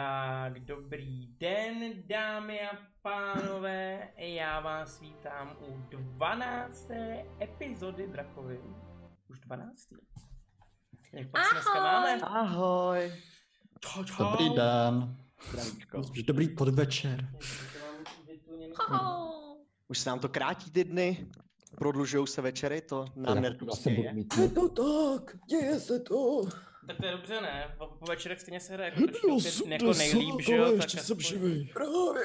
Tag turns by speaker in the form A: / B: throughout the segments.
A: Tak, dobrý den, dámy a pánové. Já vás vítám u 12. epizody Drakovi. Už 12. Jak pak dneska
B: Ahoj.
A: máme?
C: Ahoj.
A: Čau, čau.
C: Dobrý den.
A: Jako-
B: Zdravíčko.
C: Už Dobrý podvečer.
A: To mám vytluněný.
B: Hoho.
D: Už se nám to krátí ty dny, prodlužují se večery, to prostě nám nerdům
A: vlastně
C: se budu
D: děje.
C: mít.
E: Je
A: Jako
E: to tak, děje se to.
A: Tak to je dobře, ne? Po, po večerech stejně se hraje jako,
C: Jo,
A: trošku, jako nejlíp, že jo? Tak aspoň-
E: Právě.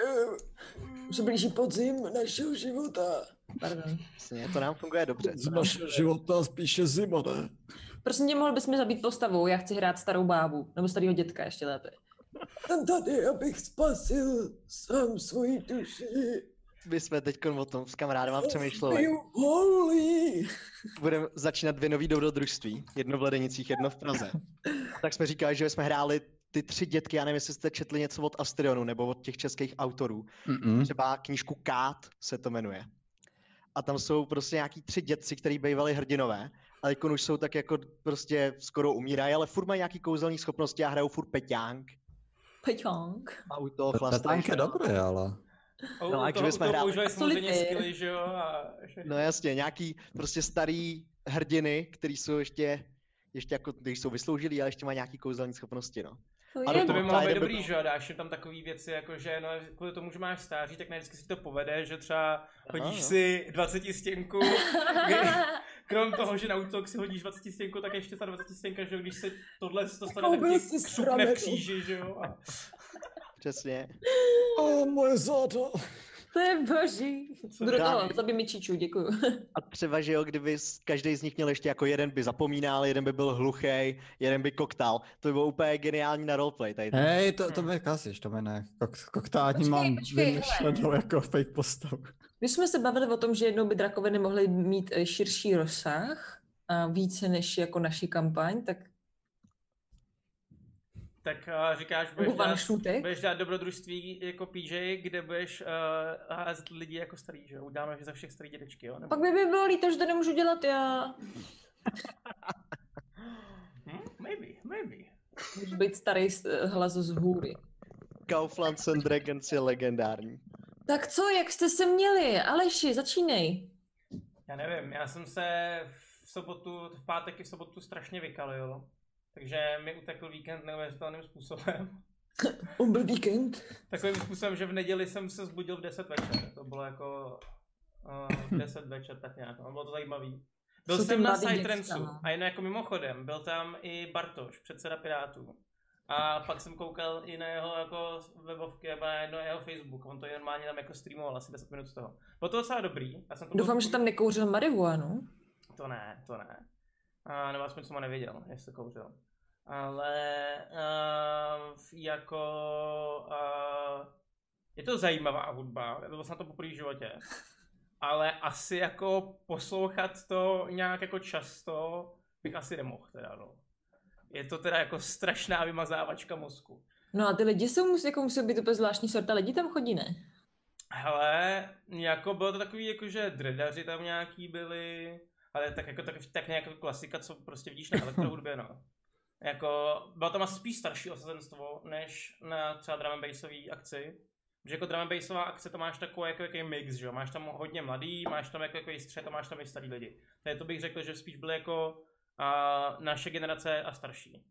E: Už se blíží podzim našeho života.
C: Pardon.
D: Přesně, to nám funguje dobře.
C: Z
D: To nám...
C: našeho života spíše zima, ne?
B: Prosím tě, mohl bys mi zabít postavu, já chci hrát starou bábu, nebo starého dětka ještě lépe.
E: Jsem tady, abych spasil sám svoji duši.
D: My jsme teď o tom s kamarádem a přemýšleli.
E: Piju holí.
D: Budeme začínat dvě nový dobrodružství, jedno v Ledenicích, jedno v Praze. A tak jsme říkali, že jsme hráli ty tři dětky, já nevím, jestli jste četli něco od Asterionu nebo od těch českých autorů.
C: Hm?
D: Třeba knížku Kát se to jmenuje. A tam jsou prostě nějaký tři dětci, který bývali hrdinové, a teď už jsou tak jako prostě skoro umírají, ale furt mají nějaký kouzelní schopnosti a hrajou furt peťánk.
B: Peťong.
D: A u toho
A: Jako
C: Petánk je
D: chlastají.
C: dobré, ale.
A: O,
D: No,
A: u
D: a kdyby
A: toho- u
D: jsme
A: toho
D: hráli-
A: používají samozřejmě
B: Solitaire.
A: skilly, že jo? A všechno.
D: No jasně, nějaký prostě starý hrdiny, který jsou ještě, ještě jako, když jsou vysloužilí, ale ještě mají nějaký kouzelní schopnosti, no.
B: To
D: Ale
B: je
A: To by
D: No,
A: mohlo
D: to
A: být
D: je
A: dobrý,
D: dobrý.
A: že jo, dáš jim tam takové věci, jako že no, kvůli tomu, že máš stáří, tak ne vždycky si to povede, že třeba hodíš
D: no.
A: si 20 stěnku, krom toho, že na útok si hodíš 20 stěnku, tak ještě ta 20 stěnka, že jo, když se tohle to stane, tak
E: Koupil
A: tě
E: jsi
A: křupne v
E: strametu.
A: kříži, že jo. A...
D: Přesně.
C: A moje záda.
B: To je boží.
A: Co
B: Budu
D: dám?
B: toho, zabij mi čiču, děkuju.
D: A třeba, že jo, kdyby s- každý z nich měl ještě jako jeden by zapomínal, jeden by byl hluchý, jeden by koktal. To by bylo úplně geniální na roleplay tady.
C: Hej, to, to mě kasíš, to mě ne. Kok, koktání
B: Počkej,
C: mám
B: počkej, hele.
C: vymyšlenou jako fake postavu.
B: Když jsme se bavili o tom, že jednou by drakové nemohli mít eh, širší rozsah, a více než jako naši kampaň, tak
A: Tak a říkáš, budeš
B: Nebo pan
A: dát,
B: Šutek?
A: budeš dát dobrodružství jako PJ, kde budeš uh, házet lidi jako starý, že jo. Uděláme, že za všech starý dědečky, jo. Nebo...
B: pak by mi bylo líto, že to nemůžu dělat já.
A: Hm? Maybe, maybe.
B: Můžu být starý eh, hlas z hůry.
D: Kaufland and Dragons je legendární.
B: Tak co, jak jste se měli? Aleši, začínej.
A: Já nevím, já jsem se v sobotu, v pátek i v sobotu strašně vykalil. Takže mi utekl víkend neuvěřitelným způsobem.
E: On byl víkend.
A: Takovým způsobem, že v neděli jsem se zbudil v 10 večer. To bylo jako uh, 10 večer, tak nějak. No, bylo to zajímavý. Byl
B: Jsou
A: jsem
B: ty
A: na
B: mladý
A: Psytrancu
B: děcka. no.
A: a jen jako mimochodem, byl tam i Bartoš, předseda Pirátů. A pak jsem koukal i na jeho jako webovky nebo na jedno jeho Facebook. On to normálně tam jako streamoval asi 10 minut z toho. Bylo to docela dobrý. Já jsem to
B: Doufám, že tam nekouřil marihuanu.
A: To ne, to ne. A, nebo aspoň jsem ho nevěděl, jestli kouřil. Ale uh, jako uh, je to zajímavá hudba, já byl jsem na to poprvé v životě. Ale asi jako poslouchat to nějak jako často bych asi nemohl teda no. Je to teda jako strašná vymazávačka mozku.
B: No a ty lidi jsou musí, jako musí být úplně zvláštní sorta, lidi tam chodí, ne?
A: Hele, jako bylo to takový, jako že dredaři tam nějaký byli, ale tak jako tak, tak nějak jako klasika, co prostě vidíš na elektrohudbě, no. Jako, bylo tam asi spíš starší osazenstvo, než na třeba drum and bassový akci. Že jako drum and bassová akce to máš takový jako jaký mix, že jo? Máš tam hodně mladý, máš tam jako jako střed a máš tam i starý lidi. Tady to bych řekl, že spíš byly jako a, naše generace a starší.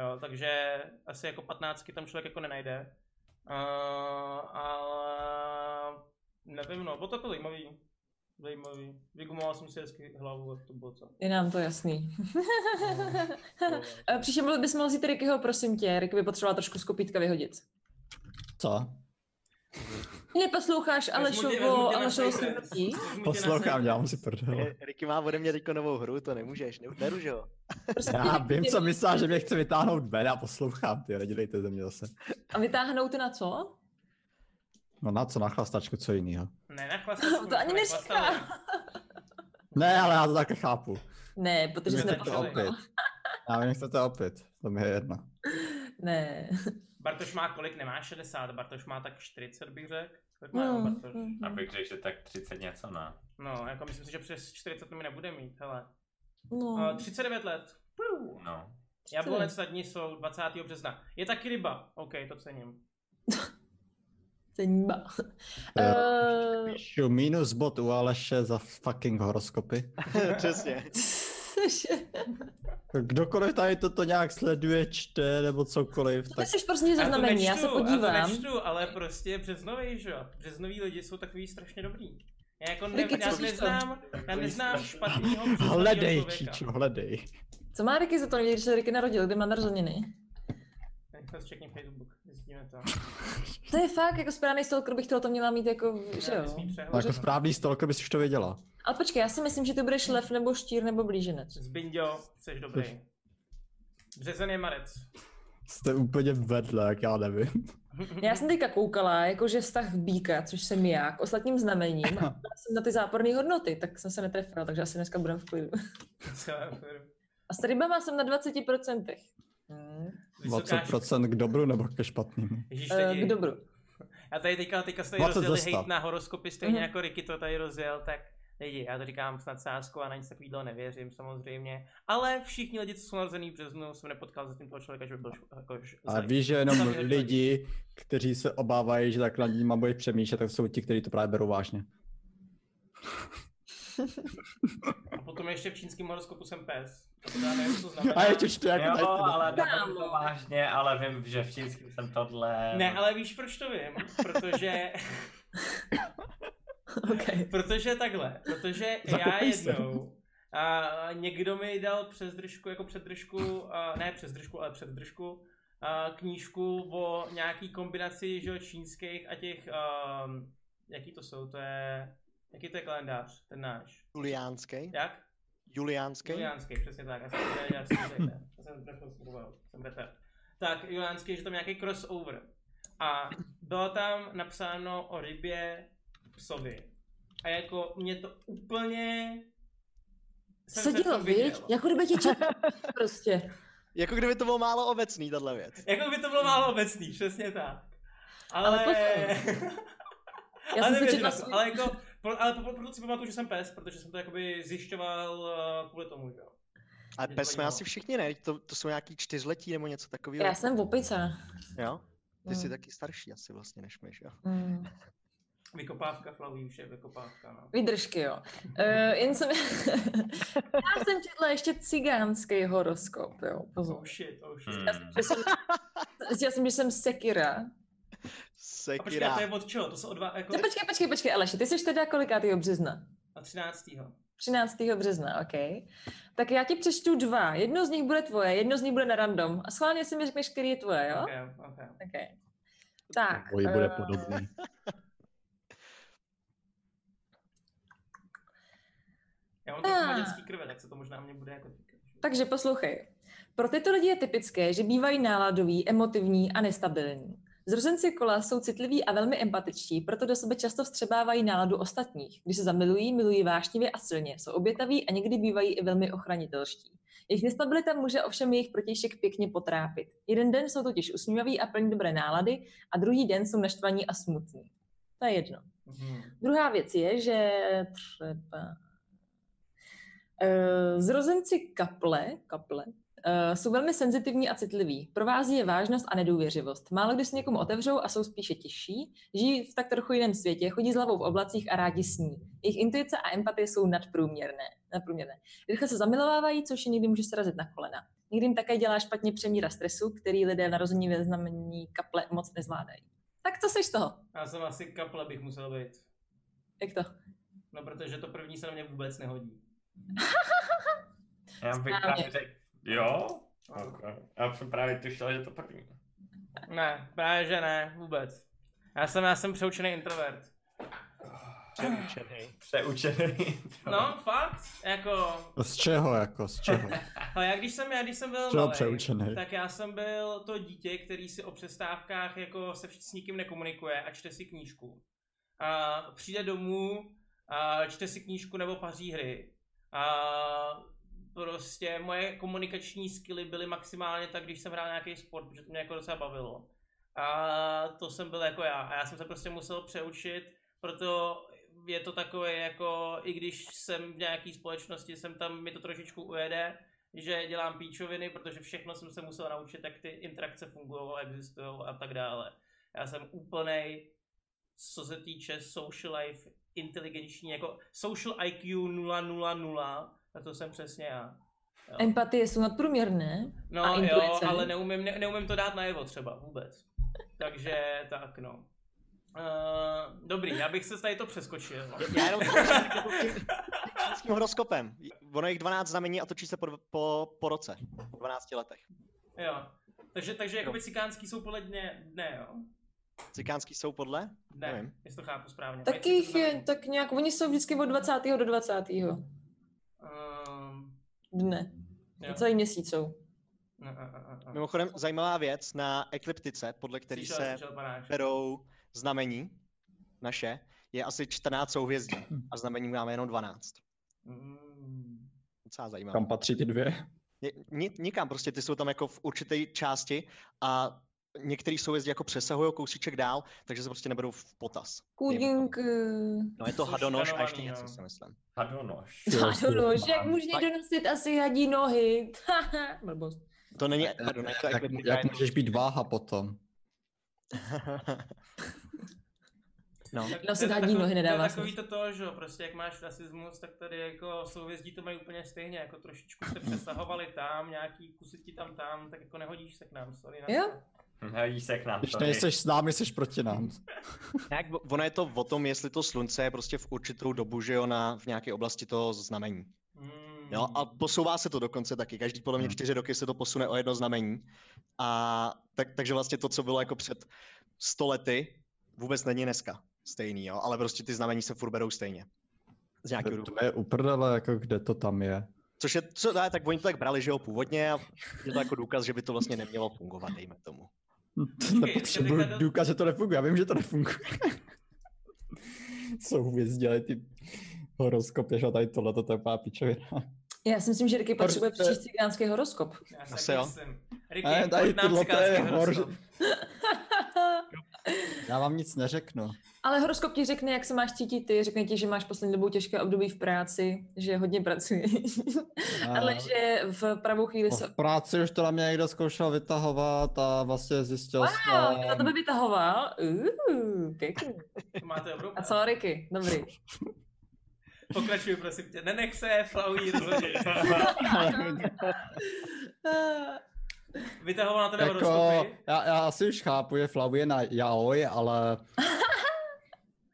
A: Jo, takže asi jako patnáctky tam člověk jako nenajde. Uh, ale nevím, no, bylo to jako zajímavý. Zajímavý. Vygumoval jsem si hezky hlavu a to bylo co.
B: Je nám to jasný.
A: No,
B: A Příště mluvit bys mohl vzít Rickyho, prosím tě. Ricky by potřeboval trošku z kopítka vyhodit.
C: Co?
B: Ty Neposloucháš
A: Vezmu tě- vezmu
B: Alešovo,
A: tě na
B: Alešovo
A: sejde.
B: shrnutí?
A: Vezmu tě na
C: Poslouchám,
A: sejde.
C: dělám si prdel.
D: E, Ricky má ode mě teď novou hru, to nemůžeš, ne- neru, že jo?
B: Prostě
C: Já
B: Ricky
C: vím,
B: tě-
C: co myslá, že mě chce vytáhnout ven a poslouchám, ty nedělejte ze mě zase.
B: A vytáhnou ty na co?
C: No na co, na chlastačku, co jiného.
A: Ne, na chlastačku.
B: To ani
A: my jsme
B: neříkám.
A: nechlastali.
C: Ne, ale já to také chápu.
B: Ne, protože
C: Vy
B: jsi
A: Mě
C: nechcete to
A: nepošli.
C: opět. Já vy nechcete opět, to mi je jedno.
B: Ne.
A: Bartoš má kolik? Nemá 60, Bartoš má tak 40 bych řekl. Kolik má
B: Mm,
A: no, Bartoš?
B: mm, mm.
F: Abych řekl, že tak 30 něco, ne?
A: No, jako myslím si, že přes 40 to mi nebude mít, hele.
B: No.
A: Uh, 39 let. Pů.
F: No.
A: Jablonec nad ní jsou 20. března. Je taky ryba. OK, to cením.
G: Ceníba. Eh,
C: Píšu minus bod u Aleše za fucking horoskopy.
D: Přesně.
G: Cože?
B: Eh,
C: Kdokoliv tady toto nějak sleduje, čte nebo cokoliv,
G: Ty
C: tak
G: jsi prostě
A: Ale to
G: zaznamení, já se
A: nečtu, ale
G: podívám.
A: To nečtu, ale prostě březnový, že jo? Březnoví lidi jsou takový strašně dobrý. Já jako ne,
G: Riky, co
A: já
G: víš, co?
A: neznám, já neznám špatného březnovýho
C: hledej,
A: člověka.
C: Číčo, hledej.
G: Co má Ricky za to nevědět, že se Ricky narodil, kdy má narozeniny?
A: Tak to čekni Facebook, zjistíme to.
G: To je fakt, jako správný stalker bych to měla mít jako, že
A: Já
G: jo.
A: nesmím
C: Tak
A: přehlížet.
C: jako správný stalker bys už to věděla.
G: A počkej, já si myslím, že ty budeš
A: Hmm.
G: lev nebo štír nebo blíženec.
A: Zbindio, jsi dobrý. Březen je marec.
C: Jste úplně vedle, jak já nevím.
G: Já jsem teďka koukala, jakože vztah býka, což jsem já, k ostatním znamením. A byla jsem na ty záporné hodnoty, tak jsem se netrefila, takže asi dneska budem v klidu. A s rybama jsem na 20%. Hmm.
A: Vysoká
C: 20% k dobru nebo ke špatnému.
A: Ježíš,
G: Eh,
A: tady,
G: K dobru.
A: já tady teďka, teďka jste
C: 20
A: rozjeli
C: ze 100.
A: hejt na horoskopy, stejně
G: Mhm.
A: jako Ricky to tady rozjel, tak lidi, já to říkám snad sázku a na nic takového nevěřím samozřejmě, ale všichni lidi, co jsou narozený v březnu, jsem nepotkal zatím toho člověka, že by byl š- jako š-
C: A
A: zlej.
C: víš, že jenom
A: Sami
C: lidi, kteří se obávají, že tak nad ním budeš přemýšlet, tak jsou ti, kteří to právě berou vážně.
A: A potom ještě v čínském horoskopu jsem pes. To já nevím, co
C: A
A: znamená.
C: je tě čte jako
F: Jo,
C: tady.
F: ale
G: Kámo.
F: neberu to vážně, ale vím, že v čínském jsem tohle.
A: Ne, ale víš, proč to vím? Protože
G: Okay.
A: Protože takhle, protože já
C: Zakopej se.
A: jednou a někdo mi dal přes držku, jako před držku, a, ne přes držku, ale před držku, a, knížku o nějaký kombinaci že, jo, čínských a těch, um, jaký to jsou, to je, jaký to je kalendář, ten náš,
D: Juliánský.
A: jak?
D: Juliánský.
A: Juliánský, přesně tak, já jsem to nevěděl, jak se to řekne. já jsem trošku zkupoval, jsem better. Tak, Juliánský, že tam nějaký crossover. A bylo tam napsáno o rybě psovi. A jako mě to úplně... jsem se v
G: Sedělo,
A: tom viděl.
G: viď? Jako kdyby tě čekal prostě.
D: Jako kdyby to bylo málo obecný, tahle věc.
A: Jako by to bylo málo obecný, přesně tak. Ale...
G: Ale
A: ale
G: Já jsem si
A: nevěřím
G: četla
A: na to,
G: svůj...
A: ale jako, pro, ale pro- proto si pamatuju, že jsem pes, protože jsem to jakoby zjišťoval eh, kvůli tomu, že jo.
D: Ale
A: Mě to
D: pes jsme
A: zajímalo.
D: asi všichni, ne? To, to jsou nějaký čtyřletí nebo něco takového.
G: Já jsem opica.
D: Jo? Ty jsi
G: Hmm.
D: taky starší asi vlastně než my, že jo?
G: Hmm.
A: Vykopávka, Flaví, už je vykopávka, no.
G: Vydržky, jo. Uh, jen jsem... já jsem četla ještě cigánský horoskop, jo. Pozor.
A: Oh shit, oh shit.
F: Hmm.
G: Já jsem, že jsem, já jsem, že jsem sekira.
A: A počkej, a
D: Sekira.
A: to je od čeho? To jsou od dva, jako
G: No, počkej, počkej, počkej, Aleši, ty jsi teda kolikátýho března?
A: a 13.
G: 13. března, OK. Tak já ti přečtu dva. Jedno z nich bude tvoje, jedno z nich bude na random. A schválně si mi řekneš, který je tvoje, jo?
A: Ok, ok.
G: Okay. Tak.
C: Obojí bude
G: eh,
C: podobný.
A: Já mám trochu
G: Ah.
A: ah. dětský krve, tak se to možná mě bude jako týkat.
G: Takže poslouchej. Pro tyto lidi je typické, že bývají náladoví, emotivní a nestabilní. Zrozenci kola jsou citliví a velmi empatičtí, proto do sebe často vstřebávají náladu ostatních. Když se zamilují, milují vášnivě a silně, jsou obětaví a někdy bývají i velmi ochranitelští. Jejich nestabilita může ovšem jejich protějšek pěkně potrápit. Jeden den jsou totiž usmívaví a plní dobré nálady a druhý den jsou naštvaní a smutní. To je jedno.
A: Mhm.
G: Druhá věc je, že třeba eh, zrozenci kaple, kaple eh, jsou velmi senzitivní a citliví. Provází je vážnost a nedůvěřivost. Málo kdy se někomu otevřou a jsou spíše tiší, žijí v tak trochu jiném světě, chodí s hlavou v oblacích a rádi sní. Jejich intuice a empatie jsou nadprůměrné. nadprůměrné. Rychle se zamilovávají, což je někdy může srazit na kolena. Někdy jim také dělá špatně přemíra stresu, který lidé narození ve znamení kaple moc nezvládají. Tak co seš z toho?
A: Já jsem asi kaple bych musel být.
G: Jak to?
A: No protože to první se na mě vůbec nehodí.
F: Já bych
G: Správně.
F: právě řekl, jo? Okay. Já jsem právě tušil, že to první.
A: Ne, právě že ne, vůbec. Já jsem, já jsem přeučený introvert.
F: Přeučený.
A: No, fakt, jako,
C: Z čeho jako, z čeho?
A: ale já když jsem, já když jsem byl
C: Čeho
A: malej,
C: přeučený?
A: tak já jsem byl to dítě, který si o přestávkách jako se vš- s nikým nekomunikuje a čte si knížku. A přijde domů, a čte si knížku nebo paří hry. A prostě moje komunikační skilly byly maximálně tak, když jsem hrál nějaký sport, protože to mě jako docela bavilo. A to jsem byl jako já. A já jsem se prostě musel přeučit, proto je to takové jako, i když jsem v nějaké společnosti, jsem tam, mi to trošičku ujede, že dělám píčoviny, protože všechno jsem se musel naučit, jak ty interakce fungují a existují a tak dále. Já jsem úplnej, co se týče social life, inteligenční, jako social IQ 000, a to jsem přesně já. Jo.
G: Empatie jsou nadprůměrné.
A: No
G: A
A: jo,
G: intuice?
A: ale neumím, ne, neumím to dát najevo třeba vůbec. Takže tak no. Uh, dobrý, já bych se tady to přeskočil.
D: Já jenom s tím horoskopem. Ono je jich 12 znamení a točí se po, po, po roce, po 12 letech.
A: jo. Takže, takže
D: No.
A: jakoby cikánský jsou podle dne, dne jo?
D: Cikánský jsou podle?
A: Dne,
D: Nevím.
A: jestli to chápu správně. Mají
G: Tak
A: si to
G: jich je
A: znamení.
G: tak nějak, oni jsou vždycky od 20. do 20.
A: Ehm,
G: dne.
A: jo.
G: Celý měsíc jsou.
A: No, a, a, a, a.
D: Mimochodem, zajímavá věc na ekliptice, podle který
A: Slyšel,
D: se
A: slyšel, panáče.
D: berou znamení naše, je asi 14 souhvězdí a znamení máme jenom 12.
A: Mm.
D: Docela zajímavé.
C: Kam patří ty dvě?
D: Ni- Ni, nikam, prostě ty jsou tam jako v určité části a některý souhvězdí jako přesahují kousíček dál, takže se prostě neberou v potaz.
G: Kudink, eh,
D: No je to
A: Jsou
D: hadonož a ještě
A: šikanovaný,
D: něco
A: no.
D: si myslím.
F: Hadonož.
G: Hadonož, jak může někdo nosit asi hadí nohy? Blbost.
D: To není hadonož, to je
C: Jak,
D: ekliptika.
C: jak můžeš být váha potom?
D: no.
A: Tak
G: Nosit
A: to je
G: hadí
A: takový-
G: nohy
A: To
G: nedává
A: je takový to to, že jo, prostě jak máš rasismus, tak tady jako souvězdí to mají úplně stejně, jako trošičku jste přesahovali tam, nějaký kusy ti tam tam, tak jako nehodíš se k nám, sorry. na
G: Jo.
A: to.
F: Hodí se k nám,
C: Když
F: sorry.
C: nejseš s námi, jsi proti nám.
D: Nějak, bo- ono je to o tom, jestli to slunce je prostě v určitou dobu, že jo, na, v nějaké oblasti toho znamení.
A: Mm.
D: Jo, a posouvá se to dokonce taky. Každý podle mě
C: Hmm.
D: čtyři roky se to posune o jedno znamení. A tak, takže vlastně to, co bylo jako před 100 lety, vůbec není dneska stejný, jo, ale prostě ty znamení se furt berou stejně. Z nějakého důvodu.
C: To je uprdele, jako kde to tam je.
D: Což je, co, ne, tak oni to tak brali, že jo, původně a je to jako důkaz, že by to vlastně nemělo fungovat, dejme tomu.
C: Nepotřebuji
A: teďka to-
C: důkaz, že to nefunguje. Já vím, že to nefunguje. Jsou hvězděli ty horoskopy, že tady tohle, to je úplná pičovina.
G: Já si myslím, že Ricky potřebuje
C: Protože-
G: příští cikánský horoskop.
A: Já se
D: Asi
A: taky
D: jo.
A: myslím. Ricky,
C: Ne, tady
A: pojď nám
C: tohle to je
A: cikánský
C: hor-
A: horoskop.
C: Já vám nic neřeknu.
G: Ale horoskop ti řekne, jak se máš cítit ty, řekne ti, že máš poslední dobou těžké období v práci, že hodně pracuješ, ale že v pravou chvíli
C: No,
G: se...
C: Eh, V práci už to na mě někdo zkoušel vytahovat a vlastně zjistil
G: Wow, kdo na
C: jsem...
G: tebe vytahoval? Uh, pěkný.
A: To máte dobrou
G: A co Ricky? Dobrý.
A: Pokračuj, prosím tě. Nenech se, Flaují, rozhodně.
G: Ah,
A: Vytahoval na tebe
C: jako,
A: horoskopy.
C: já, já, asi už chápu, že Flavie na jaoj, ale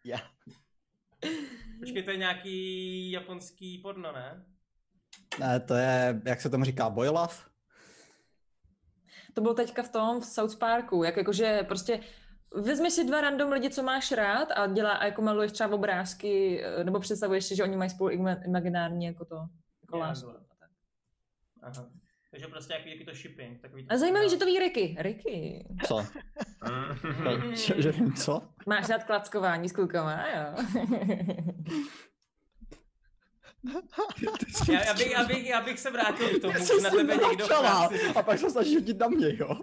D: Já.
A: Počkej, to je nějaký japonský porno, ne?
C: ne, to je, jak se tomu říká, boilav?
G: To bylo teďka v tom, v South Parku, jak jakože prostě vezmi si dva random lidi, co máš rád a dělá, a jako maluješ třeba obrázky, eh, nebo představuješ si, že oni mají spolu ima- imaginární jako to,
A: Já,
G: jako lásku.
A: vole. Aha. Takže prostě jaký, jaký to shipping. Takový
G: A zajímavý, že to ví Ricky. Ricky.
C: Co?
F: Mm.
A: Hmm.
C: To- Že, že vím co?
G: Máš rád klackování s klukama, jo.
A: Já, já, bych, já, bych, já bych se vrátil k tomu,
C: Já
A: že
C: jsem
A: na
C: si
A: tebe někdo v
C: mračela
A: práci
C: a pak se snaží hodit na mě, jo?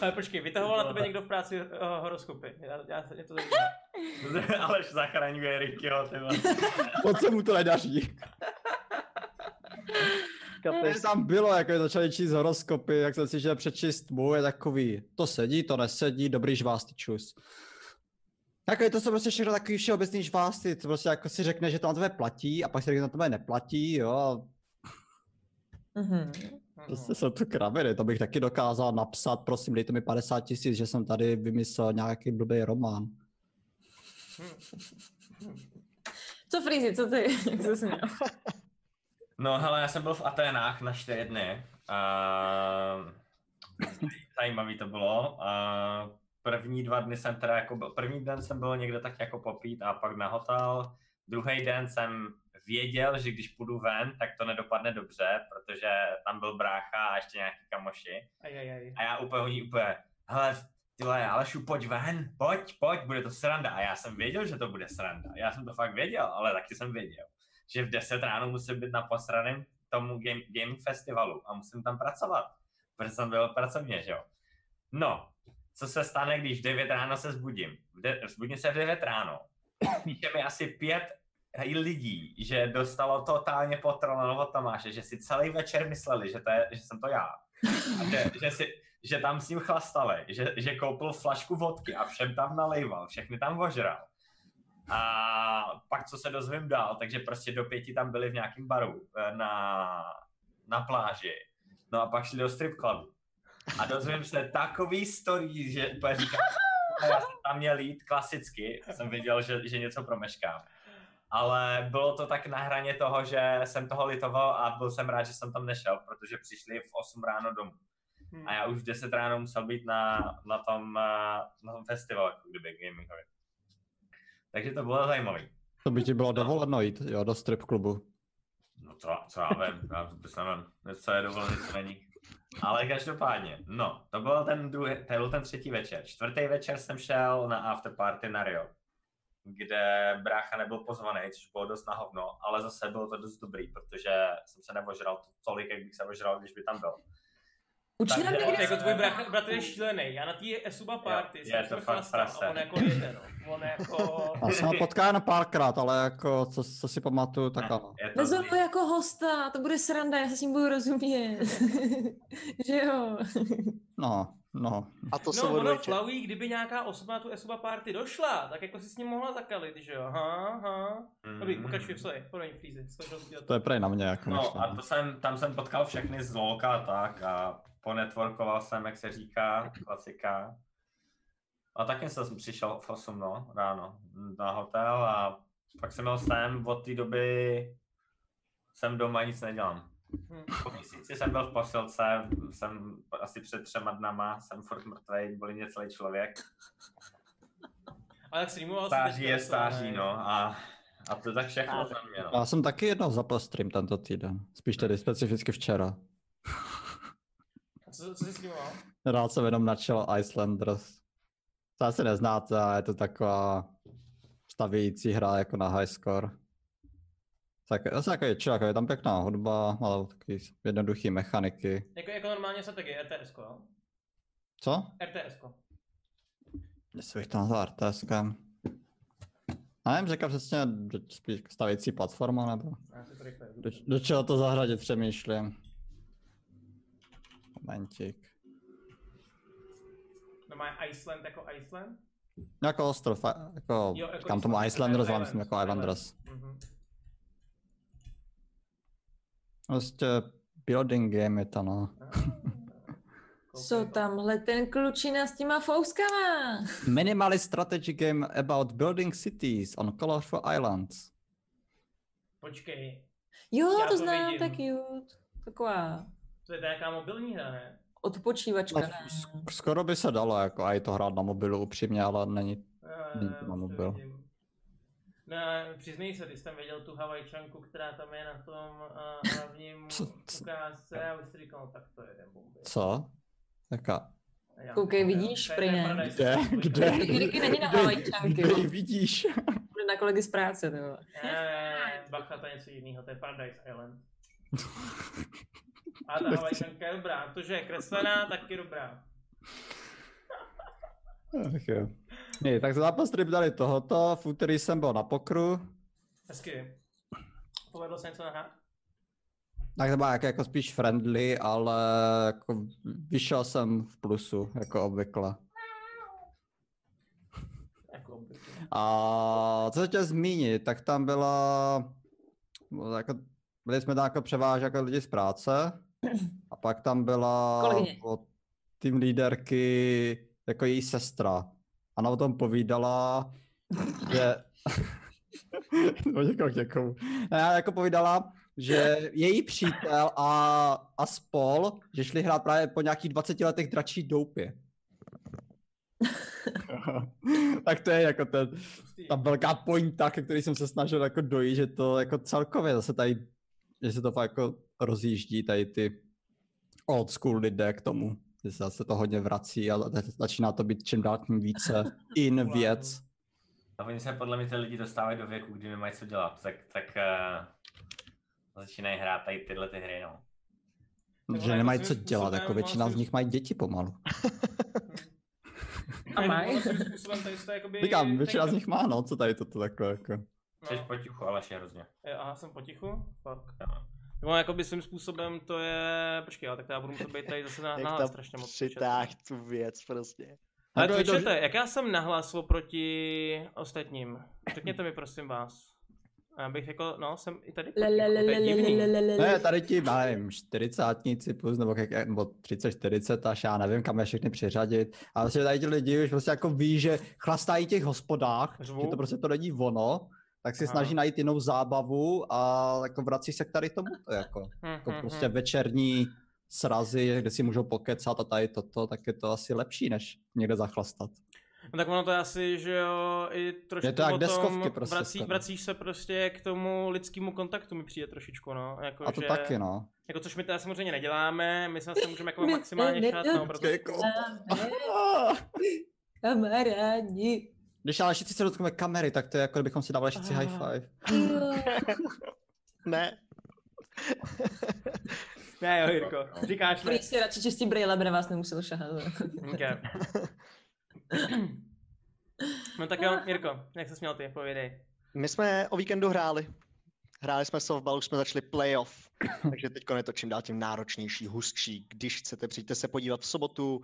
A: Ale počkej, vytahoval na tebe někdo v práci uh, horoskopy. Já, já, je to zajímá.
F: Aleš zachraňuje Rikyho, ty vole.
C: Moc se mu to nedaří. Když tam bylo, jako je začali číst horoskopy, jak jsem si že přečíst mu, je takový, to sedí, to nesedí, dobrý žvásty, čus. Takový to jsou prostě všechno takový všeobecný žvásty, co prostě jako si řekne, že to na tebe platí a pak si řekne, že na tebe neplatí, jo. a
G: Mhm.
C: Prostě jsou to kraviny, to bych taky dokázal napsat, prosím, dejte mi 50 tisíc, že jsem tady vymyslel nějaký blbý román.
G: Co Frizi, co ty? Jak jsi se měl?
F: No hele, já jsem byl v Aténách na čtyři dny. A... Zajímavý to bylo. A první dva dny jsem teda jako byl, první den jsem byl někde tak jako popít a pak na hotel. Druhý den jsem věděl, že když půjdu ven, tak to nedopadne dobře, protože tam byl brácha a ještě nějaký kamoši.
A: Ajajaj.
F: A já úplně oni úplně, hele, ty vole, Alešu, pojď ven, pojď, pojď, bude to sranda. A já jsem věděl, že to bude sranda. Já jsem to fakt věděl, ale taky jsem věděl, že v 10 ráno musím být na posraném tomu game, gaming festivalu a musím tam pracovat, protože jsem byl pracovně, že jo. No, co se stane, když v 9 ráno se zbudím? V de- zbudím se v 9 ráno. Píše mi asi pět lidí, že dostalo totálně potroleno od Tomáše, že si celý večer mysleli, že, to je, že jsem to já. A že, že, si, že tam s ním chlastali, že, že koupil flašku vodky a všem tam nalejval, všechny tam ožral. A pak, co se dozvím dál, takže prostě do pěti tam byli v nějakém baru eh, na, na pláži. No a pak šli do strip clubu. A dozvím se takový story, že úplně říkám, "A já jsem tam měl jít klasicky, jsem viděl, že, že něco promeškám. Ale bylo to tak na hraně toho, že jsem toho litoval a byl jsem rád, že jsem tam nešel, protože přišli v 8 ráno domů.
A: Hm.
F: A já už v 10 ráno musel být na, na, tom, eh, na tom festivalu, jako kdyby gamingový. Takže to bylo zajímavé.
C: To by ti bylo dovoleno jít, jo, do strip klubu.
F: No to, co já vím, já vůbec nevím, co je dovolený, co není. Ale každopádně, no, to byl ten druhý, to byl ten třetí večer. Čtvrtý večer jsem šel na afterparty na Rio, kde brácha nebyl pozvaný, což bylo dost na hovno, ale zase bylo to dost dobrý, protože jsem se nevožral tolik, jak bych se vožral, když by tam byl.
B: Učí nám
F: Takže-
A: On,
B: někde
A: jako tvůj bratr, bratr je šílený. Já na té Esuba party
F: Jo,
A: jsem
F: je to
A: se
F: fakt
A: chlastal
F: prase.
A: a on jako jede, no. On jako...
C: Já jsem ho potkal jen párkrát, ale jako, co, co si pamatuju, tak ano.
F: Je to
B: Vezmu
F: zlý.
B: ho jako hosta, to bude sranda, já se s ním budu rozumět. že jo?
C: No, no.
D: A to se
A: No, ono
D: odvlečet.
A: Flaují, kdyby nějaká osoba na tu Esuba party došla, tak jako si s ním mohla zakalit, že jo? Aha, aha. Dobrý,
F: Mhm.
A: pokračuj, sorry, promiň, Fízy, snažil jsem dělat.
C: To je prej na mě, jako
F: No a
C: myšlení.
F: to jsem, tam jsem potkal všechny z Lolka a tak a ponetworkoval jsem, jak se říká, klasika. A taky jsem přišel v 8 no, ráno na hotel a pak jsem jel sem, od té doby jsem doma nic nedělám.
A: Hm.
F: Po měsíci jsem byl v posilce, jsem asi před třema dnama, jsem furt mrtvý, byl mě celý člověk.
A: Ale jak streamoval jsi
F: Stáří
A: teďka,
F: je
A: co,
F: stáří,
A: ne?
F: no a, a to tak všechno za mě, no.
C: Já jsem taky jednou zapl stream tento týden. Spíš tedy specificky včera.
A: A Co, co jsi streamoval?
C: Rád jsem jenom načel Icelanders. To asi neznáte, ale je to taková stavějící hra jako na high score. Tak, zase takový chill, jako je tam pěkná hudba, ale taky jednoduchý mechaniky.
A: Jako, jako normálně strategie, RTS, jo?
C: Co?
A: RTS. ko.
C: Jestli bych to nazval RTSkem. Já nevím, říkám přesně do- spíš stavějící platforma nebo
A: Já si to rychle
C: do,
A: jdu.
C: do čeho to zahradit přemýšlím. Momentík.
A: No má Iceland jako Iceland?
C: Jako ostrov, a- jako,
A: Jo, jako
C: říkám tomu
A: Iceland,
C: Icelanders, ale
A: Island,
C: myslím jako
A: Island.
C: Islanders.
A: Mhm.
C: Prostě building game je to, no.
A: Ah.
B: Co
A: Koukej, no.
B: tamhle ten klučina s těma fouskama?
C: Minimalist strategy game about building cities on colorful islands.
A: Počkej,
B: Jo,
A: Já
B: to
A: to
B: znám,
A: vidím.
B: tak cute. Taková
A: to je nějaká mobilní hra, ne?
B: odpočívačka.
C: No,
B: ne?
C: sk- Skoro by se dalo, jako a i to hrát na mobilu upřímně, ale není.
A: Eh,
C: Není to na
A: už
C: mobil.
A: vidím. No a přiznej se, ty jsi tam viděl tu Havajčanku, která tam je na tom eh, hlavním
C: Co- co-
A: ukázce a už si říkal, "No, tak to jeden bomby.
C: Co? Jaká?
A: A já-
B: Koukej, vidíš,
A: To je ten
B: Prine?
A: paradise.
C: Kde? Kde?
B: Ricky, Ricky není na
C: Kde-
B: Havajčanky.
C: Kde ji vidíš?
B: Bude na kolegy z práce, to jo.
A: Ne, ne, ne, Eh, bacha, to je něco jiného, to je Paradise Island. A
C: Prostě-
A: ta Havajčanka je dobrá, to, že je kreslená, tak je dobrá.
C: Ach jo. Ne, tak zápas trip dali tohoto, v úterý jsem byl na pokru,
A: Hezky. Povedlo se něco nahrát?
C: tak to byla jako, jako spíš friendly, ale jako vyšel jsem v plusu, jako obvykle.
A: Jako obvykle.
C: A co jsem chtěl zmínit, tak tam byla, no, jako, byli jsme tam jako převážně jako lidi z práce a pak tam byla
B: Kolegyně.
C: od tým líderky jako její sestra. A Ona o tom povídala, že... no někoho, k někomu. A já jako povídala, že její přítel a, a spol, že šli hrát právě po nějakých 20 letech dračí doupě. tak to je jako ten,
A: Pustý.
C: ta velká pointa, ke který jsem se snažil jako dojít, že to jako celkově zase tady, že se to fakt jako rozjíždí tady ty old school lidé k tomu, že se zase to hodně vrací a za- začíná to být čím dál tím více in věc.
F: A oni se podle mě ty lidi dostávají do věku, kdy nemají co dělat, tak, tak uh, začínají hrát tady tyhle ty hry, no.
A: Tak ono
C: Že
A: jako
C: nemají co
A: svým
C: dělat, jako
A: způsobem
C: většina z
A: vlastně-
C: nich mají děti pomalu.
B: A
A: Ne,
B: mají?
A: ono Jako, svým způsobem tady se to jakoby...
C: Říkám, většina z
A: tady-
C: nich má, no, co tady toto takhle jako.
F: Jsi potichu, ale je hrozně.
A: Jo, Eh, Aha, jsem potichu? Fuck. No, jakoby svým způsobem to je... Počkej, ale tak já budu muset být tady zase na,
D: Jak
A: nahlas
D: tam
A: strašně moc.
D: přitáh tu věc prostě.
A: Ale
C: Kdo Jako je to-
A: slyšete, jak já jsem nahlas oproti ostatním? Řekněte mi prosím vás. A Já bych jako, no, jsem i tady
G: Le,
A: potichu,
G: le, le,
A: to je
G: le, le, le,
A: divný.
G: le, le, le.
C: Ne, tady ti, já nevím, čtyřicátníci plus, nebo, jak- nebo 30, 40 až já nevím, kam je všechny přiřadit. A vlastně tady ti lidi už prostě jako ví, že chlastají v těch hospodách,
A: Řvou.
C: že to prostě to není ono, tak si
A: Aha.
C: snaží najít jinou zábavu a jako vrací se k tady tomu, jako,
A: Hm,
C: jako
A: hm,
C: prostě
A: hm.
C: večerní srazy, kde si můžou pokecat a tady toto, tak je to asi lepší, než někde zachlastat.
A: No tak ono to je asi, že jo, i trošku
C: Je to jak
A: o tom
C: deskovky prostě
A: vrací,
C: skoro.
A: vracíš se prostě k tomu lidskému kontaktu mi přijde trošičku, no. Jako,
C: A to
A: že,
C: taky, no.
A: Jako což my teda samozřejmě neděláme, my se na to můžeme jako
G: My to
A: maximálně šát, no,
G: neděláme.
A: protože...
G: Máme, Kamarádi.
C: Když ale všichni se dotkneme kamery, tak to je jako kdybychom si dávali všichni high five.
G: Jo.
D: Ne,
A: Ne jo, Jirko,
C: no.
A: říkáš ne.
G: Prý si radši čistí brýle, aby na vás nemusel šahat.
A: Okay. No tak jo, Jirko, jak se směl ty, povědej.
D: my jsme o víkendu hráli. Hráli jsme softball, už jsme začali playoff, takže teď je to čím dál tím náročnější, hustší. Když chcete, přijďte se podívat v sobotu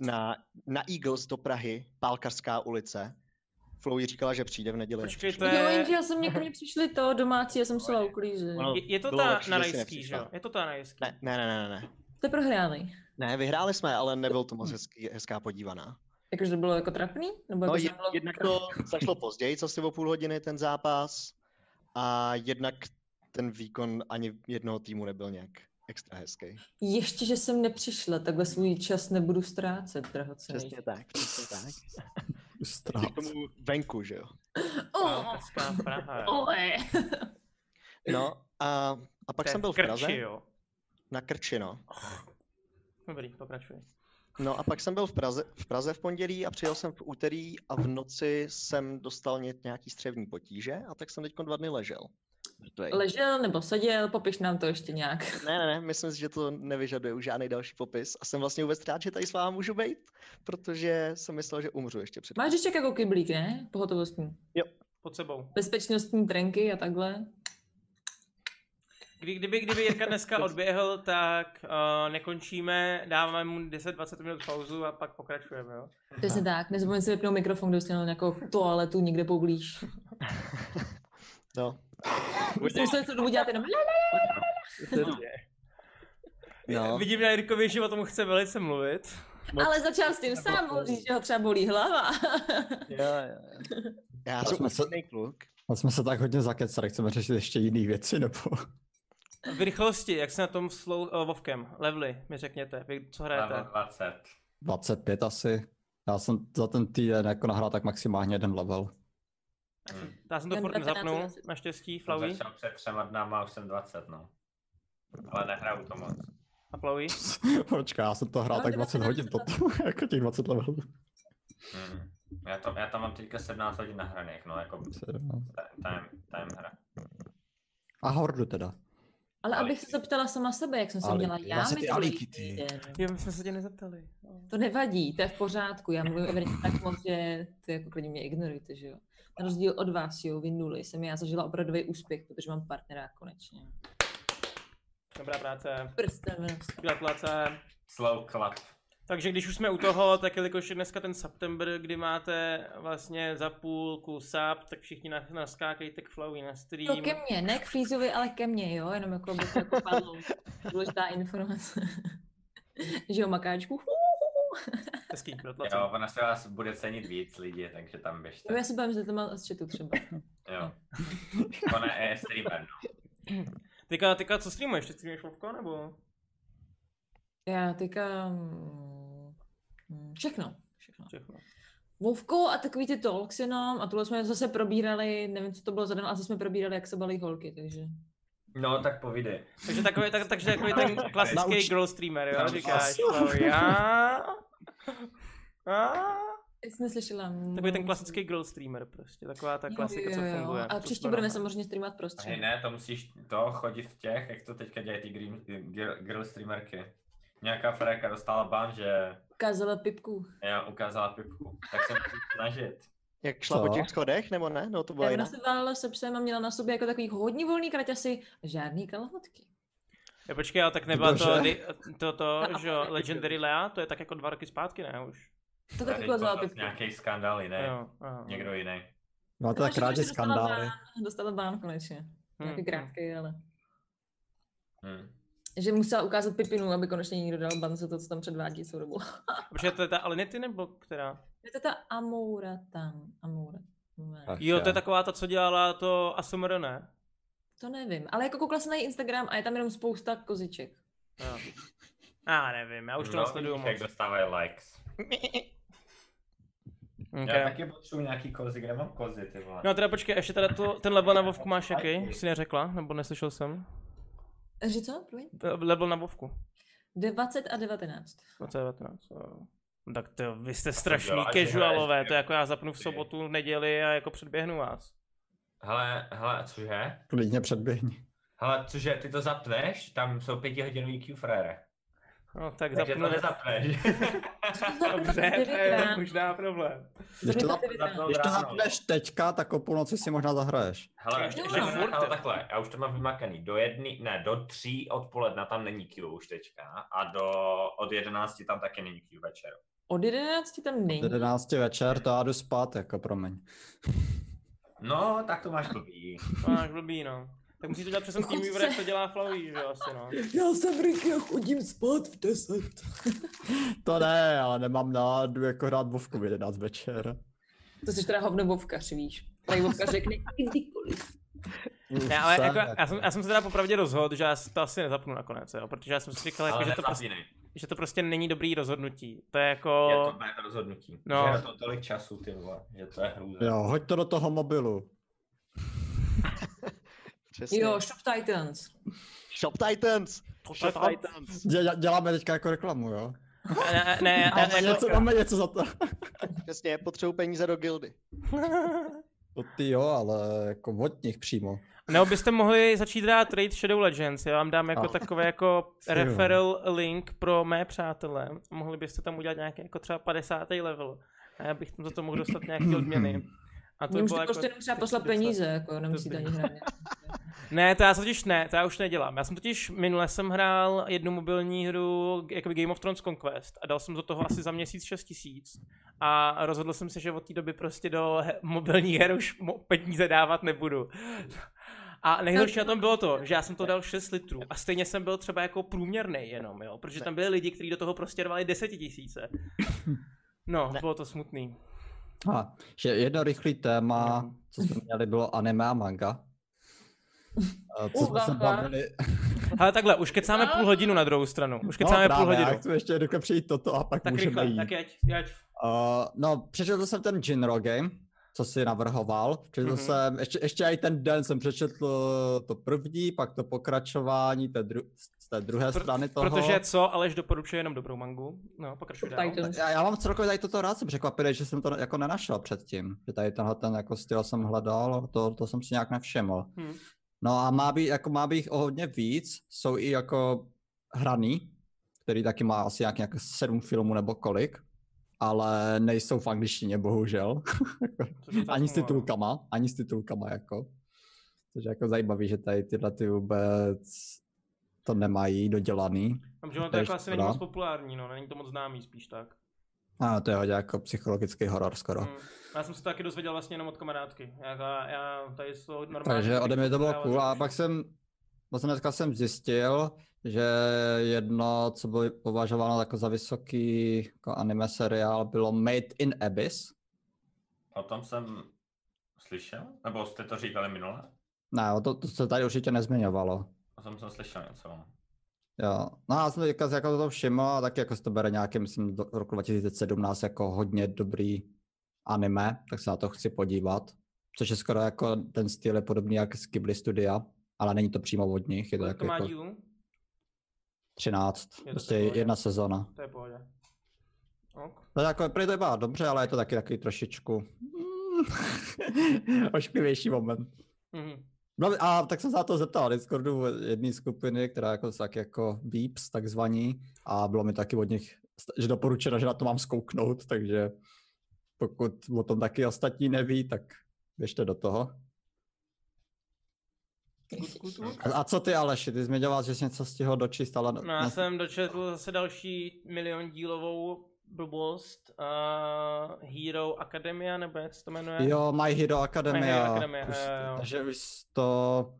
D: na, na Eagles do Prahy, Pálkařská ulice. Flowy říkala, že přijde v neděli.
A: Počkej, to
D: nepřišla.
G: Jo,
A: je...
G: jenže já jsem mě ко mně přišli to domácí, já jsem musela uklízet.
D: Ono
A: Je, je to
D: No, bylo
A: ta
D: lepší,
A: na
D: že
A: rajský,
D: jsi
A: že
D: nepřišla.
A: jo? Je to ta na rajský.
D: Ne, ne, ne, ne, ne.
G: To je prohráli.
D: Ne, vyhráli jsme, ale nebyl to moc hezký, hezká podívaná.
G: Jakože to bylo jako trapný? Nebo
D: No,
G: jako že
D: je,
G: bylo...
D: jednak to zašlo později, asi o půl hodiny ten zápas. A jednak ten výkon ani jednoho týmu nebyl nějak extra hezký.
G: Ještě, že jsem nepřišla, takhle svůj čas nebudu ztrácet, drahocený.
D: Přesně tak, přesně tak.
C: Strát.
D: K tomu venku, že jo.
G: Oh,
A: Pálkařská Praha.
G: oh, eh.
D: No a, a pak
A: To je
D: jsem byl v
A: Krči,
D: Praze,
A: jo.
D: na Krči, no.
A: Dobrý, pokračuj.
D: No a pak jsem byl v Praze, v Praze v pondělí a přijel jsem v úterý a v noci jsem dostal ně- nějaký střevní potíže a tak jsem teď dva dny ležel. Mrtvej.
G: Ležel nebo seděl, popiš nám to ještě nějak.
D: Ne, ne, ne, myslím si, že to nevyžaduje už žádný další popis. A jsem vlastně vůbec rád, že tady s vámi můžu být, protože jsem myslel, že umřu ještě před.
G: Máš ještě jako kyblík, ne? Pohotovostní.
A: Pod sebou.
G: Bezpečnostní trenky a takhle.
A: Kdy, kdyby, kdyby Jirka dneska odběhl, tak uh, nekončíme, dáváme mu 10-20 minut pauzu a pak pokračujeme, jo?
G: Přesně tak, nezapomeň si vypnout mikrofon, kdo stěnul nějakou toaletu někde poblíž.
D: No.
G: Jste museli co dobu dělat jenom "Le,
D: no.
A: Vidím na Jirkovi, že o tom chce velice mluvit.
G: le", ale začal s tím sám, on říct, že ho třeba bolí hlava.
D: Já
C: To
D: jsem
C: jsme se-
D: upřímný kluk.
C: A jsme se tak hodně zakecali, chceme řešit ještě jiný věci, nebo...
A: V rychlosti, jak se na tom slou... Uh, Vovkem, levely, mi řekněte, vy co hrajete.
F: 20.
C: 25 asi. Já jsem za ten týden jako nahrál tak maximálně jeden level.
A: Já jsem to
G: Jen
A: furt
G: 19
A: nezapnul,
G: asi.
A: naštěstí, Flowey
F: Hm, Začal před třema dnama, už jsem 20, no. Ale nehraju to moc.
A: a Flowey.
C: Počkej, já jsem to hrál
G: No,
C: tak 20 hodin,
G: 19
C: to, jako těch 20 levelů.
F: Mm. Já, to, já tam mám teďka 17 hodin nahraných, no, jako t- time, time hra.
C: A hordu teda.
G: Ale abych
F: Aliky.
G: se zeptala sama sebe, jak jsem se
C: Aliky.
G: měla já
C: Vlastně ty
G: minulý
C: aliky, ty.
G: týden.
A: Jo, my jsme se tě nezeptali.
G: To nevadí, to je v pořádku. Já mluvím evidentně tak moc, že ty jako klidně mě ignorujete, že jo. Na rozdíl od vás, jo, vy nuly, jsem já zažila opravdový úspěch, protože mám partnera konečně.
A: Dobrá práce,
G: Prstem.
A: gratulace.
F: Slow clap.
A: Takže když už jsme u toho, tak jelikož je dneska ten September, kdy máte vlastně za půlku sap, tak všichni na- naskákejte k Flowey na
G: No
A: stream.
G: ke mně, ne k Fízovi, ale ke mně, jo, jenom jako aby to jako padlo. Důležitá informace. že jo, makáčku.
A: Hezký, gratulace.
F: Jo, ona se vás bude cenit víc lidi, takže tam
G: Jo,
F: běžte.
G: No, já se bavím s lidma z chatu třeba.
F: Jo. Ona je streamer, no.
A: Teďka, teďka co streamuješ? Ty streamuješ Vovko nebo?
G: Já teďka... mm, mm, Všechno. Všechno.
A: Všechno.
G: Vovko a takový ty talks jenom a tohle jsme zase probírali, nevím, co to bylo za den, ale zase jsme probírali, jak se balí holky, takže.
F: No, tak povídej.
A: Takže takový, tak, takže takový ten klasický
C: Nauč-
A: girl streamer, jo?
F: Nauč-
A: Říkáš, Flowey, já... A...
G: Já Jsem neslyšela.
A: Takový ten klasický girl streamer prostě, taková ta klasika, co funguje.
G: A
A: co
G: příště
A: jsme
G: budeme
A: doma.
G: samozřejmě streamovat
F: Hej,
G: prostřed.
F: ne, to musíš to chodit v těch, jak to teďka dělají ty girl, girl, girl streamerky. Nějaká freka dostala ban, že
G: Ukázala pipku.
F: já ukázala pipku. Tak jsem musím snažit.
D: Jak šla
C: Co?
D: po těch schodech, nebo ne? No to byla
B: Já
D: jiná.
B: ona se válela se psem a měla na sobě jako takový hodně volný kraťasy a žádný kalhotky.
A: Ja, počkej, ale tak nebyla to,
C: Bože.
A: dy- to, to, že jo, Legendary Lea, to je tak jako dva roky zpátky, ne už?
B: To taky jako zápětku.
F: Nějaký skandál jiný,
A: Jo, aha.
F: někdo jiný.
C: Máte tak
B: Takže
C: rádi
B: konečně dostala
C: skandály.
B: Bán, dostala bán konečně.
A: Hm,
B: Nějaký
A: hm.
B: krátký, ale...
F: Hm.
B: Že musela ukázat Pipinu, aby konečně někdo dal ban za to, co tam předvádí celou dobu.
A: Protože to je ta Alinity nebo která?
B: Je to ta Amoura tam. Amoura. Ne.
C: Ach
A: Jo, to je
C: jo.
A: taková ta, co dělala to ASMR, ne?
B: To nevím, ale jako koukla jsem na její Instagram a je tam jenom spousta koziček.
A: Jo. Já nevím, já už to
F: No,
A: nesleduju
F: vidíš, Jak
A: moc.
F: dostávají likes. Já
A: Okay.
F: taky potřebuji nějaký kozy, kde mám kozy, ty vole.
A: No a teda počkej, ještě teda to, ten level na Vovku máš jaký? Jsi neřekla, nebo neslyšel jsem?
B: Že co? Promiň?
A: To- Level na Vovku. No,
B: 20 a 19.
A: 2019. jo. No Tak to, vy jste strašný
F: děláš, že
A: casualové,
F: hraješ,
A: to je jako já zapnu v
F: ty.
A: sobotu, neděli a jako předběhnu vás.
F: Hele, hele, cože?
C: Klidně předběhni.
F: Hele, cože, ty to zapneš? Tam jsou pětihodinový Q-frere.
A: No tak
F: Takže
A: zapnu.
F: to nezapneš.
A: Dobře, to je
B: Devětkrát.
A: možná problém.
C: Když to, zap,
F: zapnou
C: když to
F: ráno.
C: zapneš teďka, tak o půlnoci si možná zahraješ.
F: Hele,
A: Ještě
F: ještě
A: mám.
F: furt, ale takhle, já už to mám vymakaný. Do jedny, ne, do tří odpoledna tam není Q už teďka a do, od jedenácti tam taky není Q večer.
B: Od 11 tam není.
C: V 11 večer to já jdu spát, jako promiň.
F: No, tak to máš blbý.
A: Máš blbý, no. Tak musíš to dělat přesně s tím
B: Dokonce.
A: výborem, jak to dělá Flowey, že jo, asi no.
E: Já jsem Ricky a chodím spát v 10.
C: To ne, ale nemám náladu jako hrát vovku v 11 večer.
B: To jsi teda hovno vovkař, víš. Tady vovkař řekne kdykoliv.
A: Ne, ale
C: Jsem
A: jako, já, jsem, já jsem se teda popravdě rozhodl, že já si to asi nezapnu nakonec, jo, protože já jsem si říkal, jako,
F: Ale
A: že, to prostě,
F: nezapínej.
A: že to prostě není dobrý rozhodnutí. To je
F: Je
A: jako...
F: to mé rozhodnutí.
A: No.
F: No. Je to tolik času, ty vole, že to je hrůza.
C: Jo, hoď to do toho mobilu.
D: Přesně.
B: Jo, Shop Titans.
D: Shop Titans!
A: To je
D: Shop
A: fajn.
D: Titans!
C: Dě, děláme teďka jako reklamu, jo?
A: Ne, ne, ne, ne,
C: Máme
A: jako-
C: něco, máme něco za to.
D: Přesně, potřebuji peníze do gildy.
C: To ty jo, ale jako od nich přímo.
A: Nebo No, byste mohli začít dát Raid Shadow Legends, já vám dám jako
C: No.
A: takové jako
C: Jo.
A: referral link pro mé přátele. Mohli byste tam udělat nějaký jako třeba 50. level. A já bych tam za to mohl dostat nějaké odměny. A
B: Mně
A: to
B: už
A: bylo
B: to
A: jako...
B: prostě jenom třeba
A: 40.
B: poslat peníze, jako
A: by-
B: nemusíte ani hrát. nějak.
A: Ne, to já totiž ne, to já už nedělám. Já jsem totiž minule jsem hrál jednu mobilní hru, jakoby Game of Thrones Conquest a dal jsem do toho asi za měsíc 6 tisíc. A rozhodl jsem se, že od té doby prostě do he- mobilních her už mo- peníze dávat nebudu. A nejhorší na tom bylo to, že já jsem to dal 6 litrů a stejně jsem byl třeba jako průměrný jenom, jo, protože tam byli lidi, kteří do toho prostě dávali 10 tisíce. No,
D: Ne.
A: bylo to smutný.
C: A, že jedno rychlý téma, co jsme měli, bylo anime a manga. A Co jsme se
B: Uvaha.
C: bavili.
A: Ale takhle, už kecáme půl hodinu na druhou stranu. Už kecáme
C: No. právě,
A: půl hodinu.
C: já chci ještě rychle přijít toto a pak
A: Tak
C: můžeme
A: rychle,
C: jít.
A: tak jeď, jeď.
C: Uh, no, přečetl jsem ten Jinro game, co si navrhoval. Přečetl
A: Mhm.
C: mm-hmm. jsem, ještě, ještě i ten den jsem přečetl to první, pak to pokračování té dru- z té druhé
A: Pro-
C: strany toho.
A: Protože co, Aleš doporučuje jenom dobrou mangu. No, pokračuj dál.
B: Titan.
C: Já, já mám celkově tady toto rád, jsem překvapený, že jsem to jako nenašel předtím. Že tady tenhle ten jako styl jsem hledal, a to, to jsem si nějak nevšiml.
A: Hm.
C: No a má být, jako má být jich o hodně víc, jsou i jako hraný, který taky má asi nějak, nějak sedm filmů nebo kolik, ale nejsou v angličtině, bohužel.
A: Což je ta
C: ani s
A: smůla.
C: titulkama, ani s titulkama jako. Což je jako zajímavý, že tady tyhle ty vůbec to nemají dodělaný.
A: No, protože ono to
C: To je
A: jako asi není
C: škoda.
A: moc populární, no, není to moc známý spíš tak.
C: A to je hodně jako psychologický horor skoro.
A: Hm. Já jsem se to taky dozvěděl vlastně jenom od kamarádky. Já, já, já tady jsou normálně...
C: Takže ode mě to bylo
A: Já-
C: cool a pak jsem, vlastně dneska jsem zjistil, že jedno, co bylo považováno jako za vysoký jako anime seriál, bylo Made in Abyss.
F: O tom jsem slyšel? Nebo jste to říkali minule?
C: Ne, o to, to se tady určitě nezmiňovalo.
F: O tom jsem slyšel něco.
C: Jo. No já jsem to teďka jako to všiml a taky jako se to bere nějaký, myslím, do roku 2017 jako hodně dobrý anime, tak se na to chci podívat. Což je skoro jako ten styl je podobný jak z Ghibli Studia, ale není to přímo od nich, je to,
A: Kolik to
C: jako,
A: má
C: jako
A: dílů?
C: 13,
A: to
C: prostě
A: takové, jo.
C: jedna sezona.
A: To je pohodě. Ok.
C: To je jako, prý to vypadá dobře, ale je to taky takový trošičku mm, ošklivější moment.
A: Mhm.
C: No, a tak jsem se na to zeptal na Discordu jedné skupiny, která jako tak jako Beeps takzvaní a bylo mi taky od nich, že doporučeno, že na to mám zkouknout, takže Pokud o tom taky ostatní neví, tak běžte do toho. A, a co ty Aleši, ty jsi mi dělal, že jsi něco stihl dočíst, ale...
A: No, já jsem dočetl zase další milion dílovou blbost. Uh, Hero Academia, nebo jak se to jmenuje?
C: Jo, My Hero Academia.
A: My Hero Academia,
C: Už,
A: jo, jo.
C: takže už jsi to...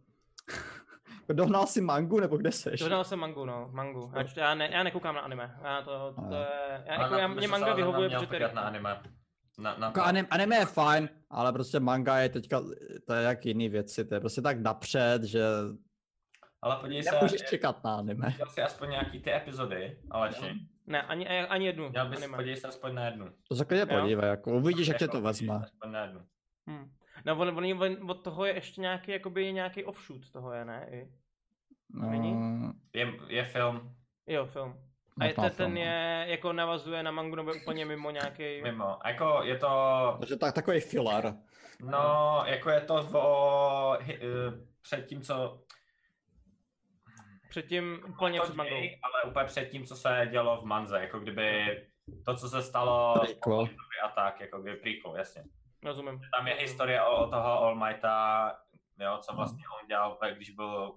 C: Dohnal si mangu, nebo kde jsi?
A: Dohnal jsem mangu, no, mangu. Já, čtu- já, ne, já nekoukám na anime. Já to, to,
C: Ne.
A: je, já,
F: Ale
A: jako,
F: na
A: já,
F: to by
A: mě
F: se
A: manga
F: Salazar
A: vyhovuje,
F: měl
A: protože to je
F: podívat na anime. Na, na
C: Jako anime, anime je fajn, ale prostě manga je teďka, to je jak jiný věci, to je prostě tak napřed, že
F: Ale podívej se,
C: nemůžeš čekat na anime.
F: viděl jsi aspoň nějaký ty epizody, Aleši.
A: Ne, ani, ani jednu.
F: Měl bys,
A: anime.
F: podívej se aspoň na jednu.
C: To se klidně
A: Jo.
C: podívej, jako uvidíš, jak tě
F: Jako,
C: to vezme.
F: Aspoň na jednu.
A: Hmm. No, on, on, on, od toho je ještě nějaký, jakoby nějaký offshoot toho je, ne? I, Není?
C: Mm,
F: Je, je film
A: jo, film. A
C: možná
A: je, ten,
C: film,
A: ten
C: no.
A: je, jako navazuje na mangu, nebo je úplně mimo nějaký...
F: mimo. Jako je to,
C: Takže tak, takový filler.
F: no, jako je to o, hi- eh, před tím, co...
A: Předtím úplně
F: to
A: před mangou.
F: děj, Ale úplně před tím, co se dělo v manze, jako kdyby to, co se stalo
C: Prequel.
F: a tak, jako kdyby prequel, jasně.
A: Rozumím.
F: Tam je historie o, o toho All Mighta, jo, co vlastně on dělal, když byl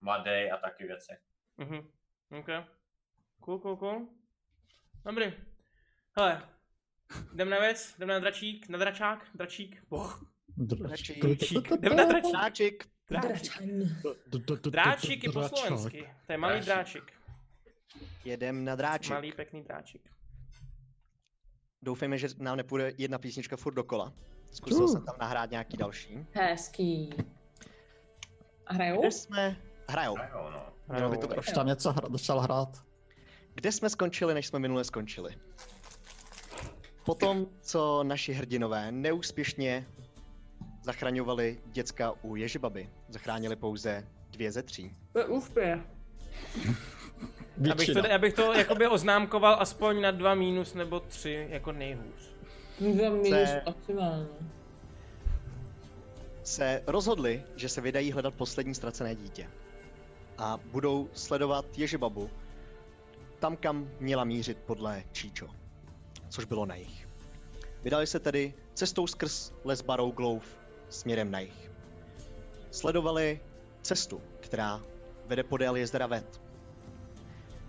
F: mladý a taky věci.
A: Mhm. OK. Cool, cool, cool. Dobrý. Hele, jdem na věc, jdem na dračík, na dračák, dračík, boh,
D: Dračík.
C: Dračík. Dračík.
A: jdem na dračík.
D: Náčik.
A: Dráčík.
B: Dračan.
A: Dráčík je po slovensky, to je malý
F: Dráčík.
A: dráčik,
D: Jedem na dráček.
A: malý pěkný dráčik.
D: Doufejme, že nám nepůjde jedna písnička furt dokola. Zkusil
C: Uh.
D: jsem tam nahrát nějaký další.
B: Hezký. A hrajou?
D: Kde jsme... Hrajou.
F: Tak jo, no.
D: Mělo by to
C: Už
D: být.
C: tam něco hra, začal hrát.
D: Kde jsme skončili, než jsme minule skončili? Potom, co naši hrdinové neúspěšně zachraňovali děcka u Ježibaby, zachránili pouze dvě ze tří.
B: To je úspěch.
A: Abych
C: Většina.
A: to, abych to jakoby oznámkoval aspoň na dva minus nebo tři, jako nejhůř.
B: Můžu mít
D: To je-
B: už optimálně.
D: Se rozhodli, že se vydají hledat poslední ztracené dítě. A budou sledovat Ježibabu tam, kam měla mířit podle Číčo, což bylo na jich. Vydali se tedy cestou skrz les Barouglouf směrem na jich. Sledovali cestu, která vede podél jezdera Vet.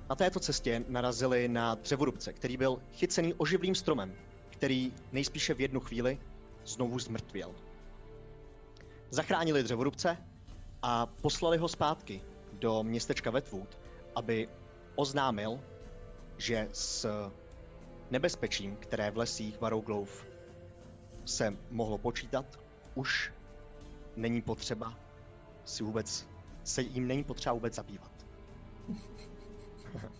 D: Na této cestě narazili na dřevorubce, který byl chycený oživlým stromem, který nejspíše v jednu chvíli znovu zmrtvěl. Zachránili dřevorubce a poslali ho zpátky do městečka Wetwood, aby oznámil, že s nebezpečím, které v lesích Varouglouf se mohlo počítat, už není potřeba si vůbec, se jim není potřeba vůbec zabývat.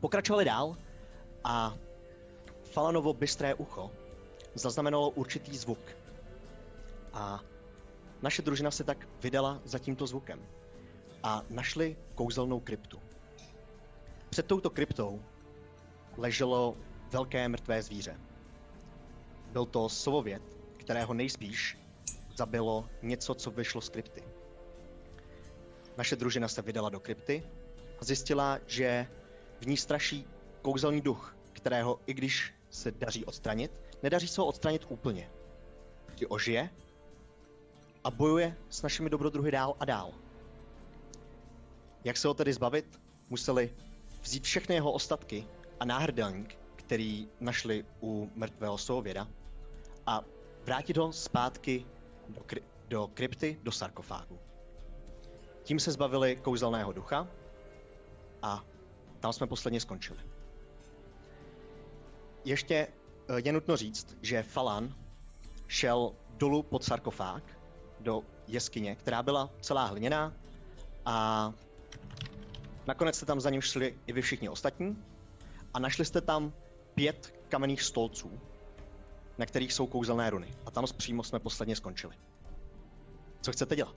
D: Pokračovali dál a Falanovo bystré ucho zaznamenalo určitý zvuk. A naše družina se tak vydala za tímto zvukem a našli kouzelnou kryptu. Před touto kryptou leželo velké mrtvé zvíře. Byl to sovovět, kterého nejspíš zabilo něco, co vyšlo z krypty. Naše družina se vydala do krypty a zjistila, že v ní straší kouzelný duch, kterého, i když se daří odstranit, nedaří se ho odstranit úplně. Ti ožije a bojuje s našimi dobrodruhy dál a dál. Jak se ho tedy zbavit? Museli vzít všechny jeho ostatky a náhrdelník, který našli u mrtvého souvěda, a vrátit ho zpátky do, kry- do krypty, do sarkofágu. Tím se zbavili kouzelného ducha a tam jsme posledně skončili. Ještě eh, je nutno říct, že Falan šel dolů pod sarkofág do jeskyně, která byla celá hliněná a nakonec jste tam za ním šli i vy všichni ostatní a našli jste tam pět kamenných stolců, na kterých jsou kouzelné runy a tam přímo jsme posledně skončili. Co chcete dělat?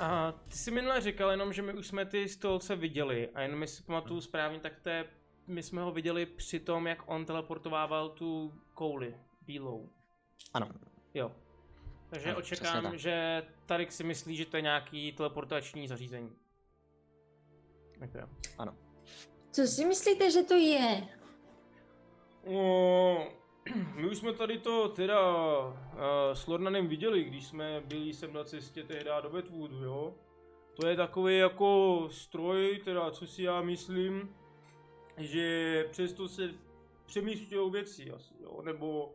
A: A ty jsi minule říkal jenom, že my už jsme ty stolce viděli a jenom jestli pamatuju správně, tak to je, my jsme ho viděli při tom, jak on teleportovával tu kouli bílou.
D: Ano.
A: Jo. Takže
D: Ano,
A: očekám,
D: přesně tak.
A: že Tarik si myslí, že to je nějaký teleportační zařízení. Tak jo.
B: Co si myslíte, že to je?
A: No, my už jsme tady to teda uh, s Lornanem viděli, když jsme byli sem na cestě tehdy do Bedwoodu, jo? To je takový jako stroj, teda co si já myslím, že přesto se přemýšlí věci asi, jo? Nebo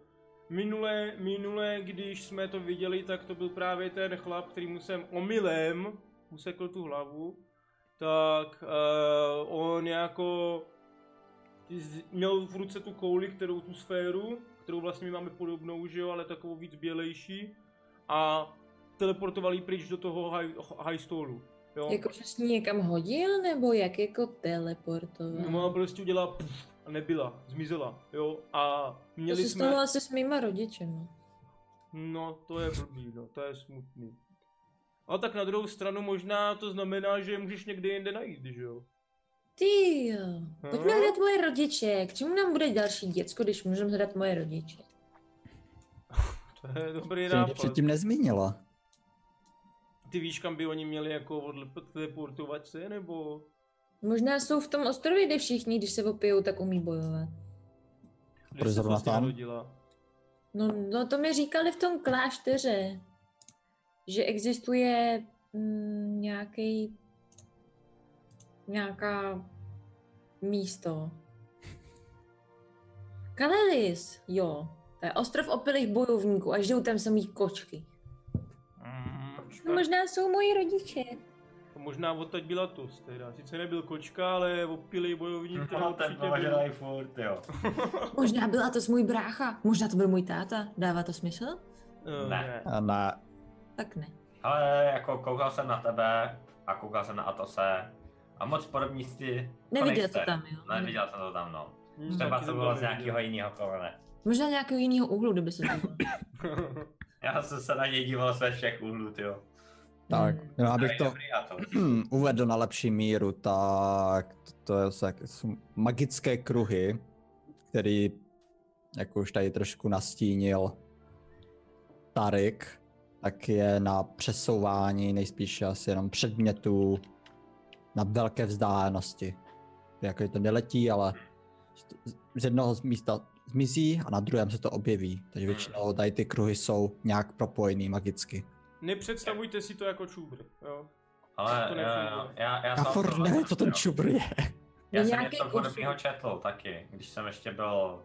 A: minule, minule, když jsme to viděli, tak to byl právě ten chlap, kterýmu jsem omylem usekl tu hlavu, tak uh, on jako z- měl v ruce tu kouli, kterou tu sféru, kterou vlastně my máme podobnou, že jo, ale takovou víc bělejší a teleportoval ji pryč do toho high, high stolu, jo.
G: Jako, že jsi někam hodil, nebo jak jako teleportoval?
A: No, ona prostě udělala puf, a nebyla, zmizela, jo, a
G: to
A: měli
G: se
A: jsme...
G: stalo asi s mýma rodičema.
A: No, to je blbý, no, to je smutný. A tak na druhou stranu možná to znamená, že je můžeš někde jinde najít, že jo?
G: Ty jo, pojďme
A: Hm?
G: hledat moje rodiče. K čemu nám bude další děcko, když můžeme hledat moje rodiče?
A: To je dobrý
C: Že
A: nápad.
C: předtím nezmínila.
A: Ty víš, kam by oni měli jako odlep- teleportovat se, nebo...
G: Možná jsou v tom ostrově, kde všichni, když se opijou, tak umí bojovat.
A: kde
C: Proč
A: se
C: zrovna
A: vlastně
C: tam?
A: narodila?
G: No, no to mi říkali v tom klášteře, že existuje mm, nějaký nějaká místo. Kalelis, jo. To je ostrov opilých bojovníků a žijou tam samý kočky. No,
A: Možná...
G: možná jsou moji rodiče.
A: Mm, možná odtaď byla tus, teda. Sice nebyl kočka, ale opilý bojovník, to
F: No, ten
A: určitě byl.
F: považelej furt, jo.
G: Možná byla to s můj brácha. Možná to byl můj táta. Dává to smysl?
A: Eh,
F: Ne.
A: ne.
C: A ne.
G: Tak ne.
F: Ale jako koukal jsem na tebe a koukal jsem na Atose a moc podobnosti
G: Neviděl
F: nejste.
G: to tam, Hm. jo.
F: Neviděl jsem to tam, no.
A: Hm,
F: Třeba
A: taky
F: to
A: jsem
F: bylo
A: to
F: z
A: neviděl.
F: nějakého jiného kolene.
G: Možná nějakého jiného úhlu, kdyby se to dělo.
F: Já jsem se na něj díval ze všech úhlů, jo.
C: Tak,
G: Hmm.
C: jenom abych to
F: Dobrý a to.
C: uvedl Hmm, na lepší míru, tak to, to je, jsou jak- jsou magické kruhy, který, jak už tady trošku nastínil Tarik, tak je na přesouvání nejspíše asi jenom předmětů na velké vzdálenosti. Jako je to neletí, ale z- z jednoho z místa zmizí a na druhém se to objeví. Takže většinou tady ty kruhy jsou nějak propojený magicky.
A: Nepředstavujte si to jako čůbr, jo?
F: Ale
A: To
F: to
A: nefunguje.
F: já, já, já,
C: Já
F: jsem
C: furt
F: to-
C: nevím, co ten
F: jo.
C: čubr je.
F: Já jsem
G: Nějaký
F: něco
G: kurz.
F: podobného četl taky, když jsem ještě byl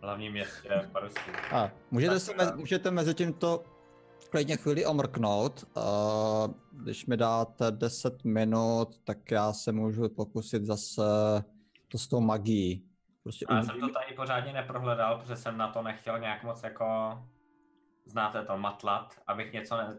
F: v hlavním městě v Parisku.
C: A můžete,
F: Tak,
C: se,
F: eh,
C: mezi, můžete mezi tímto klidně chvíli omrknout. Uh, když mi dáte 10 minut, tak já se můžu pokusit zase to s tou magií. Prostě
F: A já
C: uvidím,
F: jsem to tady pořádně neprohledal, protože jsem na to nechtěl nějak moc jako, znáte to, matlat, abych něco, ne,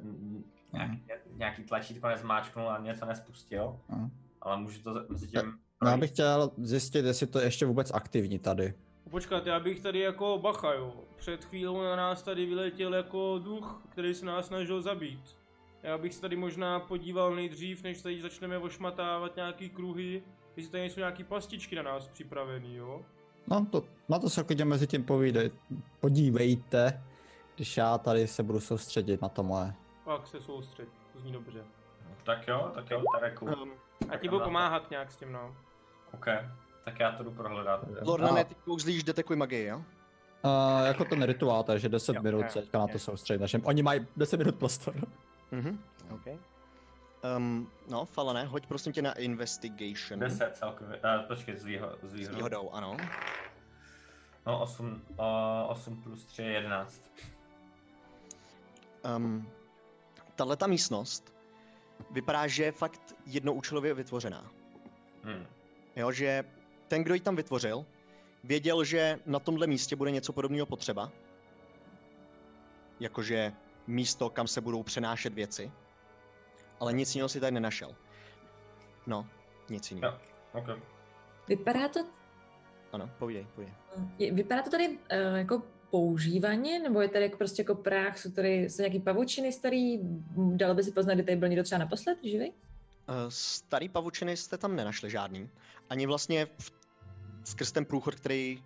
F: nějak, nějaký tlačítko nezmáčknul a něco nespustil,
C: Mhm.
F: ale můžu to mezi tím...
C: no, já bych chtěl zjistit, jestli to je ještě vůbec aktivní tady.
A: Počkat, já bych tady jako bacha, jo. Před chvílou na nás tady vyletěl jako duch, který se nás snažil zabít. Já bych se tady možná podíval nejdřív, než tady začneme ošmatávat nějaký kruhy, jestli tady jsou nějaký pastičky na nás připravený, jo.
C: No to, na to se klidně mezi tím povídej. Podívejte, když já tady se budu soustředit na to moje.
A: Pak se soustřed, to zní dobře.
F: Tak jo, tak jo, tak jako,
D: Um,
A: A ti
F: tam
A: budu
F: dáte.
A: pomáhat nějak s tím, no.
F: OK, tak já to jdu prohledat.
D: Lornane, ty kouzlíš detekuj magii, jo?
C: Uh, jako ten rituál, takže 10
D: Jo,
C: minut
D: jo,
C: se teďka na to soustředit. Takže Oni mají 10 minut prostor.
D: Mhm. OK. Um, no, Falane, hoď prosím tě na investigation.
F: 10 celkově, eh, počkej, s, výho, s
D: S
F: výhodou.
D: výhodou, ano.
F: No 8, o, 8 plus 3 je 11.
D: Um, Tahle ta místnost vypadá, že je fakt jednoučelově vytvořená.
F: Hmm.
D: Jo, že ten, kdo ji tam vytvořil, věděl, že na tomhle místě bude něco podobného potřeba. Jakože místo, kam se budou přenášet věci. Ale nic jiného si tady nenašel. No, nic jiného.
F: Jo. OK.
G: Vypadá to
D: Ano, povídej, povídej.
G: Je, vypadá to tady uh, jako používaně, nebo je tady jako prostě jako práh, jsou tady jsou nějaký pavučiny starý, m, dalo by se poznat, kdy tady byl někdo třeba naposled, živý?
D: Eh, Starý pavučiny jste tam nenašli žádný. Ani vlastně v, skrz ten průchod, který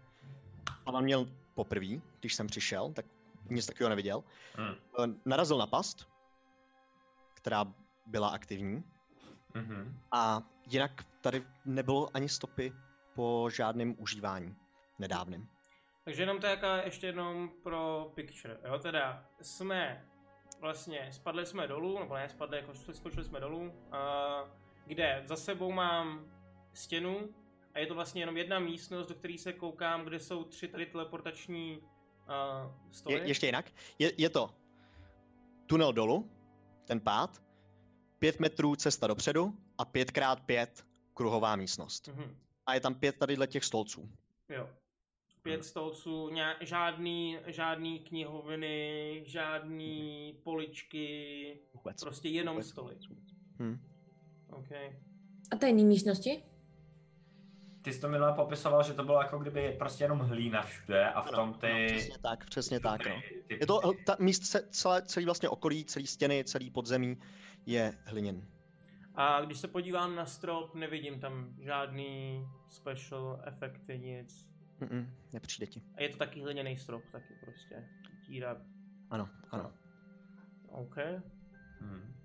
D: Pavan měl poprvé, když jsem přišel, tak nic takového neviděl.
F: Hmm.
D: Eh, Narazil na past, která byla aktivní,
F: Mhm.
D: a jinak tady nebylo ani stopy po žádném užívání nedávném.
A: Takže jenom to jaká ještě jednou pro picture, jo, teda jsme vlastně, spadli jsme dolů, nebo ne spadli, jako skočili jsme dolů, uh, kde za sebou mám stěnu a je to vlastně jenom jedna místnost, do které se koukám, kde jsou tři tady teleportační uh, stoly.
D: Je, ještě jinak. Je, je to tunel dolů, ten pád, pět metrů cesta dopředu a pětkrát pět kruhová místnost.
A: Mhm,
D: A je tam pět tadyhle těch stolců.
A: jo.
D: Mhm.
A: Pět stolců, ně, žádný, žádný knihoviny, žádný poličky,
D: Vůbec.
A: prostě jenom
D: Vůbec.
A: stoly.
D: Hm.
A: Okay.
B: A tajný místnosti?
F: Ty jsi to minule popisoval, že to bylo jako kdyby prostě jenom hlína všude a v
D: Ano,
F: tom
D: No,
F: ty...
D: přesně tak, přesně tak. No.
F: ty- ty-
D: Je to hl- ta míst se, celé, celý vlastně okolí, celý stěny, celý podzemí je hliněn.
A: A když se podívám na strop, nevidím tam žádný special efekty, nic.
D: Mm-mm, nepřijde ti.
A: A je to taky hliněný strop, taky prostě. Tíra.
D: Ano, ano.
A: OK.
F: Hm.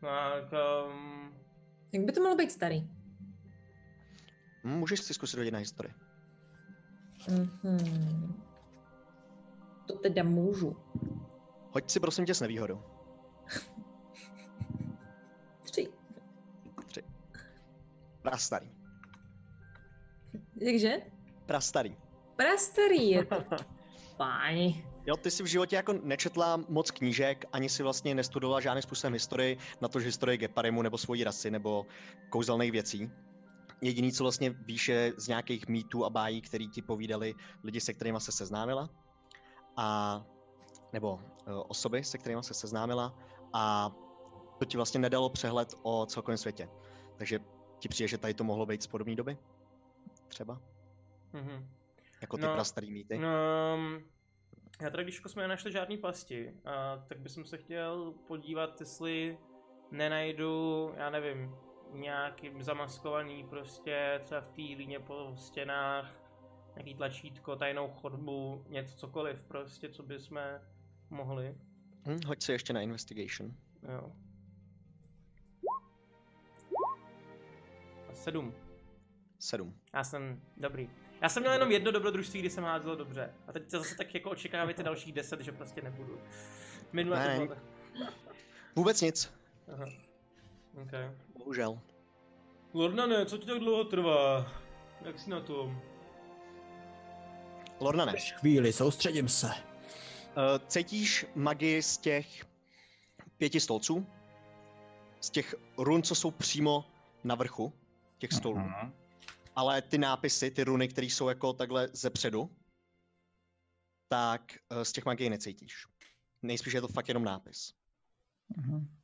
A: Tak, um,
B: Jak by to mohlo být starý?
D: Hm, Můžeš si zkusit hodit na historii.
B: Mhm. To teda můžu.
D: Hoď si prosím tě s nevýhodou.
B: Tři.
D: Prastarý.
B: Takže?
D: Prastarý.
B: Prastarý je to. Páni.
D: Jo, ty si v životě jako nečetla moc knížek, ani si vlastně nestudovala žádným způsobem historii, na to, že historii Geparimu nebo svojí rasy nebo kouzelných věcí. Jediný, co vlastně víš, je z nějakých mýtů a bájí, který ti povídali lidi, se kterými se seznámila. A nebo eh, osoby, se kterými se seznámila. A to ti vlastně nedalo přehled o celkovém světě. Takže ti přijde, že tady to mohlo být z podobné doby? Třeba?
A: mhm.
D: Jako ty
A: No,
D: no, prastarý mýty? No.
A: Um, já teda, když jako jsme nenašli žádný pasti, a, tak bych se chtěl podívat, jestli nenajdu, já nevím, nějaký zamaskovaný prostě třeba v té líně po stěnách, nějaký tlačítko, tajnou chodbu, něco cokoliv prostě, co by jsme mohli.
D: Hm, hoď si ještě na investigation.
A: Jo. A Sedm.
D: Sedm.
A: Já jsem dobrý. Já jsem měl jenom jedno dobrodružství, kdy jsem házel dobře. A teď to zase tak jako očekávejte dalších deset, že prostě nebudu. Minule
D: Ne,
A: to
D: ne.
A: bylo tak.
D: Vůbec nic,
A: Aha. Okay.
D: bohužel.
A: Lornane, co ti tak dlouho trvá? Jak jsi na tom?
D: Lornane,
C: Než chvíli, soustředím se.
D: eh, cítíš magii z těch pěti stolců? Z těch run, co jsou přímo na vrchu těch stolů.
C: Mhm.
D: Ale ty nápisy, ty runy, které jsou jako takhle ze předu, tak eh, z těch magií necítíš. Nejspíš je to fakt jenom nápis.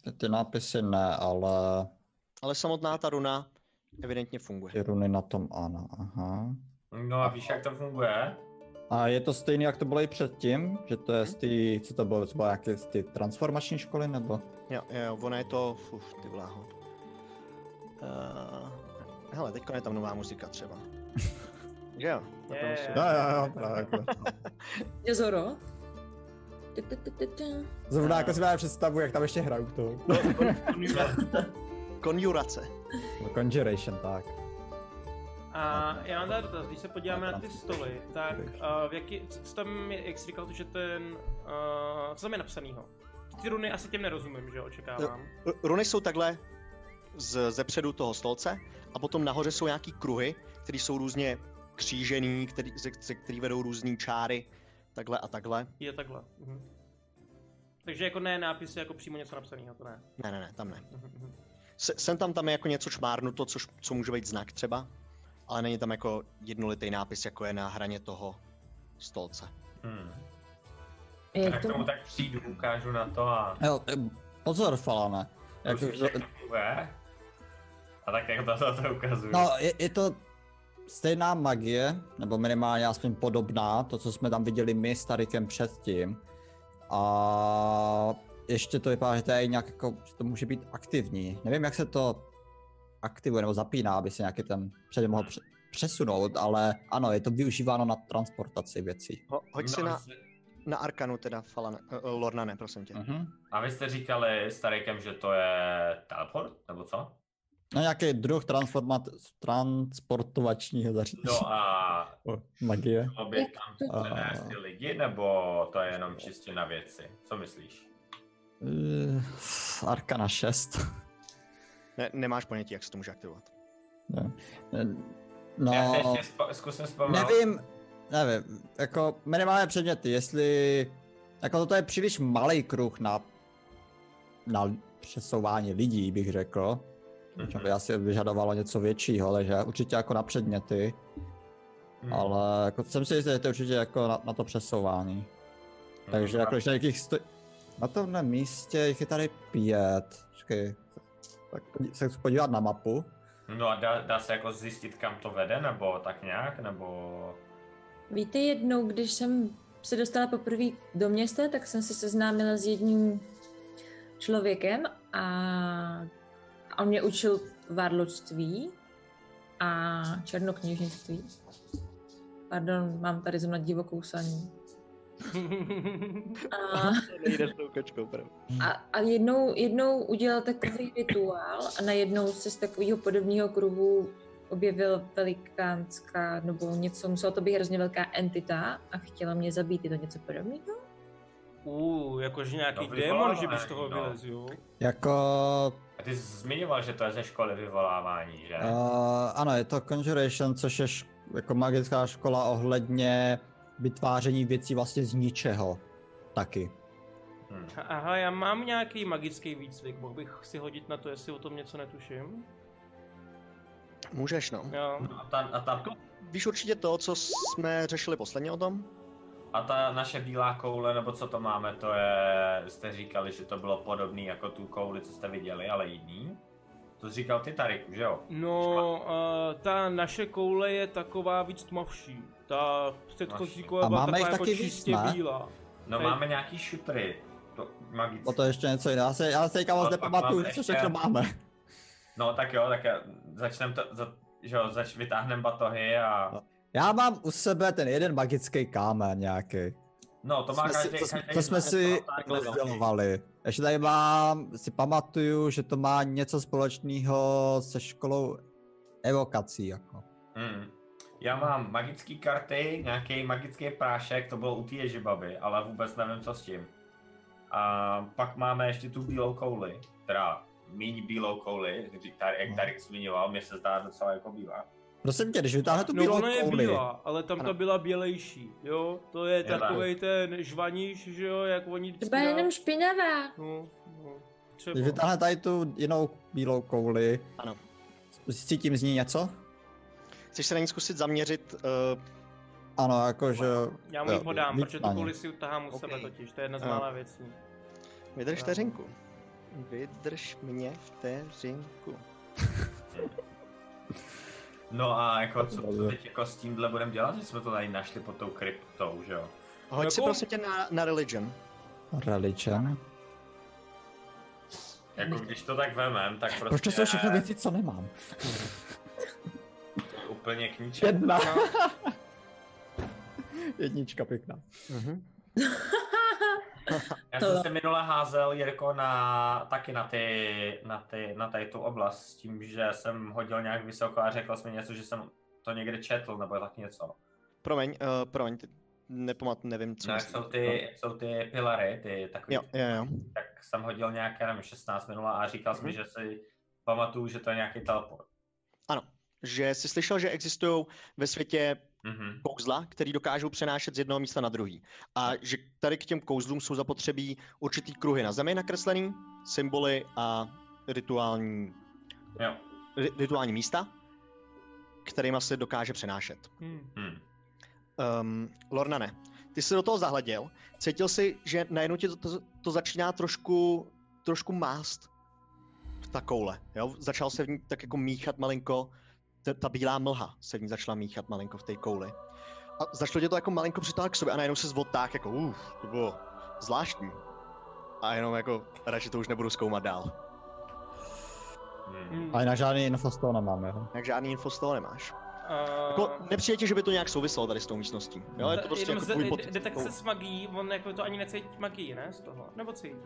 C: Ty- Ty nápisy ne, ale
D: Ale samotná ta runa evidentně funguje.
C: ty runy na tom ano, aha.
F: No a víš, jak to funguje?
C: A je to stejný, jak to bylo i předtím? Že to je z té, co to bylo, co bylo jaké z té transformační školy, nebo?
D: Jo, jo, ono je to, uf, ty vláho. Uh, hele, teďka je tam nová muzika třeba. Že jo? Tak
A: Je,
D: musím-
A: je.
C: Jo, jo, jo, právě jako.
B: Jezoro? Tu, tu, tu, tu, tu.
C: Zrovna jako si právě představu, jak tam ještě hraju to.
D: Konjurace.
C: Conjuration, tak.
A: A já mám tady dotaz, když se podíváme na ty stoly, tak uh, v jaký, co co tam je, jak jsi říkal, že ten, uh, co tam je napsanýho? Ty runy asi těm nerozumím, že jo, očekávám.
D: R- Runy jsou takhle z, ze předu toho stolce a potom nahoře jsou nějaký kruhy, které jsou různě křížený, který, ze, ze který vedou různé čáry, takhle a takhle.
A: Je takhle. Mhm. Takže jako ne nápisy, jako přímo něco napsanýho, to ne.
D: Ne, ne, ne, tam ne.
A: Mhm, mhm.
D: Se, sem tam tam je jako něco čmárnuto, což, co může být znak třeba, ale není tam jako jednolitý nápis, jako je na hraně toho stolce.
F: Hm.
B: Je
F: Tak
B: to...
F: k tomu tak přijdu, ukážu na to a...
C: Jo, em, pozor, Falane. Jako,
F: Jako, jak to funguje. A tak jako to, to, to ukazuju.
C: no, je, je to stejná magie, nebo minimálně aspoň podobná, to, co jsme tam viděli my s Tarikem předtím. A ještě to vypadá, že to je nějak jako, že to může být aktivní. Nevím, jak se to aktivuje nebo zapíná, aby se nějaký ten předem mohl pře- přesunout, ale ano, je to využíváno na transportaci věcí.
D: Ho, hoď si
F: No,
D: na,
F: s-
D: na Arkanu teda, Falane, uh, Lornane, prosím tě.
C: Mhm.
F: A vy jste říkali s Tarekem, že to je teleport, nebo co?
C: No nějaký druh transformat, transportovačního zařízení.
F: No a
C: No. Magie.
F: obě tam přenést ty lidi, nebo to je jenom čistě na věci? Co myslíš?
C: Eh, Arkana 6.
D: Ne, nemáš ponětí, jak se to může aktivovat.
C: No,
F: Já se ještě spo- zkusím vzpomenout.
C: nevím, nevím, jako minimálně předměty, jestli, jako toto je příliš malý kruh na, na přesouvání lidí, bych řekl.
F: Hmm.
C: To
F: Mhm.
C: by asi vyžadovalo něco většího, takže určitě jako na předměty,
F: Mhm.
C: ale jako jsem si jistý, že to je určitě jako na, na to přesouvání.
F: Mhm.
C: Takže jako když nějakých sto... Na tomhle místě jich je tady pět. Počkej, tak podí- se chci podívat na mapu.
F: No a dá, dá se jako zjistit, kam to vede, nebo tak nějak, nebo...
B: Víte, jednou, když jsem se dostala poprvé do města, tak jsem se seznámila s jedním člověkem a a on mě učil varločství a černokněžnictví. Pardon, mám tady zrovna divokou saní.
A: Mhm,
B: A,
D: Nejde s tou kočkou, pravda.
B: a, a jednou, jednou udělal takový rituál a najednou se z takového podobného kruhu objevil velikánská, nebo něco, musela to být hrozně velká entita a chtěla mě zabít, je to něco podobného?
A: Uuu, jakože nějaký
F: No,
A: démon, že by z
F: vyvolávání,
A: toho
F: no.
A: vylez, jo?
C: Jako,
F: A ty jsi zmiňoval, že to je ze školy vyvolávání, že?
C: uh, ano, je to Conjuration, což je š- jako magická škola ohledně vytváření věcí vlastně z ničeho. Taky.
F: Hmm.
A: A- Aha, já mám nějaký magický výcvik, mohl bych si hodit na to, jestli o tom něco netuším.
D: Můžeš, no.
A: Jo.
F: No A, ta, a, ta,
D: Víš určitě to, co jsme řešili posledně o tom?
F: a ta naše bílá koule, nebo co to máme, to je... Jste říkali, že to bylo podobné jako tu kouli, co jste viděli, ale jiný. To jsi říkal ty, Tariku, že jo?
A: No, uh, ta naše koule je taková víc tmavší. Ta předchozí
F: Tmavší.
A: koule
C: A
A: byla
C: máme
A: taková
C: jich
A: jako
C: taky víc,
A: čistě
C: ne?
A: bílá.
F: No
A: Hej.
F: máme nějaký šutry. To magické.
C: O to ještě něco jiného. Já se, já se teďka moc
F: Ale pak
C: nepamatuju,
F: máme
C: co všechno
F: ještě-
C: máme.
F: No tak jo, tak začneme to, za, že jo, zač, vytáhneme batohy a...
C: No. Já mám u sebe ten jeden magický kámen nějaký.
F: No to
C: jsme
F: má no.
C: si-
F: každý...
C: to jsme-
F: každý
C: to jsme si rozdělovali. Ještě tady mám, si pamatuju, že to má něco společného se školou evokací. Jako.
F: Mm. Já mám magické karty, nějaký magický prášek, to bylo u té ježibaby, ale vůbec nevím, co s tím. A pak máme ještě tu bílou kouli, teda míň bílou kouli, kdy- tady,
C: No.
F: jak Tarek zmiňoval, mě se zdá docela jako bílá.
C: Prosím tě, když vytáhne tu
A: No
C: bílou
A: ona je
C: kouli,
A: bílá, ale tam ta
D: Ano.
A: byla bělejší, jo? To je
F: tak.
A: takovej ten žvaniš, že jo, jak oni vždycky
B: Třeba
A: dá-
B: jenom špinavá.
A: No, no,
C: když
A: třeba.
C: vytáhne tady tu jinou bílou kouli,
D: Ano.
C: cítím z ní něco?
D: Chceš se na ní zkusit zaměřit? Uh,
C: Ano, jakože...
A: Já mu ji
C: jo,
A: podám,
C: víc
A: protože tu
C: na ní.
A: kouli si utahám u
D: Ok.
A: sebe totiž, to je jedna z
C: Jo.
A: mála věcí.
D: vydrž
A: Ano.
D: vteřinku. Vydrž mě vteřinku.
F: No a jako co to teď jako s tímhle budeme dělat, že jsme to tady našli pod tou kryptou, že jo?
D: Hoď si
A: Jako-
D: prosím tě na, na religion.
C: Religion.
A: Prostě
F: Jako když to tak vemem, tak prostě
C: Proč to jsou všechno věci, co nemám?
F: úplně k ničemu.
C: Jedna. Jednička pěkná.
F: Já
B: To
F: jsem
B: jo.
F: se minule házel, Jirko, na, taky na, ty, na, ty, na tady tu oblast s tím, že jsem hodil nějak vysoko a řekl jsi mi něco, že jsem to někde četl nebo tak něco.
D: Promiň, uh, promiň, ty- nepamat, nevím, co
F: No, jak
D: myslíš.
F: jsou ty, jak jsou ty pilary, ty takový,
D: Jo, jo, jo.
F: tak jsem hodil nějaké, nevím, 16 minula a říkal jsi mi,
C: Mhm.
F: že si pamatuju, že to je nějaký teleport.
D: Že jsi slyšel, že existují ve světě
F: Mhm.
D: kouzla, který dokážou přenášet z jednoho místa na druhý. A že tady k těm kouzlům jsou zapotřebí určitý kruhy na zemi nakreslený, symboly a rituální,
F: Jo.
D: ri, rituální místa, kterýma se dokáže přenášet.
A: Hm.
F: Hm.
D: Um, Lornane, ty jsi do toho zahleděl, cítil si, že najednou ti to, to, to začíná trošku, trošku mást ta koule, jo? Začal se v ní tak jako míchat malinko, ta, ta bílá mlha se v ní začala míchat malinko v té kouli. A začalo tě to jako malinko přitáhat k sobě a najednou se zvotáh jako uf, to bylo zvláštní. A jenom jako radši to už nebudu zkoumat dál.
F: Hm.
B: Hmm.
A: Hm.
C: Ale na žádný info z toho nemám, jo.
D: Tak žádný info z toho nemáš.
A: A-
D: Jako, nepřijde ti, že by to nějak souviselo tady s tou místností. Jo, je to
A: Ta-
D: prostě
A: Eh. jenom
D: jako
A: ze-
D: tvůj
A: de-
D: pocit. s tou
A: Detekce
D: koulí.
A: s magií, on jako to ani necítí magii, ne, z toho? Nebo cítí?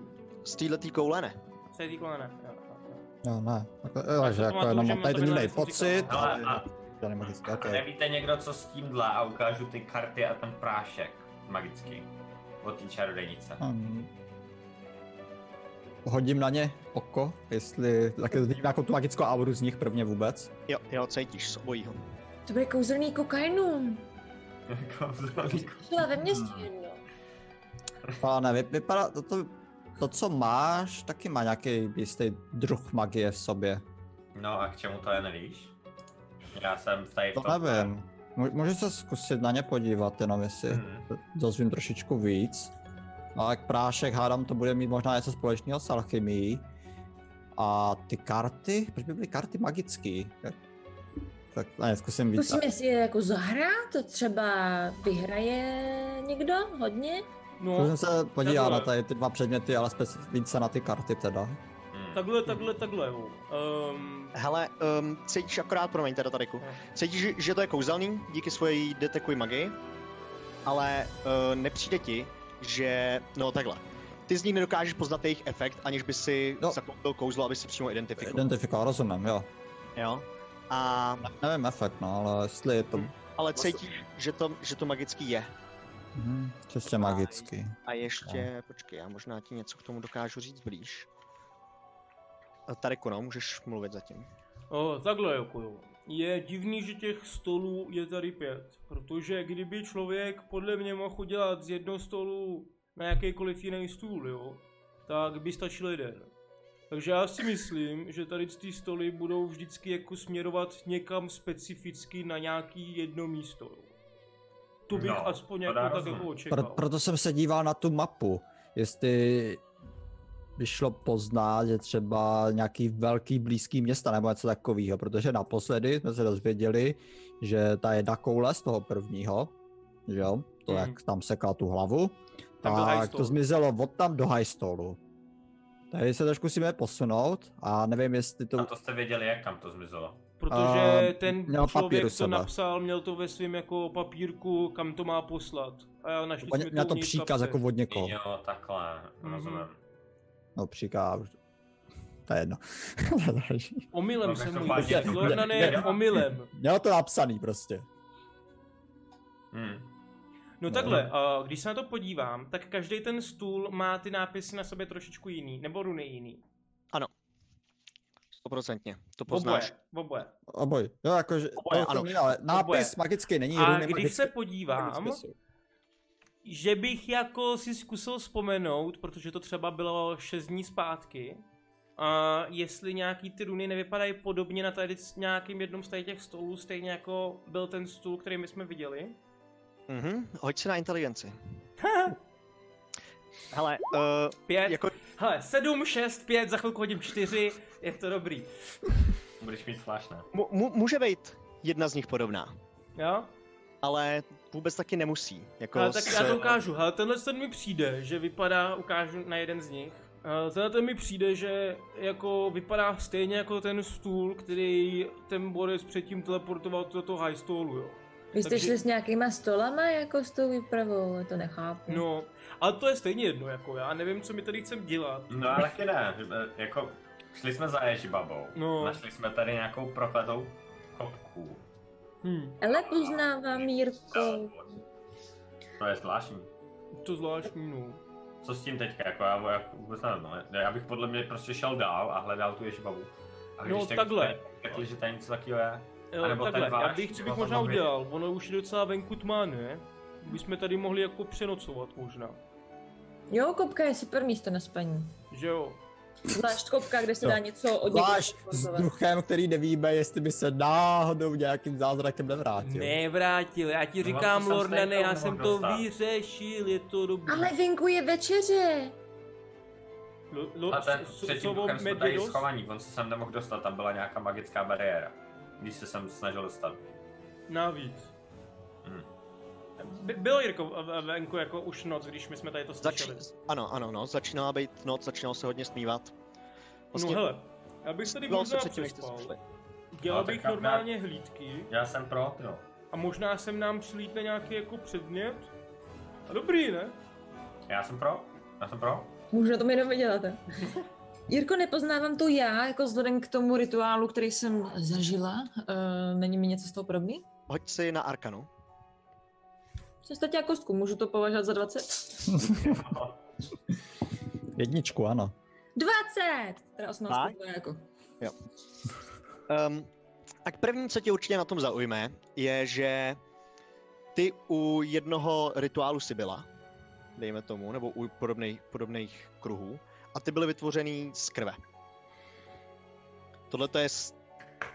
D: Z téhletý koule ne.
A: Cítí kolena. jo, jo, jo.
C: Jo, No, ne. Tak, jo, takže
A: si
C: jako
A: pamatuju,
C: jenom
A: že
C: mám
A: mi
C: tady
A: to
C: ten
A: minule
C: jiný
A: něco
C: pocit.
A: říkal.
C: ale-
F: Ale-
C: To je magické,
F: A
C: okay.
F: nevíte někdo, co s tím dlá a ukážu ty karty a ten prášek magický od té čarodějnice.
C: Hm. Hodím na ně oko, jestli taky vidím nějakou tu magickou auru z nich prvně vůbec.
D: Jo, jo, cítíš z obojího.
B: To bude kouzelný kokainum.
F: Jako, Kouzelník.
B: Byla ve městě
A: Hmm.
B: jedno.
C: Pane, vy, vypadá to, to, to, co máš, taky má nějaký jistý druh magie v sobě.
F: No a k čemu to je, nevíš? Já jsem tady v
C: To
F: tom-
C: nevím. Mů- Můžu se zkusit na ně podívat, jenom jestli
F: Mhm.
C: dozvím trošičku víc. No jak prášek, hádám, to bude mít možná něco společného s alchymií. A ty karty? Proč by byly karty magický? Tak, tak ne, zkusím víc.
G: Zkusíme si je jako zahrát, to třeba vyhraje někdo hodně.
A: No,
C: Zkusím se podívat
A: takhle.
C: na tady ty dva předměty, ale spec- více na ty karty teda.
F: Hmm.
A: takhle, takhle, takhle, jo. Um,
D: Hele, um, cítíš akorát, promiň teda tadyku,
A: No.
D: cítíš, že- že to je kouzelný díky svojí detekuj magii, ale uh, nepřijde ti, že, no takhle, ty z ní nedokážeš poznat jejich efekt, aniž by si
C: No.
D: no. zakoupil kouzlo, aby si přímo identifikoval,
C: Identifikoval, rozumím, jo.
D: jo? A,
C: Nevím efekt, no, ale jestli je to
D: Hm. ale
C: Vlastně-
D: cítíš, že to, že to magický je.
C: mhm, čistě magický.
D: A ještě, no. počkej, já možná ti něco k tomu dokážu říct blíž. A Tareku, no, můžeš mluvit zatím.
A: O, takhle jako jo. Je divný, že těch stolů je tady pět, protože kdyby člověk podle mě mohl dělat z jednoho stolu na jakýkoliv jiný stůl, jo, tak by stačil jeden. Takže já si myslím, že tady ty stoly budou vždycky jako směrovat někam specificky na nějaký jedno místo. Jo. Tu bych
F: No,
A: aspoň
F: to
A: jako
F: dá
A: tak
F: rozum.
A: jako
C: Pro,
A: očekal.
C: proto jsem se díval na tu mapu, jestli by šlo poznat, že třeba nějaký velký blízký města nebo něco takového, protože naposledy jsme se dozvěděli, že ta jedna koule z toho prvního, že jo, to
A: Mhm.
C: hmm. jak tam seká tu hlavu,
A: Tak byl
C: tak
A: Highstall.
C: to zmizelo od tam do Highstallu. Tady se trošku musíme posunout a nevím, jestli to...
F: A to jste věděli, jak tam to zmizelo.
A: Protože
C: A,
A: ten
C: měl papír u
A: člověk to
C: sebe.
A: napsal, měl to ve svém jako papírku, kam to má poslat. A já našli
C: Oni-
A: jsme
C: Měl
A: to
C: to
A: uvnitř
C: příkaz
A: kapsy.
C: jako od někoho.
F: Jo, takhle,
A: Mhm.
F: rozumím.
C: No příkaz. To je jedno.
A: Omylem
F: No,
A: jsem mu
F: každopádně-
A: Lornane,
F: Ne-
A: omylem. No
C: Měl to napsaný prostě.
F: Hmm.
A: No
C: Ne.
A: takhle, a když se na to podívám, tak každý ten stůl má ty nápisy na sobě trošičku jiný, nebo runy jiný.
D: Stoprocentně, to
A: Oboje,
D: poznáš.
A: oboje.
C: Oboj. Jo, jakože,
D: Oboje,
C: to
D: ano.
C: jsem, ale nápis
A: Oboje.
C: magický není
A: A
C: runy
A: když
C: magické-
A: se podívám,
C: magické jsou.
A: že bych jako si zkusil vzpomenout, protože to třeba bylo 6 dní zpátky, a jestli nějaký ty runy nevypadají podobně na tady s nějakým jednom z tady těch stolů, stejně jako byl ten stůl, který my jsme viděli.
D: Mhm, hoď si na inteligenci. Hele, uh,
A: Pět, jako...
D: jako,
A: hele, sedm, šest, pět, za chvilku hodím čtyři, je to dobrý.
F: Budeš mít flash, ne?
D: mu, mu, může být jedna z nich podobná,
A: Jo?
D: ale vůbec taky nemusí. Jako
A: Ale tak
D: s-
A: já to ukážu, ale tenhle ten mi přijde, že vypadá, ukážu na jeden z nich. Eh, Tenhle ten mi přijde, že jako vypadá stejně jako ten stůl, který ten Boris předtím teleportoval do toho high stolu, jo.
G: Vy jste
A: Takže-
G: šli s nějakýma stolama jako s tou výpravou, to nechápu.
A: No, ale to je stejně jedno, jako já nevím, co mi tady chcem dělat.
F: No ale taky ne, e, jako šli jsme za Ježibabou,
A: No.
F: našli jsme tady nějakou prokletou kopku.
A: Hm,
G: Ale uznávám, Jirko.
F: To je zvláštní.
A: to zvláštní, no.
F: Co s tím teďka, jako já, já vůbec nevím, ale já bych podle mě prostě šel dál a hledal tu Ježibabu. A
A: No, takhle.
F: Řekli, že tady něco takového je. A
A: Jo,
F: nebo ten
A: Eh, takhle, já
F: váš,
A: bych, co bych
F: třeba
A: možná
F: tam vědět.
A: udělal, ono už je docela venku tma, ne? Bychom tady mohli jako přenocovat možná,
G: Jo, kopka je super místo na spaní.
A: že jo?
G: Zvlášť kopka, kde se
C: Jo.
G: dá něco od někoho
C: Zvlášť s
G: teleportovat.
C: duchem, který nevíme, jestli by se náhodou nějakým zázrakem nevrátil.
A: Nevrátil, já ti
F: No,
A: říkám,
F: to jsem
A: Lorna, ne,
F: stejně
A: já
F: nemohl
A: jsem to
F: dostat.
A: vyřešil, je to dobrý.
G: Ale venku je večeře.
A: Lo- lo-
F: A ten
A: s-
F: třetí
A: slovo
F: duchem jsme tady
A: Medvědos?
F: schovaní, on se sem nemohl dostat, tam byla nějaká magická bariéra, když se sem snažil dostat.
A: Navíc.
F: Hmm.
A: By- bylo Jirko v- v- venku jako už noc, když my jsme tady to
D: Zač...
A: slyšeli.
D: Ano, ano, no, začínala být noc, začínalo se hodně smívat.
A: No
D: Vlastně,
A: hele, já bych tady
D: bylo se
A: možná
D: předtím, než jste
A: přespal.
D: šli.
A: Dělal
F: No, tak
A: bych
F: tam
A: normálně hlídky
F: Já jsem pro, jo.
A: a možná sem nám přilítne nějaký jako předmět. A dobrý, ne?
F: Já jsem pro, já jsem pro.
G: Můžu na tom jenom vydělat.
B: Jirko, nepoznávám to já, jako vzhledem k tomu rituálu, který jsem zažila. Uh, není mi něco z toho podobný?
D: Hoď si na Arkanu.
B: Jsem ztratila kostku, můžu to považovat za 20?
C: Jedničku, ano.
B: 20! Teda 18
D: Tak.
B: to je jako.
D: Um, tak první, co tě určitě na tom zaujme, je, že ty u jednoho rituálu si byla, dejme tomu, nebo u podobných, podobných kruhů, a ty byly vytvořený z krve. Tohle je z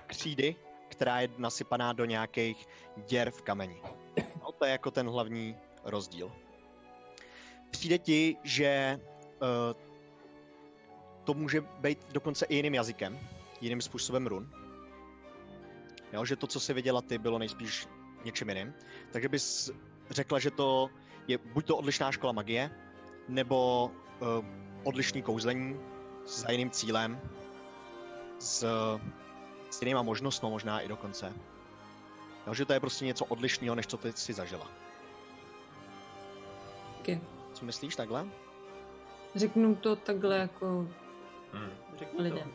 D: křídy, která je nasypaná do nějakých děr v kameni. No, to je jako ten hlavní rozdíl. Přijde ti, že uh, to může být dokonce i jiným jazykem, jiným způsobem run. Jo, že to, co si viděla ty, bylo nejspíš něčím jiným. Takže bys řekla, že to je buď to odlišná škola magie, nebo uh, odlišný kouzlení s jiným cílem, s, s jinýma možnostmi možná i dokonce. Jo, že to je prostě něco odlišného, než co ty si zažila.
B: Okay.
D: Co myslíš takhle?
B: Řeknu to takhle jako
F: Hmm.
A: Řekni to.
B: lidem.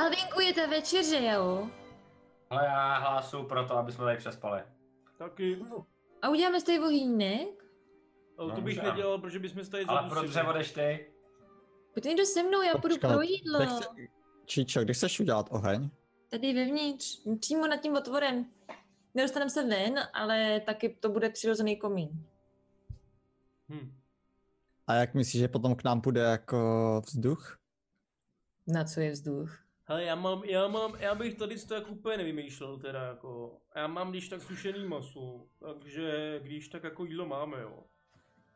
G: Ale venku je ta večeře, jo?
F: Ale já hlasu pro to, aby jsme tady přespali.
A: Taky.
G: A uděláme z toho vohýnek?
A: Ale to
F: No,
A: bych
F: možná.
A: nedělal, protože bychom se tady
F: Ale protože
A: zadusili.
F: odeš ty,
G: Pojď někdo se mnou, já půjdu
C: Počkat,
G: pro jídlo.
C: kde chce- Číčo, kdy chceš udělat oheň?
G: Tady vevnitř,
B: Přímo nad tím otvorem. Nedostaneme se ven, ale taky to bude přirozený komín.
A: Hm.
C: A jak myslíš, že potom k nám půjde jako vzduch?
B: Na co je vzduch?
A: Hele, já mám, já mám, já bych tady to jako úplně nevymýšlel teda jako. Já mám když tak sušený maso, takže když tak jako jídlo máme, jo.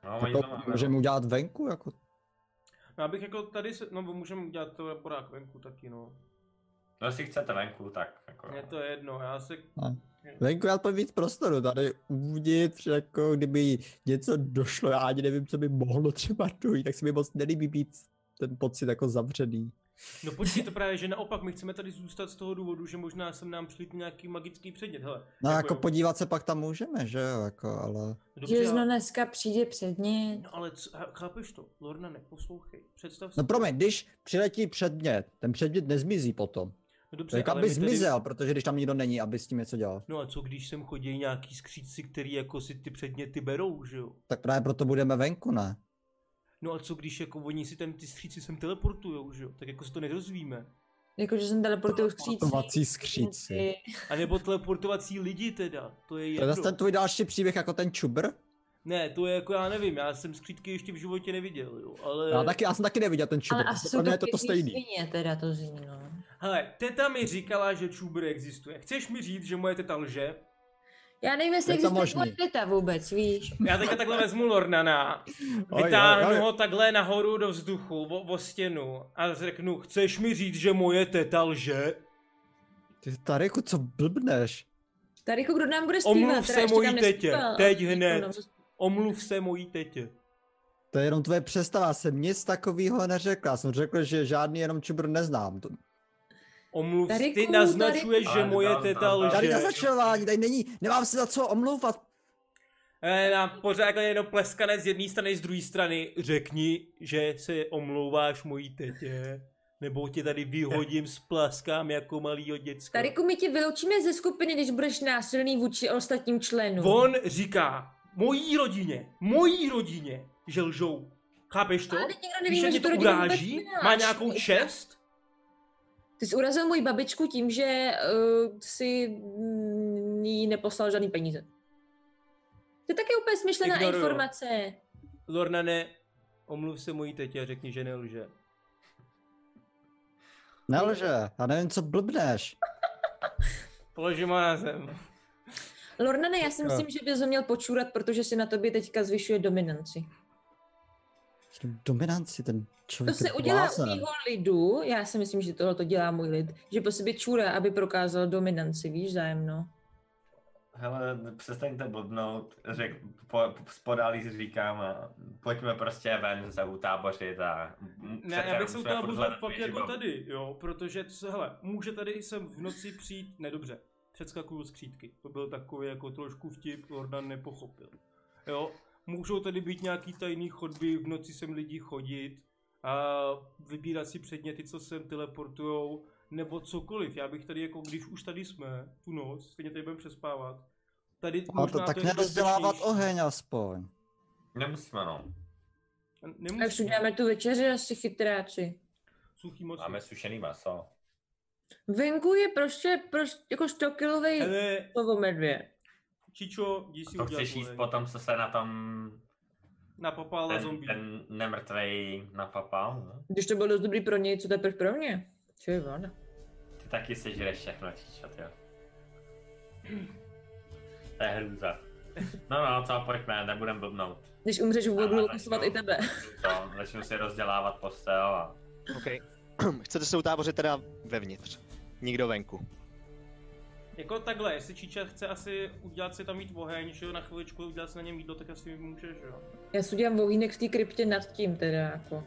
F: No,
C: Tak
F: oni to máme.
C: to můžeme udělat venku? Jako...
A: No, já bych jako tady se, no můžeme udělat to porák venku taky, no.
F: No, jestli chcete venku, tak jako...
A: Mně to je jedno, já se,
C: Venku já tam víc prostoru, tady uvnitř, jako kdyby něco došlo, já ani nevím, co by mohlo třeba dojít, tak se mi moc nelíbí být ten pocit jako zavřený.
A: no počkej to právě, že naopak, my chceme tady zůstat z toho důvodu, že možná sem nám přijde nějaký magický předmět, hele.
C: No
A: Jako
C: jako, jako
A: jo.
C: podívat se pak tam můžeme, že jo, jako, ale...
A: Dobře,
B: Že no
A: ale,
B: dneska přijde předně.
A: no ale co, chápeš to, Lorna, neposlouchej, představ si.
C: No promiň, když přiletí předmět, ten předmět nezmizí potom.
A: no, dobře,
C: Tak
A: ale
C: Jako aby
A: my tady-
C: zmizel, protože když tam nikdo není, aby s tím něco dělal.
A: No a co když sem chodí nějaký skříci, který jako si ty předměty berou, že jo?
C: Tak právě proto budeme venku, ne?
A: No a co když jako oni si tam ty skříci sem teleportujou, že jo? Tak jako se to nedozvíme.
B: Jakože Jako, jsem teleportuju skříci.
C: Portovací skříci.
A: A nebo teleportovací lidi teda, to je
C: To je
A: jedno.
C: zase ten tvůj další příběh jako ten čubr?
A: Ne, to je jako já nevím, já jsem skřítky ještě v životě neviděl, jo, ale...
C: Já, taky, já jsem taky neviděl ten čubr.
B: Ale asi
C: Pro
B: jsou
C: mě
B: to,
C: je to to stejný.
B: Svině, teda to zní, no.
A: Hele, teta mi říkala, že čubr existuje. Chceš mi říct, že moje teta lže?
G: Já nevím, jestli
C: Je to
G: existuje
C: možný.
G: kvalita vůbec, víš.
A: Já teďka takhle vezmu Lornana,
C: Oj,
A: vytáhnu
C: oj, oj.
A: ho takhle nahoru do vzduchu, o, o stěnu a řeknu, chceš mi říct, že moje teta lže?
C: Ty Tareku, co blbneš?
B: Tady jako kdo nám bude zpívat?
A: Omluv
B: teda
A: se
B: ještě
A: mojí
B: tam
A: tetě,
B: nespíval.
A: teď
B: Jako,
A: hned.
B: no.
A: Omluv se mojí tetě.
C: To je jenom tvoje představa, já jsem nic takového neřekl. Já jsem řekl, že žádný jenom čubr neznám. To-
A: Omluv, se- ty
B: Tareku,
A: naznačuješ, že
F: Tareku.
A: moje
F: Ale
A: teta
F: tam- tam-
C: Tady
A: lže.
C: naznačování, tady není, nemám se za co omlouvat.
A: Eh, Na pořád jako jenom pleskanec z jedné strany, z druhé strany. Řekni, že se omlouváš mojí tetě, nebo tě tady vyhodím s plaskám jako malýho děcka.
G: Tariku, my tě vyloučíme ze skupiny, když budeš násilný vůči ostatním členům.
A: On říká mojí rodině, mojí rodině, že lžou. Chápeš to?
G: Ale teď nikdo
A: Víš,
G: neví,
A: jak mě
G: že
A: to
G: to rodinu vůbec
A: uráží?
G: neznáš.
A: Má nějakou čest?
B: Ty jsi urazil moji babičku tím, že uh, si mm, jí neposlal žádný peníze.
G: To je také úplně smyšlená
A: Ignoruju.
G: informace.
A: Lorna ne, omluv se mojí tetě a řekni, že nelže.
C: Nelže, já nevím, co blbneš.
A: Položím ho na zem.
B: Lornane, já si
C: Jo.
B: myslím, že bys ho měl počůrat, protože si na tobě teďka zvyšuje dominanci.
C: Ten Dominanci, ten
B: To
C: člověk
B: se
C: je
B: udělá u
C: blázen.
B: mýho lidu, já si myslím, že tohle to dělá můj lid, že po sobě čůra, aby prokázal dominanci, víš, zájemno.
F: Hele, přestaňte blbnout, řek, po, po, spodálí říkám, a pojďme prostě ven se utábořit a...
A: Ne, já bych se udělal pořád fakt jako tady, jo, protože, co, hele, může tady sem v noci přijít, ne dobře, předskakuju skřítky, to byl takový jako trošku vtip, Lordan nepochopil, jo, můžou tady být nějaký tajný chodby, v noci sem lidi chodit a vybírat si předměty, co sem teleportujou, nebo cokoliv. Já bych tady jako, když už tady jsme, tu noc, stejně tady budeme přespávat, tady
C: A to tak
A: je
C: nedozdělávat
A: bezpečnější.
C: oheň aspoň.
F: Nemusíme, no.
G: Tak si
A: Nemusíme,
G: uděláme tu večeři asi chytráči.
A: suchý moc.
F: Máme sušený maso.
G: Venku je prostě, prostě jako 100 kilový
A: Hele,
G: medvěd.
A: Čičo, jdi si
F: To
A: udělat
F: chceš jíst
A: oheň.
F: potom, co se na tom
A: Napapála
F: ten,
A: zombie.
F: ten nemrtvej napapal? No?
G: Když to bylo dost dobrý pro něj, co teprve pro mě? Čo je ona?
F: Ty taky sežereš všechno, čičo, jo. To je hrůza. No, no, co, pojďme, nebudem blbnout.
G: Když umřeš,
F: Ale
G: budu
F: tak
G: kusovat
F: jo.
G: i tebe.
F: To, začnu si rozdělávat postel a...
D: Okay. Chcete se utábořit teda vevnitř. Nikdo venku.
A: Jako takhle, jestli Číča chce asi udělat si tam mít oheň, že jo, na chviličku udělat si na něm jídlo, tak asi může, že jo.
G: Já si udělám vohýnek v té kryptě nad tím teda jako.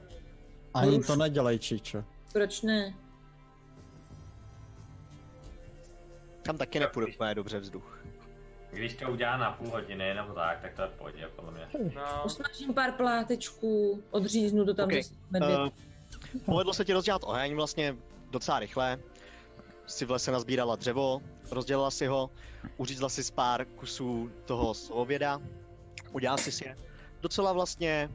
C: Ani
G: Už.
C: to nedělej, Čičo.
G: Proč ne?
D: Tam taky nepůjde úplně dobře vzduch.
F: Když to udělá na půl hodiny nebo tak, tak to je v pohodě, podle mě.
A: No,
G: Osmažím pár plátečků, odříznu to tam
D: Okej.
G: okay. medvěd.
D: Eh, povedlo se ti rozdělat oheň vlastně docela rychle. Si v lese nazbírala dřevo, rozdělila si ho, uřízla si z pár kusů toho ověda, udělala si si je. Docela vlastně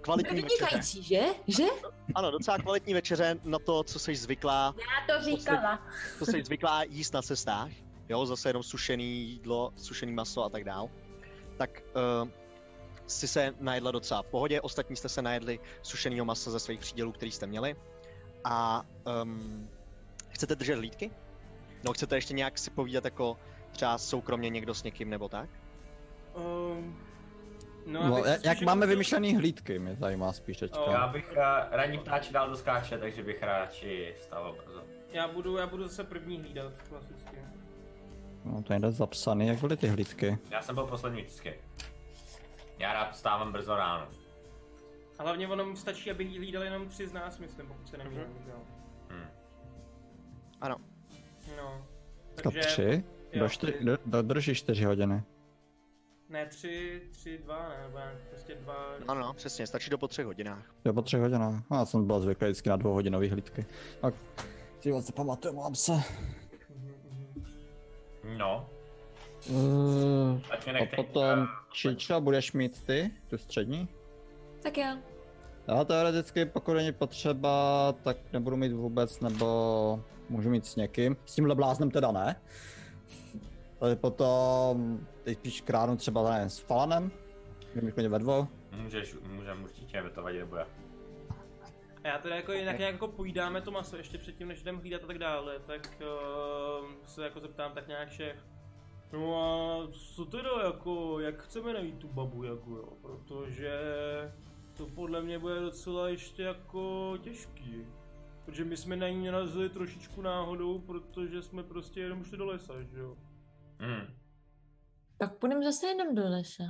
D: kvalitní večeře.
B: Vynikající, že? Že?
D: Ano, docela kvalitní večeře na to, co jsi zvyklá,
G: Já to
D: říkala. co jsi zvyklá jíst na cestách. Jo, zase jenom sušený jídlo, sušený maso a tak dál. Tak uh, si se najedla docela v pohodě, ostatní jste se najedli sušeného masa ze svých přídělů, který jste měli. A um, chcete držet hlídky? No, chcete ještě nějak si povídat jako třeba soukromně někdo s někým nebo tak?
A: um, no,
C: No,
A: abych si
C: jak-
A: spíš
C: jak
A: jako
C: máme
A: chtěl-
C: vymyšlený hlídky, mě zajímá spíš
F: Já
A: No,
C: teďka.
F: bych eh, ranní ptáči dál doskáče, takže bych radši stával brzo.
A: Já budu, já budu zase první hlídat, klasicky.
C: No, to je někde zapsaný, jak byly ty hlídky.
F: Já jsem byl poslední vždycky. Já rád vstávám brzo ráno.
A: A hlavně ono stačí, aby jí hlídal jenom tři z nás, myslím, pokud se nemýlím.
F: Mhm.
A: Mm-hmm.
F: Hm.
D: Ano.
A: No.
C: To tři?
A: jo.
C: Do čtyř, do, dodržíš čtyři hodiny.
A: Ne, tři, tři, dva, ne, nebo nějak prostě dva.
D: Ano, no, přesně, stačí to po třech hodinách.
C: Jo, po třech hodinách. No, já jsem byl zvyklý vždycky na dvouhodinové hlídky. Tak, ty vole, se pamatuju, mám se.
A: Mhm, mhm.
F: No,
C: Uh,
F: ať mě
C: a
F: nechte.
A: eh,
C: potom, Čiča, budeš mít ty, tu střední?
B: Tak já.
C: Já teoreticky, pokud není potřeba, tak nebudu mít vůbec, nebo můžu mít s někým. S tímhle bláznem teda ne. Ale potom, teď spíš kránu třeba nevím, s Falanem, můžeme klidně ve dvou.
F: Můžeš, můžem určitě, mi to vadit nebude.
A: A já teda jako jinak nějak jako pojídáme to maso ještě předtím, než jdem hlídat a tak dále, tak uh, se jako zeptám tak nějak všech. No a co teda jako, jak chceme najít tu babu jako jo, protože to podle mě bude docela ještě jako těžký. Protože my jsme na ní narazili trošičku náhodou, protože jsme prostě jenom šli do lesa, že jo.
F: Hmm.
G: Tak půjdeme zase jenom do lesa.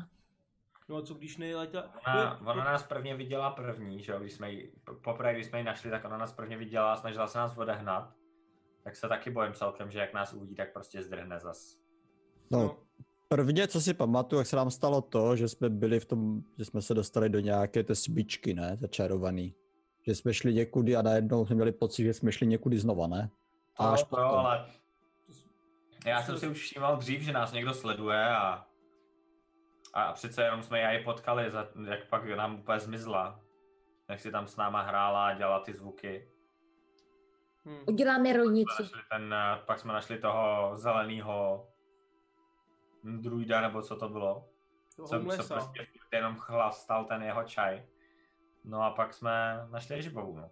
A: No a co když nejletěla?
F: Ona, ona, nás prvně viděla první, že jo, když jsme ji, po- poprvé, když jsme ji našli, tak ona nás prvně viděla a snažila se nás odehnat. Tak se taky bojím celkem, že jak nás uvidí, tak prostě zdrhne zas.
C: No, prvně, co si pamatuju, jak se nám stalo to, že jsme byli v tom, že jsme se dostali do nějaké té svíčky, ne, začarovaný. Že jsme šli někudy a najednou jsme měli pocit, že jsme šli někudy znova, ne?
F: To,
C: A až
F: to,
C: potom.
F: No, ale já jsem si už všímal dřív, že nás někdo sleduje a, a přece jenom jsme já ji potkali, za, jak pak nám úplně zmizla. Jak si tam s náma hrála a dělala ty zvuky.
A: Hmm.
G: Uděláme rojnici.
F: Našli ten, eh, pak jsme našli toho zeleného druida, nebo co to bylo.
A: To
F: Co, co
A: homelessa.
F: prostě jenom chlastal ten jeho čaj. No a pak jsme našli Ježibovu. No.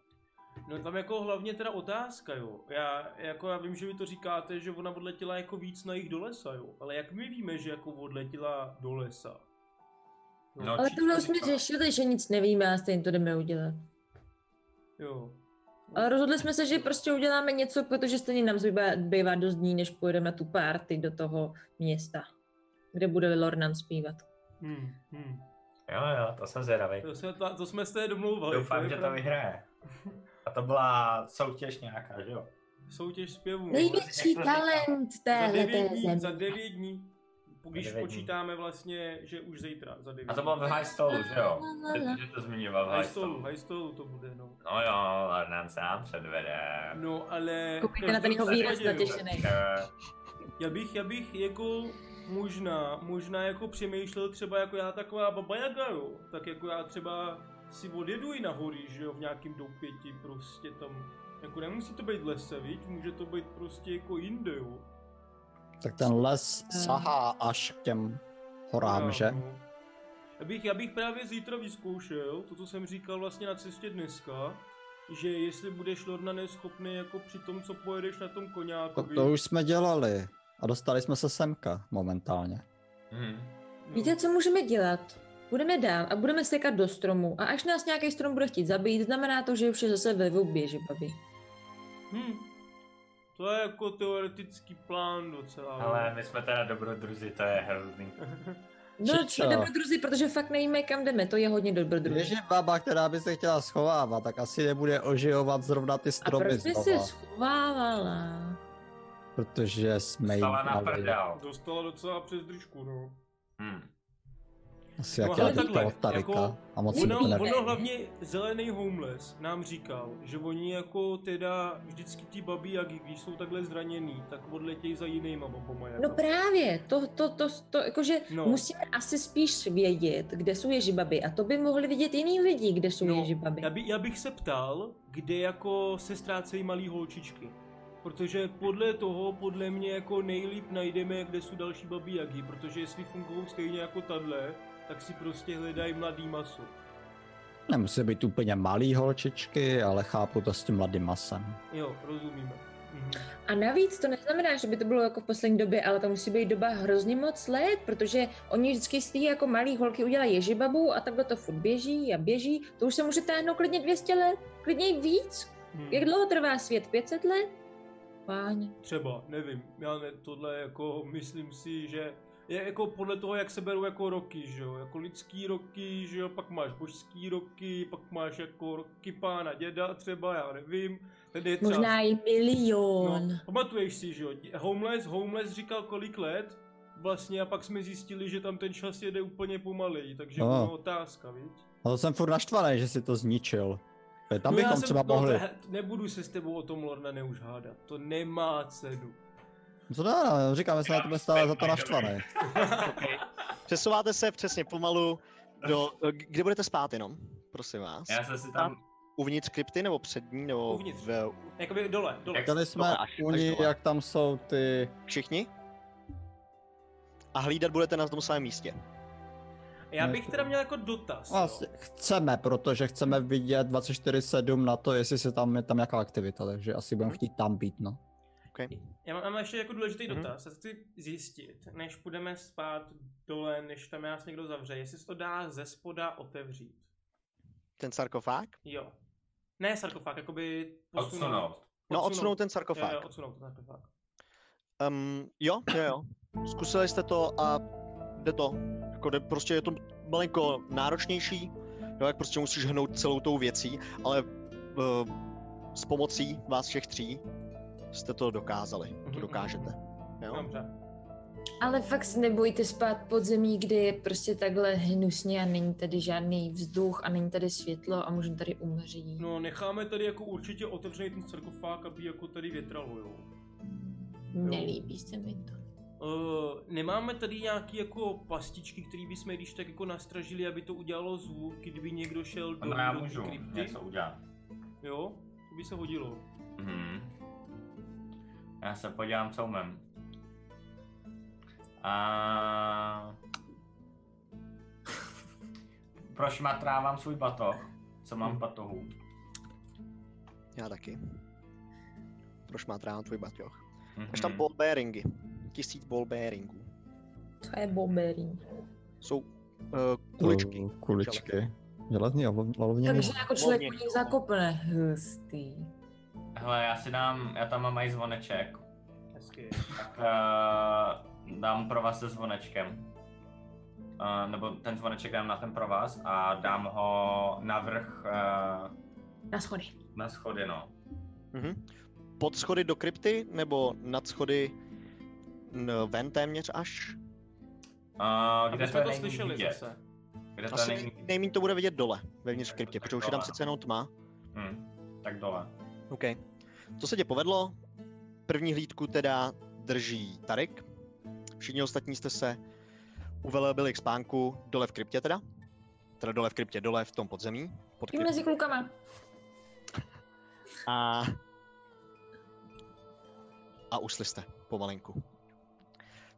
A: No tam jako hlavně teda otázka, jo. Já, jako já vím, že vy to říkáte, že ona odletěla jako víc na jich do lesa, jo. Ale jak my víme, že jako odletěla do lesa?
F: No,
G: Ale
F: Určitě
G: tohle
F: to
G: už jsme
F: říkala.
G: řešili, že nic nevíme a stejně to jdeme udělat.
A: Jo.
G: Ale rozhodli jsme se, že prostě uděláme něco, protože stejně nám zbývá, bývá dost dní, než pojedeme na tu party do toho města, kde bude Lor nám zpívat.
A: Hmm, hmm.
F: Jo, jo, to jsem zvědavý.
A: To, se, ta, to jsme se domlouvali.
F: Doufám,
A: je
F: že to
A: pravda.
F: vyhraje. A to byla soutěž nějaká, že jo?
A: Soutěž zpěvů.
F: No,
G: Největší talent
A: za
G: téhle
A: devět, dní,
G: té
A: za
G: země.
A: devět dní. Když
F: Devět dní.
A: počítáme vlastně, že už zítra za 9
F: A to bylo v High Stolu, že jo? Že, že to zmiňoval v
A: High
F: High
A: Stolu,
F: Stolu.
A: High Stolu to bude, no.
F: No jo, ale nám sám předvede.
A: No, ale...
G: Koukejte na ten jeho výraz
A: Každopádně, jo.
G: natěšený.
F: Eh,
A: Já bych, já bych jako možná, možná jako přemýšlel třeba jako já taková baba Jaga, jo. Tak jako já třeba si odjedu i na hory, že jo, v nějakým doupěti prostě tam. Jako nemusí to být v lese, viď? Může to být prostě jako jinde, jo.
C: Tak ten les sahá až k těm horám,
A: Já,
C: že?
A: no. Já bych, já bych právě zítra vyzkoušel to, co jsem říkal vlastně na cestě dneska, že jestli budeš Lorna neschopný jako při tom, co pojedeš na tom
C: To,
A: koňákovi.
C: to už jsme dělali. A dostali jsme se semka momentálně.
F: hm.
A: no.
G: Víte, co můžeme dělat? Budeme dál a budeme sekat do stromu. A až nás nějaký strom bude chtít zabít, znamená to, že už je zase ve vobě, že babi.
A: Hm. To je jako teoretický plán docela. no.
F: Ale my jsme teda dobrodruzi, to je hrozný.
G: No,
C: Že co?
G: dobrodruzi, protože fakt nevíme, kam jdeme. To je hodně dobrodruzi.
C: Když je baba, která by se chtěla schovávat, tak asi nebude oživovat zrovna ty
G: A
C: stromy
G: proč jsi se
C: znova,
G: schovávala?
C: protože jsme jí
F: Stala na
C: dali
F: prdel.
A: Dostala docela přes držku, no.
F: Hm.
C: asi
A: No,
C: jak
A: ale
C: no,
A: takhle,
C: tarika
A: jako-
C: a moc
A: Ono,
C: ono,
G: Ono-
C: nevím.
A: ono hlavně zelený homeless nám říkal, že oni jako teda vždycky ti babí jagy, když jsou takhle zraněný, tak odletějí za jinýma babama jako.
G: No právě, to, to, to, to jakože
A: No.
G: no. musíme asi spíš vědět, kde jsou ježibaby. A to by mohli vidět jiný lidi, kde jsou
A: No,
G: no, ježibaby.
A: já, by, já bych se ptal, kde jako se ztrácejí malý holčičky. Protože podle toho, podle mě jako nejlíp najdeme, kde jsou další babí jagy, protože jestli fungují stejně jako tadle, tak si prostě hledají mladý maso.
C: Nemusí být úplně malý holčičky, ale chápu to s tím mladým masem.
A: Jo, rozumíme. Mhm.
G: A navíc to neznamená, že by to bylo jako v poslední době, ale to musí být doba hrozně moc let, protože oni vždycky z té jako malý holky udělají ježibabu a takhle to furt běží a běží. To už se může táhnout klidně 200 let, klidně i víc.
A: Mhm.
G: Jak dlouho trvá svět? 500 let? Páň.
A: Třeba, nevím, já ne, tohle jako myslím si, že je jako podle toho, jak se berou jako roky, že jo, jako lidský roky, že jo, pak máš božský roky, pak máš jako roky pána děda třeba, já nevím, tedy je třeba...
G: Možná i milion.
A: No, pamatuješ si, že jo, dě- Homeless, Homeless říkal kolik let, vlastně a pak jsme zjistili, že tam ten čas jede úplně pomalej, takže
C: No.
A: no. je otázka, viď?
C: A to jsem furt naštvaný, že si to zničil. To Tam
A: no já
C: bychom
A: jsem-
C: třeba
A: no,
C: mohli.
A: he- Nebudu se s tebou o tom, Lorna, už hádat, to nemá cenu.
C: Co dá, říkáme se na tebe stále za to naštvaný.
D: Přesouváte se přesně pomalu do... do- Kde budete spát jenom? Prosím vás.
F: Já jsem si tam...
D: Uvnitř krypty nebo před ní nebo
A: Uvnitř.
D: v...
A: Jakoby dole, dole.
C: Chtěli jsme
D: až- až
C: u ní,
D: dole.
C: jak tam jsou ty...
D: všichni? A hlídat budete na tom samém místě.
A: Já bych teda měl jako dotaz.
C: Vlastně chceme, protože chceme vidět 24-7 na to, jestli se tam je tam nějaká aktivita, takže asi budeme chtít tam být, no.
A: Já mám, já mám ještě jako důležitý
D: Mhm.
A: dotaz. Já chci zjistit, než půjdeme spát dole, než tam nás někdo zavře, jestli se to dá ze spoda otevřít.
D: Ten sarkofág?
A: Jo. Ne sarkofág, jakoby posunout.
F: Odsunout.
D: No, odsunout ten
A: Jo, jo,
D: sarkofág.
A: odsunout jako ten sarkofág.
D: Um, jo, jo, jo. Zkusili jste to a jde to. Jako jde, prostě je to malinko náročnější, jo, jak prostě musíš hnout celou tou věcí, ale uh, s pomocí vás všech tří jste to dokázali. To
A: mhm.
D: dokážete. Jo?
A: Dobře.
G: Ale fakt se nebojte spát pod zemí, kde je prostě takhle hnusně a není tady žádný vzduch a není tady světlo a můžeme tady umřít.
A: No, necháme tady jako určitě otevřený ten sarkofág, aby jako tady větralo, jo.
G: Nelíbí se mi to.
A: Uh, nemáme tady nějaký jako pastičky, které bychom když tak jako nastražili, aby to udělalo zvuk, kdyby někdo šel do,
F: No já
A: do té
F: můžu
A: krypty?
F: něco udělat.
A: Jo, to by se hodilo.
F: Mhm. Já se podívám, co umím. A... Prošmatrávám svůj batoh. Co mám v batohu?
D: Já taky. Proč má trávám tvůj baťoch? Máš
F: Mhm.
D: tam ball bearingy. Tisíc ball bearingů.
G: To je bomberín.
D: Jsou uh, kuličky.
C: Eh, Kuličky. Železný olovně.
G: Takže jako člověk
D: Volně.
G: po nich zakopne. Hustý.
F: Hele, já si dám, já tam mám mají zvoneček.
A: Hezky.
F: Tak uh, dám pro vás se zvonečkem. Uh, nebo ten zvoneček dám na ten pro vás a dám ho navrh uh,
G: Na schody.
F: na schody, no.
D: Mhm. Pod schody do krypty nebo nad schody n- ven téměř až?
F: A
A: Aby
F: Eh, kde
A: jsme to
F: není
A: slyšeli
F: vidět?
A: zase.
F: Kde to
D: Asi
F: není
D: nejméně to bude vidět dole, vevnitř v kryptě, protože už je tam přece jenom tma.
F: Hm, tak dole.
D: OK. To se tě povedlo. První hlídku teda drží Tarek. Všichni ostatní jste se uvelebili k spánku dole v kryptě teda. Teda dole v kryptě, dole v tom podzemí. Pod
G: Tím mezi klukama.
D: A... A usli jste pomalinku.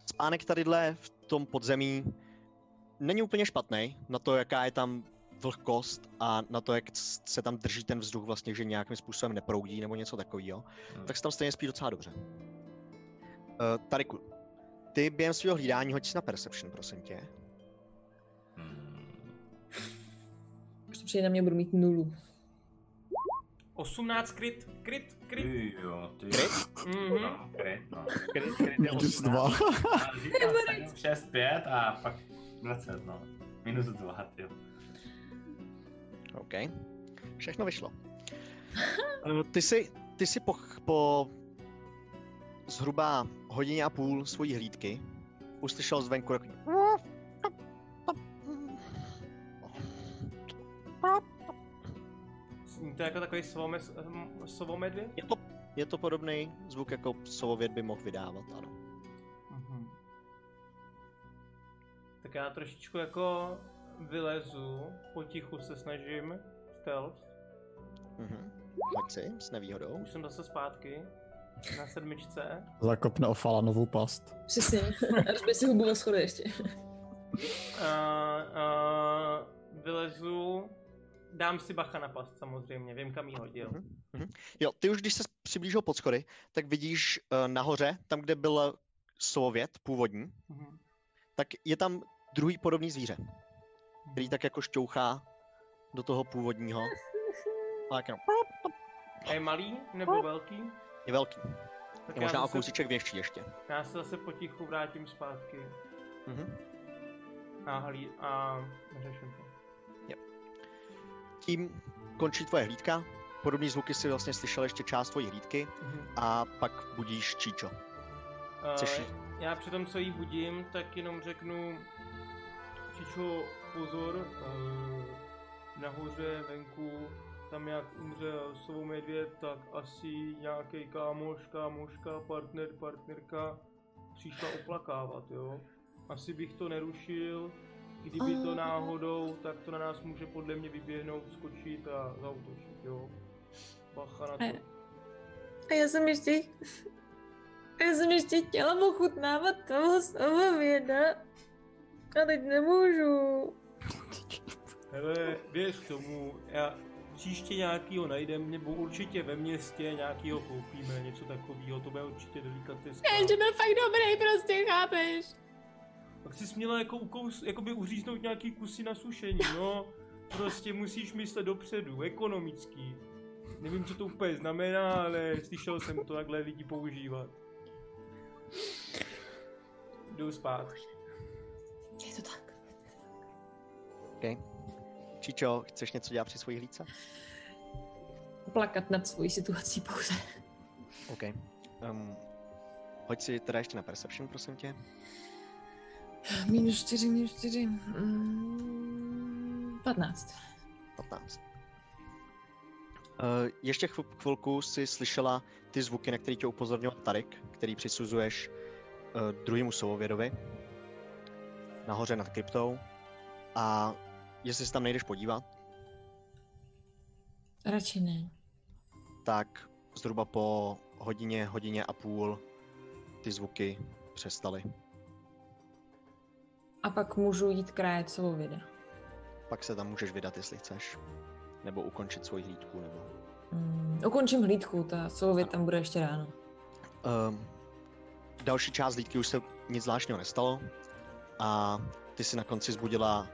D: Spánek tadyhle v tom podzemí není úplně špatný na to, jaká je tam vlhkost a na to, jak s- se tam drží ten vzduch vlastně, že nějakým způsobem neproudí nebo něco takového,
F: Hmm.
D: tak se tam stejně spí docela dobře. Uh, Tariku, ty během svého hlídání hoď si na Perception, prosím tě.
F: Hm.
B: Ještě přijde na mě, budu mít nulu.
A: 18 kryt, kryt, kryt.
F: Ty jo, ty
D: Kryt?
A: Mhm.
F: No, kryt, no.
C: Minus dva.
F: 6, 5 a pak 20, no. Minus 2, ty
D: OK. Všechno vyšlo. Eh, Ty si, ty si po, ch- po zhruba hodině a půl svojí hlídky uslyšel zvenku takový...
A: Zní to jako takový svomes, hm, sovomedvěd?
D: Je to, je to podobný zvuk, jako sovověd by mohl vydávat, ano.
A: Mhm. Tak já trošičku jako vylezu, potichu se snažím, stealth,
D: Mhm. Hoď si, s nevýhodou.
A: už jsem zase zpátky, na sedmičce.
C: Zakopne ofala novou past.
B: Přesně. Rozbij si hubu o schody ještě.
A: Uh, uh, vylezu, dám si bacha na past samozřejmě, vím kam jí hodil.
D: Mhm. Jo, ty už když se přiblížil pod schody, tak vidíš eh, nahoře, tam, kde byl sovět původní,
A: Mhm.
D: tak je tam druhý podobný zvíře, který
A: Hmm.
D: tak jako šťouchá do toho původního. A tak jenom,
A: A je malý nebo velký?
D: je velký.
A: Tak
D: Oh. Je
A: já,
D: možná o
A: zase,
D: kousíček větší ještě.
A: já se zase potichu vrátím zpátky
D: Mhm.
A: a, hlí, a řeším to.
D: Tím končí tvoje hlídka. Podobné zvuky si vlastně slyšel ještě část tvojí hlídky
A: Mhm.
D: a pak budíš Číčo. Chceš
A: Eh,
D: jí?
A: Já přitom, co jí budím, tak jenom řeknu Čičo, pozor, eh, nahoře, venku, tam jak umře sovou medvěd, tak asi nějaký kámoš, kámoška, partner, partnerka přišla oplakávat, jo. Asi bych to nerušil, kdyby to
B: Ah.
A: náhodou, tak to na nás může podle mě vyběhnout, skočit a zautočit, jo. Bacha na to.
B: Ne. A já jsem ještě... A já jsem ještě chtěla ochutnávat toho samověda. A teď nemůžu.
A: Hele, věř tomu, já příště nějakýho najdem, nebo určitě ve městě nějakýho koupíme, něco takového, to bude určitě delikateska.
G: Jenže byl fakt dobrý, prostě, chápeš?
A: Pak si směla jako, ukous, jako by uříznout nějaký kusy na sušení, no. Prostě musíš myslet dopředu, ekonomický. Nevím, co to úplně znamená, ale slyšel jsem to takhle lidi používat. Jdu spát.
B: Je to tak.
D: Číčo, chceš něco dělat při svojí hlídce?
B: Plakat nad svojí situací pouze.
D: OK. Um, hoď si teda ještě na Perception, prosím tě.
B: Minus čtyři, minus čtyři. Mm, 15.
D: 15. Uh, ještě chv- chvilku si slyšela ty zvuky, na které tě upozornil Tarik, který přisuzuješ uh, druhému souvědovi nahoře nad kryptou. A jestli se tam nejdeš podívat,
B: Radši ne.
D: tak zhruba po hodině, hodině a půl ty zvuky přestaly.
B: A pak můžu jít krájet celou videa.
D: Pak se tam můžeš vydat, jestli chceš. Nebo ukončit svoji hlídku, nebo...
B: Mm, ukončím hlídku, ta solově tam bude ještě ráno.
D: Um, další část lídky už se nic zvláštního nestalo a ty si na konci zbudila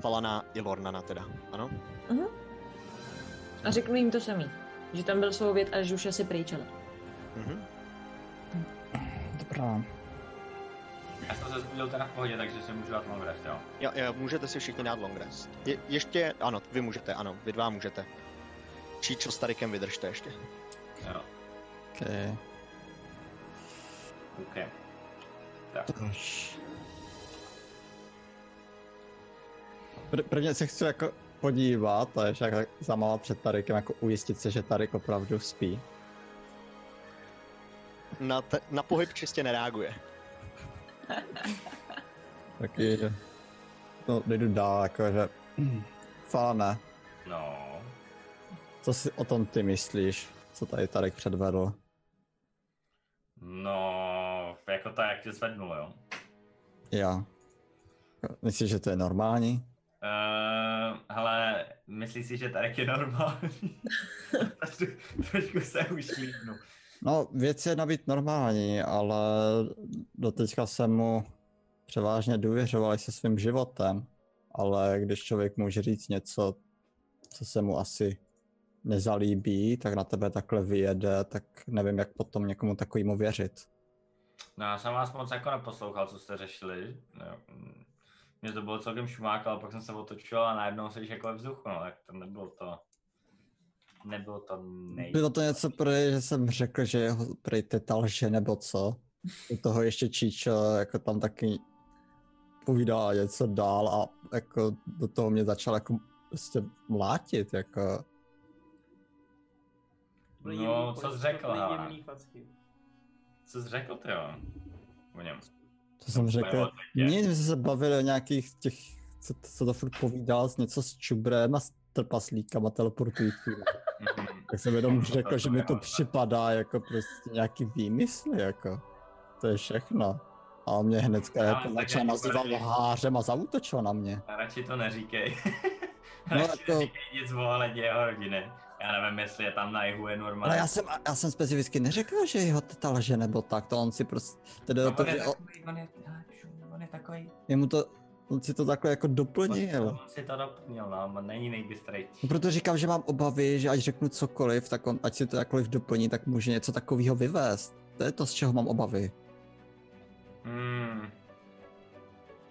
D: Falana i Lornana teda, ano?
B: A řeknu jim to samý, že tam byl souvět a že už asi pryč, ale.
D: Mhm.
H: Dobrá.
F: Já jsem se zbudil teda v pohodě, takže si můžu dát long rest, jo.
D: Jo, jo, můžete si všichni dát long rest. Je, ještě, ano, vy můžete, ano, vy dva můžete. Číčo s Tarikem vydržte ještě.
F: Jo,
C: Okay.
F: OK.
H: Tož.
C: Pr- prvně se chci jako podívat a ještě jak zamávat před Tarikem, jako ujistit se, že Tarik opravdu spí.
D: Na, te, na pohyb čistě nereaguje.
C: Taky, že... No, nejdu dál, jako, že... Fáne,
F: No.
C: co si o tom ty myslíš, co tady Tarik předvedl?
F: No, jako tak, jak tě zvednul, jo.
C: Já. Myslíš, že to je normální?
F: Uh, hele, myslíš si, že Tarek je normální? Trošku- Trošku se už líbnu.
C: No, věc je nabít normální, ale doteďka jsem mu převážně důvěřoval i se svým životem. Ale když člověk může říct něco, co se mu asi nezalíbí, tak na tebe takhle vyjede, tak nevím, jak potom někomu takovému věřit.
F: No já jsem vás moc jako neposlouchal, co jste řešili. No, mm, Mně to bylo celkem šumák, ale pak jsem se otočil a najednou jsi jako ve vzduchu, no tak to nebylo to... Nebylo to nej...
C: Bylo to něco prej, že jsem řekl, že jeho prej teta lže nebo co. Do toho ještě Číčo jako tam taky povídal něco dál a jako do toho mě začal jako prostě mlátit, jako
A: Byly
F: No,
A: jemný
F: co
A: pojď-
F: jsi řekl,
A: byly
F: hele?
A: jemný facky.
F: Co jsi řekl ty jo? O něm.
C: to jsem
F: Nebo
C: řekl.
F: tak je.
C: Nic, my jsme se bavili o nějakých těch, co, co to furt povídal, něco s čubrem a s trpaslíkama teleportujícími.
F: Mhm.
C: Tak jsem jenom řekl, že mi to připadá jako prostě nějaký výmysl, jako. To je všechno. A on mě hnedka
F: Ale
C: jako
F: tak
C: začal
F: jako
C: nazývat
F: první.
C: lhářem a zautočil na mě.
F: A radši to neříkej.
C: No,
F: radši
C: to-
F: neříkej nic o ohledně jeho rodiny. Já nevím, jestli je tam na jihu je normální.
C: Ale já jsem, já jsem specificky neřekl, že jeho teta lže nebo tak, to on si prostě, tedy
F: No,
C: to,
F: on, je
C: že on,
F: takový, on, je, hele, šum, on je takový,
C: jemu to, on si to takhle jako
F: on,
C: doplnil.
F: on si to doplnil, no, on není nejbystrejší.
C: No, Proto říkám, že mám obavy, že ať řeknu cokoliv, tak on, ať si to jakkoliv doplní, tak může něco takového vyvést. To je to, z čeho mám obavy.
F: Hmm.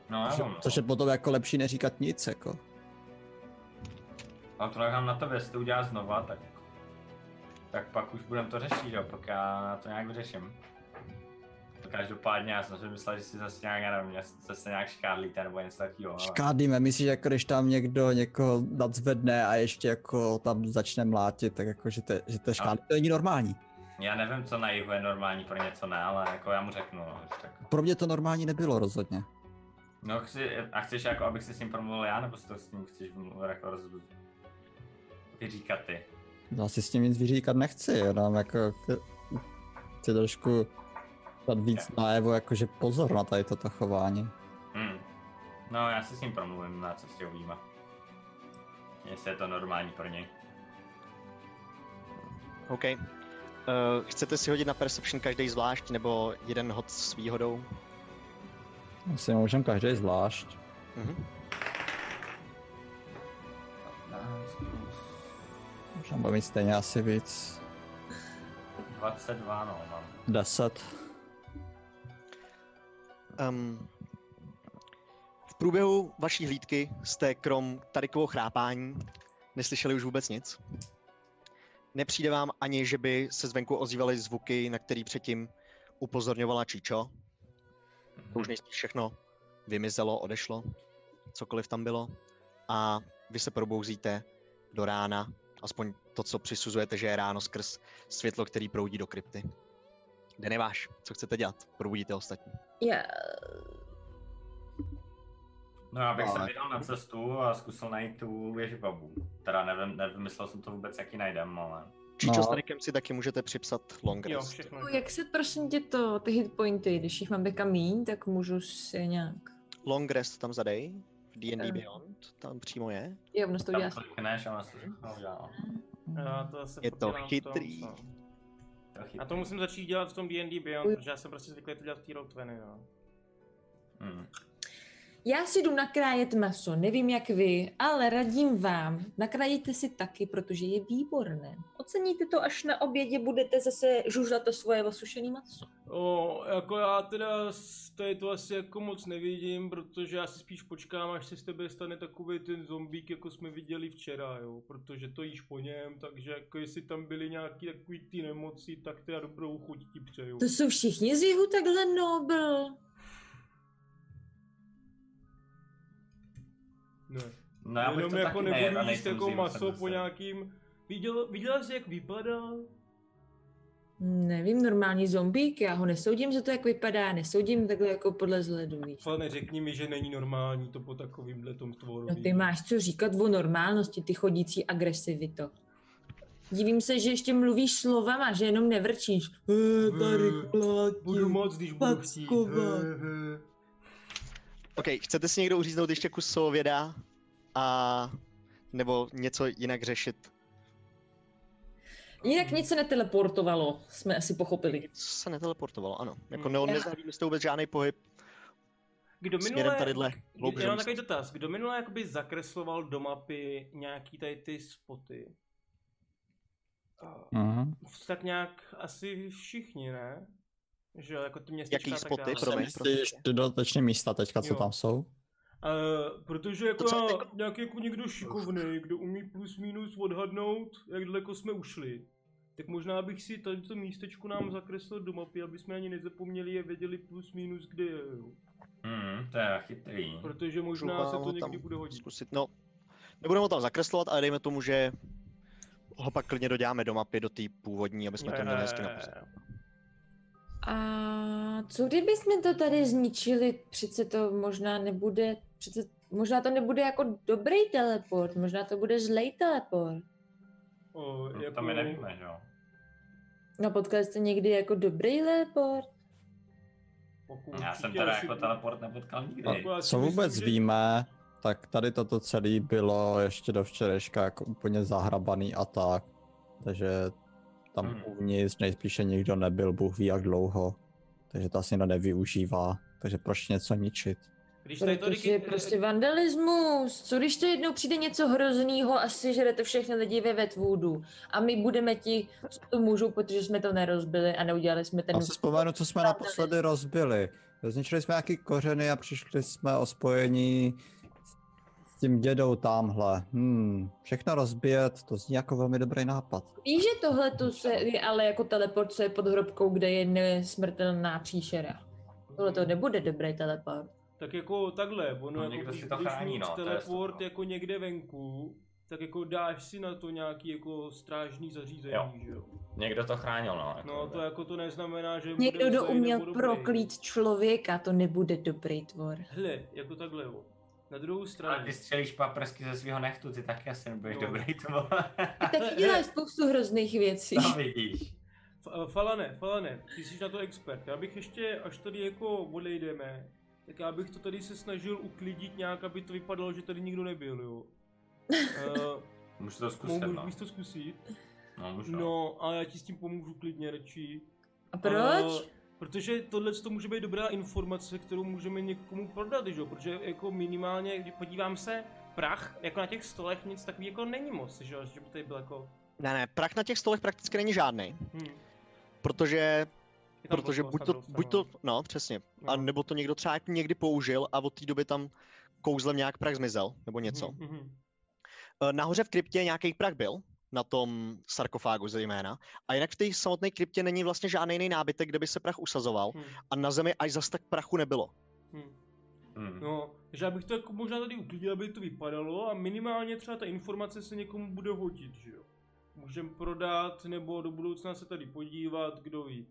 F: No, já
C: Že,
F: mám,
C: což je potom jako lepší neříkat nic, jako.
F: Ale no, to nechám na tebe, jestli to udělá znova, tak... Tak pak už budem to řešit, jo, pak já to nějak vyřeším. To každopádně já jsem si myslel, že si zase nějak, já nevím, jestli se nějak škádlíte nebo něco takového. ale-
C: Škádíme, myslíš, jako když tam někdo někoho nadzvedne a ještě jako tam začne mlátit, tak jako, že to, že to je škádlí. To není normální.
F: Já nevím, co na jihu je normální pro něco ne, ale jako já mu řeknu, no, když tak.
C: Pro mě to normální nebylo rozhodně.
F: No, chci, a chceš jako, abych se s ním promluvil já, nebo si to s ním chceš mluvit, jako roz... vyříkat ty?
C: Já si s tím nic vyříkat nechci, jenom jako chci- chci trošku dát víc najevo, jakože pozor na tady toto chování.
F: Hmm. No, já si s ním promluvím, na co si uvidíme. Jestli je to normální pro něj.
D: OK. Uh, chcete si hodit na Perception každý zvlášť, nebo jeden hod s výhodou?
C: Asi můžeme každý zvlášť.
D: Mhm.
C: Můžeme mít stejně asi víc.
F: 22, no, mám.
C: 10.
D: Um, v průběhu vaší hlídky jste krom Tarikovou chrápání neslyšeli už vůbec nic. Nepřijde vám ani, že by se zvenku ozývaly zvuky, na který předtím upozorňovala Číčo. To už nejspíš všechno vymizelo, odešlo, cokoliv tam bylo. A vy se probouzíte do rána, aspoň to, co přisuzujete, že je ráno skrz světlo, který proudí do krypty. Den je váš, co chcete dělat? Probudíte ostatní.
G: Já,
F: No, já bych se
C: Ale-
F: vydal na cestu a zkusil najít tu ježibabu. Teda nevím, nevymyslel jsem to vůbec, jaký najdem, ale...
D: Číčo
C: No.
D: s Tarikem si taky můžete připsat long
A: Jo,
D: rest.
A: všechno.
G: No, jak se prosím tě to, ty hitpointy, když jich mám teďka míň, tak můžu si nějak...
D: long rest tam zadej, v D&D
G: Aha.
D: Beyond, tam přímo je.
G: Jo, ono to
F: Tam
G: udělá.
F: klikneš a ono se no, to všechno udělá.
A: Já to zase
D: Je to
A: podělám v tom,
D: chytrý.
A: co.
F: To chytrý.
A: Já to musím začít dělat v tom D&D Beyond,
G: Uj.
A: protože já jsem prostě zvyklý to dělat v té Roll20, no.
F: Hmm.
G: Já si jdu nakrájet maso, nevím jak vy, ale radím vám, nakrájete si taky, protože je výborné. Oceníte to, až na obědě budete zase žužlat to svoje osušené maso.
A: O, jako já teda s- tady to asi jako moc nevidím, protože já si spíš počkám, až se z tebe stane takový ten zombík, jako jsme viděli včera, jo. Protože to jíš po něm, takže jako jestli tam byly nějaký takový ty nemoci, tak teda dobrou chuť ti přeju.
G: To jsou všichni z jihu takhle nobel.
A: Ne.
F: No já bych
A: Jenom
F: to
A: jako
F: taky
A: nebudu
F: nejel a
A: jíst
F: nejsem
A: jako
F: zjím,
A: maso
F: jsem
A: po
F: se-
A: nějakým... Viděl, viděla jsi, jak vypadal?
G: Nevím, normální zombík, já ho nesoudím za to, jak vypadá, nesoudím takhle jako podle zhledu, víš.
A: Ale neřekni mi, že není normální to po takovýmhle tom tvoru.
G: No ty máš co říkat o normálnosti, ty chodící agresivito. Divím se, že ještě mluvíš slovama, že jenom nevrčíš. Eh, tady
A: Budu
G: klátím.
A: moc, když budu chtít.
G: Packovat.
A: He, he.
D: OK, chcete si někdo uříznout ještě kus sověda a nebo něco jinak řešit?
G: Jinak nic se neteleportovalo, jsme asi pochopili.
D: Co se neteleportovalo, ano. Jako
A: Hmm.
D: no,
G: Já-
D: nezavíme jste vůbec žádný pohyb
A: Kdo
D: směrem
A: minule,
D: tadyhle.
A: kdo, já
D: hlouběžou
A: mám
D: místnosti.
A: no, takový dotaz, kdo minule jakoby zakresloval do mapy nějaký tady ty spoty? A-
C: Aha.
A: Tak nějak asi všichni, ne? Že jo, jako ty městečka
D: Jaký
A: a tak
D: spoty,
C: Prostě
A: dále.
D: promiň?
C: Myslíš ty dodatečné místa teďka, co
A: Jo.
C: tam jsou?
A: Eh, protože jako,
D: To co,
A: já- nějak jako někdo šikovný, kdo umí plus minus odhadnout, jak daleko jsme ušli. Tak možná bych si tady to místečko nám zakreslil do mapy, aby jsme ani nezapomněli a věděli plus minus, kde je. jo.
F: Hmm, to je chytrý.
A: Protože
D: Můžu
A: možná se
D: vám
A: to
D: ho
A: někdy
D: tam
A: bude hodit.
D: Zkusit, no. Nebudeme ho tam zakreslovat, ale dejme tomu, že ho pak klidně doděláme do mapy, do té původní, aby jsme to měli hezky na
G: A co kdyby jsme to tady zničili? Přece to možná nebude, přece možná to nebude jako dobrý teleport, možná to bude zlej teleport.
A: O,
F: No,
A: jako-
F: To my nevíme, že jo.
G: No potkali jste někdy jako dobrý teleport?
A: Pokud
F: Já
A: určitě
F: jsem teda
A: asi-
F: jako teleport nepotkal nikdy.
A: Jako já si
C: Co
A: myslím,
C: vůbec
A: že-
C: víme, tak tady toto celé bylo ještě do včerejška jako úplně zahrabaný a tak. Takže tam
F: Hmm.
C: uvnitř nejspíše nikdo nebyl, Bůh ví jak dlouho. Takže to asi nikdo nevyužívá. Takže proč něco ničit?
A: Když tady to
G: Protože je
A: Ricky,
G: prostě vandalismus. Co když to jednou přijde něco hroznýho a sežere to všechny lidi ve Wetwoodu a my budeme ti, co to můžou, protože jsme to nerozbili a neudělali jsme ten...
C: Já si vzpomenu, co jsme naposledy rozbili. Zničili jsme nějaký kořeny a přišli jsme o spojení s tím dědou tamhle. Hmm, všechno rozbíjet, to zní jako velmi dobrý nápad.
G: Víš, že tohle tu se, je ale jako teleport, co je pod hrobkou, kde je nesmrtelná příšera. Tohle to nebude dobrý teleport.
A: Tak jako takhle, ono
F: No,
A: jako
F: někdo
A: když
F: si to
A: budeš
F: chrání,
A: mít
F: no, to je
A: teleport
F: super.
A: jako někde venku, tak jako dáš si na to nějaký jako strážný zařízení,
F: Jo.
A: že jo?
F: Někdo to chránil, no. jako
A: No to
F: dobré.
A: jako to neznamená, že bude
G: Někdo, kdo
A: zlej nebo
G: uměl
A: dobrý.
G: proklít člověka, to nebude dobrý tvor.
A: Hele, jako takhle jo. Na druhou
F: Ale
A: stranu.
F: ty střelíš paprsky ze svého nechtu, ty taky asi nebudeš
A: No.
F: dobrý, to vole.
G: Ty taky děláš spoustu hrozných věcí.
F: To vidíš.
A: F- eh, Falane, Falane, ty jsi na to expert. Já bych ještě, až tady jako odejdeme, tak já bych to tady se snažil uklidit nějak, aby to vypadalo, že tady nikdo nebyl, jo. Uh,
F: Můžu to zkusit,
A: mohu
F: no.
A: bys to zkusit?
F: No, můžu. No.
A: No, ale já ti s tím pomůžu klidně, radši.
G: A proč?
A: Eh, protože tohle to může být dobrá informace, kterou můžeme někomu prodat, že jo? Protože jako minimálně, když podívám se, prach, jako na těch stolech nic takový jako není moc, že jo? Že by tady byl jako...
D: Ne, ne, prach na těch stolech prakticky není žádný,
A: Hm,
D: protože,
A: je tam
D: protože
A: dost
D: buď
A: na
D: to,
A: druhou
D: buď to,
A: stranu.
D: no přesně,
A: No.
D: a nebo to někdo třeba jako někdy použil a od té doby tam kouzlem nějak prach zmizel, nebo něco.
A: Mhm, mhm.
D: E, Nahoře v kryptě nějaký prach byl, na tom sarkofágu zejména, a jinak v té samotné kryptě není vlastně žádný jiný nábytek, kde by se prach usazoval,
A: Hm,
D: a na zemi až zas tak prachu nebylo.
A: hm.
F: Hmm.
A: No, takže já bych to jako možná tady uklidil, aby to vypadalo a minimálně třeba ta informace se někomu bude hodit, že jo? Můžeme prodat, nebo do budoucna se tady podívat, kdo ví.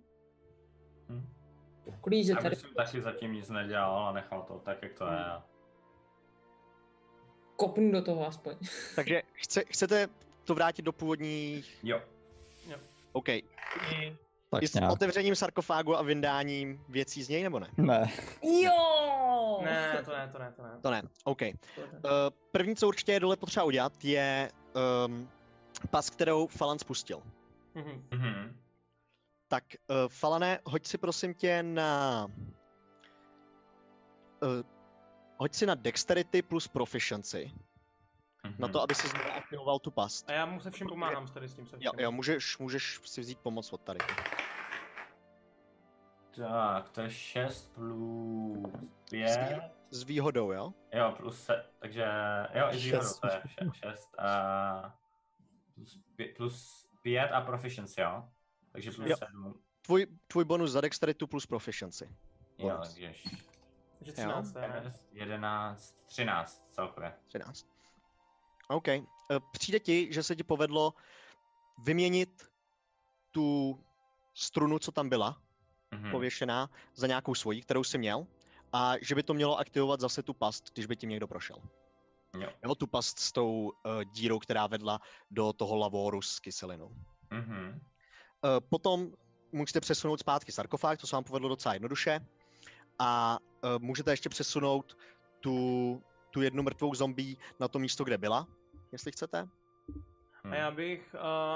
G: Klíže
F: Já
G: tady.
F: bych jsem taky zatím nic nedělal a nechal to tak, jak to je.
A: Mm.
G: Kopnu do toho aspoň.
D: Takže chce, chcete to vrátit do původních...
F: Jo.
D: OK.
C: Tak
D: Je s
C: nějak.
D: otevřením sarkofágu a vyndáním věcí z něj, nebo ne?
C: Ne.
G: Jo!
A: Ne, to ne, to ne, to ne.
D: To ne. OK. Uh,
A: To ne.
D: první, co určitě je dole potřeba udělat, je um, pas, kterou Falan spustil.
A: Mhm.
F: Mhm.
D: Tak, uh, Falane, hoď si prosím tě na... Uh, hoď si na Dexterity plus Proficiency, na No
F: Mhm.
D: to, aby si znovu aktivoval tu past.
A: Hmm. A já mu se všem pomáhám s tady s tím se
D: Jo,
A: všem.
D: jo, můžeš, můžeš si vzít pomoc od tady.
F: Tak, to je 6 plus 5.
D: S výhodou, jo?
F: Jo, plus se, takže jo, i s výhodou
C: Šest.
F: to je 6 a plus pě- plus 5 a proficiency, jo? Takže plus
D: Jo.
F: 7.
D: Tvůj, tvůj bonus za Dexteritu plus Proficiency.
F: Jo,
D: Bonus.
F: takže
A: Že 13, ne?
F: 11, 13 celkově.
D: 13. OK. Eh, Přijde ti, že se ti povedlo vyměnit tu strunu, co tam byla,
F: Mhm.
D: pověšená za nějakou svoji, kterou si měl, a že by to mělo aktivovat zase tu past, když by tím někdo prošel.
F: Jo.
D: Jo, tu past s tou uh, dírou, která vedla do toho lavoru s kyselinou. Uh,
F: Mhm.
D: potom můžete přesunout zpátky sarkofág, to se vám povedlo docela jednoduše, a uh, můžete ještě přesunout tu, tu jednu mrtvou zombie na to místo, kde byla, jestli chcete.
A: A
F: Hmm.
A: já bych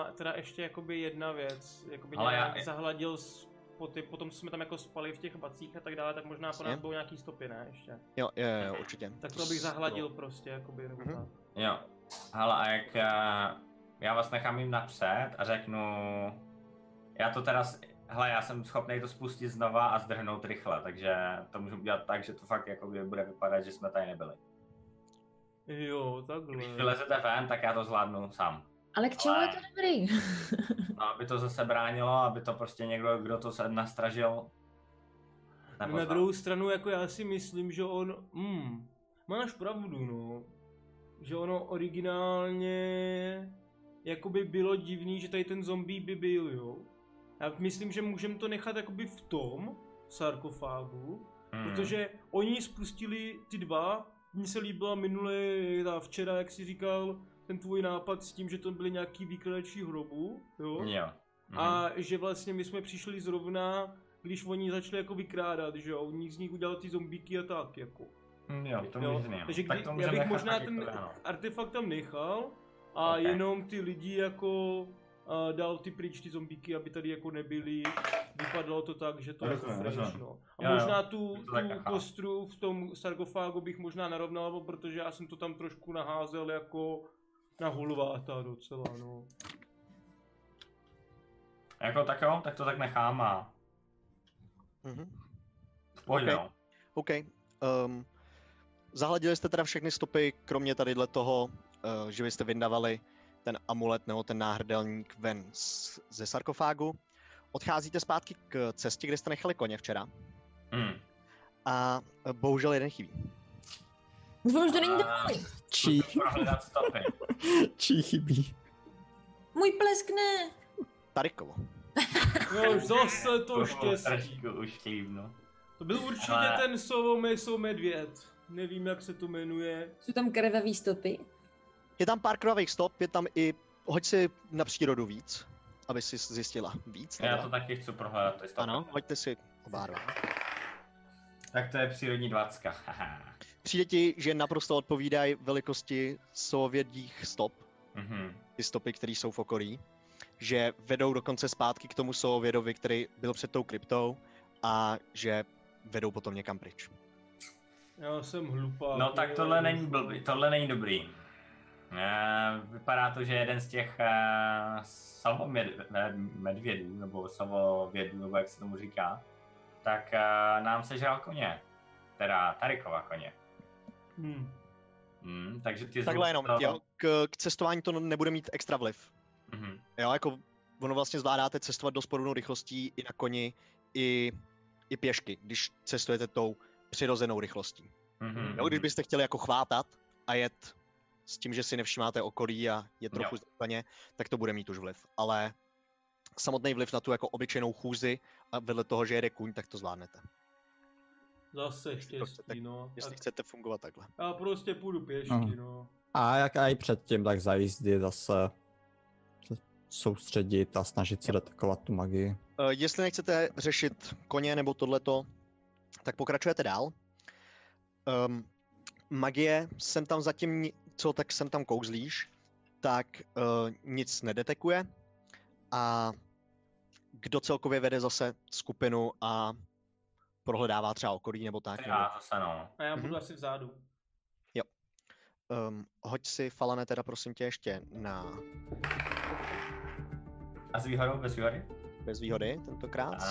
A: uh, teda ještě jakoby jedna věc, jakoby
F: Ale
A: nějak
F: já-
A: zahladil po ty, potom jsme tam jako spali v těch bacích a tak dále, tak možná po
D: Jasně.
A: nás budou nějaký stopy, ne, ještě.
D: Jo, jo, jo, jo určitě.
A: Tak to bych
D: s-
A: zahladil prostě, jakoby, nebo
D: Mhm.
A: tak.
F: Jo. Hele, a jak eh, já vás nechám jim napřed a řeknu... Já to teda... s- Hele, já jsem schopný to spustit znova a zdrhnout rychle, takže to můžu udělat tak, že to fakt jakoby bude vypadat, že jsme tady nebyli.
A: Jo, takhle.
F: Když vylezete ven, tak já to zvládnu sám.
G: Ale k čemu je to dobrý?
F: No, aby to zase bránilo, aby to prostě někdo, kdo to se nastražil,
A: Na
F: nepoznal.
A: druhou stranu, jako já si myslím, že on, hmm, máš pravdu, no. Že ono originálně, jakoby bylo divný, že tady ten zombie by byl, jo. Já myslím, že můžeme to nechat jakoby v tom sarkofágu,
F: Hmm.
A: protože oni spustili ty dva, mně se líbila minule, ta včera, jak si říkal, ten tvůj nápad s tím, že to byly nějaký výkladačí hrobu, jo.
F: Jo. Mhm.
A: A že vlastně my jsme přišli zrovna, když oni začali jako vykrádat, že jo, z nich udělal ty zombíky a tak, jako.
F: Mm, Jo, to
A: Jo,
F: můžeme.
A: Takže kdy,
F: tak to
A: já
F: můžeme
A: bych
F: nechat
A: možná
F: tak, jak
A: ten
F: to je, no.
A: artefakt tam nechal a
F: Ok.
A: jenom ty lidi jako uh, dal ty pryč ty zombíky, aby tady jako nebyli. Vypadalo to tak, že to je jako
F: Rozumím,
A: fresh,
F: rozumím.
A: no.
F: Jo,
A: A
F: jo,
A: možná tu,
F: to tak
A: tu
F: nechám.
A: kostru v tom sarkofágu bych možná narovnal, protože já jsem to tam trošku naházel jako na hulváta docela, no.
F: Jako tak jo, tak to tak nechám a
D: Mhm.
F: v pohodě,
D: Ok.
F: no.
D: OK. Um, zahladili jste teda všechny stopy, kromě tady toho, uh, že vy jste vyndavali ten amulet nebo ten náhrdelník ven z, ze sarkofágu. Odcházíte zpátky k cestě, kde jste nechali koně včera
F: Mm.
D: a eh, bohužel jeden chybí.
G: Doufám, že to není
F: A
G: to
C: Čí,
F: Prohledat stopy.
C: čí chybí.
G: můj plesk ne.
D: Tarikovo.
A: No zase to
F: Už
A: štěstí.
F: trošku už kývnu.
A: To byl určitě
F: Ale-
A: ten sovomeso medvěd. Nevím, jak se to jmenuje.
G: Jsou tam krvavý stopy.
D: Je tam pár krvavých stop, je tam i... Hoď si na přírodu víc, aby si zjistila víc.
F: Já
D: teda.
F: to taky chci prohledat, ty stopy.
D: Ano, hoďte si oba dva.
F: Tak to je přírodní dvacka. haha.
D: Přijde ti, že naprosto odpovídají velikosti sovědích stop,
F: Mhm.
D: ty stopy, které jsou v okolí, že vedou dokonce zpátky k tomu Sovědovi, který byl před tou kryptou a že vedou potom někam pryč.
A: Já jsem hlupá.
F: No tak tohle není blbý, tohle není dobrý. Eh, vypadá to, že jeden z těch uh, savomedvědů, nebo savovědů, nebo jak se tomu říká, tak eh, nám sežral koně. Teda Tarikova koně.
A: Hmm.
F: Mm, takže ty
D: Takhle
F: zlupy
D: jenom,
F: to-
D: jo, k, k cestování to nebude mít extra vliv.
F: Mhm.
D: Jo, jako ono vlastně zvládáte cestovat dost podobnou rychlostí i na koni, i, i pěšky, když cestujete tou přirozenou rychlostí.
F: Mhm.
D: Jo, když byste chtěli jako chvátat a jet s tím, že si nevšimáte okolí a je trochu zdaně, tak to bude mít už vliv. Ale samotný vliv na tu jako obyčejnou chůzi a vedle toho, že jede kůň, tak to zvládnete.
A: Zase
D: chcete-
A: štěstí, no.
D: Jestli
A: Tak
D: chcete fungovat takhle.
A: já prostě půjdu
C: Aha.
A: pěšky, no.
C: A jak i předtím, tak za jízdy zase se soustředit a snažit se detekovat tu magii.
D: Eh, Jestli nechcete řešit koně nebo tohleto, tak pokračujete dál. Um, magie, jsem tam zatím, ni- co tak jsem tam kouzlíš, tak uh, nic nedetekuje. A kdo celkově vede zase skupinu a prohledává třeba okolí nebo tak.
F: Tak
D: Nebo,
F: já zase no.
A: A já
D: Mhm.
A: budu asi vzadu.
D: um, hoď si, Falane, teda prosím tě ještě na
F: A s výhodou, bez výhody?
D: bez výhody tentokrát.
F: A,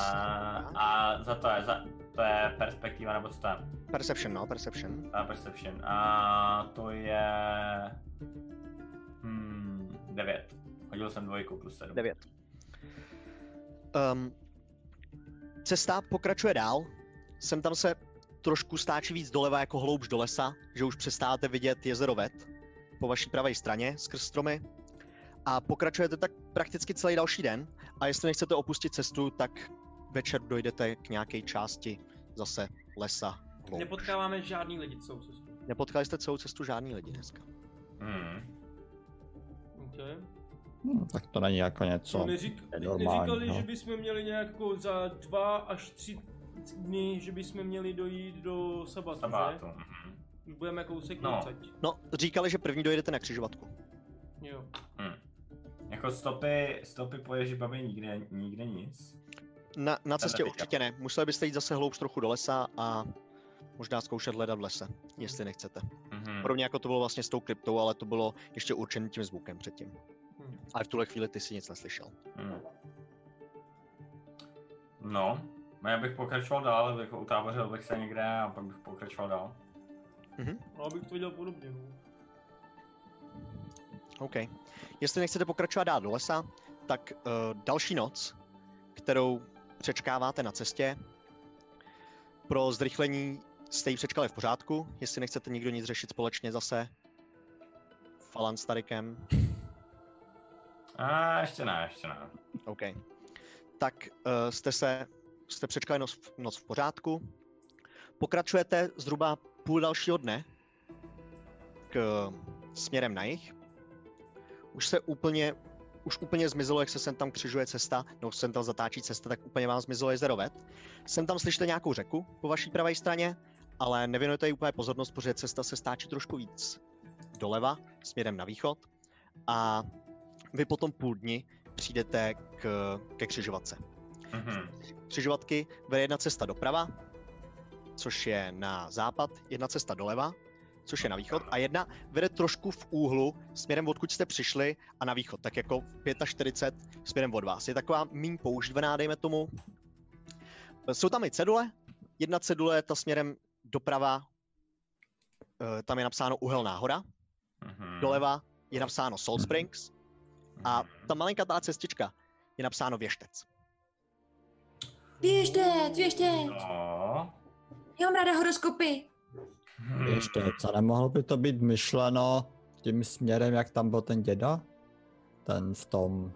F: Eh, a za to je, za, to je perspektiva, nebo co to je?
D: Perception, no, perception.
F: A perception. A to je... Hmm, 9. Hodil jsem dvojku plus 7.
D: Devět. Um, cesta pokračuje dál. Sem tam se trošku stáčí víc doleva, jako hloubš do lesa, že už přestáváte vidět jezero Vet, po vaší pravé straně skrz stromy a pokračujete tak prakticky celý další den a jestli nechcete opustit cestu, tak večer dojdete k nějaké části zase lesa. hloub.
A: Nepotkáváme žádný lidi, co cestu.
D: Nepotkali jste celou cestu žádný lidi dneska.
F: Hmm.
A: Okay.
C: Tak to není jako něco.
A: Neřík,
C: je normální,
A: neříkali,
C: no.
A: že bychom měli nějak jako za dva až tři dny, že bychom měli dojít do sabatu,
F: Sabátu.
A: sabatu.
F: mhm.
A: že? Budeme kousek
F: No.
A: no.
D: No, říkali, že první dojedete na křižovatku.
A: Jo.
F: Jako stopy, stopy po Ježibabě nikde, nikde nic.
D: Na, na cestě
F: teďka.
D: určitě ne. Museli byste jít zase hloubš trochu do lesa a možná zkoušet hledat v lese, jestli nechcete.
F: Mhm.
D: Podobně jako to bylo vlastně s tou kryptou, ale to bylo ještě určené tím zvukem předtím.
A: Hmm.
D: Ale v tuhle chvíli ty si nic neslyšel.
F: Hmm. No, no, já bych pokračoval dál, jako utábořil bych se někde a pak bych pokračoval dál.
A: No, abych to dělal podobně. No.
D: OK. Jestli nechcete pokračovat dál do lesa, tak uh, další noc, kterou přečkáváte na cestě, pro zrychlení jste ji přečkali v pořádku, jestli nechcete nikdo nic řešit společně zase, Falan s Tarikem,
F: A ještě ne, ještě ne.
D: OK. Tak uh, jste se, jste přečkali noc, v- noc v pořádku. Pokračujete zhruba půl dalšího dne k eh, směrem na jih. Už se úplně, už úplně zmizelo, jak se sem tam křižuje cesta, nebo sem tam zatáčí cesta, tak úplně vám zmizelo jezero Vet. Sem tam slyšíte nějakou řeku po vaší pravé straně, ale nevěnujete jí úplně pozornost, protože cesta se stáčí trošku víc doleva, směrem na východ. A vy potom půl dni přijdete k, ke křižovatce.
F: Mhm.
D: Křižovatky vede jedna cesta doprava, což je na západ, jedna cesta doleva, což je na východ, a jedna vede trošku v úhlu směrem, odkud jste přišli, a na východ, tak jako v 45 směrem od vás. Je taková méně používaná, dejme tomu. Jsou tam i cedule. Jedna cedule je ta směrem doprava, eh, tam je napsáno Uhelná hora,
F: Mhm.
D: doleva je napsáno Salt Springs, a
F: Mhm.
D: ta malinká ta cestička je napsáno Věštec.
G: Běžte, běžte,
F: No.
G: já mám ráda horoskopy.
F: Hmm.
C: Ještě, co nemohlo by to být myšleno tím směrem, jak tam byl ten děda? Ten v tom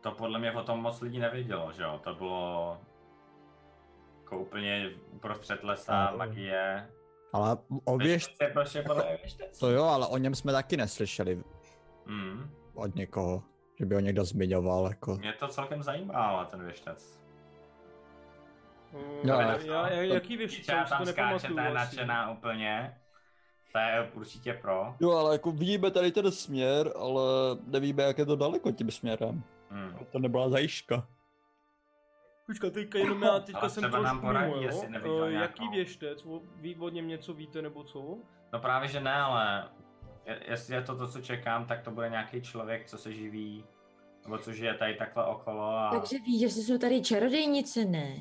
F: To podle mě o tom moc lidí nevědělo, že jo? To bylo jako úplně uprostřed lesa,
C: No.
F: magie.
C: Ale o věž...
F: Věštec je prostě podle mě
C: To jo, ale o něm jsme taky neslyšeli
F: Mm.
C: od někoho, že by ho někdo zmiňoval, jako.
F: Mě to celkem zajímá, ale ten věštec.
A: Uh,
C: No,
A: já,
F: ale-
A: já, jaký věš,
F: Když já
A: co
F: tam
A: už to
F: skáče,
A: nepamatuju. vlastně?
F: ta je
A: asi.
F: nadšená úplně. Ta je určitě pro.
C: Jo, ale jako vidíme tady ten směr, ale nevíme, jak je to daleko tím směrem.
F: Mm.
C: To nebyla zajíška.
A: Počkat, teďka jenom já teďka
F: Ale
A: jsem
F: třeba
A: trošku
F: nám poradí,
A: mimo, jo?
F: jestli neviděl
A: Eh,
F: nějakou.
A: Jaký věštec? O- Ví o něm něco víte nebo co?
F: No právě, že ne, ale je- jestli je to to, co čekám, tak to bude nějaký člověk, co se živí, nebo co žije tady takhle okolo a,
G: Takže ví, jestli jsou tady čarodějnice, ne?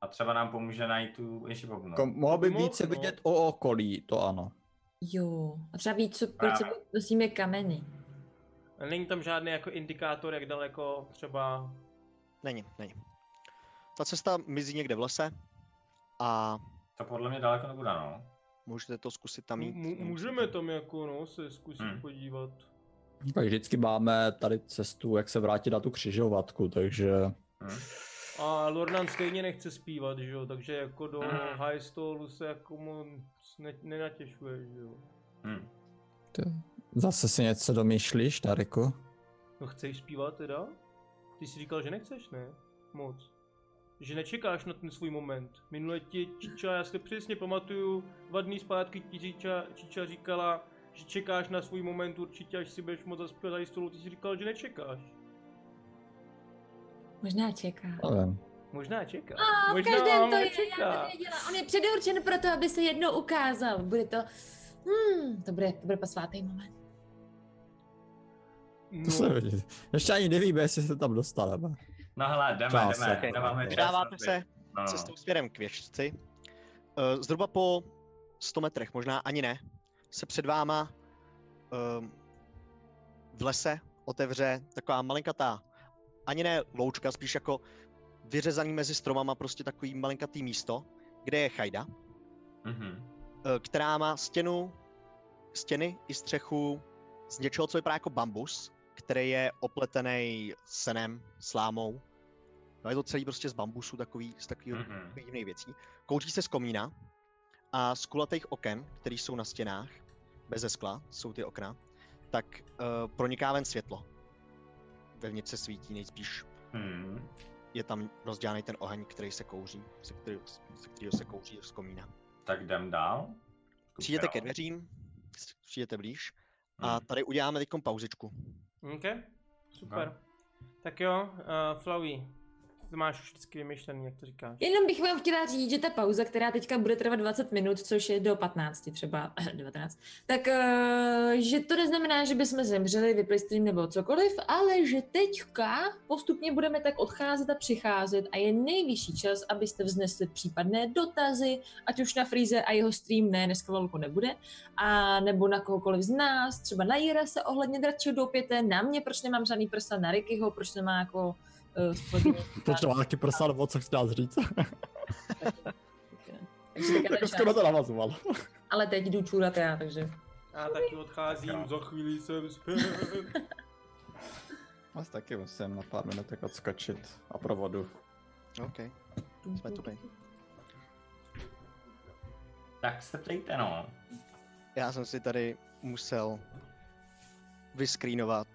F: a třeba nám pomůže najít tu Ježibobnu.
C: Jako, mohl by
A: Mohl,
C: více
A: no.
C: vidět o okolí, to ano.
G: Jo, a třeba ví, co, proč
F: Právě.
G: sebou nosíme kameny.
A: Není tam žádný jako indikátor, jak daleko třeba...
D: Není, není. Ta cesta mizí někde v lese a
F: To podle mě daleko nebude, no.
D: můžete to zkusit tam jít.
A: M- můžeme tam jako no, se zkusit
F: Hmm.
A: podívat.
C: Tak vždycky máme tady cestu, jak se vrátit na tu křižovatku, takže...
F: Hm?
A: A Lornan stejně nechce zpívat, že jo, takže jako do
F: Hmm.
A: High Stolu se jako moc ne- nenatěšuje, že jo.
F: Hm.
C: Zase si něco domýšlíš, Tariku?
A: No chceš zpívat teda? Ty jsi říkal, že nechceš, ne? Moc. Že nečekáš na ten svůj moment. Minule ti Čiča, já si to přesně pamatuju, dva dny zpátky ti Čiča, Čiča říkala, že čekáš na svůj moment určitě, až si budeš moc zaspívat tady stolu, ty jsi říkal, že nečekáš.
G: Možná čeká.
C: Nevím.
A: Možná čeká.
G: A v
A: Možná
G: každém to
A: ale
G: je, já to věděla. On je předurčen pro to, aby se jednou ukázal. Bude to, hmm, to bude, to bude posvátný moment.
A: No,
C: To se vidí. Ještě ani nevíme, jestli se tam dostaneme.
F: No hele, jdeme,
C: Čas,
F: jdeme,
C: ok.
F: okay. dáváme čas.
D: Vydáváte
F: aby-
D: se
F: no,
D: cestou směrem k věžci. Eh, Zhruba po 100 metrech, možná ani ne, se před váma ehm, v lese otevře taková malinkatá, ani ne loučka, spíš jako vyřezaný mezi stromama prostě takový malinkatý místo, kde je chajda.
F: Mhm.
D: eh, která má stěnu stěny i střechu z něčeho, co vypadá jako bambus, který je opletený senem, slámou. No je to celý prostě z bambusu, takový, z takového
F: Mhm.
D: divných věcí. Kouří se z komína a z kulatých oken, které jsou na stěnách, bez skla jsou ty okna, tak uh, proniká ven světlo. Vevnitř se svítí nejspíš.
F: Hmm.
D: Je tam rozdělaný ten oheň, který se kouří, se kterého, se kterého se kouří z komína.
F: Tak jdem dál.
D: Přijdete ke
F: Koukám.
D: dveřím, s- přijdete blíž a
F: Hmm.
D: tady uděláme teď pauzičku.
A: OK, super.
F: No.
A: Tak jo, uh, Flowey, ty máš už vždycky vymyšlený, jak to říkáš.
G: Jenom bych vám chtěla říct, že ta pauza, která teďka bude trvat 20 minut, což je do 15 třeba, 19, tak eh, že to neznamená, že bychom zemřeli, vypli stream nebo cokoliv, ale že teďka postupně budeme tak odcházet a přicházet a je nejvyšší čas, abyste vznesli případné dotazy, ať už na Freeze a jeho stream, ne, dneska velko nebude, a nebo na kohokoliv z nás, třeba na Jira se ohledně dračího doupěte, na mě, proč nemám žádný prsa, na Rickyho, proč nemá jako eh, spodní.
C: Proč to má taky prsa, nebo co chci dát říct?
G: Takže teďka
C: tak
G: ten
C: skoro
G: čas.
C: to navazoval.
G: Ale teď jdu čůrat já, takže.
A: Já taky odcházím,
F: Tak jo.
A: za chvíli jsem zpět.
C: Vás taky musím na pár minutek odskočit a provodu.
D: OK, jsme tu my.
F: Tak se ptejte, no.
D: Já jsem si tady musel vyskrýnovat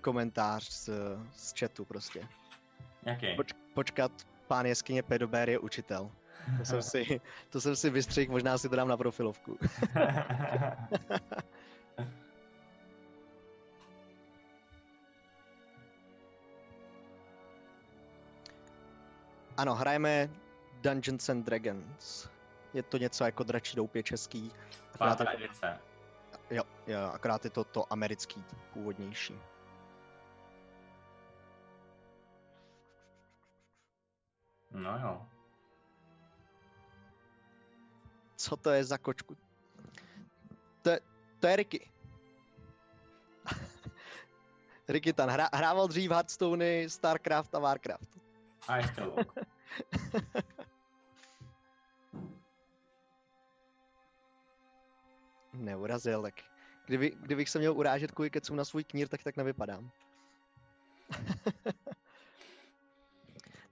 D: komentář z, z chatu prostě.
F: Jaký?
D: Poč, počkat, pán jeskyně Pedobér je učitel. To jsem si, to jsem si vystřihl, možná si to dám na profilovku. Ano, hrajeme Dungeons and Dragons. Je to něco jako dračí doupě český. Akorát
F: Pátá
D: je,
F: edice.
D: jo, jo, akorát je to to americký, původnější.
F: No jo.
D: Co to je za kočku? To, je- to je Ricky. Ricky Tan hra, hrával dřív Hearthstone, Starcraft a Warcraft.
F: A ještě luk.
D: Neurazil, tak kdyby, kdybych se měl urážet kvůli kecům na svůj knír, tak tak nevypadám.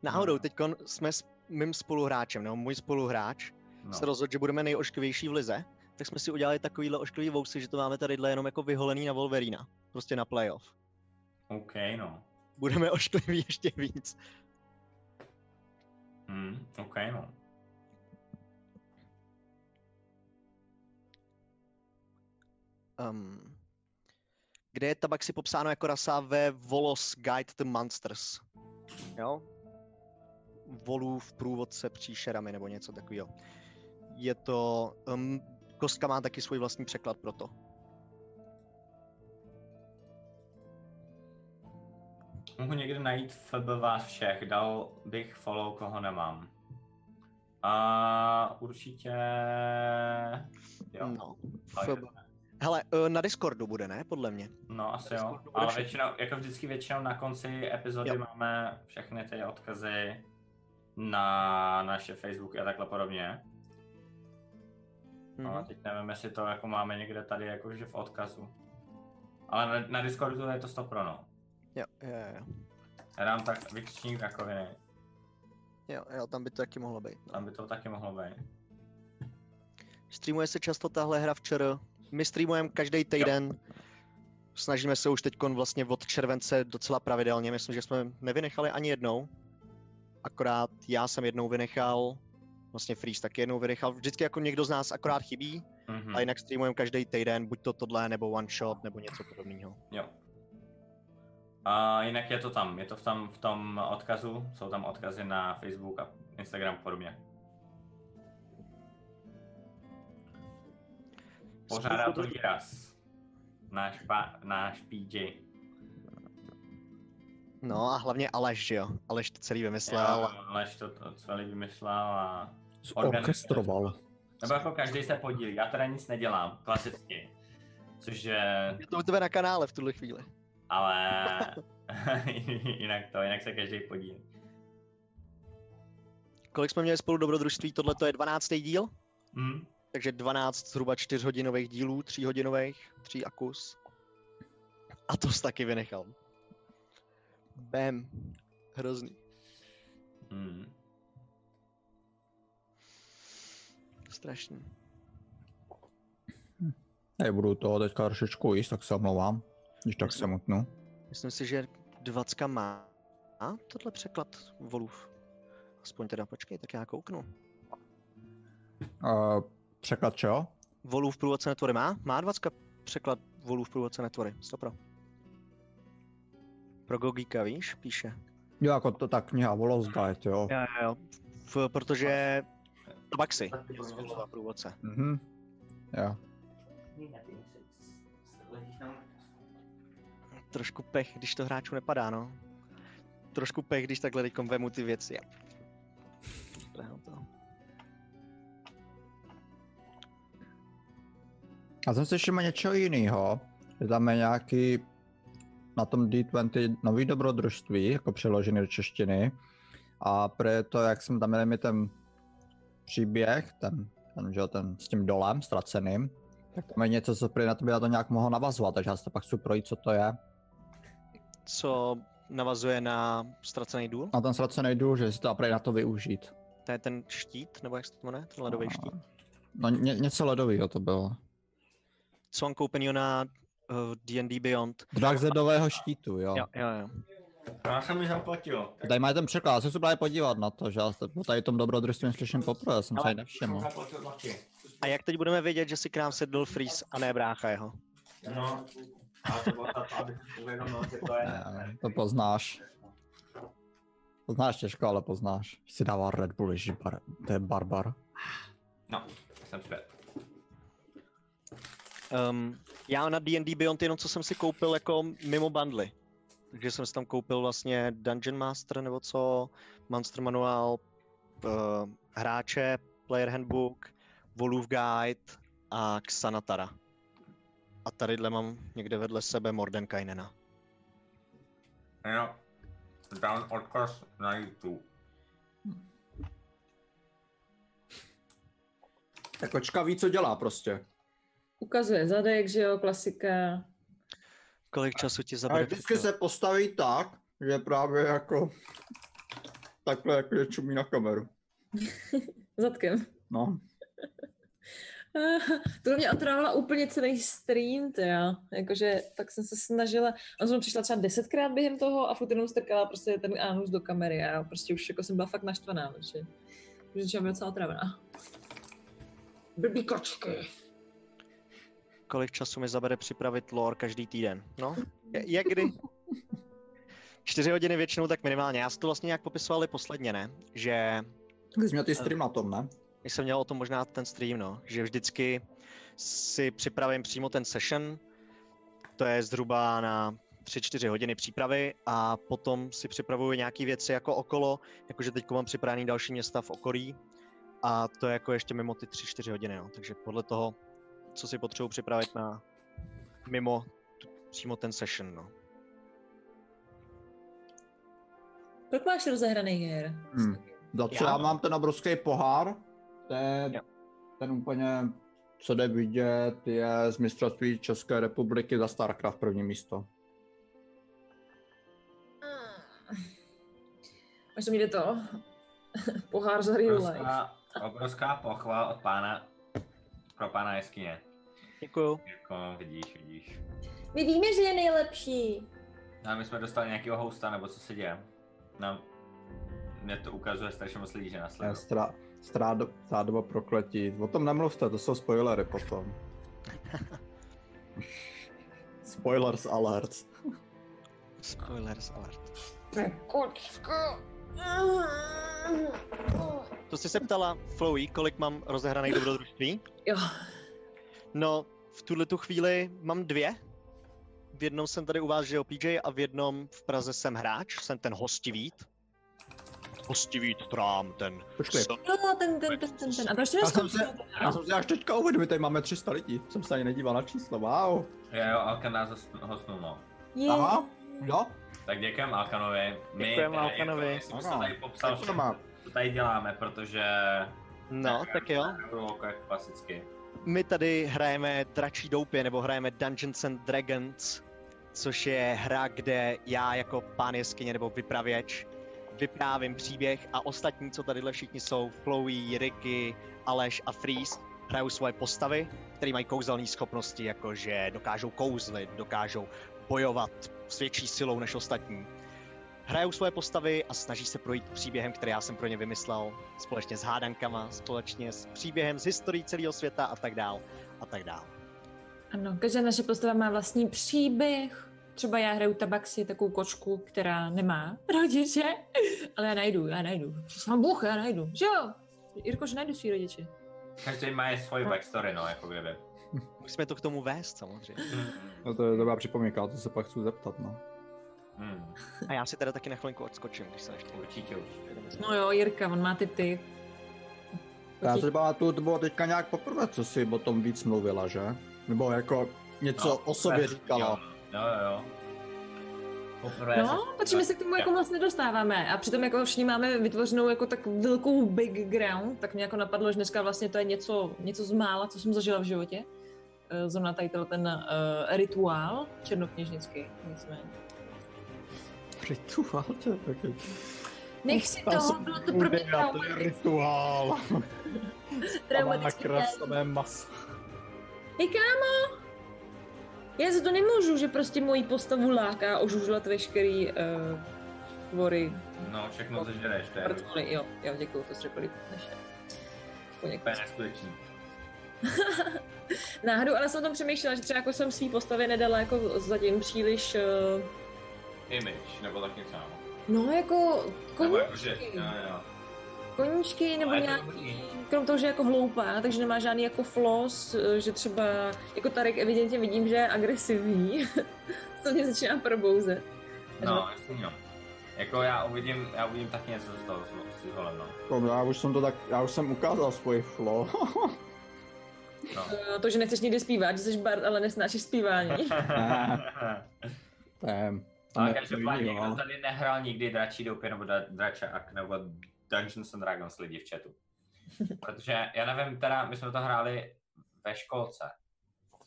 D: Náhodou, teď jsme s mým spoluhráčem, nebo můj spoluhráč,
F: No.
D: se rozhodl, že budeme nejošklivější v lize, tak jsme si udělali takovýhle ošklivý vousy, že to máme tadyhle jenom jako vyholený na Wolverina, prostě na playoff.
F: OK, no.
D: Budeme oškliví ještě víc.
F: Hmm, OK, no.
D: Um, kde je tabaxi popsáno jako rasa ve Volos Guide the Monsters. Jo? Volů v průvodce příšerami nebo něco takového. Je to... Um, kostka má taky svůj vlastní překlad pro to.
F: Mohu někde najít FB vás všech, dal bych follow, koho nemám. A určitě... Jo. No,
D: No.
F: ale-
D: FB. Hele, eh, na Discordu bude, ne? Podle mě.
F: no asi jo.
D: Discordu bude
F: Ale
D: všechno.
F: většinou, jako vždycky většinou na konci epizody
D: Jo.
F: máme všechny ty odkazy na naše Facebooky a takhle podobně. No a
D: Mhm.
F: teď nevím, jestli to jako máme někde tady jakože v odkazu. Ale na, na Discordu je to 100 pro no.
D: Jo, jo, jo,
F: Já dám tak vykřičník rakoviny,
D: jo, jo, tam by to taky mohlo být. No.
F: tam by to taky mohlo být.
D: Streamuje se často tahle hra v ČR. My streamujeme každý týden. Snažíme se už teď vlastně od července docela pravidelně. Myslím, že jsme nevynechali ani jednou. Akorát já jsem jednou vynechal, vlastně Freeze taky jednou vynechal. Vždycky jako někdo z nás akorát chybí,
F: Mhm.
D: a jinak streamujeme každý týden, buď to tohle, nebo one shot, nebo něco podobného.
F: Jo. A jinak je to tam, je to v tam v tom odkazu, jsou tam odkazy na Facebook a Instagram a podobně. Pořádá to výraz. Náš, pa, náš PJ.
D: No a hlavně Aleš, že jo? Aleš to celý vymyslel. a-
F: Lež to, to celý vymyslel a...
C: Orkestroval.
F: Nebo jako každý se podílí, já teda nic nedělám, klasicky. Což je,
D: Je to u tebe na kanále v tuhle chvíli.
F: ale jinak to, jinak se každý podílí.
D: Kolik jsme měli spolu dobrodružství? Tohle to je 12. díl?
F: Hm?
D: Takže 12 zhruba 4 hodinových dílů, 3 hodinových, 3 a kus. A to jsi taky vynechal. Bam. Hrozný.
F: Hmm.
D: Strašný.
C: Nebudu to teďka trošičku jíst, tak se omlouvám. Když tak se mutnu.
D: Myslím si, že 20 má a tohle překlad volův. Aspoň teda počkej, tak já kouknu.
C: Uh, překlad čeho?
D: Volův průvodce netvory má? Má 20 překlad volův průvodce netvory. Stopro. Pro Gogíka, víš, píše.
C: Jo, jako to ta kniha Volozda je to, jo.
D: Jo, jo, jo. V, protože... Tabaxi. Volův průvodce.
C: Mhm. Jo.
D: Trošku pech, když to hráčů nepadá, no. Trošku pech, když takhle teďkom vemu ty věci. a- Prhnu to.
C: A jsem slyšel něco jiného. Je tam nějaký na tom D20 nový dobrodružství, jako přeložený do češtiny. A pro to, jak jsme tam měli my ten příběh, ten, ten, že, jo, ten s tím dolem ztraceným, tak tam je něco, co prý na to by na to nějak mohlo navazovat, takže já se to pak chci projít, co to je.
D: Co navazuje na ztracený důl?
C: Na ten ztracený důl, že si to a prý na to využít.
D: To je ten štít, nebo jak se to jmenuje? Ten ledový štít.
C: No ně, něco ledového to bylo.
D: Co mám koupenýho na eh, D&D Beyond.
C: Drakzedového štítu, jo.
D: Jo, jo, jo.
F: Já jsem mi zaplatil.
C: Tady má ten překlad, já jsem se právě podívat na to, že já se po tady tom dobrodružství slyším poprvé, já jsem se
D: Ale-
C: tady nevšiml.
F: zaplatil taky.
D: A jak teď budeme vědět, že si k nám sedl Freeze a ne brácha jeho?
F: No. A to bylo tak, abych si uvědomil, že to je.
C: Ne, to poznáš. Poznáš těžko, ale poznáš. Si dává Red Bull, ježi, bar, to je barbar.
F: No, jsem zpět.
D: Um, já na D&D Beyond jenom co jsem si koupil jako mimo bundly. Takže jsem si tam koupil vlastně Dungeon Master nebo co, Monster Manual, uh, hráče, Player Handbook, Volův Guide a Xanatara. A tadyhle mám někde vedle sebe Mordenkainena.
F: Jo. Dám odkaz na YouTube.
C: Ta kočka ví, co dělá prostě.
G: Ukazuje zadek, že jo, klasika.
D: Kolik času ti
C: Ale
D: zabere?
C: vždycky
D: překlad?
C: se postaví tak, že právě jako takhle jako že čumí na kameru.
G: Zadkem.
C: No.
G: to mě otrávila úplně celý stream, to já. Jakože tak jsem se snažila, on jsem přišla třeba desetkrát během toho a furt jenom strkala prostě ten anus do kamery. Já prostě už jako jsem byla fakt naštvaná, protože protože jsem byla docela otrávená. Blbý kočky.
D: Kolik času mi zabere připravit lore každý týden? No, je- jak kdy? Čtyři hodiny většinou tak minimálně. Já jsem to vlastně nějak popisovali posledně, ne? Že
C: Ty jsi měl ty stream na tom, ne?
D: když jsem měl o tom možná ten stream, no, že vždycky si připravím přímo ten session, to je zhruba na 3-4 hodiny přípravy a potom si připravuju nějaké věci jako okolo, jakože teď mám připravený další města v okolí a to je jako ještě mimo ty 3-4 hodiny, no. takže podle toho, co si potřebuji připravit na mimo t- přímo ten session, no.
G: Kolik máš rozehraných her?
C: Hmm. Za co já
D: Já?
C: mám ten obrovský pohár, to je
D: Jo.
C: ten úplně, co jde vidět, je z mistrovství České republiky za Starcraft první místo.
G: Až to mi jde to. Pohár za real life.
F: Obrovská, obrovská pochvala od pána, pro pána jeskyně.
D: Děkuju.
F: Jako vidíš, vidíš.
G: My víme, že je nejlepší.
F: A my jsme dostali nějakého hosta, nebo co se děje. Nám, mě to ukazuje strašně moc lidí, že
C: Ne,
F: nasledují.
C: Strá, strádo, strádoba prokletí. O tom nemluvte, to jsou spoilery potom. Spoilers alert.
D: Spoilers alert. To jsi se ptala, Flowey, kolik mám rozehraných dobrodružství?
G: Jo.
D: No, v tuhle tu chvíli mám dvě. V jednom jsem tady u vás, že jo, PJ, a v jednom v Praze jsem hráč, jsem ten hostivít. Hostivít trám, ten...
C: Počkej,
D: Jsem-
G: No, ten, ten, ten, ten, ten. A proč to
C: Já jsem
G: neskončilo?
C: já jsem si až teďka uvědomil, tady máme 300 lidí. Jsem se ani nedíval na číslo, wow.
F: Jo, jo, Alkan nás hostnul, hostnul, no.
G: Je.
C: Aha, jo.
F: Tak děkujeme Alkanovi. My
D: Děkujeme
F: tady,
D: Alkanovi.
F: Jako, jsem
C: Ano.
F: tady popsal,
C: Tak to má.
F: všechno, co tady děláme, protože
D: No, tak jo.
F: Bylo jak klasicky.
D: My tady hrajeme Dračí doupě, nebo hrajeme Dungeons and Dragons, což je hra, kde já jako pán jeskyně nebo vypravěč vyprávím příběh a ostatní, co tadyhle všichni jsou, Flowey, Ricky, Aleš a Freeze, hrajou svoje postavy, které mají kouzelné schopnosti, jako že dokážou kouzlit, dokážou bojovat s větší silou než ostatní. Hrajou svoje postavy a snaží se projít příběhem, který já jsem pro ně vymyslel, společně s hádankama, společně s příběhem z historií celého světa a tak dál a tak dál.
G: Ano, každá naše postava má vlastní příběh. Třeba já hraju tabaxi, takovou kočku, která nemá rodiče, ale já najdu, já najdu. Jsem Bůh, já najdu. Že jo? Jirko, že najdu svý rodiče.
F: Každý má svoji backstory, no, jako kdyby.
D: Musíme to k tomu vést samozřejmě.
H: No to je dobrá připomínka, to se pak chci zeptat, no.
F: Hmm,
D: A já si teda taky na chvilinku odskočím, když se ještě
F: určitě, určitě.
G: No jo, Jirka, on má ty ty.
H: Já se pamatuju, to bylo teďka nějak poprvé, co si o tom víc mluvila, že? Nebo jako něco
F: No,
H: o sobě
F: to je-
H: říkala.
F: Jo, jo, jo. Poprvé
G: No, protože my se k tomu jako moc nedostáváme a přitom jako všichni máme vytvořenou jako tak velkou background, tak mě jako napadlo, že dneska vlastně to je něco, něco z mála, co jsem zažila v životě. Eh, Zrovna tady tenhle ten uh, rituál černokněžnický, nicméně.
C: Rituál, to je taky.
G: Nech si toho, bylo to pro mě
H: Já, to je
G: traumatické-
H: rituál. Na
G: traumatické.
H: krev samé maso.
G: Hej kámo, já za to nemůžu, že prostě moji postavu láká ožužlat veškerý uh, tvory.
F: No, všechno zežereš, to je
G: Portfoly, jo, jo, děkuju, to jste řekli než
F: úplně neskutečný.
G: Náhodou, ale jsem o tom přemýšlela, že třeba jako jsem svý postavě nedala jako zatím příliš, eh,
F: Image, nebo tak něco, no.
G: no jako
F: Nebo jakože,
G: koníčky,
F: jo, jo.
G: koníčky nebo
F: No, je to
G: nějaký,
F: dobrý.
G: krom toho, že je jako hloupá, takže nemá žádný jako flos, eh, že třeba, jako Tarek evidentně vidím, že je agresivní, to mě začíná probouzet.
F: No, jasný, no. Jako já uvidím, já uvidím taky něco z toho, s tím holem, no.
H: Kom, Já už jsem to tak, já už jsem ukázal svoji flow.
F: No.
G: Eh, To, že nechceš nikdy zpívat, že jsi bard, ale nesnášíš zpívání.
H: Damn.
F: Ale
H: Ne,
F: každopádně,
H: jo, ale-
F: kdo tady nehrál nikdy dračí doupě nebo dra, dračák nebo Dungeons and Dragons lidi v chatu. Protože já nevím, teda my jsme to hráli ve školce,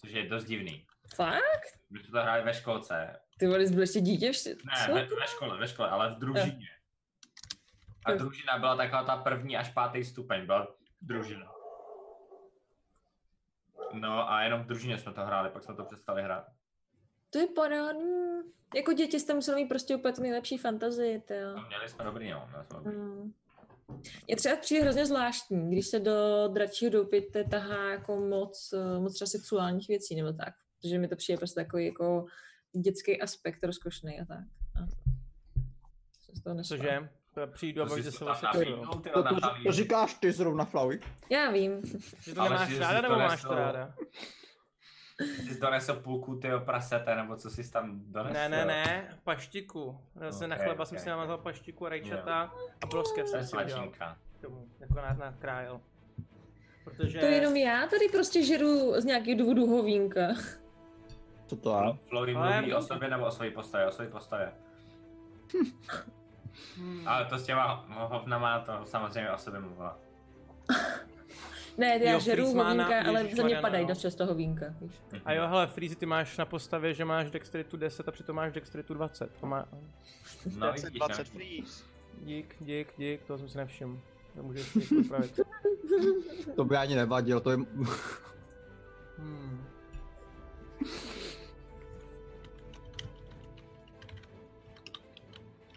F: což je dost divný.
G: Fakt?
F: My jsme to hráli ve školce,
G: Ty vole, jsi byl ještě dítě? Ještě?
F: ne, ve, ve škole, ve škole, ale v družině. A
G: Jo.
F: družina byla taková ta první až pátý stupeň, byla družina. No a jenom v družině jsme to hráli, pak jsme to přestali hrát.
G: To je parádní. Jako děti jste museli mít prostě úplně tu nejlepší fantazii, to jo.
F: No, měli jsme dobrý, jo. Měli jsme dobrý.
G: Mm. Je třeba přijde hrozně zvláštní, když se do dračího doupěte tahá jako moc, eh, moc třeba sexuálních věcí nebo tak. Protože mi to přijde prostě takový jako dětský aspekt rozkošný a tak. A jsem z toho nesla.
A: Cože? To Přijdu a
F: To
A: bojí,
F: si
A: že
F: to
A: se
F: tam no.
A: vlastně
F: navídnou, ty jo,
H: To, to,
F: navídnou.
H: to říkáš ty zrovna, Flavi.
G: Já vím.
A: Že to
F: Ale
A: nemáš
F: si
A: ráda
F: to
A: nebo máš
F: nesou.
A: to ráda?
F: Jsi donesl půlku tyho prasete, nebo co jsi tam donesl?
A: Ne, ne, ne, paštiku. Zase na
F: Ok,
A: chleba jsem
F: ok.
A: si namazal paštiku a rajčata a provské
F: To
A: jsem
F: je
A: si udělal
F: svačinka.
A: k tomu, jako na, na krájel. Protože...
G: To jenom já tady prostě žeru z nějakých důvodů hovínka.
H: Co to je?
F: Flory
A: Ale-
F: mluví o sobě nebo o své postavě, o své postavě.
A: Hmm.
F: Ale to s těma hovnama to samozřejmě o sobě mluvila.
G: Ne, já
A: Jo,
G: žeru
A: Fritz má
G: hovínka,
A: na-
G: ale
A: Ježiš,
G: za mě
A: Mariana,
G: padají
A: no.
G: dost často hovínka. Víš.
A: A jo, hele, Freezy, ty máš na postavě, že máš dexteritu 10 a přitom máš dexteritu 20. To má...
F: No,
D: 20,
F: vidíš,
D: 20
F: no.
D: freeze.
A: Dík, dík, dík, to jsem si nevšiml. To můžeš ještě upravit.
H: To by ani nevadilo, to je...
A: Hmm.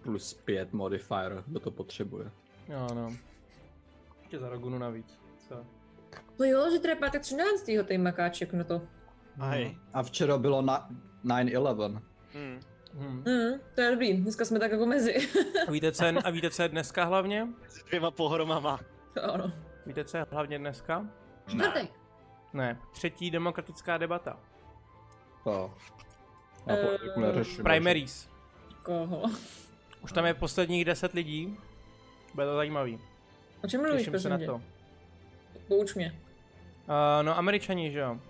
H: Plus 5 modifier, kdo to potřebuje.
A: Jo, no. Ještě za Rogunu navíc. Co? Hmm.
G: No jo, že teda pátek 13. ten makáček na to.
D: Hej.
H: A včera bylo na 9-11.
D: Hmm.
A: Hmm.
G: Mm, to je dobrý, dneska jsme tak jako mezi.
A: A víte, co je, a víte, co je dneska hlavně?
D: Mezi dvěma pohromama.
G: ano.
A: Víte, co je hlavně dneska?
G: Čtvrtek.
A: Ne, třetí demokratická debata.
H: To. Já to jako neřeším.
A: Primaries.
G: Koho?
A: Už tam je posledních 10 lidí. Bude to zajímavý.
G: O čem mluvíš,
A: Těším se na
G: prosím
A: to.
G: tě? Pouč mě.
A: Uh, no, američani, že jo?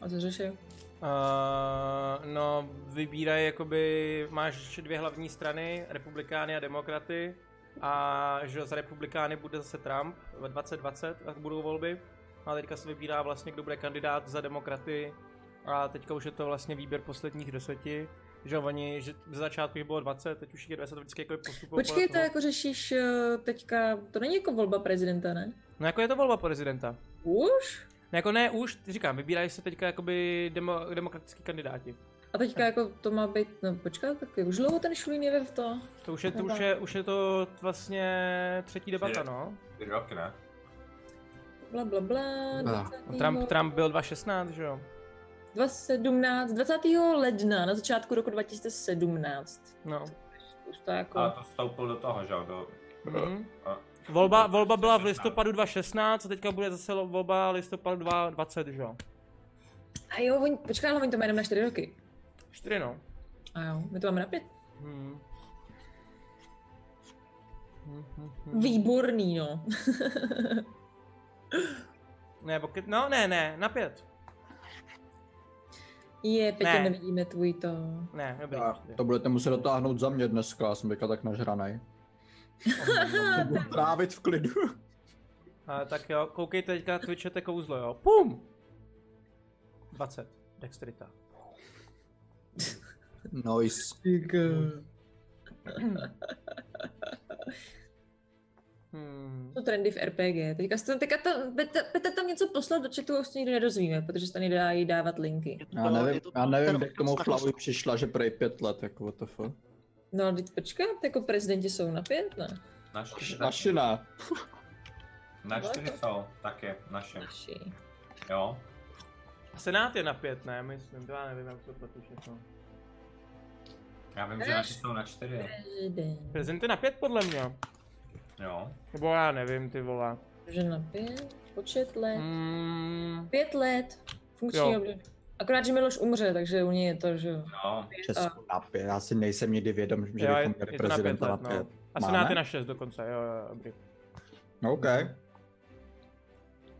G: A co řešil?
A: Uh, no, vybírají jakoby, máš dvě hlavní strany, republikány a demokraty. a že za republikány bude zase Trump ve 2020, tak budou volby. A teďka se vybírá vlastně, kdo bude kandidát za demokraty a teďka už je to vlastně výběr posledních deseti. Že oni, že ze začátku jich bylo 20, teď už jich je 20, to vždycky jako postupovalo.
G: Počkej, to jako řešíš eh, teďka, to není jako volba prezidenta, ne?
A: No jako je to volba prezidenta.
G: Už?
A: No jako ne už, t- říkám, vybírají se teďka jakoby demo, demokratický kandidáti.
G: A teďka jako to má být, no počkat, tak už dlouho ten šulín je v to.
A: To už je, to už je, už je to vlastně třetí debata, no.
F: Tři roky, ne?
G: Bla, bla, bla,
H: Bla.
G: 20.
A: Trump, Trump byl 2016, že jo?
G: 2017, 20. ledna, na začátku roku 2017.
A: No.
G: Už to jako...
F: Ale to vstoupil do toho, že jo? Do...
A: Mhm.
F: A-
A: Volba, volba byla v listopadu 2016 a teďka bude zase lo- volba listopadu 2020, že jo?
G: A jo, oni, počkej, ale oni to mají jenom na 4 roky.
A: Čtyři no.
G: A jo, my to máme na 5.
A: Hmm. Mhm.
G: Výborný, no.
A: Ne, pokud, no ne, ne, na pět.
G: Je, Petě,
A: Ne. No,
G: nevidíme tvůj to.
A: Ne, dobrý.
H: Já,
A: čtyři.
H: to budete muset dotáhnout za mě dneska, já jsem teďka tak nažranej. To budu trávit v klidu.
A: A, tak jo, koukejte teďka, twitchete kouzlo, jo. Pum! 20. Dexterita.
H: Noise.
A: Hmm.
G: To trendy v RPG. Teďka, jste, teďka to, Petr, Petr tam něco poslal do chatu a už to nikdo nedozvíme, protože se tam nedá jí dávat linky.
H: Já nevím,
D: je to
H: já
D: ten
H: nevím, jak tomu
D: odkaz na
H: chlapu přišla, že prej pět let, jako what the fuck.
G: No a teď počkat, jako prezidenti jsou na pět, No, ne?
F: Na čtyři, na,
H: Naši ne.
F: na čtyři jsou taky naši,
G: Naši.
F: jo.
A: Senát je na pět, ne, myslím, to já nevím, jak to platí všechno.
F: Já vím, že naši jsou na čtyři,
G: Prezident.
A: Prezident je na pět podle mě.
F: jo.
A: Nebo já nevím, ty vole.
G: Takže na pět, počet let.
A: Hmm.
G: Pět let, funkční
A: Jo.
G: období. Akorát, že Miloš umře, takže u něj je to, že jo.
F: No,
H: Česku na pět, já si nejsem nikdy vědom, že
A: Jo, Eh. je,
H: bychom měli
A: je to na pět
H: prezidenta
A: let,
H: na pět.
A: no. A
H: Máme?
A: Senát je na šest dokonce, jo, jo, dobrý.
H: No, OK.
A: Mhm.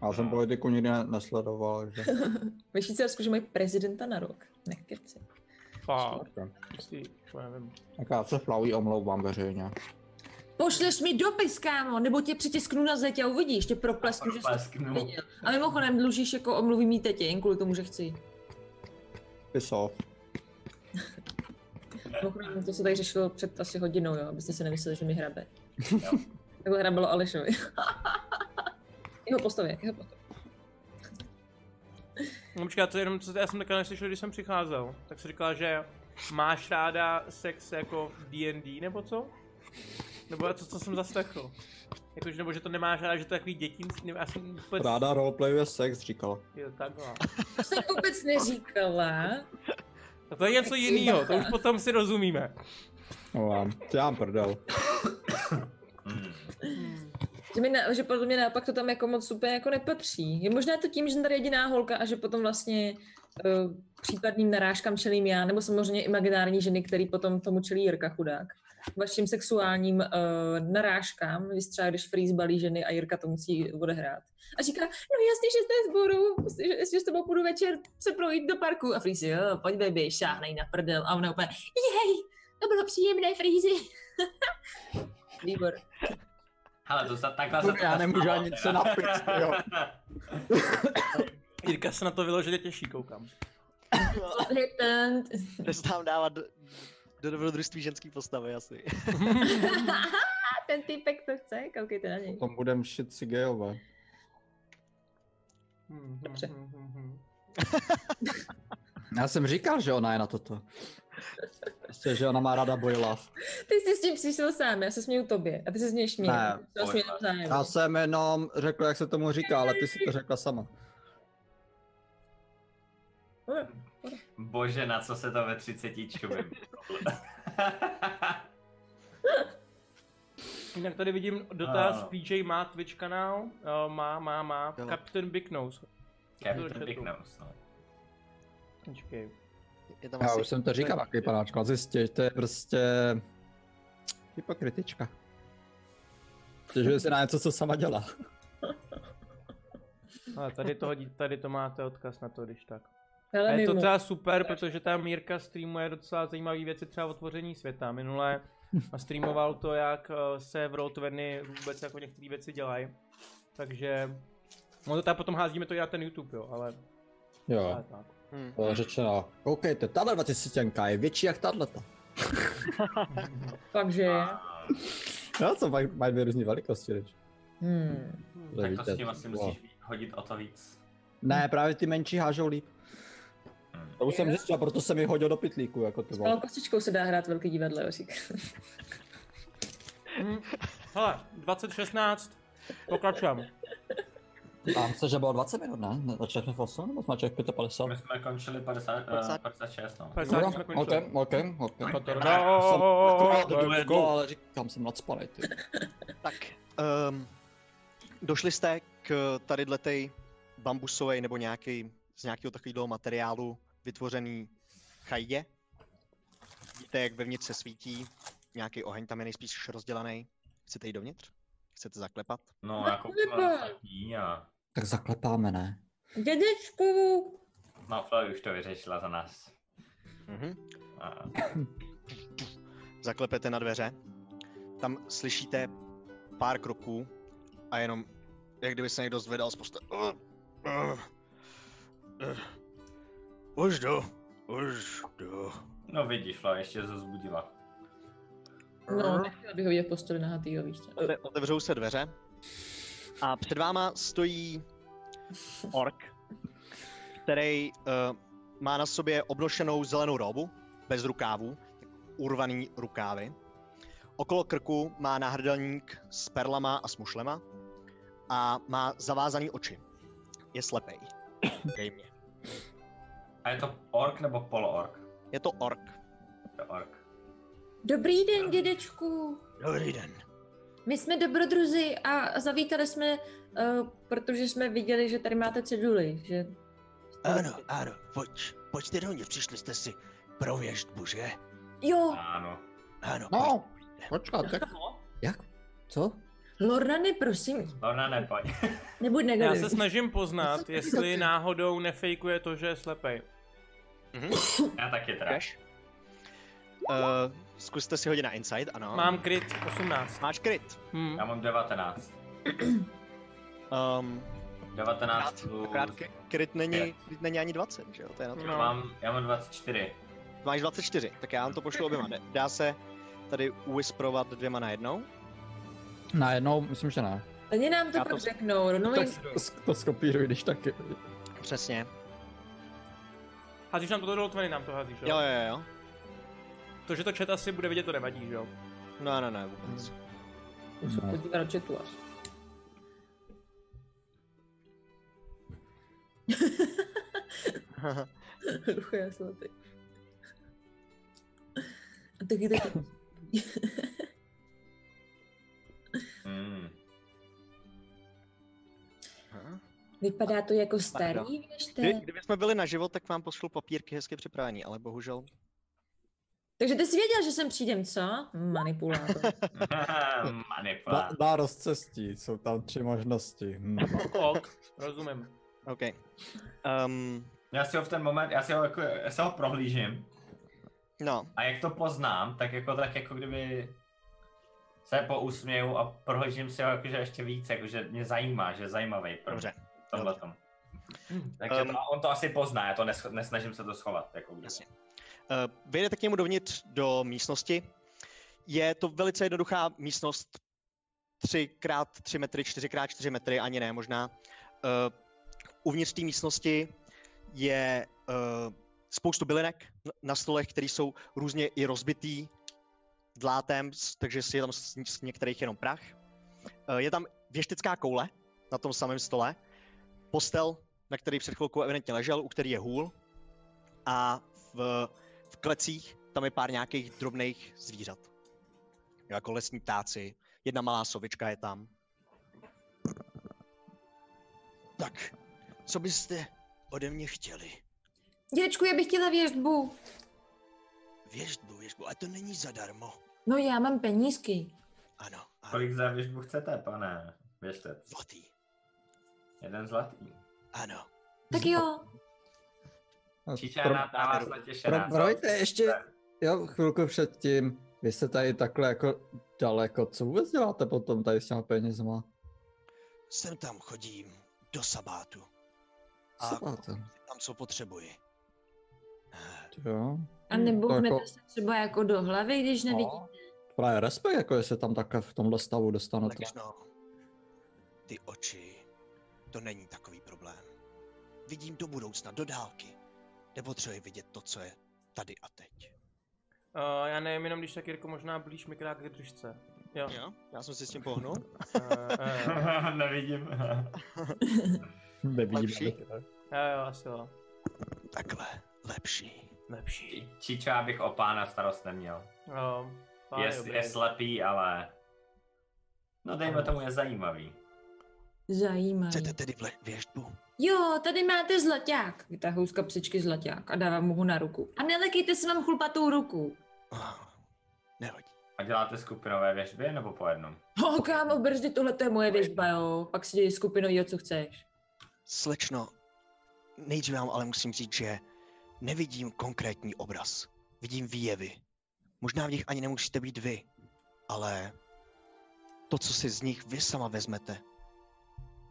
H: Já
A: No.
H: jsem politiku nikdy ne- nesledoval, takže...
G: Ve Švýcarsku, že mají prezidenta na rok. Ne, keci.
A: Fakt, ty, to prostě, jako nevím.
H: Tak já se flaví omlouvám veřejně.
G: Pošleš mi dopis, kámo, nebo tě přitisknu na zeď a uvidíš, tě proplesknu, že jsi to
F: plesknu.
G: viděl. A mimochodem dlužíš jako omluví mý tetě, jen kvůli tomu, že chci.
H: Piss off.
G: Mimochodem to se tady řešilo před asi hodinou, jo, abyste si nemysleli, že mi hrabe. Takhle hrabalo Alešovi. jeho postavě, jeho postavě.
A: No počkej, já to jenom, co, já jsem takhle neslyšel, když jsem přicházel, tak jsi říkal, že máš ráda sex jako v D&D, nebo co? Nebo já to, co jsem zaslechl. Jakože, nebo že to nemáš ráda, že to je takový dětinský, nebo já jsem vůbec...
H: Ráda roleplayuje sex, říkal.
A: Jo, no. takhle.
G: To jsem vůbec neříkala.
A: A to je něco jiného, to už potom si rozumíme.
H: No, já- to já mám prdel.
F: Mm.
G: Že, mi na, že podle mě naopak to tam jako moc úplně jako nepatří. Je možná to tím, že jsem tady jediná holka a že potom vlastně uh, případným narážkám čelím já, nebo samozřejmě imaginární ženy, který potom tomu čelí Jirka chudák. Vašim sexuálním uh, narážkám, když třeba když Freeze balí ženy a Jirka to musí odehrát. A říká, no jasně, že jste zboru, že, že s tebou půjdu večer se projít do parku. A Freeze, jo, pojď baby, šáhnej na prdel. A ona úplně, jej, to bylo příjemné, Freeze. Výbor.
F: Hele, to za, takhle se to
H: Já nemůžu
F: nestalo
H: ani
F: teda.
H: se napít, jo.
A: Jirka se na to vyloženě těší, koukám.
G: Militant.
D: Přestávám dávat do, do dobrodružství ženský postavy asi.
G: Ten typek to chce, koukejte na něj.
H: Potom budem shit si gejové.
A: Dobře. mhm.
H: Já jsem říkal, že ona je na toto. Prostě, že ona má ráda boy love.
G: Ty jsi s tím přišel sám, já se směju tobě. A ty se s něj směj.
H: Ne,
G: Já se směju navzájem.
H: Já jsem jenom řekl, jak se tomu říká, ale ty si to řekla sama.
F: Bože, na co se to ve třicetičku vymyslelo.
A: Jinak tady vidím dotaz,
F: A.
A: PJ má Twitch kanál, jo, má, má, má,
D: Jo.
A: Captain Big Nose.
F: Captain Big Nose, no.
A: Počkej.
D: Je tam
H: Já
D: asi...
H: už jsem to říkal, taky panáčko, zjistě, že to je prostě hypokritička. Stěžuje se na něco, co sama dělá.
A: Ale tady, toho, dí- tady to máte odkaz na to, když tak.
G: Ale
A: A je to
G: mimo.
A: docela super, protože tam Mírka streamuje docela zajímavé věci, třeba o tvoření světa. Minulé a streamoval to, jak eh, se v Roll20 vůbec jako některé věci dělají. Takže, no to tady potom házíme to i na ten YouTube, jo, ale, ale
H: Jo,
A: tak.
D: Hm.
H: to je řečeno. Koukejte, tahle tisítěnka je větší jak tahle.
G: Takže...
H: No co, mají mají dvě různé velikosti, reč.
G: Hmm.
F: Hm, Tak to
H: Víte,
F: s tím asi
H: to
F: musíš hodit o to víc.
H: Ne, právě ty menší hážou líp.
F: Hmm.
H: To už jsem zjistil, proto jsem ji hodil do pitlíku, jako ty
G: S
H: vole.
G: malou kostičkou se dá hrát velký divadlo, Josík.
A: Hele, 2016, pokračujeme.
H: Ptám se, že bylo 20 minut, ne? Ne, Začali jsme v 8 nebo jsme začali v 55?
C: No.
F: My jsme končili 50, eh, 56, no.
A: 50 jsme
H: Ok,
A: končili.
H: ok, ok.
A: Kotor,
H: Jsem
A: no,
H: akorát do jedno, ale říkám, jsem nadspanej, ty.
D: Tak, um, došli jste k tady letej bambusové nebo nějaký, z nějakého takového materiálu vytvořený chajdě. Vidíte, jak vevnitř se svítí, nějaký oheň tam je nejspíš rozdělaný. Chcete jít dovnitř? Chcete zaklepat?
F: No,
G: No,
F: jako
G: nebo-
F: ostatní a
H: Tak zaklepáme, ne?
G: Dědečku!
F: Malfoy No, už to vyřešila za nás.
D: Mhm.
F: A
D: zaklepete na dveře, tam slyšíte pár kroků a jenom, jak kdyby se někdo zvedal z postele. Uh, uh, uh. Už jdu, už jdu.
F: no vidíš, Flo, ještě se zbudila.
G: No, nechtěla bych ho vidět v posteli nahatýho, víš co?
D: Ote- Otevřou se dveře a před váma stojí ork, který uh, má na sobě obnošenou zelenou robu, bez rukávů, urvaný rukávy. Okolo krku má náhrdelník s perlama a s mušlema a má zavázaný oči. Je slepej. Dejmě.
F: A je to ork nebo polork?
D: Je to ork.
F: Je to ork.
G: Dobrý den, dědečku!
D: Dobrý den.
G: My jsme dobrodruzi a zavítali jsme, uh, protože jsme viděli, že tady máte ceduly, že...
E: Ano, ano, pojď, pojďte do mě, přišli jste si pro věždbu, že?
G: Jo,
F: Ano.
E: Ano, pojď.
H: No, počkat, jak? Jak? Co?
G: Lornany, prosím,
F: Lorna, nepoj.
G: nebuď
A: Já
G: negativní.
A: se snažím poznat, jestli náhodou nefejkuje to, že je slepej.
F: Já taky teda.
D: Jdeš? Uh, zkuste si hodit na insight, ano.
A: Mám kryt 18.
D: Máš kryt.
A: Hm.
F: Já mám 19.
D: Um,
F: 19
D: Akorát-
F: plus...
D: akorát k- kryt není,
F: Pět.
D: kryt není ani 20, že jo? To je na to.
A: No.
F: Mám, já mám 24.
D: Máš 24, tak já vám to pošlu oběma. Dá- Dá se tady uwhisperovat dvěma najednou?
H: Najednou, myslím, že ne.
G: Oni nám to
D: Já to-
G: pak řeknou, no,
H: Tak sk- to skopíruj, když taky.
D: Přesně.
A: Házíš nám to do Roll20, nám to házíš,
D: Jo, jo, jo.
A: To, že to chat asi bude vidět, to nevadí, že jo?
D: No, no, no, vůbec.
G: Už
C: Ah.
G: se podívá do chatu až. Rucho, já svatý. A taky taky.
F: Hmm.
G: Vypadá to jako starý,
D: Kdy,
G: věřte.
D: kdyby jsme byli na život, tak vám pošlu papírky hezky připravení, ale bohužel.
G: Takže ty jsi věděl, že sem přijdem, co? Manipulátor.
F: Manipula.
H: Na, na rozcestí jsou tam tři možnosti. Hm.
A: Ok, ok, rozumím.
D: OK. Um,
F: Já si ho v ten moment, já si ho, jako, já si ho prohlížím.
D: no,
F: A jak to poznám, tak jako tak jako kdyby se pousměju a prohlížím si ho jakože ještě víc, jakože mě zajímá, že je zajímavý pro
D: dobře.
F: tomhle tom. Takže
D: Um,
F: to, on to asi pozná, já to nes, nesnažím se to schovat. Jako když.
D: Jasně. Eh, Vejdete k němu dovnitř do místnosti. Je to velice jednoduchá místnost, 3x3 metry, 4x4 metry, ani ne možná. Eh, Uvnitř té místnosti je eh, spoustu bylinek n- na stolech, které jsou různě i rozbitý dlátem, s- takže si je tam z z některých jenom prach. Eh, Je tam věštická koule na tom samém stole, postel, na který před chvilkou evidentně ležel, u který je hůl, a v, v klecích tam je pár nějakých drobných zvířat. Jo, Jako lesní ptáci, jedna malá sovička je tam.
E: Tak, co byste ode mě chtěli?
G: Dědečku, já bych chtěla věžbu.
E: Věždbu, věždbu, a to není zadarmo.
G: No já mám penízky.
E: Ano, ano,
F: Kolik za věžbu chcete, pane? Věžte,
E: zlatý,
F: jeden zlatý.
E: ano.
G: Tak jo.
C: No,
F: Číčána, ta vás natěšená.
H: pro- promiňte, ještě- Jo, chvilku předtím. Vy jste tady takhle jako daleko, co vůbec děláte potom tady s těma penězma?
I: Sem tam chodím do sabátu.
H: A Sabátu.
I: Tam, co potřebuji.
D: Ah.
H: Jo.
G: A nebouchnete
H: Jako-
G: se třeba jako do hlavy, když
C: No.
G: nevidíte.
H: No. Právě respekt, jako jestli tam takhle v tomhle stavu
C: No,
H: dostanete.
I: Lečno, ty oči, to není takový problém. Vidím do budoucna, do dálky. Nepotřebuji vidět to, co je tady a teď.
A: Uh, já nevím, jenom když tak, Jirko, možná blíž mikrák k držce. Jo.
D: Jo, já jsem si s tím pohnul.
A: Eh,
F: Nevidím.
H: Nevidím.
D: Lepší?
A: Jo, jo, eh, asi jo.
I: Takhle, lepší.
A: Lepší.
F: Čiča bych o pána starost neměl.
A: Jo, pán
F: Je,
A: dobrý.
F: je slepý, ale... No dejme tomu, je zajímavý.
G: Zajímavý.
I: Chcete tedy vle- věžbu?
G: Jo, tady máte zlaťák. Vytáhnu z kapsičky zlaťák a dávám mu ho na ruku. A nelekejte si vám chlupatou ruku.
I: Ah, Nevadí.
F: A děláte skupinové věžby nebo po jednom?
G: Ho, kámo, brzdy, tohle to je moje věžba, jo. Pak si děj skupinový, co chceš. No,
I: Slečno, nejdřív vám ale musím říct, že nevidím konkrétní obraz. Vidím výjevy. Možná v nich ani nemusíte být vy, ale to, co si z nich vy sama vezmete,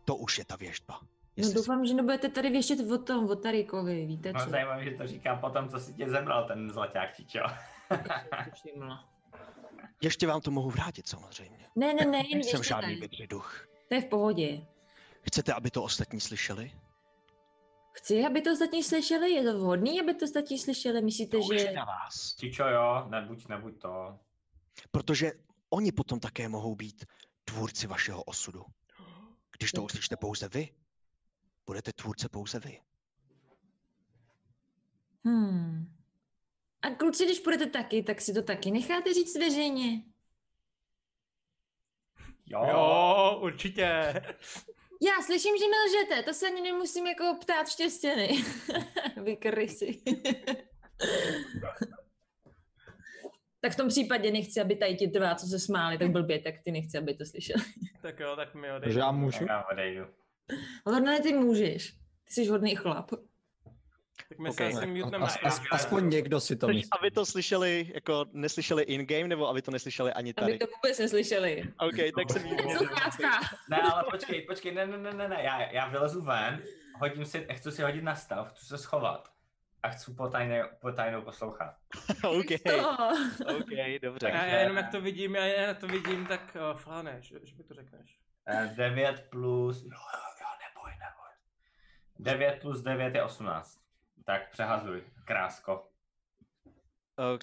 I: to už je ta věžba.
G: No
I: Jestli
G: doufám, že nebudete tady věštět o tom, o Tarikovi, víte
F: No
G: co?
F: zajímavé, že to říkám potom, co si tě zemral ten zlaťák, čičo.
G: Všimla.
I: Ještě vám to mohu vrátit samozřejmě.
G: Ne, ne, ne, jen
I: Nejsem
G: věřte,
I: žádný
G: ne.
I: větší duch.
G: To je v pohodě.
I: Chcete, aby to ostatní slyšeli?
G: Chci, aby to ostatní slyšeli? Je to vhodný, aby to ostatní slyšeli? Myslíte,
I: Už
G: že...
I: je na vás.
F: Čičo jo, nebuď, nebuď to.
I: Protože oni potom také mohou být tvůrci vašeho osudu. Když to uslyšíte pouze vy, budete tvůrce pouze vy.
G: Hmm. A kluci, když půjdete taky, tak si to taky necháte říct veřejně.
F: Jo,
A: Jo, určitě.
G: Já slyším, že nelžete, to se ani nemusím jako ptát štěstěny. Vy krysy. tak v tom případě nechci, aby tady ti dva, co se smáli, tak blbě, tak ty nechci, aby to slyšeli.
A: tak jo, tak mi odejde.
H: Takže já můžu?
F: tak já odejdu.
G: Lorne, ty můžeš. Ty jsi hodný chlap.
A: Tak my se
I: Ok.
A: asi mutneme.
F: as-
A: na-
F: as-
C: Aspoň někdo si to
D: Chceš,
C: myslí.
D: aby to slyšeli, jako neslyšeli in-game, nebo aby to neslyšeli ani
G: Aby
D: tady?
G: to vůbec neslyšeli.
D: OK, tak se
F: Dobře.
D: mít.
G: Sluchátka.
F: Ne, ale počkej, počkej, ne, ne, ne, ne, ne. Já, já vylezu ven, hodím si, chci si hodit na stav, chci se schovat a chci potajně, potajnou poslouchat.
D: OK,
G: To.
D: OK,
A: A
D: dobře.
A: já jenom jak to vidím, já, já to vidím, tak uh, fláne, že, že mi to řekneš.
F: Eh, 9 plus... Jo, jo, jo, neboj, neboj. 9 plus 9 je 18. Tak přehazuj, krásko.
D: Eh,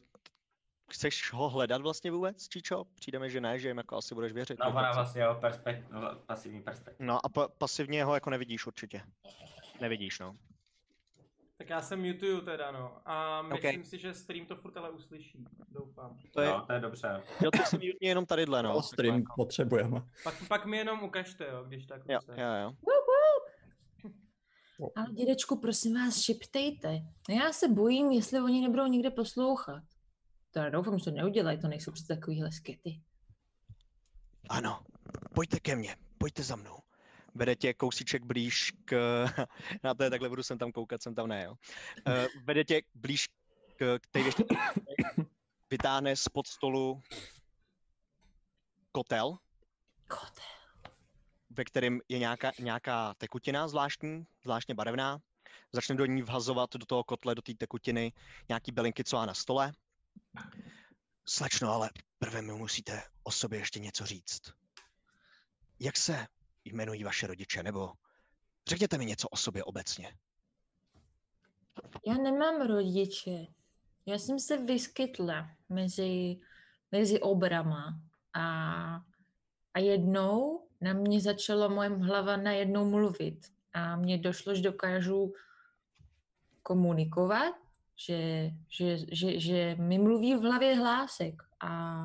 D: Chceš ho hledat vlastně vůbec, Čičo? Přijdeme, že ne, že jim jako asi budeš věřit.
F: No,
D: nebo
F: ona
D: co?
F: vlastně jeho perspekt, no, pasivní perspektiva.
D: No a pa- pasivně ho jako nevidíš určitě. Nevidíš, no.
A: Tak já se mutuju teda, no. A myslím
D: Ok.
A: si, že stream to furt ale uslyší, doufám.
D: To je,
F: No, to je dobře.
D: jo, to se mírně jenom tadyhle, no.
H: No, stream potřebujeme.
A: Pak, pak mi jenom ukažte, jo, když tak.
D: Jo,
A: se-
D: jo, jo.
G: Ale dědečku, prosím vás, šiptejte. Já se bojím, jestli oni nebudou někde poslouchat. To já doufám, že to neudělají, to nejsou přece takovýhle skety.
I: Ano, pojďte ke mně, pojďte za mnou.
D: Vede tě kousíček blíž k... Na to je takhle, budu sem tam koukat, sem tam ne, jo. Eh, Vede tě blíž k, k té věště. Vytáhne spod stolu kotel,
G: Kote.
D: ve kterém je nějaká, nějaká tekutina zvláštní, zvláštně barevná. Začne do ní vhazovat do toho kotle, do té tekutiny, nějaký bylinky, co má na stole.
I: Slečno, ale prvé mi musíte o sobě ještě něco říct. Jak se jmenují vaše rodiče, nebo řekněte mi něco o sobě obecně.
G: Já nemám rodiče. Já jsem se vyskytla mezi, mezi obrama a, a jednou na mě začala moje hlava najednou mluvit a mně došlo, že dokážu komunikovat, že, že, že, že mi mluví v hlavě hlásek a,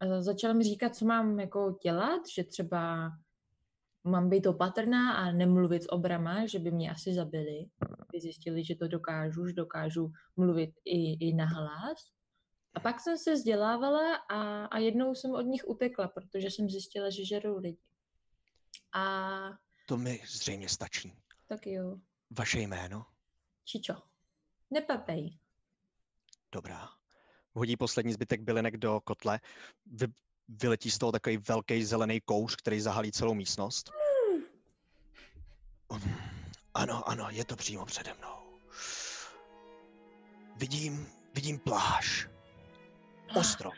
G: a začala mi říkat, co mám jako dělat, že třeba mám být opatrná a nemluvit s obrama, že by mě asi zabili aby zjistili, že to dokážu, že dokážu mluvit i, i na hlas. A pak jsem se vzdělávala a, a jednou jsem od nich utekla, protože jsem zjistila, že žerou lidi. A
I: To mi zřejmě stačí.
G: tak jo,
I: Vaše jméno?
G: čičo, nepapej.
I: Dobrá.
D: hodí poslední zbytek bylinek do kotle, vy, vyletí z toho takový velký zelený kouř, který zahalí celou místnost. On- Ano, ano, je to přímo přede mnou. Vidím, vidím pláž. Ostrov.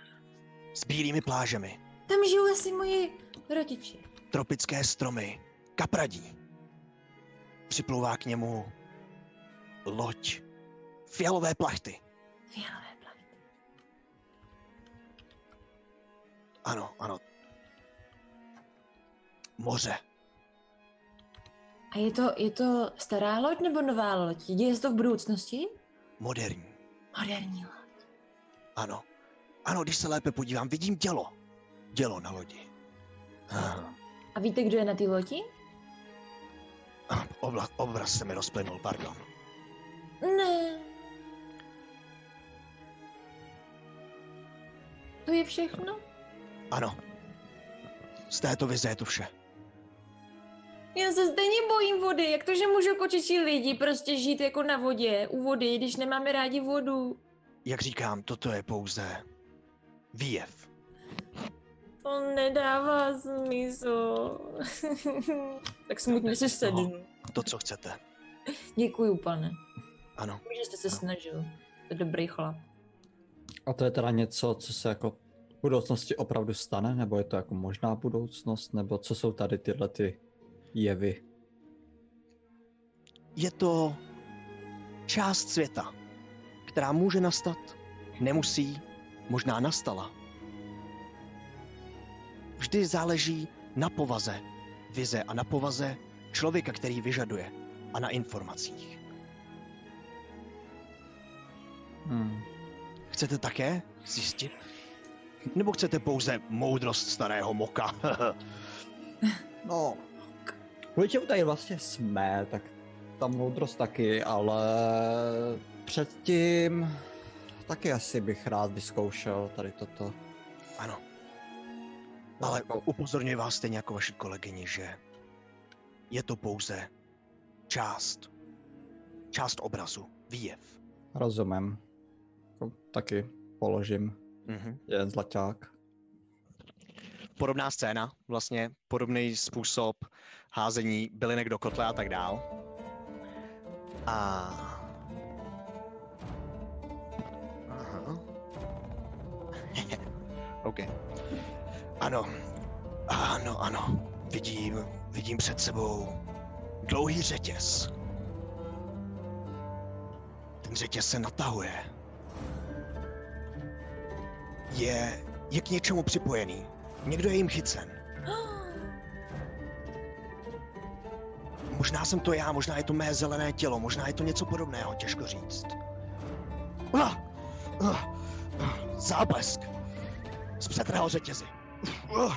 D: S bílými plážemi.
G: Tam žijou asi moji rodiče.
D: tropické stromy, kapradí. Připlouvá k němu loď fialové plachty.
G: Fialové plachty.
D: Ano, ano. Moře.
G: A je to, je to stará loď nebo nová loď? Děje se to v budoucnosti?
D: Moderní.
G: Moderní loď.
D: Ano. Ano, když se lépe podívám, vidím tělo. Dělo na lodi. Ah,
G: A víte, kdo je na té lodi?
D: Obla, obraz se mi rozplynul, pardon.
G: Ne. To je všechno?
D: Ano. Z této vize je to vše.
G: Já se stejně bojím vody, jak to, že můžou kočičí lidi prostě žít jako na vodě, u vody, když nemáme rádi vodu.
D: Jak říkám, toto je pouze výjev.
G: To nedává smysl. tak smutně si sednu.
D: To, co chcete.
G: Děkuju, pane.
D: Ano.
G: Že jste se snažil. To je dobrý chlap.
C: A to je teda něco, co se jako v budoucnosti opravdu stane, nebo je to jako možná budoucnost, nebo co jsou tady tyhle ty jevy?
D: je to část světa, která může nastat, nemusí, možná nastala. Vždy záleží na povaze vize a na povaze člověka, který vyžaduje a na informacích.
C: Hmm.
D: Chcete také zjistit? Nebo chcete pouze moudrost starého moka?
C: No, kvůli čemu tady vlastně jsme, tak ta moudrost taky, ale předtím taky asi bych rád vyzkoušel tady toto.
D: Ano. Ale upozorňuji vás stejně jako vaši kolegyni, že je to pouze část, část obrazu, výjev.
C: Rozumím. Jako Taky položím
D: Mhm.
C: jeden zlaťák.
D: Podobná scéna, vlastně podobný způsob házení bylinek do kotle a tak dál. A... Aha. OK. Ano. Ano, ano. Vidím, vidím před sebou dlouhý řetěz. Ten řetěz se natahuje. Je, je k něčemu připojený. Někdo je jim chycen. Možná jsem to já, možná je to mé zelené tělo, možná je to něco podobného, těžko říct. Ah! Ah! Ah! Záblesk! Z přetrhal řetězy. Ah!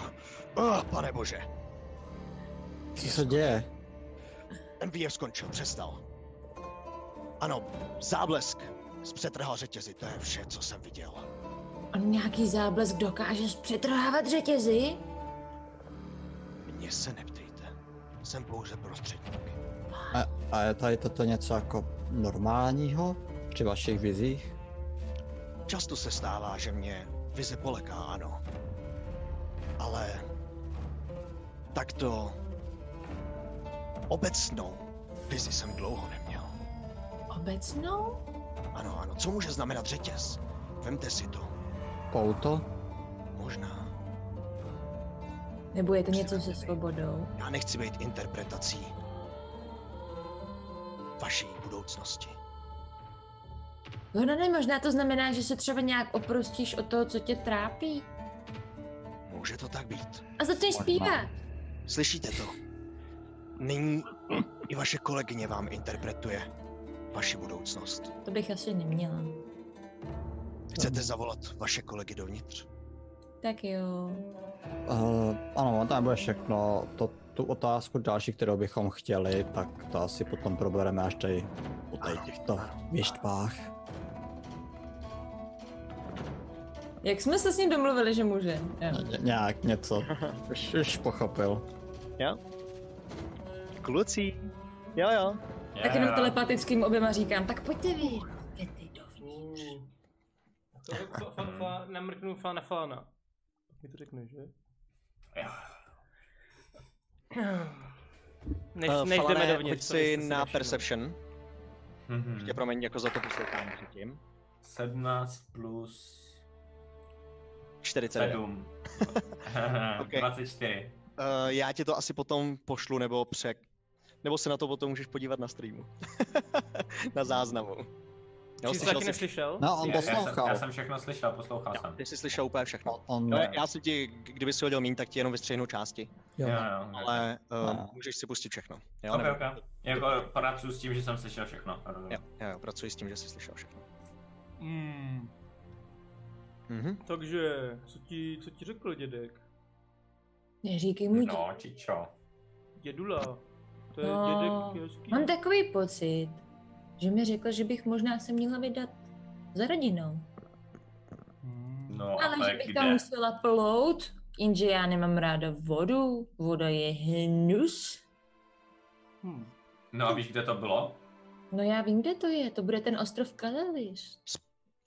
D: Ah! Pane bože.
C: Co se děje?
D: MVF skončil, přestal. Ano, záblesk z přetrhal řetězy, to je vše, co jsem viděl.
G: On nějaký záblesk dokáže přetrhávat řetězy?
D: Mně se neptejte. Jsem pouze prostředník.
C: A, a je tady toto něco jako normálního při vašich vizích?
D: Často se stává, že mě vize poleká, ano. Ale takto obecnou vizi jsem dlouho neměl.
G: Obecnou?
D: Ano, ano, co může znamenat řetěz? Vemte si to,
C: Pouto?
D: možná.
G: Nebo je to něco se svobodou?
D: Já nechci být interpretací vaší budoucnosti.
G: No ne, možná to znamená, že se třeba nějak oprostíš od toho, co tě trápí.
D: Může to tak být.
G: A začneš
C: Možná.
G: zpívat.
D: Slyšíte to? Nyní i vaše kolegyně vám interpretuje vaši budoucnost.
G: To bych asi neměla.
D: Chcete zavolat vaše kolegy dovnitř?
G: Tak jo.
C: Uh, ano, tam bude všechno. To, tu otázku další, kterou bychom chtěli, tak to asi potom probereme až tady po tady těchto věštbách.
B: Jak jsme se s ním domluvili, že může? Jo.
C: Ně- Nějak něco. Už, už pochopil.
D: Kluci. Jo, jo.
B: Tak jenom telepatickým oběma říkám, tak pojďte vy.
A: Uh,
G: Pojďte dovnitř.
A: Fa- fa- fa- Namrknu fa na falana. Mi to řekneš, že? Než,
D: Eh,
A: než
D: Falané,
A: jdeme dovnitř.
D: hoď
A: to
D: si
A: jste si
D: na
A: nevšimli.
D: Perception.
F: Mhm.
D: Ještě promiň, jako za to poslouchám předtím.
F: 17 plus
D: 47.
F: 7.
D: Okay.
F: 24.
D: Uh, já ti to asi potom pošlu nebo přek. Nebo se na to potom můžeš podívat na streamu. na záznamu.
A: Ty jsi taky neslyšel?
C: No, on
F: Já- já jsem-
C: poslouchal.
F: Já jsem všechno slyšel, poslouchal jsem.
D: Ty jsi slyšel úplně všechno.
C: On
D: No,
C: ne.
D: já si ti, kdyby si hodil míň, tak ti jenom vystřihnu části.
F: Jo, jo. No, jo.
D: Ale
C: Ne.
D: uh, můžeš si pustit všechno. Jo,
F: Ok,
D: nebo-
F: ok. Jako pracuji s tím, že jsem slyšel všechno. rozumím.
D: jo, jo, jo, pracuji s tím, že jsi slyšel všechno.
A: Mm,
D: Mhm.
A: takže, co ti, co ti řekl dědek?
G: Neříkej mu to.
F: No, či čo.
A: Dědula. To je
G: No,
A: dědek hezký.
G: Mám takový pocit, že mi řekl, že bych možná se měla vydat za rodinou.
A: Mm.
F: No,
G: Ale
F: ale
G: že bych
F: kde?
G: tam musela plout, jenže já nemám ráda vodu, voda je hnus.
A: Hm.
F: No a víš, kde to bylo?
G: No já vím, kde to je, to bude ten ostrov Kalelis.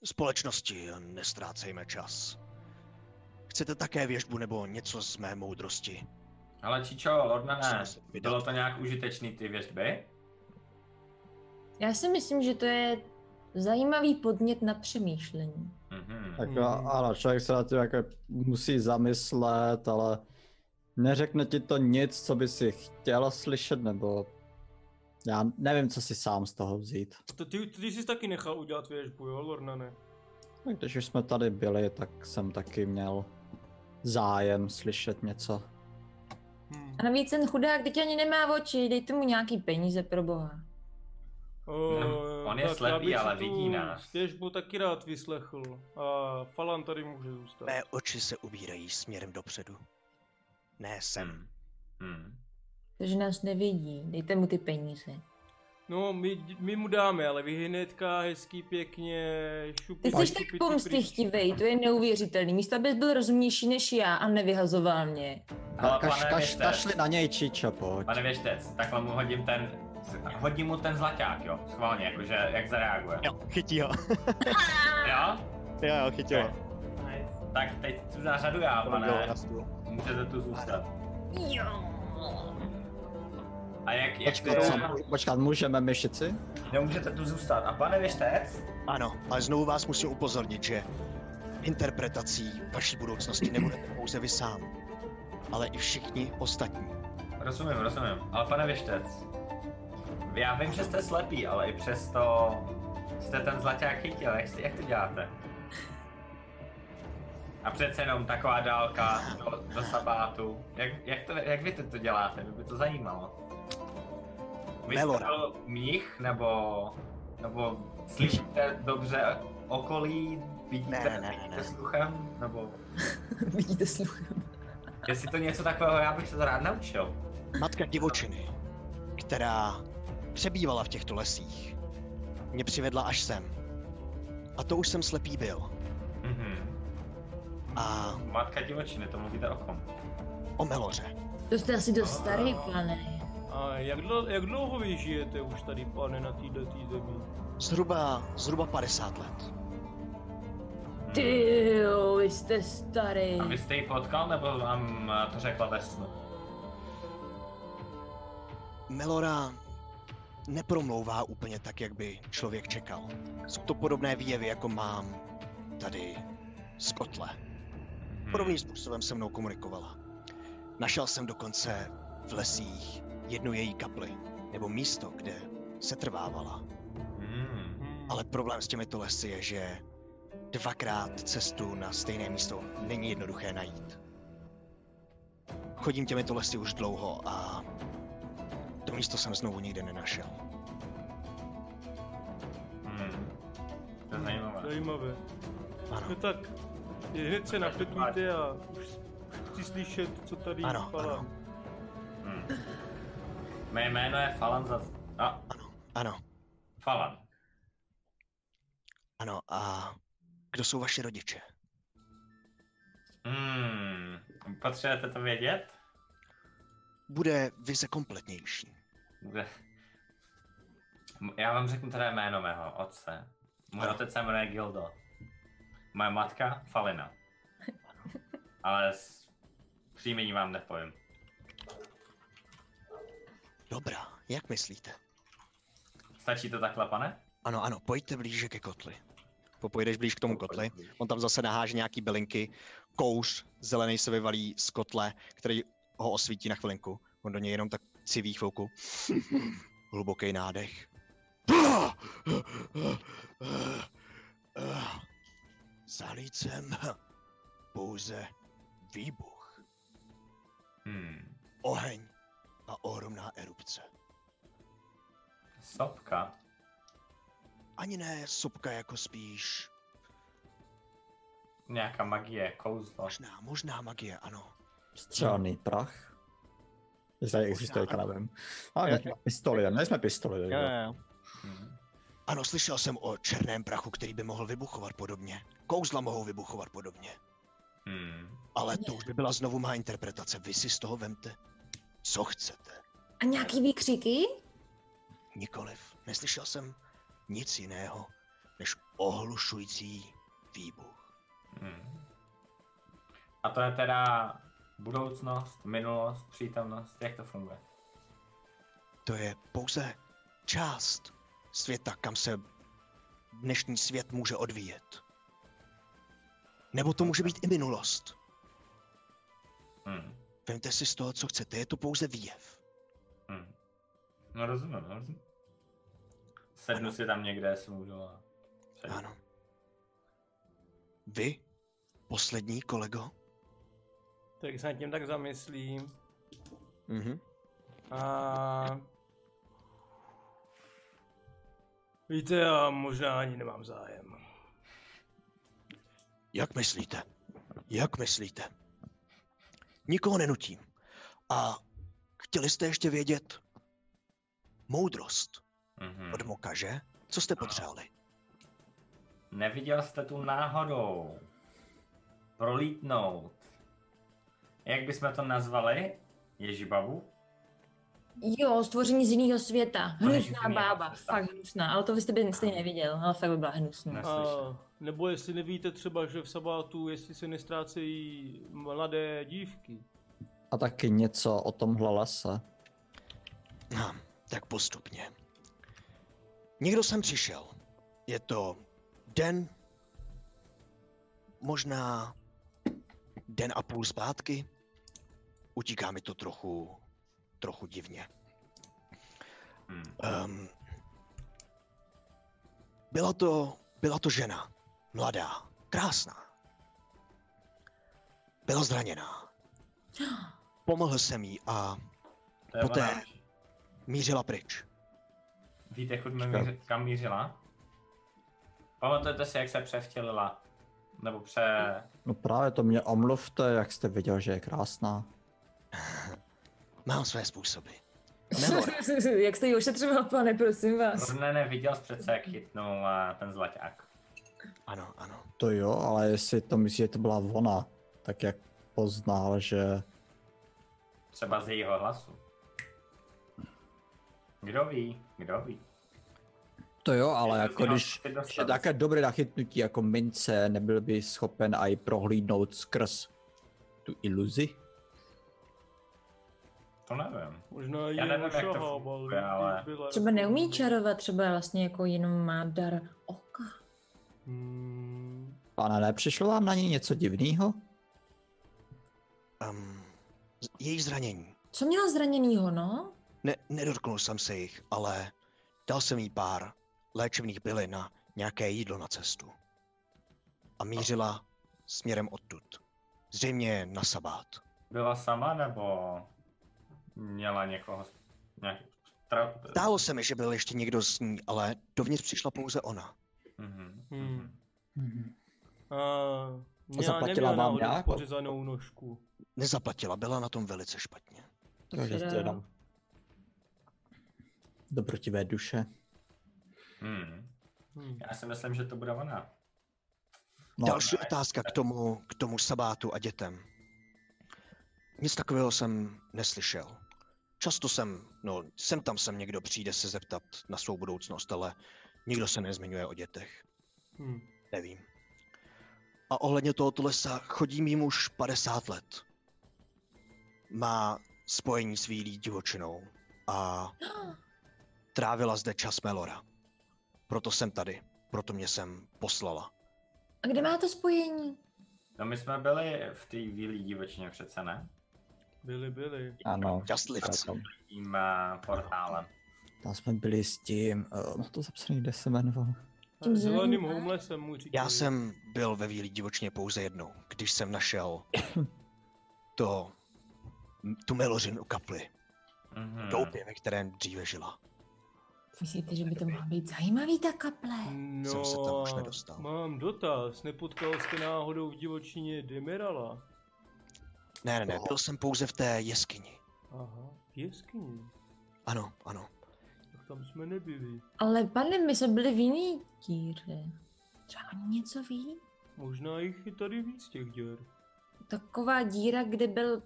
I: Společnosti, nestrácejme čas. Chcete také věžbu nebo něco z mé moudrosti?
F: Ale Čičo, Lorna ne.
I: Musíme se vydat.
F: Bylo to nějak užitečný ty věžby?
G: Já si myslím, že to je zajímavý podnět na přemýšlení.
F: Mhm.
C: Jako,
A: Mhm.
C: ano, člověk se na tím jako musí zamyslet, ale neřekne ti to nic, co by si chtěl slyšet, nebo já nevím, co si sám z toho vzít.
A: To ty, ty jsi taky nechal udělat věžbu, jo, Lornane?
C: Tak když už jsme tady byli, tak jsem taky měl zájem slyšet něco.
A: Hm.
G: A navíc ten chudák teď ani nemá oči, dejte mu nějaký peníze pro boha.
A: O,
F: Hm, on je
A: tak já
F: slepý,
A: bych si
F: ale
A: tu
F: vidí nás.
A: Stěžbu taky rád vyslechl. A Falan tady může zůstat.
I: Mé oči se ubírají směrem dopředu. Ne sem.
F: Hm. Hm.
G: Takže nás nevidí, dejte mu ty peníze.
A: No, my, my mu dáme, ale vy hnedka hezký, pěkně, šupi,
G: Ty jsi
A: šupi,
G: tak
A: šupi,
G: pomstychtivej, to je neuvěřitelný. Místo abys byl rozumnější než já a nevyhazoval mě.
F: Ale
C: Ta, kaš,
F: pane
C: kaš,
F: Věštec.
C: kašli na něj, Čičo, pojď.
F: Pane Věštec, takhle mu hodím ten... Hodím mu ten zlaťák, jo? Schválně, jakože jak zareaguje.
D: Jo, chytí ho.
F: Jo?
D: jo, jo, chytil ho.
F: Nice. Tak teď tu zařadu já,
D: To bylo
F: pane.
D: na stůl.
F: Můžete tu zůstat.
G: Jo.
F: A jak, jak
C: Počkat, co, počkat, můžeme myšici?
F: Nemůžete tu zůstat. A pane Věštec?
I: Ano, ale znovu vás musím upozornit, že interpretací vaší budoucnosti nebudete pouze vy sám, ale i všichni ostatní.
F: Rozumím, rozumím. Ale pane Věštec, já vím, že jste slepý, ale i přesto jste ten zlaťák chytil. Jak, si- jak to děláte? A přece jenom taková dálka do, do sabátu. Jak, jak, to, jak vy to, to děláte? Mě by to zajímalo. Vy jste
I: Melora.
F: byl mnich, nebo, nebo slyšíte dobře okolí, vidíte,
I: Ne, ne, ne,
F: vidíte
I: ne.
F: sluchem, nebo...
B: Vidíte sluchem.
F: Jestli to něco takového, já bych se to rád naučil.
I: Matka divočiny, která přebývala v těchto lesích, mě přivedla až sem. A to už jsem slepý byl.
F: Mhm.
I: A
F: Matka divočiny, to mluvíte o kom?
I: o Meloře.
G: To jste asi dost starý, pane.
A: A jak, dlouho, jak dlouho vy žijete už tady, pane, na této tý zemi?
I: Zhruba, zhruba 50 let.
F: Mhm.
G: Ty jo, vy jste starý.
F: A vy jste ji potkal, nebo vám eh, to řekla ve snu?
I: Melora nepromlouvá úplně tak, jak by člověk čekal. Jsou to podobné výjevy, jako mám tady z kotle.
F: Mhm.
I: Podobným způsobem se mnou komunikovala. Našel jsem dokonce v lesích jednu její kapli, nebo místo, kde se trvávala.
F: Mhm.
A: Hm.
I: Ale problém s těmito lesy je, že dvakrát cestu na stejné místo není jednoduché najít. Chodím těmito lesy už dlouho a to místo jsem znovu nikde nenašel.
F: Mhm. To je zajímavé.
A: Zajímavé.
I: Ano,
A: No tak, je hned se napletujte a už chci slyšet, co tady
I: Ano,
A: Falan.
I: ano.
F: Mhm. Mé jméno je Falan za... A,
I: ano,
F: Falan.
I: ano. A kdo jsou vaši rodiče?
F: Mhm. Potřebujete to vědět?
I: Bude vize kompletnější.
F: Bude- Já vám řeknu teda jméno mého otce. Můj
I: Ano.
F: otec se jmenuje Gildo. Moje matka Falena. Ale s příjmení vám nepovím.
D: Dobrá, jak myslíte?
F: Stačí to takhle, pane?
D: Ano, ano, pojďte blíže ke kotli. Popojdeš blíž k tomu kotli, on tam zase naháže nějaký bylinky, kouř zelený se vyvalí z kotle, který ho osvítí na chvilinku. On do něj jenom tak civí chvilku. Hluboký nádech. Zalícem pouze výbuch,
F: Hmm.
D: oheň a ohromná erupce.
F: Sopka.
D: Ani ne sopka jako spíš,
F: Nějaká magie, kouzlo.
D: možná, možná magie, ano.
J: Střelný prach. Jestli tady existuje, já nevím. A ne, pistoli, nejsme pistoli. jo.
F: Hmm.
D: Ano, slyšel jsem o černém prachu, který by mohl vybuchovat podobně. Kouzla mohou vybuchovat podobně.
F: Hmm.
D: Ale to už by byla znovu má interpretace. Vy si z toho vemte, co chcete.
G: A nějaký výkřiky?
D: Nikoliv. Neslyšel jsem nic jiného, než ohlušující výbuch.
F: Hmm. A to je teda budoucnost, minulost, přítomnost, jak to funguje?
D: To je pouze část světa, kam se dnešní svět může odvíjet. Nebo to může být i minulost.
F: Hmm.
D: Vemte si z toho, co chcete. Je to pouze výjev.
F: Hmm. No rozumím, no rozumím. Sednu si tam někde, jestli můžu a... sednu.
D: Ano. Vy, poslední kolego,
A: Tak se nad tím tak zamyslím.
D: Mhm.
A: A... Víte, já možná ani nemám zájem.
D: Jak myslíte? Jak myslíte? Nikoho nenutím. A chtěli jste ještě vědět moudrost
F: Mhm.
D: od Moka, že? Co jste potřebovali?
F: Neviděl jste tu náhodou prolítnout. Jak bychom to nazvali? Ježibabu?
G: Jo, stvoření z jiného světa.
F: jiného
G: Hnusná
F: světa.
G: bába, fakt hnusná, ale to byste by stejně neviděl, ale fakt by byla hnusná.
F: Neslyšel.
A: A, nebo jestli nevíte třeba, že v Sabátu, jestli se nestrácejí mladé dívky.
C: A taky něco o tomhle lese.
D: No, tak postupně. Někdo sem přišel. Je to den, možná den a půl zpátky. Utíká mi to trochu, trochu divně.
F: Hmm.
D: Um, byla, to, byla to žena, mladá, krásná. Byla zraněná. Pomohl jsem jí a
F: To je
D: Poté.
F: ona.
D: mířila pryč.
F: Víte, kud mi míři, kam mířila? Pamatujete si, jak se převtělila? Nebo pře...
C: No právě to mě omluvte, jak jste viděl, že je krásná.
D: Mám své způsoby.
G: Jak jste ji ošetřoval, pane, prosím vás.
F: Ne, ne, viděl jsi přece, jak chytnul a ten zlaťák.
D: Ano, ano.
C: To jo, ale jestli to myslí, že to byla ona, tak jak poznal, že...
F: Třeba z jejího hlasu. Kdo ví, kdo ví.
C: To jo, ale
F: Je to
C: jako
F: zná-
C: když
F: je to
C: je
F: zná-
C: také dobré nachytnutí jako mince, nebyl by schopen aj prohlídnout skrz tu iluzi?
F: To nevím.
A: Možná ji
F: Já nevím, jak to
A: ošahával,
F: funguje, ale-
A: byla-
G: Třeba neumí čarovat, třeba vlastně jako jenom má dar oka.
A: Hmm,
C: Pane, nepřišlo vám na ní něco divného?
D: Um, její zranění.
G: Co měla zraněnýho, no?
D: Ne, nedotknul jsem se jich, ale dal jsem jí pár léčebných bylin na nějaké jídlo na cestu. A mířila směrem odtud. Zřejmě na sabát.
F: Byla sama nebo měla někoho, s- nějak... Tra...
D: Dálo se mi, že byl ještě někdo s ní, ale dovnitř přišla pouze ona.
F: Mhm,
A: Hmm.
F: mhm.
A: a, já
C: zaplatila
A: neměla
C: vám
A: náhodou
C: nějak?
A: pořezanou nožku.
D: Nezaplatila, byla na tom velice špatně.
C: Takže
G: teda
F: no.
C: to
G: jo.
C: jenom dobrotivé duše.
F: Mhm.
A: Hmm.
F: Já si myslím, že to bude ona.
C: No,
D: Další otázka k tomu, k tomu sabátu a dětem. Nic takového jsem neslyšel. Často jsem, no sem tam sem někdo přijde se zeptat na svou budoucnost, ale nikdo se nezmiňuje o dětech.
A: Hmm.
D: Nevím.
I: A ohledně tohoto lesa chodím jim už 50 let. Má spojení s výlí divočinou a trávila zde čas Melora. Proto jsem tady, proto mě sem poslala.
G: A kde má to spojení?
F: No my jsme byli v té výlí divočině přece, ne?
A: Byli, byli.
C: Ano.
I: Jastlivci.
C: tam-
F: Tím eh, portálem.
C: Tam jsme byli s tím, eh, má to zapsaný, kde se jmenoval.
G: Tím
A: Zeleným
G: zeleným
A: homelessem mu říkali.
I: Já jsem byl ve Vílí divočně pouze jednou, když jsem našel to, tu melořinu kapli,
F: Mhm.
I: doupě, ve kterém dříve žila.
G: Myslíte, že by to mohlo být zajímavý ta kaple?
A: No,
I: Jsem se tam už nedostal.
A: mám dotaz. Nepotkal jste náhodou v divočině Demerala?
I: Ne, ne, ne, byl jsem pouze v té jeskyni.
A: Aha, v jeskyni.
I: Ano, ano.
A: Tak tam jsme nebyli.
G: Ale pane, my jsme byli v jiný díře. Třeba oni něco ví?
A: Možná jich je tady víc těch děr.
G: Taková díra, kde byl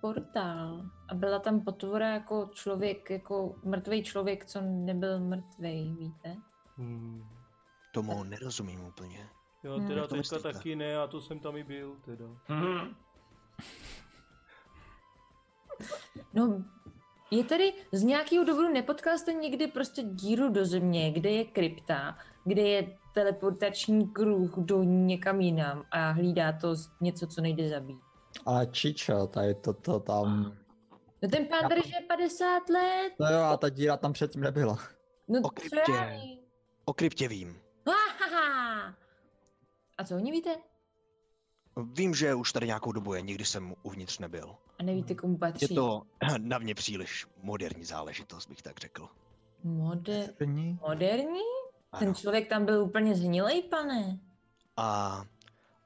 G: portál a byla tam potvora jako člověk, jako mrtvý člověk, co nebyl mrtvý, víte?
A: Hmm.
I: Tomu nerozumím úplně.
A: Já
G: Hmm.
A: teda
I: Jak to
A: teďka
I: myslíte?
A: taky ne, a to jsem tam i byl teda.
F: Mhm.
G: No, je tady z nějakého důvodu nepotkal jste někdy prostě díru do země, kde je krypta, kde je teleportační kruh do někam jinam a hlídá to z- něco, co nejde zabít.
C: Ale Čičo, tady to, to tam.
G: No ten pán tady žije 50 let,
C: No jo, a ta díra tam předtím nebyla.
G: no
I: O
G: co já
I: kryptě.
G: vím?
I: O kryptě vím.
G: Hahaha. A co o ní víte?
I: Vím, že už tady nějakou dobu je, nikdy jsem uvnitř nebyl.
G: A nevíte, komu patří.
I: Je to na mě příliš moderní záležitost, bych tak řekl.
G: Mode...
C: První?
G: moderní? Ten
I: Ano.
G: člověk tam byl úplně zhnilej, pane.
I: A,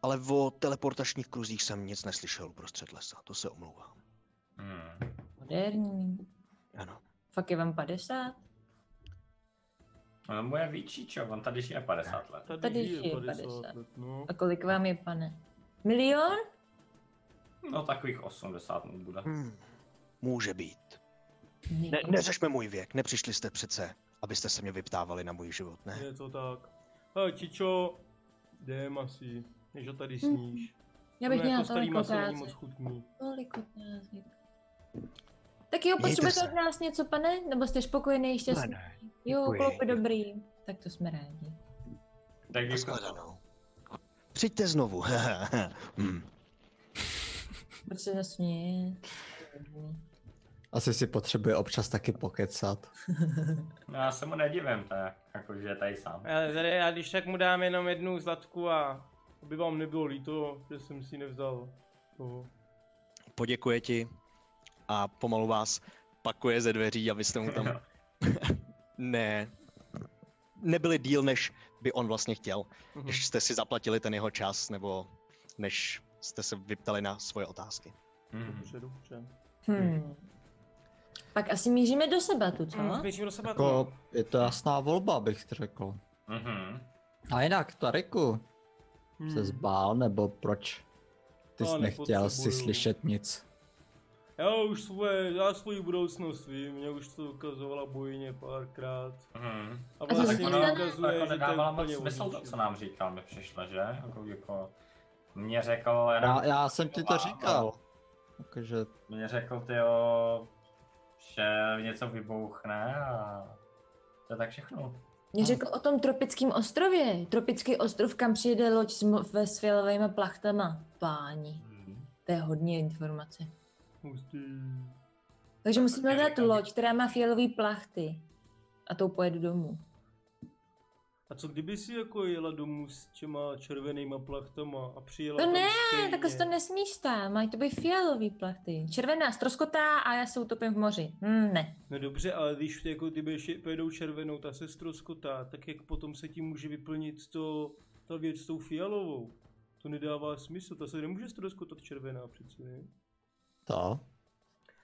I: ale o teleportačních kruzích jsem nic neslyšel uprostřed lesa, to se omlouvám.
F: Mhm.
G: Moderní.
I: Ano.
G: Fakt je vám 50?
F: Ono mu je víc, čo? On tady žije 50 let.
A: Tady,
G: Tady
A: žije
G: žije
A: 50
G: 50.
A: let, no.
G: A kolik vám je, pane? Milion?
F: No takových 80 mu bude.
I: Hmm. Může být. Ne,
D: No,
G: Milion.
I: neřešme můj věk, nepřišli jste přece, abyste se mě vyptávali na můj život, ne?
A: Je to tak. Hele, Čičo, jdem asi, než ho tady sníš.
G: Hm. Já bych
A: Ono
G: měla
A: jako starý
G: tolik
A: maso není
G: otázek.
A: moc chutný.
G: Tolik otázek. Tak jo,
I: Mějte
G: potřebujete
I: se.
G: od nás něco, pane? Nebo jste spokojený,
I: Ne,
G: šťastný?
I: ne.
G: Jo,
I: děkuji.
G: kluky dobrý. Tak to jsme rádi.
F: Tak jako
I: Naschledanou. Přijďte znovu. hmm.
G: Proč se zasměje?
C: Asi si potřebuje občas taky pokecat.
F: No, já se mu nedivím, tak jakože je tady sám.
A: Ale tady já když tak mu dám jenom jednu zlatku a aby vám nebylo líto, že jsem si nevzal toho.
D: Poděkuje ti a pomalu vás pakuje ze dveří, abyste mu tam
I: Ne. Nebyli díl, než
D: by on vlastně chtěl,
I: Hmm.
A: Mhm.
D: když jste si zaplatili ten jeho čas, nebo než jste se vyptali na svoje otázky.
F: Mhm.
A: Dobře, dobře.
G: Hmm. Pak asi míříme do sabatu, co?
F: Hmm.
A: Mm, Běžím do sebe.
C: Jako, je to jasná volba, bych řekl.
F: Mhm.
C: A jinak, Tariku,
A: Hmm.
C: se zbál, nebo proč? Ty
A: Já
C: jsi nechtěl si
A: nepotřebuju.
C: slyšet nic.
A: Já už svoje, já svoji budoucnost vím, mě už to ukazovala bojině párkrát.
F: Mhm.
A: A
G: co
A: vlastně
G: jsi
A: mi
G: dělal?
A: ukazuje, že
F: Jako
A: to je
F: nedávalo
A: úplně
F: moc smysl to,
A: odlišný.
F: co nám říkal, mi přišlo, že? Jako, jako mě řekl jenom,
C: Já, já jsem ti to
F: Wow.
C: říkal. Takže
F: mě řekl ty jo, že něco vybouchne a to je tak všechno.
G: Mě řekl o tom tropickém ostrově. Tropický ostrov, kam přijede loď s mo- ve svělovými plachtama. Páni,
F: Mhm.
G: to je hodně informace.
A: Hustý.
G: Takže
F: Tak
G: musíme
F: já
G: hledat
F: říkám, že-
G: loď, která má fialové plachty. A tou pojedu domů.
A: A co kdyby si jako jela domů s těma červenýma plachtama a přijela
G: To
A: tam
G: ne,
A: stejně?
G: Tak se to nesmíš tam, mají to být fialový plachty. Červená stroskotá a já se utopím v moři. Hm, ne.
A: No dobře, ale když ty jako ty budeš, pojedou červenou, ta se ztroskotá, tak jak potom se ti může vyplnit to, ta věc s tou fialovou? To nedává smysl, ta se nemůže ztroskotat červená přeci, ne?
C: to.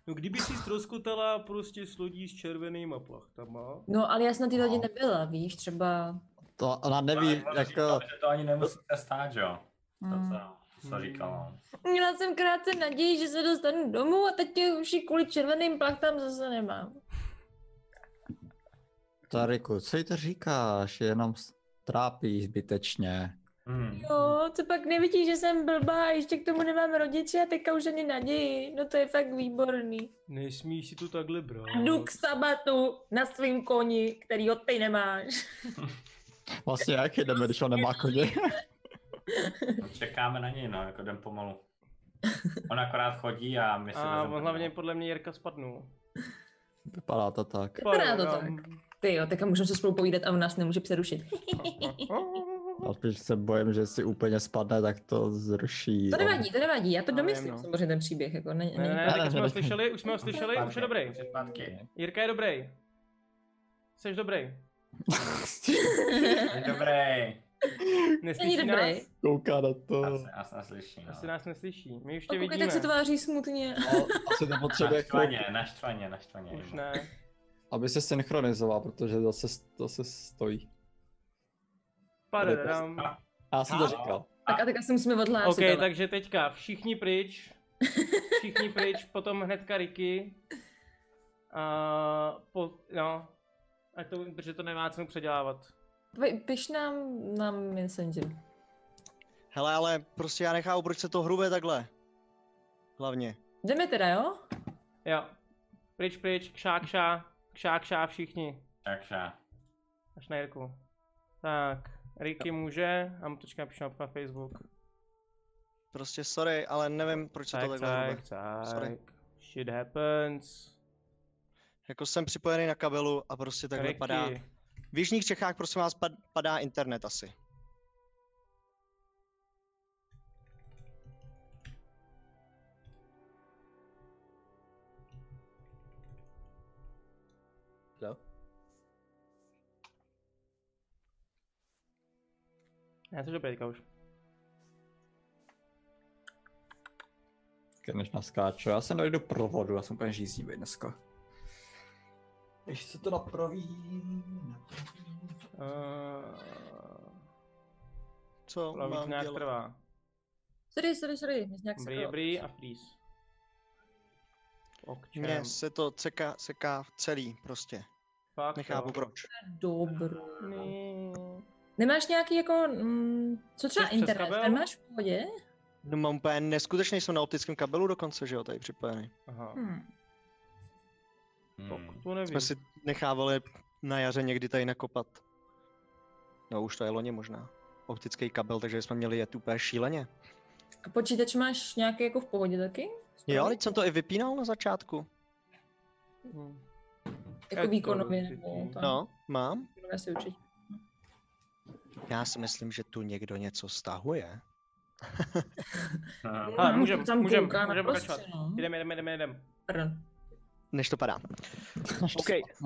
A: No kdyby si ztroskotala prostě s lodí s červenýma plachtama,
G: No, ale já jsem na té
C: No.
G: lodi nebyla, víš, třeba...
C: To ona neví,
F: Ale on
C: jako...
F: říkal, že to ani nemusíte stát, že jo? To,
G: Hm.
F: co, co říkal on.
G: Měla jsem krátce naději, že se dostanu domů a teď tě už i kvůli červeným plachtám zase nemám.
C: Tariku, co jí to říkáš? Jenom s- trápí zbytečně.
F: Hmm.
G: Jo, No, co pak nevidí, že jsem blbá, ještě k tomu nemám rodiče a teďka už ani naději. No to je fakt výborný.
A: Nesmíš si to takhle brát.
G: Jdu k sabatu na svým koni, který od ty nemáš.
C: Vlastně jak jedeme, když on nemá koně.
F: Čekáme na něj, no, jako jdem pomalu. On akorát chodí a my si no.
A: A
F: vezmeme
A: on hlavně podle mě Jirka spadnul.
C: Vypadá to tak.
G: Vypadá to tak. Ty jo, teďka můžeme se spolu povídat a on nás nemůže přerušit.
C: A spíš se bojím, že si úplně spadne, tak to zruší. no.
G: To
C: on.
G: nevadí, to nevadí, já to
D: Já
G: domyslím
D: vím, no.
G: samozřejmě ten příběh, jako ne,
A: Ne, ne,
G: ne,
A: ne, tak už jsme ho slyšeli, už jsme ho slyšeli, už je dobrý.
F: Zpátky.
A: Jirka je dobrý. Jsi dobrý.
F: Je dobrý.
A: Neslyší
G: Není dobrý.
A: nás?
C: Kouká na to.
F: Asi, asi neslyší, no.
A: Asi nás neslyší. My už tě
G: Koukej,
A: vidíme.
G: tak se tváří smutně.
C: No, asi to potřebuje chvilku,
F: Naštvaně, naštvaně, naštvaně.
A: Už ne.
C: aby se synchronizoval, protože zase, zase stojí.
A: Padadam.
C: Já jsem to říkal.
G: Tak a teďka se musíme odhlásit.
A: OK,
G: ale.
A: takže teďka všichni pryč. Všichni pryč, potom hnedka Ricky. A po, no, ať to, protože to nemá cenu předělávat.
G: Poj- Piš nám na Messenger.
D: Hele, ale prostě já nechápu, proč se to hrubé takhle. Hlavně.
G: Jdeme teda, jo?
A: Jo. Pryč, pryč, kšá, kšá, kšá, kšá, všichni.
F: Takže.
A: Až na Jirku. Tak, Ricky může, a mu počká píšu na- na Facebook.
D: Prostě sorry, ale nevím, proč se to
A: Tak,
D: takhle hrubé.
A: tak, tak.
D: Sorry.
A: Shit happens.
D: Jako jsem připojený na kabelu a prostě takhle
A: Ricky.
D: padá. V jižních Čechách prosím vás pad, padá internet asi.
A: Já to dobrý teďka už.
C: Než naskáču. Já se dojdu provodu, já jsem úplně žíznivý dneska. Když se to naproví...
A: Uh,
D: Co
A: Plavit
D: mám
A: nějak
D: dělat?
A: trvá.
G: Sorry, sorry, sorry, než nějak se
A: Brý,
G: to-
A: brý a freeze. Okčem.
D: Mně se to ceká, ceká v celý prostě.
A: Fakt,
D: Nechápu
A: jo.
D: proč.
G: Dobro.
A: Ne.
G: Nemáš nějaký jako, mm, co třeba
A: Přes- přes
G: internet,
A: kabel?
G: ten máš v pohodě?
D: No, mám úplně neskutečný, jsem na optickém kabelu dokonce, že jo, tady připojený.
A: Aha.
G: Hmm.
A: Hmm.
F: Hmm.
A: To nevím.
D: Jsme si nechávali na jaře někdy tady nakopat. No už to je loni možná. Optický kabel, takže jsme měli jet úplně šíleně.
G: A počítač máš nějaký jako v pohodě taky?
A: No.
G: Jako
D: Jo, ale jsem to i vypínal na začátku.
A: Hmm. Je to
G: Jako výkonově
A: dobrý.
G: nebo to?
D: No, mám.
G: Výkonové si určitě.
D: Já si myslím, že tu někdo něco stahuje.
F: Aha.
A: Ale
G: No,
A: můžem,
G: tam
A: můžem,
G: kouká na
A: můžem
G: prostě,
A: pokračovat.
G: no.
A: Jdem, jdem, jdem, jdem.
G: Pardon.
D: Než to padá. OK.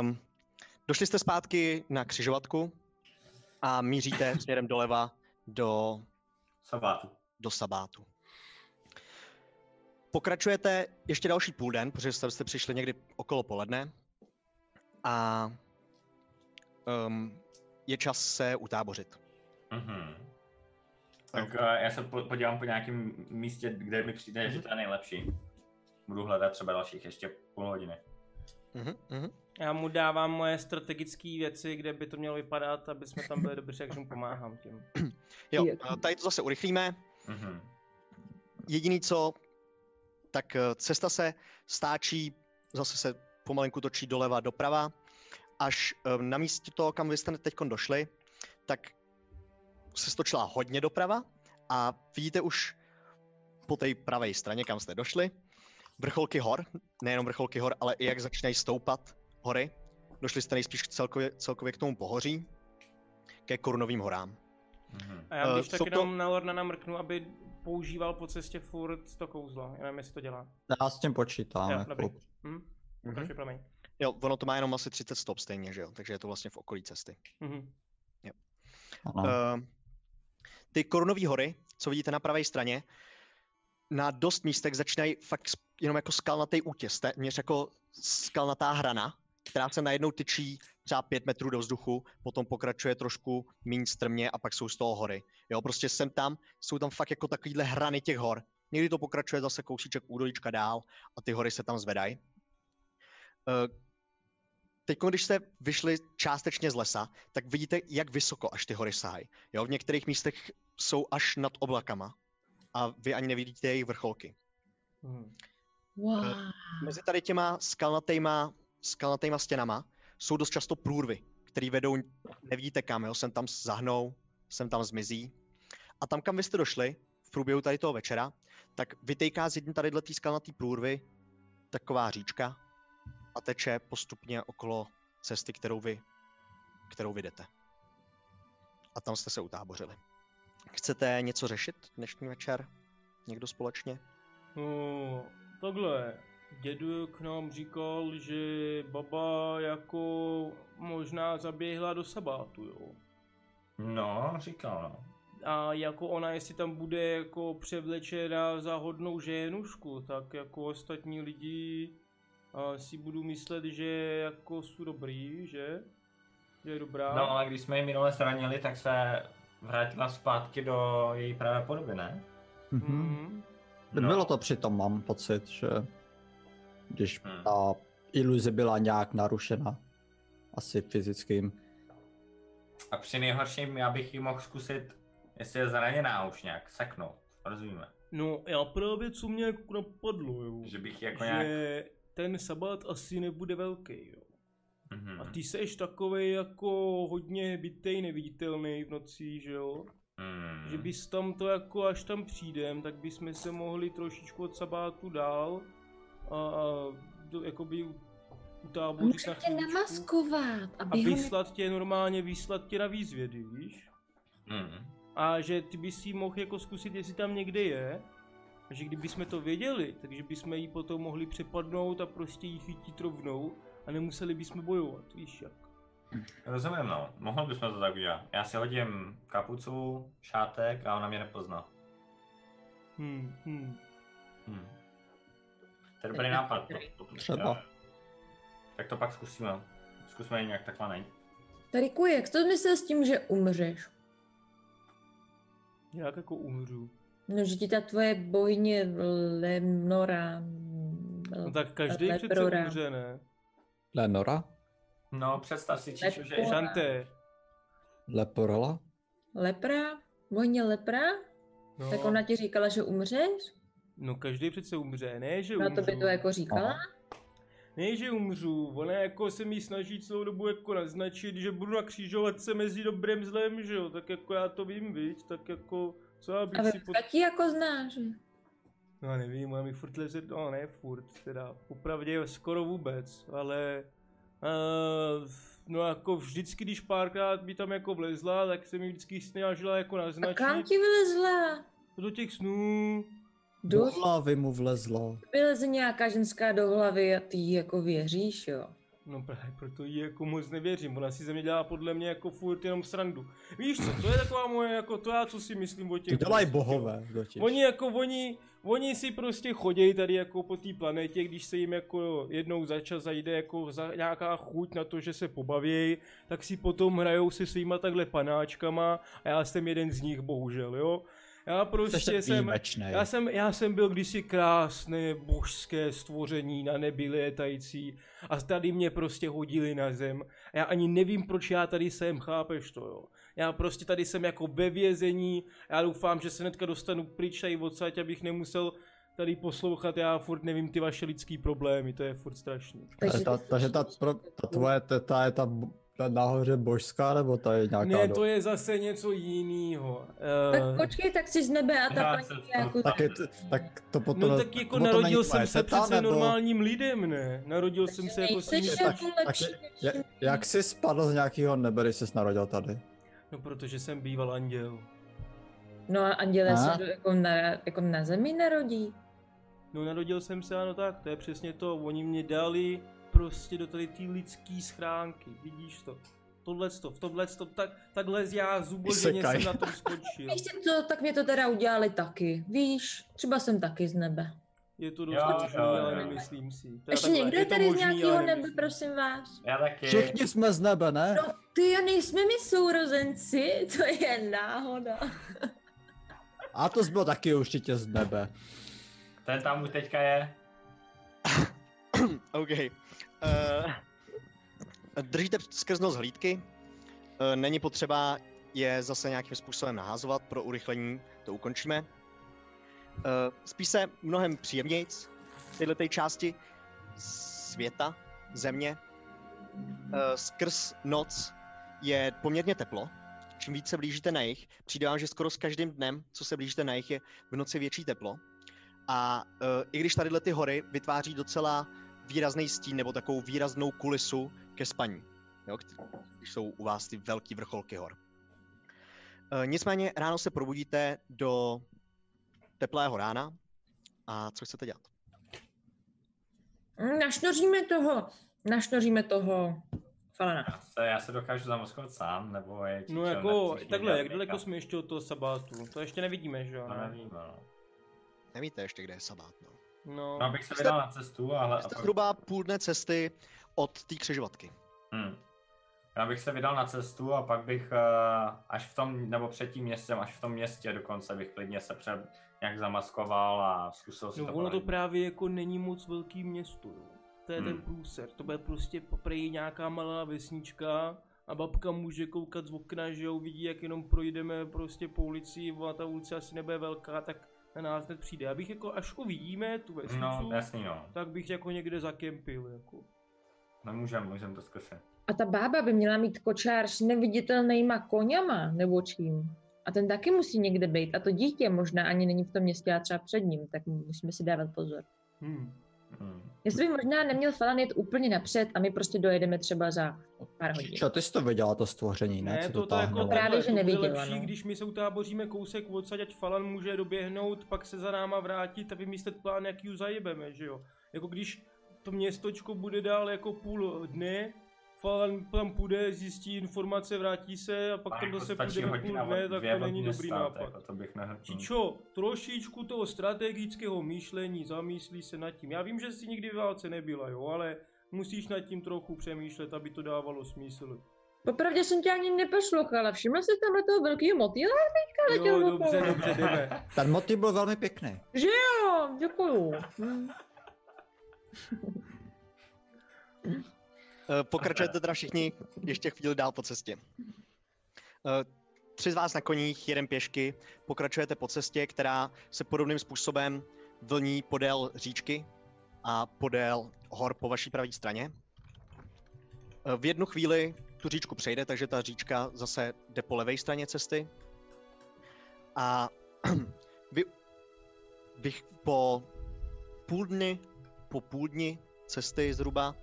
D: um, došli jste zpátky na křižovatku a míříte směrem doleva do
F: Sabátu.
D: do sabátu. Pokračujete ještě další půl den, protože jste, jste přišli někdy okolo poledne a um, je čas se utábořit.
F: Mhm. Tak eh, já se po- podívám po nějakém místě, kde mi přijde,
A: Mhm.
F: že to je nejlepší. Budu hledat třeba dalších ještě půl hodiny.
D: Mhm, mhm.
A: Já mu dávám moje strategické věci, kde by to mělo vypadat, aby jsme tam byli dobře, takže mu pomáhám tím.
D: Jo,
G: Je-
D: a tady to zase urychlíme.
F: Mhm.
D: Jediný co, tak eh, cesta se stáčí, zase se pomalinku točí doleva, doprava, až eh, na místě toho, kam vy jste teď došli, tak se stočila hodně doprava a vidíte už po té pravé straně, kam jste došli, vrcholky hor, nejenom vrcholky hor, ale i jak začínají stoupat hory. Došli jste nejspíš k celkově, celkově k tomu pohoří, ke korunovým horám.
F: Mhm.
A: A já
D: Eh,
A: když tak
D: jsou to-
A: jenom na Lornana mrknu, aby používal po cestě furt to kouzlo. Já nevím, jestli to dělá.
C: Já s tím počítám.
A: Jo,
C: jako.
A: dobrý. Hm?
D: Mhm.
A: Pokračuj, promiň.
D: Jo, ono to má jenom asi 30 stop stejně, že jo, takže je to vlastně v okolí cesty.
A: Mhm.
C: Ano.
D: Eh, ty korunové hory, co vidíte na pravé straně, na dost místek začínají fakt s- jenom jako skalnatý útěs, téměř jako skalnatá hrana, která se najednou tyčí třeba pět metrů do vzduchu, potom pokračuje trošku méně strmě a pak jsou z toho hory. Jo, prostě jsem tam, jsou tam fakt jako takovýhle hrany těch hor. Někdy to pokračuje zase kousíček údolíčka dál a ty hory se tam zvedají. Eh, Teď, když jste vyšli částečně z lesa, tak vidíte, jak vysoko až ty hory sahají. Jo, v některých místech jsou až nad oblakama a vy ani nevidíte jejich vrcholky.
A: Mhm.
G: Wow.
D: Mezi tady těma skalnatýma, skalnatýma stěnama jsou dost často průrvy, které vedou, nevidíte kam, jo, sem tam zahnou, sem tam zmizí. A tam, kam vy jste došli, v průběhu tady toho večera, tak vytejká z jedné tady tý skalnatý průrvy taková říčka a teče postupně okolo cesty, kterou vy, kterou vy jdete. A tam jste se utábořili. Chcete něco řešit dnešní večer? Někdo společně?
A: No, takhle. Dědu k nám říkal, že baba jako možná zaběhla do sabátu, jo.
F: No, říkal, no.
A: A jako ona, jestli tam bude jako převlečená za hodnou ženušku, tak jako ostatní lidi a si budu myslet, že jako jsou dobrý, že? Že je dobrá.
F: No, ale když jsme ji minule zranili, tak se vrátila zpátky do její pravé podoby, ne?
A: Mhm.
F: No.
H: Bylo to přitom, mám pocit, že když
A: Hmm.
H: ta iluze byla nějak narušena, asi fyzickým.
F: A při nejhorším já bych ji mohl zkusit, jestli je zraněná už nějak, saknout. Rozumíme.
A: No, já právě co mě jako napadlo, jo.
F: Že bych
A: že
F: jako nějak...
A: ten sabát asi nebude velký, jo.
F: Mhm.
A: A ty seš takovej jako hodně bytej neviditelný v noci, že jo?
F: Mm.
A: Že bys tam to jako, až tam přijdem, tak bychom se mohli trošičku od sabátu dál a, a do, jakoby u-
G: A
A: utábořit
G: můžu
A: na
G: tě
A: chvíličku
G: namaskovat,
A: a
G: aby ho ne...
A: vyslat tě normálně, vyslat tě na výzvědy, víš?
F: Mm.
A: A že ty bys jí mohl jako zkusit, jestli tam někde je. A že kdybychom to věděli, takže bychom jí potom mohli přepadnout a prostě jí chytit rovnou a nemuseli bychom bojovat, víš jak.
F: Rozumím, no. Mohl bychom to tak udělat. Já si hodím kapucu, šátek a ona mě nepozná.
A: Hmm, hmm.
F: Hmm. To je dobrý nápad. To, to,
H: Třeba.
F: Tak to pak zkusíme. Zkusme ji nějak takhle najít.
G: Tariku, jak to myslel s tím, že umřeš?
A: Jak jako umřu.
G: No, že ti ta tvoje bohyně Lemnora...
A: No tak každý
G: Ale
A: přece
G: prora.
A: umře, ne?
H: Lenora?
F: No, představ si, Číčo, že...
G: Lepora.
A: Žante.
H: Leporela?
G: Lepra? Bohyně Lepra?
A: No,
G: Tak ona ti říkala, že umřeš?
A: no každý přece umře, ne že
G: Ona
A: umřu.
G: to by to jako říkala?
A: Ne že umřu, ona jako se mi snaží celou dobu jako naznačit, že budu na křižovatce mezi dobrem zlem, že jo? Tak jako já to vím, viď? Tak jako, co já
G: A
A: bych si... Pod...
G: Vetka ti jako zná, že?
A: No já nevím, ona mi furt leze, no ne furt, teda popravdě skoro vůbec, ale uh, no jako vždycky, když párkrát mi tam jako vlezla, tak se mi vždycky snažila jako
G: A kam
A: naznačit
G: ti vylezla?
A: do těch snů,
H: Do
G: Do
H: hlavy mu vlezlo.
G: vyleze nějaká ženská do hlavy a ty jí jako věříš, jo?
A: No právě proto jí jako moc nevěřím, ona si ze mě dělá podle mě jako furt jenom srandu. Víš co, to je taková moje jako to já co si myslím
H: To
A: o těch
H: dělají
A: bohů.
H: bohové. totiž.
A: Oni jako, oni, oni si prostě chodějí tady jako po té planetě, když se jim jako jednou za čas zajde jako za nějaká chuť na to, že se pobavějí, tak si potom hrajou se svýma takhle panáčkama a já jsem jeden z nich bohužel, jo. Já prostě
H: Jsi
A: jsem,
H: výjimečnej.
A: já jsem, já jsem byl kdysi krásné božské stvoření na nebi létající a tady mě prostě hodili na zem. A já ani nevím, proč já tady jsem, chápeš to, jo? Já prostě tady jsem jako ve vězení, já doufám, že se hnedka dostanu pryč tady odsaď, abych nemusel tady poslouchat, já furt nevím ty vaše lidský problémy, to je furt strašný.
H: Takže ta, takže ta, pro, ta tvoje teta je ta, b- ta nahoře božská, nebo ta je nějaká
A: Ne,
H: do-
A: to je zase něco jiného.
G: Tak
A: Eh,
G: počkej, tak jsi z nebe a ta
F: Já
G: paní
F: jsem
G: je jako...
H: Tak, je, t- tak to potom...
A: No tak jako
H: potom není
A: narodil
H: tvoje
A: jsem se
H: teta,
A: přece
H: nebo-
A: normálním lidem, ne? Narodil jsem se jako s
G: Nejseš
A: tím...
H: Tak-
G: jako
H: tak-
G: lepší
H: Ja,
G: než
H: jak jsi spadl z nějakého nebe, když jsi narodil tady?
A: No protože jsem býval anděl.
G: No a anděle
H: Aha.
G: se do- jako na, jako na zemi narodí.
A: No narodil jsem se, ano tak, to je přesně to. Oni mě dali prostě do tady té lidské schránky, vidíš to. Tohle to, v tomhle to, tak, takhle já zuboženě
H: Isekai.
A: jsem na tom skončil.
G: Když jsi to, tak mě to teda udělali taky, víš? Třeba jsem taky z nebe.
A: Je to dost
F: Jo, jo,
A: možný, ale
F: jo.
A: nemyslím si. Teda
G: Ještě
A: takhle,
G: někdo
A: je
G: je
A: to
G: tady z
A: možný, ale
G: nějakého prostě- nebe,
A: nemyslím.
G: prosím vás?
F: Já taky.
H: Všichni jsme z nebe, ne?
G: No, ty jo, nejsme my sourozenci, to je náhoda.
H: A to jsi byl taky určitě z nebe.
F: Ten tam už teďka je.
D: OK. Uh, Eh, Držíte skrzno z hlídky, e, není potřeba je zase nějakým způsobem nahazovat, pro urychlení to ukončíme. E, Spí se mnohem příjemnějc v této části světa, země. E, Skrz noc je poměrně teplo, čím více blížíte na jich, přijde vám, že skoro s každým dnem, co se blížíte na jich, je v noci větší teplo. A uh, i když tadyhle ty hory vytváří docela výrazný stín nebo takovou výraznou kulisu ke spaní, jo, kt- když jsou u vás ty velký vrcholky hor. Uh, nicméně ráno se probudíte do teplého rána a co chcete dělat?
G: Mm, Našnoříme toho, našnoříme toho Falana.
F: Já se, já se dokážu zamaskovat sám, nebo je
A: No
F: čel
A: jako,
F: nepříště
A: takhle, jak
F: dělat
A: daleko
F: make-up?
A: jsme ještě od toho sabátu? To ještě nevidíme, že jo?
F: To nevím, no.
D: Nevíte ještě, kde je sabát, no.
A: No,
F: No, abych se
D: Jste-
F: vydal na cestu, ale...
D: Jste
F: a pak-
D: zhruba půl dne cesty od té křižovatky.
F: Hmm. Já bych se vydal na cestu a pak bych eh, až v tom, nebo před tím městem, až v tom městě dokonce bych klidně se před, nějak zamaskoval a zkusil si
A: no
F: to
A: ono to
F: poradit.
A: právě jako není moc velký město, jo. To je ten
F: Hmm.
A: průser, to bude prostě poprej nějaká malá vesnička a babka může koukat z okna, že jo, vidí, jak jenom projdeme prostě po ulici, a ta ulice asi nebude velká, tak na nás hned přijde. Abych jako, až uvidíme tu vesnicu,
F: No, jasný no.
A: tak bych jako někde zakempil, jako.
F: Nemůžem, můžem to zkusit.
G: A ta bába by měla mít kočár s neviditelnýma koněma nebo čím. A ten taky musí někde být. A to dítě možná ani není v tom městě a třeba před ním, tak musíme si dávat pozor.
A: Hmm.
F: Hmm.
G: Jestli by možná neměl Falan jet úplně napřed a my prostě dojedeme třeba za pár hodin.
H: Čo, ty jsi to viděla, to stvoření, ne? Co
A: to, to jako
H: táhnulo?
A: tohle,
G: Právě, že
A: to bude
G: neviděla,
A: lepší,
G: no.
A: když my se utáboříme kousek odsaď, ať Falan může doběhnout, pak se za náma vrátit a vymyslet plán, jak ji zajebeme, že jo. Jako když to městočko bude dál jako půl dne, Falan tam půjde, zjistí informace, vrátí se a pak tam zase půjde na půl dne, tak to není dobrý nápad.
F: Jako to bych nehl...
A: Čičo, trošičku toho strategického myšlení, zamýšlí se nad tím. Já vím, že jsi nikdy v válce nebyla, jo, ale musíš nad tím trochu přemýšlet, aby to dávalo smysl.
G: Popravdě jsem tě ani neposlouchala. Všimla jsi tamhle toho velkého motýla? Teďka letěl
A: Jo,
G: okolo.
A: dobře, dobře, jdeme.
H: Ten motiv byl velmi pěkný.
G: Jo, No, děkuju. Hm.
D: Eh, Pokračujete teda všichni ještě chvíli dál po cestě. Eh, Tři z vás na koních, jeden pěšky, pokračujete po cestě, která se podobným způsobem vlní podél říčky a podél hor po vaší pravé straně. Eh, V jednu chvíli tu říčku přejde, takže ta říčka zase jde po levé straně cesty. A vy bych po půl dny, po půl dni cesty zhruba,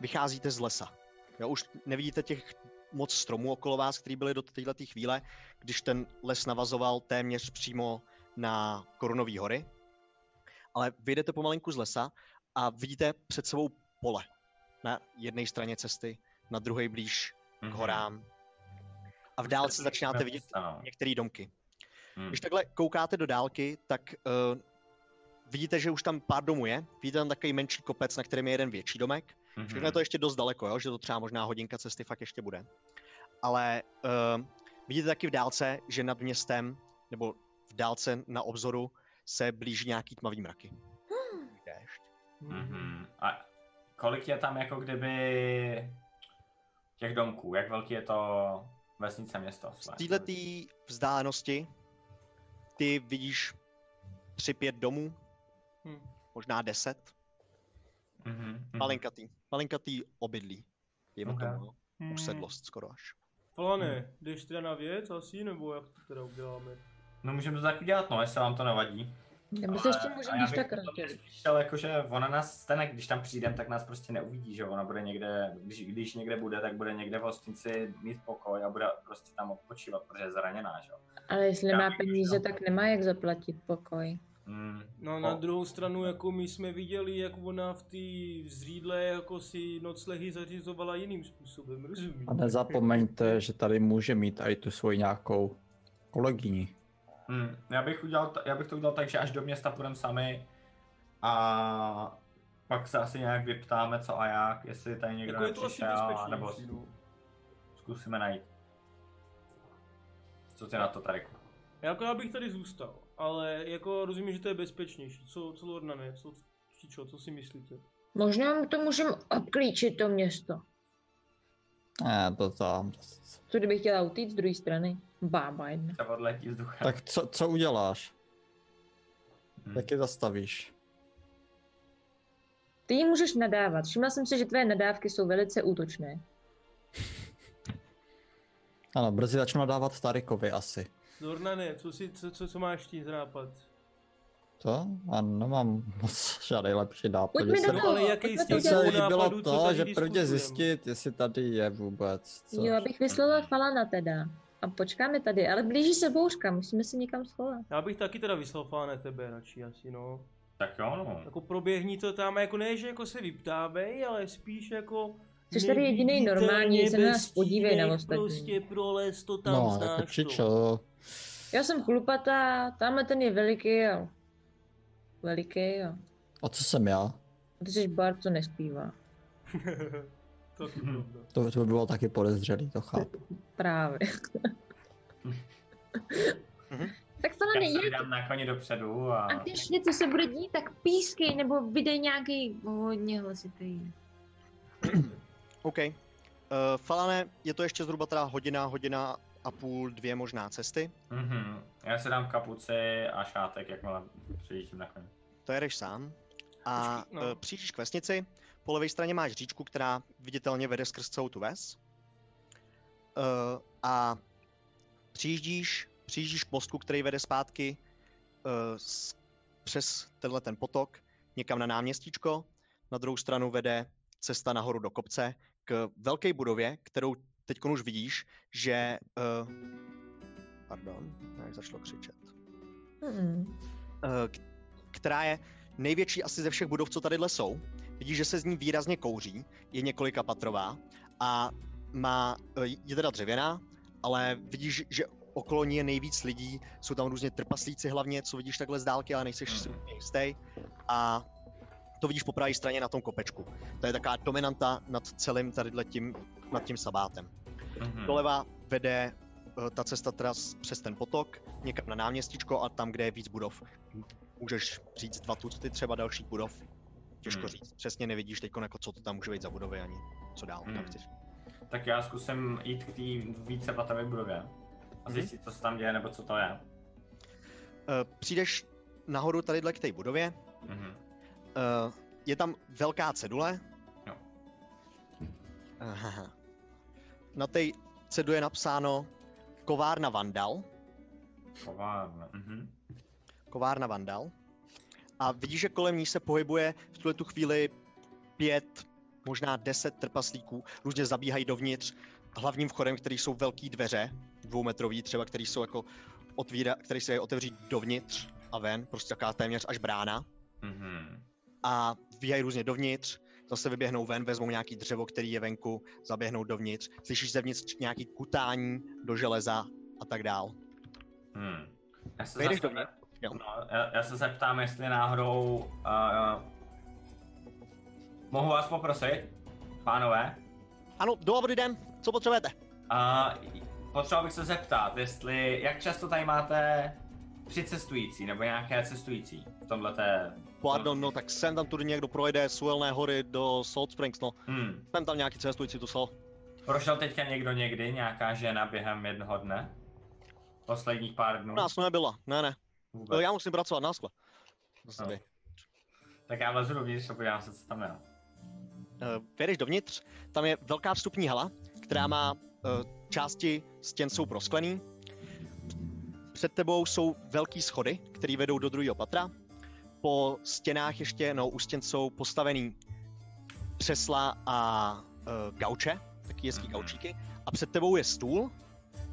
D: vycházíte z lesa. Jo, už nevidíte těch moc stromů okolo vás, který byly do této chvíle, když ten les navazoval téměř přímo na Korunové hory. Ale vyjdete pomalinku z lesa a vidíte před sebou pole. Na jedné straně cesty, na druhé blíž
F: Mhm.
D: k horám. A v dálce začínáte vidět
F: no.
D: některé domky.
F: Hmm.
D: Když takhle koukáte do dálky, tak uh, vidíte, že už tam pár domů je. Vidíte tam takový menší kopec, na kterém je jeden větší domek. Všechno je to ještě dost daleko, jo? že to třeba možná hodinka cesty fakt ještě bude. Ale uh, vidíte taky v dálce, že nad městem, nebo v dálce na obzoru, se blíží nějaký tmavý mraky. Déšť.
F: Mhm. A kolik je tam jako kdyby těch domků? Jak velký je to vesnice, město?
D: Z této vzdálenosti ty vidíš tři, pět domů,
A: Hm.
D: možná deset,
F: Mhm.
D: malinkatý, malinkatý obydlí. Dejme
F: Ok.
D: tomu,
A: Mhm.
D: no. usedlost skoro až.
A: Flane, jdeš teda na věc asi, nebo jak to teda uděláme?
F: No můžeme to tak udělat, no, jestli vám to nevadí.
G: Nebo se ještě
F: Ale-
G: můžeme
F: a já
G: když
F: bych
G: tak
F: potom
G: rozdělit.
F: spíš Ale jakože ona nás stane, když tam přijdem, tak nás prostě neuvidí, že jo? ona bude někde, když, když někde bude, tak bude někde v hostinci mít pokoj a bude prostě tam odpočívat, protože je zraněná, že jo.
G: Ale jestli
F: Já
G: nemá
F: bych
G: peníze,
F: chtěl.
G: tak nemá jak zaplatit pokoj.
F: Mm.
A: No na
F: No.
A: druhou stranu, jako my jsme viděli, jak ona v té zřídle jako si noclehy zařizovala jiným způsobem, rozumíš?
H: A nezapomeňte, že tady může mít i tu svoji nějakou kolegyni.
F: Mm. Já, bych udělal, t- já bych to udělal tak, že až do města půjdeme sami a pak se asi nějak vyptáme, co a jak, jestli tady někdo
A: Jako je to asi
F: nepřišel, nebo
A: bezpečnější, no.
F: zkusíme najít. Co ty na to, Tariku?
A: Jako já bych tady zůstal, ale jako rozumím, že to je bezpečnější. Co, co Lorna ne? Co, Čičo, co si myslíte?
G: Možná mu to můžeme obklíčit to město.
H: Ne, to tam.
G: Co kdybych chtěla utíct z druhé strany? Bába jedna.
F: Třeba odletí vzduchem.
H: Tak co, co uděláš?
F: Hm.
H: Jak je zastavíš?
G: Ty jí můžeš nadávat. Všimla jsem si, že tvé nadávky jsou velice útočné.
H: Ano, brzy začnu dávat Starikovi asi.
A: Dornane, co, si, co, co, co máš ti za nápad?
H: To? A nemám moc žádný lepší nápad.
G: Pojďme
H: že
G: do
H: jsem-
A: No
G: No,
A: ale jaký
G: pojďme
A: z
G: to
A: těch
H: Mně se
G: udělat.
A: dvou
H: líbilo
A: nápadů, co
H: to,
A: tady
H: že prvně
A: diskutujeme?
H: zjistit, jestli tady je vůbec. Co?
G: Jo, abych vyslala Falana teda. A počkáme tady, ale blíží se bouřka, musíme se někam schovat.
A: Já bych taky teda vyslal na tebe radši asi, no.
F: Tak jo, no.
A: Jako proběhni to tam, jako ne, že jako se vyptávej, ale spíš jako...
G: Jsi tady jedinej
A: neviditelně
G: normální, se na nás
A: bez
G: podívej na
A: tínek
G: ostatní.
A: Prostě prolez to tam
H: No,
A: znáš
H: jako
A: to.
H: čičo.
G: Já jsem chlupatá, tamhle ten je veliký, jo. Veliký, jo.
H: A co jsem já?
G: A ty jsi bar, co nespívá.
A: to taky pravda.
H: To, to by bylo taky podezřelý, to chápu.
G: Právě. tak
F: Já
G: Falane,
F: se
G: je
F: vydám na koni dopředu a...
G: a když něco se bude dít, tak pískej nebo vydej nějaký hodně hlasitý.
D: OK. Uh, Falane, je to ještě zhruba teda hodina, hodina a půl, dvě možná cesty.
F: Mhm. Já se dám kapuci a šátek, jakmile přijíždím na koni.
D: To jedeš sám. A
A: Počkej,
D: no.
A: no.
D: uh, přijíždíš k vesnici, po levé straně máš říčku, která viditelně vede skrz celou tu ves. Uh, a přijíždíš, přijíždíš k mostku, který vede zpátky uh, s, přes tenhle ten potok někam na náměstíčko. Na druhou stranu vede cesta nahoru do kopce k velké budově, kterou teď už vidíš, že... Uh, pardon, jak začalo křičet
G: Mm-mm.
D: eh, k- která je největší asi ze všech budov, co tadyhle jsou. Vidíš, že se z ní výrazně kouří, je několika patrová a má, eh, je teda dřevěná, ale vidíš, že okolo ní je nejvíc lidí, jsou tam různě trpaslíci hlavně, co vidíš takhle z dálky, ale nejseš si
F: Mhm.
D: úplně jistý. A to vidíš po pravé straně na tom kopečku. To je taková dominanta nad celým tadyhle tím, nad tím sabátem.
F: Mhm.
D: Doleva vede eh, ta cesta teda s- přes ten potok, někam na náměstíčko a tam, kde je víc budov. Můžeš říct dva tucty třeba dalších budov. Těžko
F: Hmm.
D: říct. Přesně nevidíš teď, jako co to tam může být za budovy ani co dál.
F: Hmm.
D: Tam chceš.
F: Tak já zkusím jít k té více patrové budově. A
D: Mhm.
F: zjistit, co se tam děje, nebo co to je.
D: Eh, Přijdeš nahoru tadyhle k té budově.
F: Mhm.
D: eh, Je tam velká cedule.
F: Jo.
D: Aha. Na té cedule je napsáno kovárna Vandal.
F: Kovárna. Mhm.
D: kovárna Vandal. A vidíš, že kolem ní se pohybuje v tuhle tu chvíli pět, možná deset trpaslíků. Různě zabíhají dovnitř hlavním vchodem, který jsou velké dveře, dvoumetrový třeba, který jsou jako otvíra, který se je otevří dovnitř a ven, prostě taková téměř až brána.
F: Mhm.
D: A vbíhají různě dovnitř, zase vyběhnou ven, vezmou nějaký dřevo, který je venku, zaběhnou dovnitř, slyšíš zevnitř nějaký kutání do železa a tak dál.
F: Hmm. Já se
D: Vejdeš
F: zase-
D: dovnitř? Jo.
F: No, já, já se zeptám, jestli náhodou... Uh, mohu vás poprosit, pánové?
D: Ano, dobrý den, co potřebujete?
F: A potřeboval bych se zeptat, jestli, jak často tady máte přicestující, nebo nějaké cestující v tomhle té...
D: Pardon, no tak sem tam tudy někdo projde z Uhelné hory do Salt Springs, no.
F: Hmm.
D: Sem tam nějaký cestující tu jsou.
F: Prošel teďka někdo někdy, nějaká žena během jednoho dne? Posledních pár dnů?
D: U nás to nebyla, ne, ne.
F: Vůbec.
D: No, já musím pracovat na skle.
F: No.
D: No.
F: Tak já vlezu dovnitř a podívám se, co tam je.
D: Vědeš Eh, dovnitř, tam je velká vstupní hala, která má eh, části stěn jsou prosklený. Před tebou jsou velký schody, které vedou do druhého patra. Po stěnách ještě, no u stěn jsou postavený křesla a uh, gauče, taky hezký
F: Mhm.
D: gaučíky. A před tebou je stůl,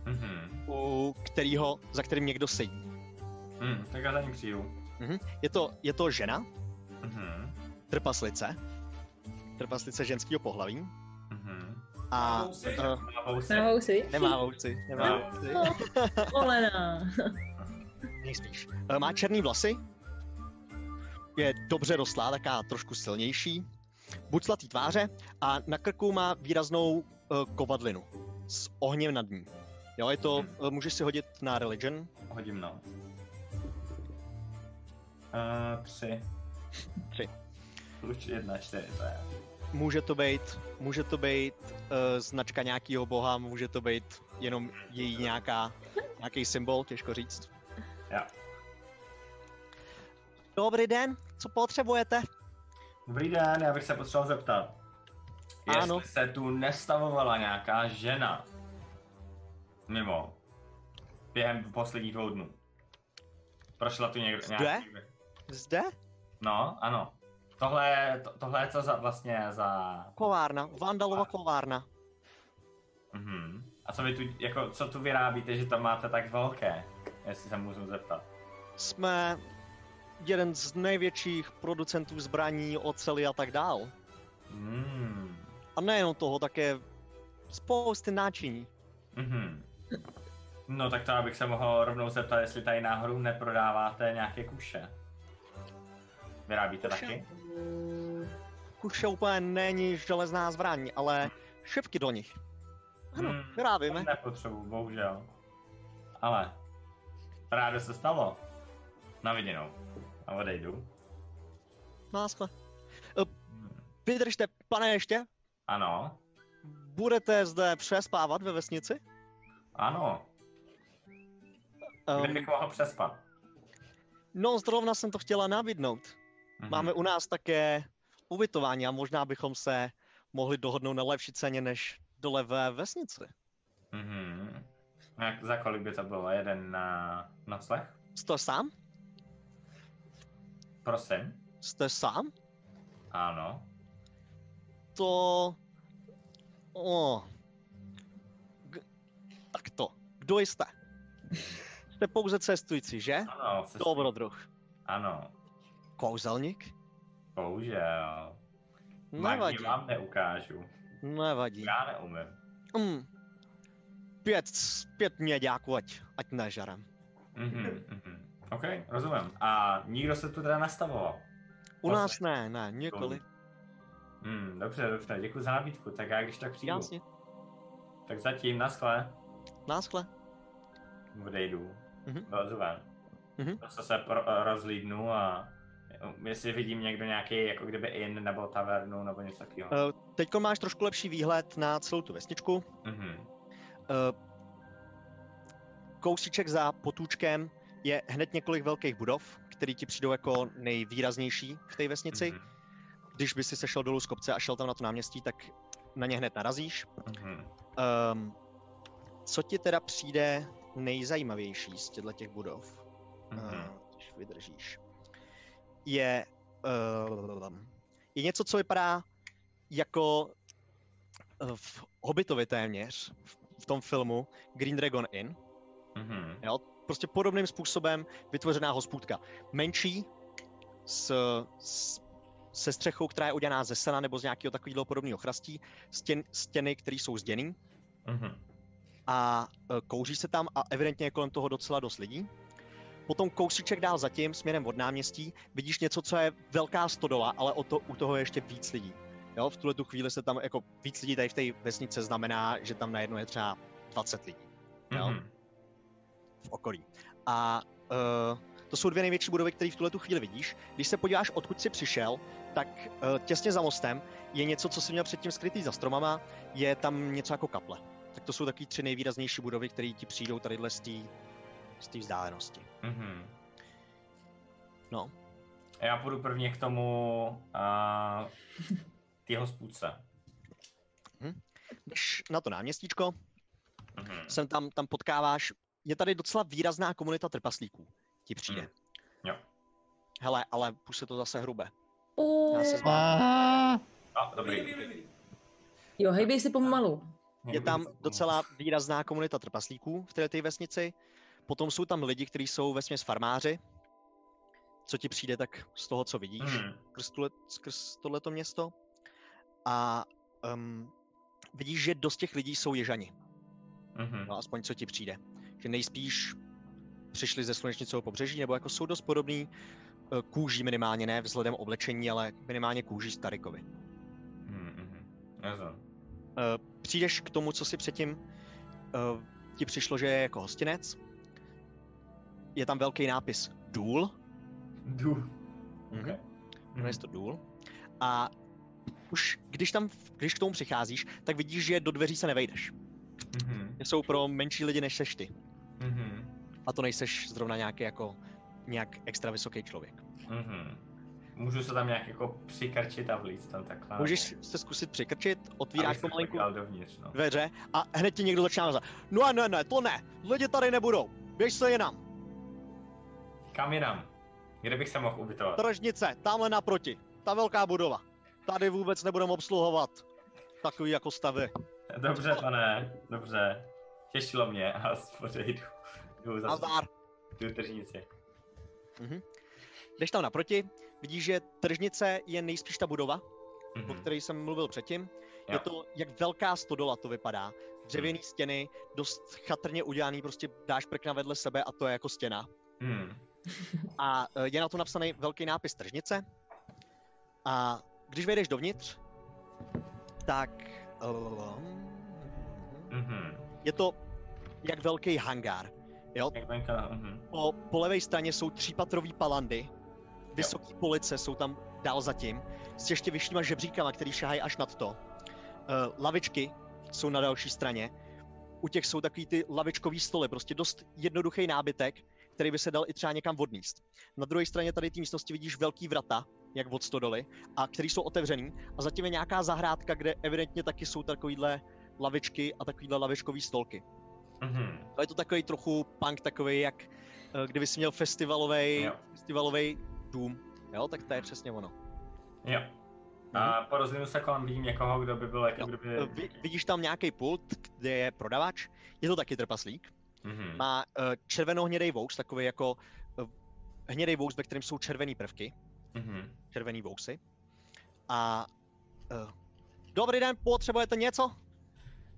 F: Mhm.
D: u kterýho, za kterým někdo sedí.
F: Hmm, tak já za ním přijdu.
D: Je to, je to žena,
F: Mhm.
D: trpaslice, trpaslice ženského pohlaví
F: Mhm.
D: a
F: Kousek.
D: uh,
F: Má vousy.
G: Na housy?
D: nemá vouci, nemá
F: No.
D: vouci,
G: Olena.
D: nejspíš. Uh, má černý vlasy, je dobře rostlá, taká trošku silnější, buclatý tváře a na krku má výraznou uh, kovadlinu s ohněm nad ní. Jo, je to, uh, můžeš si hodit na religion,
F: Hodím no. Uh, tři.
D: Tři.
F: Plus jedna, čtyři, to je.
D: Může to být, může to být uh, značka nějakého boha, může to být jenom její nějaká, nějaký symbol, těžko říct.
F: Já.
D: Dobrý den, co potřebujete?
F: Dobrý den, já bych se potřeboval zeptat. Jestli
D: Ano.
F: se tu nestavovala nějaká žena mimo během posledních dvou dnů. Prošla tu někdo
D: Zde?
F: nějaký...
D: Zde?
F: No, ano. Tohle, je- to, tohle je co za, vlastně za...
D: Kovárna, Vandalova kovárna.
F: Mhm. A co vy tu, jako, co tu vyrábíte, že tam máte tak velké? Jestli se můžu zeptat.
D: Jsme jeden z největších producentů zbraní, oceli a tak dál.
F: Mm.
D: A nejenom toho, také spousty náčiní.
F: Mhm. No tak to abych se mohl rovnou zeptat, jestli tady náhodou neprodáváte nějaké kuše. Vyrábíte
D: Kuše?
F: taky?
D: Kuše úplně není železná zbraň, ale šipky do nich. Ano,
F: Hmm,
D: vyrábíme.
F: Nepotřebuju, bohužel. Ale rádo se stalo. Na viděnou. A odejdu.
D: Má jsme. No Eh, Vydržte, pane ještě,
F: Ano,
D: budete zde přespávat ve vesnici?
F: ano. Kde
D: Ehm,
F: bych mohl přespat?
D: no, zrovna jsem to chtěla nabídnout.
F: Mhm.
D: Máme u nás také ubytování a možná bychom se mohli dohodnout na lepší ceně než dole ve vesnici.
F: Mhm. Jak, za kolik by to bylo? Jeden na nocleh?
D: Jste sám?
F: Prosím.
D: Jste sám?
F: Ano.
D: To... O. K... Tak to. Kdo jste? Jste pouze cestující, že?
F: Ano, cestu-
D: Dobrodruh.
F: Ano,
D: Kouzelník?
F: bohužel.
D: No Nevadí.
F: Magii vám neukážu.
D: Nevadí.
F: Já neumím.
D: Mm. Pět, pět měďáků, ať, ať nežerem.
F: Mhm, mhm. OK, rozumím. A nikdo se tu teda nastavoval?
D: U
F: Zase.
D: nás ne, ne, několik.
F: Hmm, dobře, dobře, děkuji za nabídku, tak já když tak přijdu,
D: Jasně,
F: tak zatím naschle,
D: náschle.
F: odejdu,
D: Mhm.
F: vylezu ven.
D: Mhm.
F: Zase se pro, eh, rozlídnu a eh, jestli vidím někdo nějaký, jako kdyby inn nebo tavernu nebo něco takového.
D: Eh, Teďko máš trošku lepší výhled na celou tu vesničku.
F: Mhm.
D: Eh, Kousíček za potůčkem je hned několik velkých budov, které ti přijdou jako nejvýraznější v té vesnici.
F: mhm,
D: Když by si sešel dolů z kopce a šel tam na to náměstí, tak na ně hned narazíš.
F: mhm.
D: Um, co ti teda přijde nejzajímavější z těchto těch budov,
F: Mhm.
D: eh, když vydržíš, je, uh, je něco, co vypadá jako eh, v Hobbitovi téměř, v- v tom filmu Green Dragon Inn.
F: Mhm.
D: Prostě podobným způsobem vytvořená hospůdka. Menší, s, s, se střechou, která je udělaná ze sena nebo z nějakého takového podobného chrastí, stěn, stěny, které jsou zděný, Eh.
F: Mhm.
D: a e, kouří se tam a evidentně je kolem toho docela dost lidí. Potom kousíček dál zatím, směrem od náměstí, vidíš něco, co je velká stodola, ale o to, u toho je ještě víc lidí. Jo, v tuhle tu chvíli se tam jako víc lidí tady v té vesnice znamená, že tam najednou je třeba 20 lidí Jo.
F: Mhm.
D: v okolí. A uh, to jsou dvě největší budovy, které v tuhle tu chvíli vidíš. Když se podíváš, odkud jsi přišel, tak uh, těsně za mostem je něco, co jsi měl předtím skrytý za stromama, je tam něco jako kaple. Tak to jsou taky tři nejvýraznější budovy, které ti přijdou tady z té z té vzdálenosti.
F: Mhm.
D: No.
F: Já půjdu prvně k tomu uh, ty hospůdce.
D: Jdeš na to náměstíčko,
F: Mhm.
D: sem tam, tam potkáváš, je tady docela výrazná komunita trpaslíků, ti přijde.
F: Mm. Jo.
D: Hele, ale už se to zase hrube.
G: O,
D: Já se zvládnu.
C: Ah,
F: A, No, dobrý.
G: jo, hejbej se pomalu.
D: Je tam
F: no.
D: docela výrazná komunita trpaslíků v této vesnici. Potom jsou tam lidi, kteří jsou ve směs farmáři. Co ti přijde tak z toho, co vidíš
F: Mhm.
D: skrz, tule, skrz tohleto město. A um, vidíš, že dost těch lidí jsou ježani.
F: Mhm.
D: No aspoň co ti přijde. Že nejspíš přišli ze slunečnicového pobřeží, nebo jako jsou dost podobný eh, kůží minimálně, ne vzhledem oblečení, ale minimálně kůží Starikovy.
F: Mhm, mhm. Rozumím.
D: přijdeš k tomu, co si předtím uh, ti přišlo, že je jako hostinec. Je tam velký nápis důl,
F: Jdu.
D: Mhm.
F: Okay. Mhm.
D: jmenuje se to důl. A už když tam, když k tomu přicházíš, tak vidíš, že do dveří se nevejdeš.
F: Mhm.
D: Ty Jsou pro menší lidi než seš ty.
F: Mhm.
D: A to nejseš zrovna nějaký jako nějak extra vysoký člověk.
F: Mhm. Můžu se tam nějak jako přikrčit a vlít tam takhle.
D: Můžeš se zkusit přikrčit, otvíráš
F: Abych se
D: pomalinku
F: podíval dovnitř, no.
D: dveře a hned ti někdo začíná za. No a ne, ne, to ne, lidi tady nebudou, běž se jinam,
F: Kam jinam? Kde bych se mohl ubytovat?
D: tržnice, tamhle naproti, ta velká budova. Tady vůbec nebudeme obsluhovat takový jako stavy.
F: Dobře, pane, dobře. Těšilo mě a spoře jdu. Jdu za
D: Nazdar.
F: tu tržnici.
D: Jdeš tam naproti, vidíš, že tržnice je nejspíš ta budova, o
F: Mhm.
D: které jsem mluvil předtím. Je
F: Jo. Mhm.
D: to, jak velká stodola to vypadá. Dřevěné stěny, dost chatrně udělaný, prostě dáš prkna vedle sebe a to je jako stěna.
F: Hmm.
D: A eh, je na to napsaný velký nápis tržnice. A když vejdeš dovnitř, tak... ehm,
F: Mhm.
D: Je to jak velký hangár. Jo,
F: Jak venka, mhm.
D: po, po levé straně jsou třípatrový palandy, vysoké police jsou tam dál zatím, s ještě vyššíma žebříkama, který šahají až nad to. Uh, lavičky jsou na další straně. U těch jsou takový ty lavičkový stoly, prostě dost jednoduchý nábytek, který by se dal i třeba někam odníst. Na druhé straně tady té místnosti vidíš velký vrata, jak od stodoly, a který jsou otevřený. A zatím je nějaká zahrádka, kde evidentně taky jsou takovýhle lavičky a takovýhle lavičkový stolky.
F: Mhm.
D: Ale je to takový trochu punk, takový jak eh, kdyby si měl festivalový,
F: Jo.
D: festivalový dům. Jo, tak to je přesně ono.
F: Jo. A po rozhlídnu se kolem vidím někoho, kdo by byl jako
D: Mhm. Jo.
F: kdyby...
D: Eh, Vy, vidíš tam nějaký pult, kde je prodavač, je to taky trpaslík,
F: Mhm.
D: má eh, červeno-hnědej vous, takový jako eh, hnědej vous, ve kterém jsou červený prvky,
F: Mhm.
D: červený vousy. A eh, dobrý den, potřebujete něco?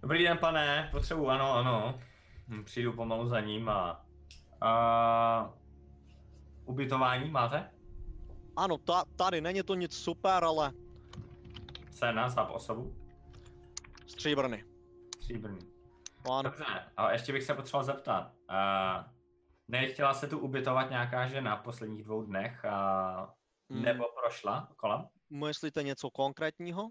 F: Dobrý den, pane, potřebuju, ano, ano. Hm, Přijdu pomalu za ním a... a... Ubytování máte?
D: Ano, ta, tady není to nic super, ale
F: Cena za osobu?
D: stříbrný.
F: Stříbrný.
D: Ano.
F: Dobře, ale ještě bych se potřeboval zeptat. Uh, nechtěla se tu ubytovat nějaká žena v posledních dvou dnech a
D: Mm.
F: nebo prošla kolem?
D: Myslíte něco konkrétního?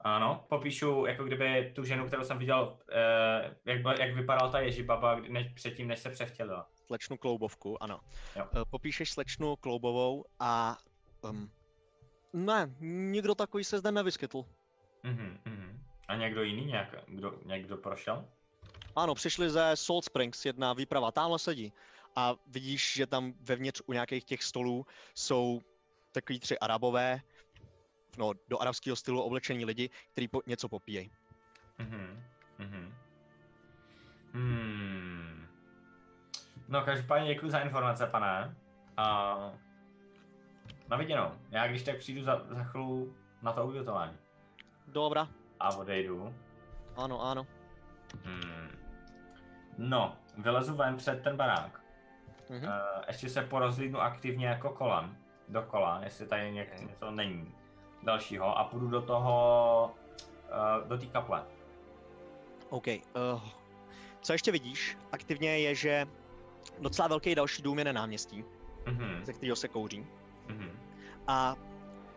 F: Ano, popíšu jako kdyby tu ženu, kterou jsem viděl, eh, jak, byl, jak vypadala ta Ježibaba kdy- než, předtím, než se převtělila.
D: slečnu kloubovku, ano.
F: Jo.
D: Eh, Popíšeš slečnu kloubovou a... Um, ne, nikdo takový se zde nevyskytl.
F: Mhm, mhm. A někdo jiný, nějak, kdo, někdo prošel?
D: Ano, přišli ze Salt Springs, jedna výprava, tamhle sedí. A vidíš, že tam vevnitř u nějakých těch stolů jsou takový tři arabové, no, do arabského stylu oblečení lidi, kteří po, něco popíjejí.
F: Mhm, mhm. Hmm. No každopádně děkuji za informace, pane. A na viděnou. Já když tak přijdu za, za chvíli na to ubytování
D: Dobrá,
F: a odejdu.
D: ano, ano.
F: Hmm. No, vylezu ven před ten barák.
D: Mhm.
F: Mhm. ještě se porozlídnu aktivně jako kolem, dokola, jestli tady něk- něco není dalšího a půjdu do toho, eh, do té kaple.
D: OK. Uh, co ještě vidíš aktivně je, že docela velký další dům je na náměstí,
F: Mhm,
D: ze kterého se kouří.
F: mhm,
D: a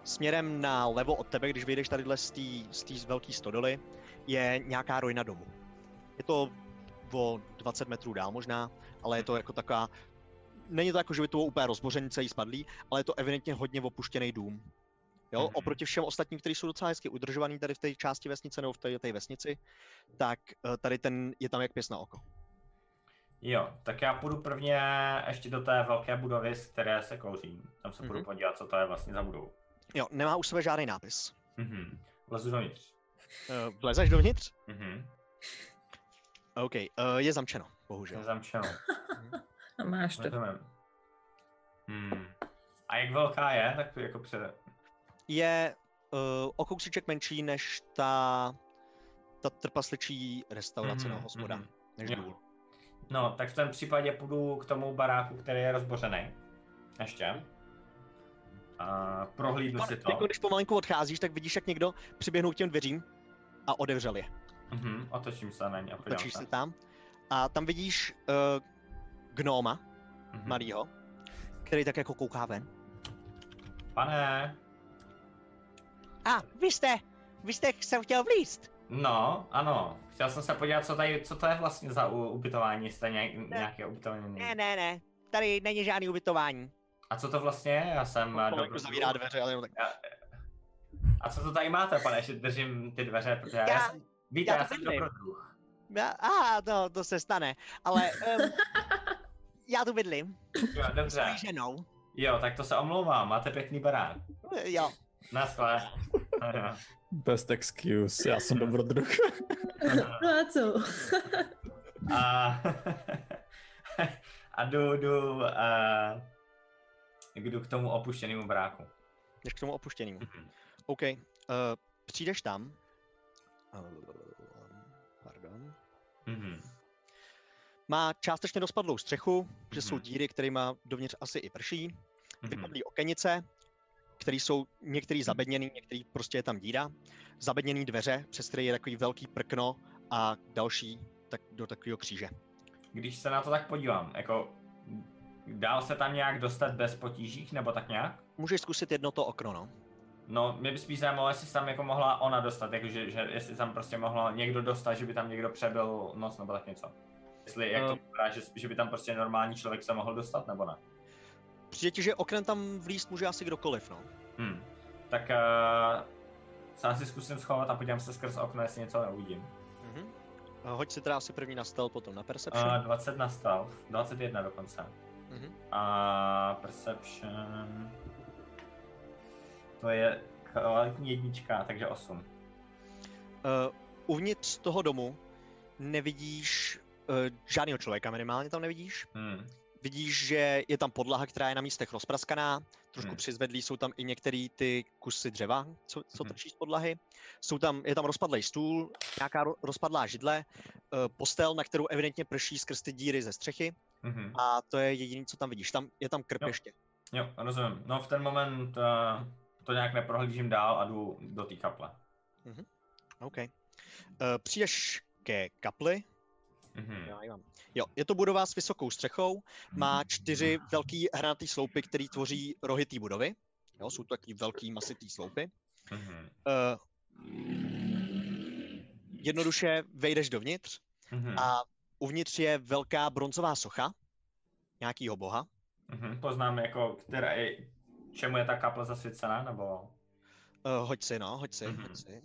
D: směrem na levo od tebe, když vyjdeš tadyhle z té z tý velké stodoly, je nějaká rojna domu. Je to o 20 metrů dál možná, ale je to jako taková... Není to jako, že by to bylo úplně rozbořený celý spadlý, ale je to evidentně hodně opuštěný dům. Jo,
F: Mhm.
D: oproti všem ostatním, kteří jsou docela hezky udržovaný tady v té části vesnice nebo v té- té vesnici, tak eh, tady ten je tam jak pěs na oko.
F: Jo, tak já půjdu prvně ještě do té velké budovy, z které se kouří. Tam se půjdu
D: Mhm.
F: podívat, co to je vlastně za budovu.
D: Jo, nemá u sebe žádný nápis.
F: Mhm. Vlezu dovnitř.
D: Eh, Vlezeš dovnitř?
F: Mhm.
D: OK, eh, je zamčeno, bohužel.
F: Jsem zamčenou.
G: A máš to.
F: Rozumím. Hmm. A jak velká je, tak jako před...
D: je uh, o kousíček menší než ta, ta trpasličí restaurace mm-hmm,
F: Mhm,
D: no, hospoda.
F: mhm.
D: Mm-hmm. Než
F: Jo.
D: důl.
F: No, tak v tom případě půjdu k tomu baráku, který je rozbořený. Ještě. A prohlídnu si to.
D: Teď, Jako- když pomalinku odcházíš, tak vidíš, jak někdo přiběhnul k těm dveřím a otevřel je.
F: Mhm, otočím se na ně a podívám
D: Točíš se
F: se.
D: tam a tam vidíš uh, gnóma
F: Mhm.
D: malýho, který tak jako kouká ven.
F: Pane,
K: A, vy jste, vy jste jsem chtěl vlíst.
F: No, ano. Chtěl jsem se podívat, co, tady, co to je vlastně za u, ubytování, jestli to je nějak, nějaké ubytování.
K: Ne, ne, ne, tady není žádný ubytování.
F: A co to vlastně je? Já jsem... eh,
D: Pomalinku zavírá dveře, ale jenom tak.
F: Já- A co to tady máte, pane, že držím ty dveře, protože já,
K: Já-
F: jsem, víte, já,
K: já
F: já
K: to
F: jsem
K: bydlím.
F: dobrodruh.
K: Já, a, No, to, to se stane, ale um, já tu bydlím
F: Jo,
K: s
F: Dobře,
K: mojí ženou.
F: jo, tak to se omlouvám, máte pěkný barák.
D: No,
K: Jo,
F: Naschle.
H: Best excuse, já jsem dobrodruh.
B: No a co?
F: a, a jdu, jdu, a, jdu k tomu opuštěnému baráku.
D: Jdeš k tomu opuštěnému.
F: Mhm.
D: OK. Uh, přijdeš tam. Eh, Pardon.
F: Mhm.
D: Má částečně rozpadlou střechu, že jsou
F: Mhm.
D: díry, které má dovnitř asi i prší.
F: mhm.
D: Vypadlý okenice, které jsou některý zabedněný, některý prostě je tam díra. Zabedněný dveře, přes které je takový velký prkno a další tak do takového kříže.
F: Když se na to tak podívám, jako dál se tam nějak dostat bez potížích, nebo tak nějak?
D: Můžeš zkusit jedno to okno, no.
F: No, mě by spíš zajímalo, jestli se tam jako mohla ona dostat, jakože, že jestli tam prostě mohla někdo dostat, že by tam někdo přebyl noc nebo tak něco. Jestli, jak to
A: Ehm.
F: vypadá, že, že by tam prostě normální člověk se mohl dostat, nebo ne?
D: Přijde ti, že oknem tam vlíst může asi kdokoliv, no.
F: Hm. Tak uh, se asi zkusím schovat a podívám se skrz okno, jestli něco neuvidím.
D: Mhm. Eh, Hoď si teda asi první na stealth, potom na perception.
F: Uh, 20 na stealth, 21 dokonce.
D: Mhm.
F: A perception... To je kvalitní jednička, takže 8.
D: Uh, uvnitř toho domu nevidíš uh, žádného člověka minimálně tam nevidíš.
F: Hm.
D: Vidíš, že je tam podlaha, která je na místech rozpraskaná, trošku
F: Hmm.
D: hmm. přizvedlí, jsou tam i některé ty kusy dřeva, co, co
F: Mhm.
D: trčí z podlahy. Jsou tam, je tam rozpadlý stůl, nějaká ro- rozpadlá židle, uh, postel, na kterou evidentně prší skrz ty díry ze střechy
F: Mhm.
D: a to je jediné, co tam vidíš. Tam je tam krp
F: Jo.
D: ještě.
F: Jo, rozumím. No v ten moment uh, to nějak neprohlížím dál a jdu do té kaple.
D: OK. Uh, přijdeš ke kapli,
F: Mhm.
D: Já ji mám. Jo, je to budova s vysokou střechou, má čtyři velký hranatý sloupy, který tvoří rohy té budovy. Jo, jsou to takový velký masitý sloupy.
F: Mhm.
D: Uh, jednoduše vejdeš dovnitř
F: Mhm.
D: a uvnitř je velká bronzová socha nějakýho boha.
F: Mhm. Poznám jako, která je, čemu je ta kaple zasvěcená, nebo...
D: Uh, hoď si, no, hoď si,
F: Mhm.
D: hoď si.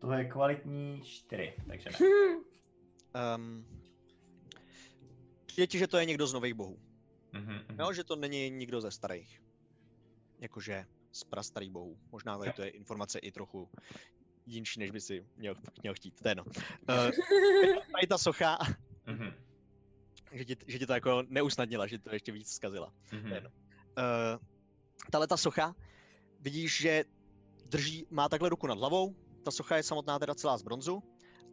F: To je kvalitní 4, takže ne.
D: Um, přijde ti, že to je někdo z nových bohů.
F: Mhm. mhm.
D: Jo, že to není nikdo ze starých. Jakože z prastarých bohů. Možná tady to je informace i trochu jinší, než by si měl, měl chtít. To je no. Uh, tady ta socha,
F: Mhm.
D: že ti, že ti to jako neusnadnila, že to ještě víc zkazila.
F: Mhm.
D: Jen. Uh, tahle ta socha, vidíš, že drží, má takhle ruku nad hlavou, ta socha je samotná teda celá z bronzu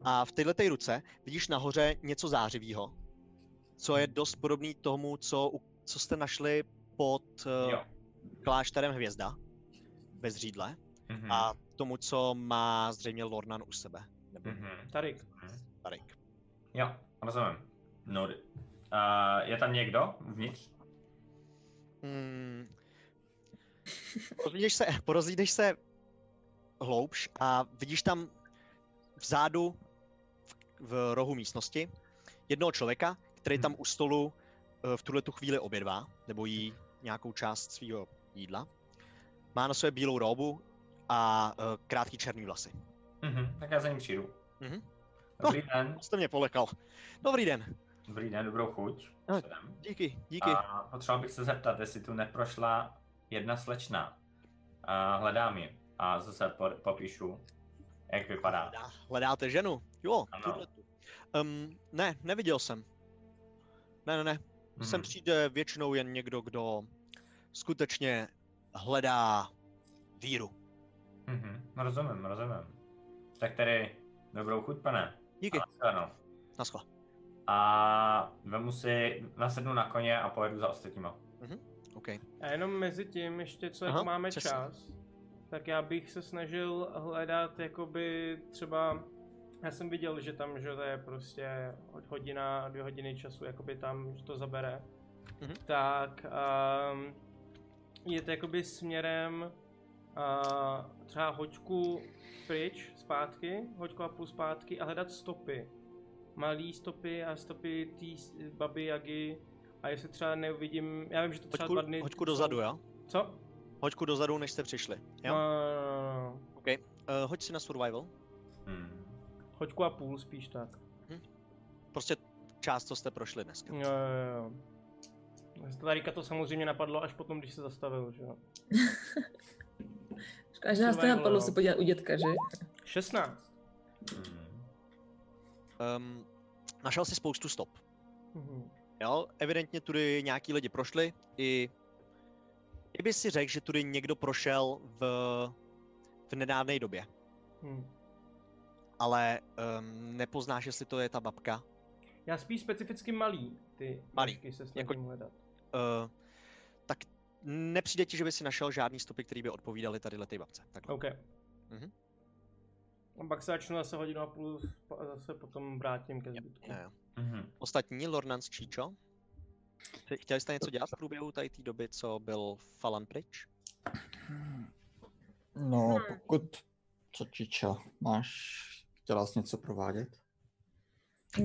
D: a v této ruce vidíš nahoře něco zářivého, co je dost podobný tomu, co, u- co jste našli pod uh,
F: Jo.
D: klášterem Hvězda bez řídle
F: Mhm.
D: a tomu, co má zřejmě Lornan u sebe. Nebo
F: Mhm.
A: Tady.
D: Tarek.
F: Jo, rozumím. No, uh, je tam někdo vnitř?
D: Mm. Rozlídeš se, porozlídeš se hloubš a vidíš tam vzadu v, v rohu místnosti jednoho člověka, který tam u stolu eh, v tuhle tu chvíli obědvá, nebo jí nějakou část svého jídla. Má na sobě bílou robu a eh, krátký černý vlasy.
F: Mhm. Tak já za ním přijdu.
D: Mhm.
F: Dobrý den.
D: Moc Jste mě polekal. Dobrý den,
F: Dobrý den, dobrou chuť.
D: No,
F: Co jdem?
D: díky, díky.
F: A potřeboval bych se zeptat, jestli tu neprošla jedna slečna. A hledám ji. A zase po, popíšu, jak vypadá.
D: Hledá, hledáte ženu? Jo,
F: Ano.
D: tuhle tu. Um, ne, neviděl jsem. Ne, ne, ne,
F: Mhm.
D: Sem přijde většinou jen někdo, kdo skutečně hledá víru.
F: Mhm. Rozumím, rozumím. Tak tedy dobrou chuť, pane.
D: Díky,
F: A, ano.
D: naschle.
F: a vemu si, nasednu na koně a pojedu za ostatníma.
D: OK.
A: A jenom mezi tím, ještě co
D: Aha,
A: jako máme
D: přesně.
A: čas, tak já bych se snažil hledat jakoby třeba, já jsem viděl, že tam, že to je prostě od hodina, dvě hodiny času, jakoby tam, že to zabere, ehm,
D: Mhm.
A: tak um, jet jakoby směrem uh, třeba hoďku pryč, zpátky, hoďku a půl zpátky a hledat stopy. Malý stopy a stopy té baby Jagy. A jestli třeba neuvidím, já vím, že to třeba
D: hoďku,
A: dva dny...
D: hoďku dozadu, jo?
A: Co?
D: Hoďku dozadu, než jste přišli, jo?
A: No, no, no, no.
D: OK, uh, hoď si na survival.
F: Hmm.
A: Hoďku a půl spíš tak.
D: Prostě část, co jste prošli dneska.
F: Hm.
A: Jo, jo, jo. Starýka to samozřejmě napadlo až potom, když se zastavil, že jo.
B: Škoda, že nás to
A: Survival,
B: napadlo
A: no.
B: se podívat u dětka, že?
A: 16.
F: Hmm.
D: Um, našel si spoustu stop.
A: Mhm.
D: Jo, evidentně tudy nějaký lidi prošli i... Kdyby si řekl, že tudy někdo prošel v, v nedávné době,
A: Hm.
D: ale um, nepoznáš, jestli to je ta babka.
A: Já spíš specificky malý ty
D: Malý.
A: mačky se snažím jako... hledat.
D: Uh, tak nepřijde ti, že by si našel žádný stopy, které by odpovídaly tady té babce. Takhle.
A: OK.
D: Mhm.
A: A pak se začnu zase hodinu a půl, sp- a zase potom vrátím ke zbytku.
D: Jo, Eh. jo.
F: Mhm.
D: Ostatní, Lornans Číčo? Chce- Chtěli jste něco dělat v průběhu tady té doby, co byl Falan pryč?
C: No, pokud... Co Čiča, máš... Chtěla jsi něco provádět?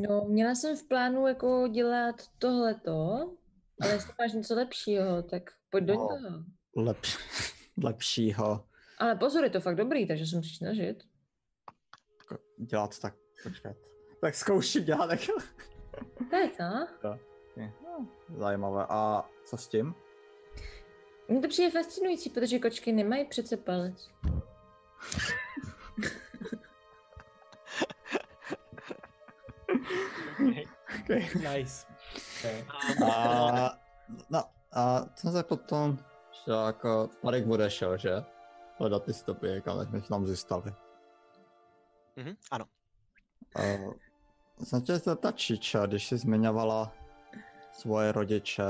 G: No, měla jsem v plánu jako dělat tohleto, ale jestli máš něco lepšího, tak pojď do
C: No.
G: toho.
C: Lep... Lepšího
G: Ale pozor, je to fakt dobrý, takže se musíš snažit.
C: jako dělat tak... Počkat. Tak zkouším dělat jako...
G: Tak, no.
C: Zajímavé. A co s tím?
G: Mně to přijde fascinující, protože kočky nemají přece palec.
A: Nice.
F: Okay.
C: A, no, a co se potom, že jako Marek odešel, že? Hledat ty stopy, jako než jsme tam zjistali.
D: Mhm, ano.
C: A, jsem tě zeptat Čiča, když jsi zmiňovala svoje rodiče.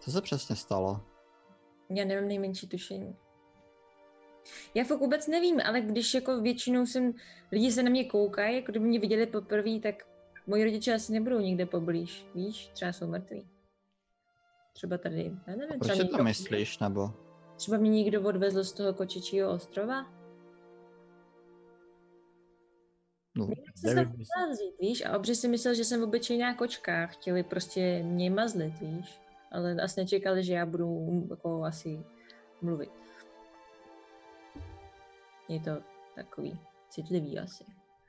C: Co se přesně stalo?
G: Já nemám nejmenší tušení. Já fakt vůbec nevím, ale když jako většinou jsem, lidi se na mě koukají, jako kdyby mě viděli poprvé, tak moji rodiče asi nebudou nikde poblíž, víš, třeba jsou mrtví. Třeba tady, já
C: A
G: nevím, třeba
C: proč si to
G: někdo-
C: myslíš, nebo?
G: Třeba mě někdo odvezl z toho kočičího ostrova.
C: No,
G: Jak se tam vzít, víš? A obře si myslel, že jsem obyčejná kočka. Chtěli prostě mě mazlit, víš? Ale asi nečekali, že já budu jako asi mluvit. Je to takový citlivý asi.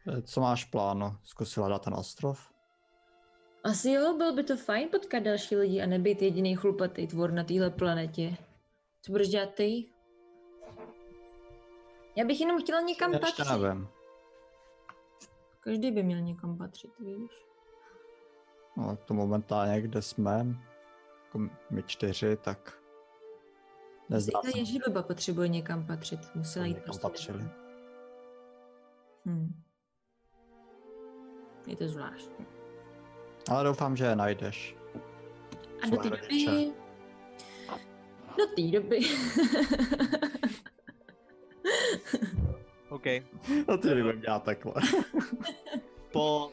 C: Eh, co máš v plánu? Zkusila dát ten ostrov?
G: Asi jo, bylo by to fajn potkat další lidi a nebýt jediný chlupatý tvor na téhle planetě. Co budeš dělat ty? Já bych jenom chtěla někam
C: Ještě
G: patřit.
C: nevím.
G: Každý by měl někam patřit, víš?
C: No, tak to momentálně, kde jsme, jako my čtyři, tak nezdá
G: Ta
C: se,
G: ježiloba potřebuje někam patřit. Musela jít
C: někam
G: prostě
C: patřili.
G: někam. Hm. Je to zvláštní.
C: ale doufám, že je najdeš.
G: A do té
C: Svoje rodiče.
G: doby... Do té doby...
D: OK.
C: No ty nebudem dělat takhle.
D: Po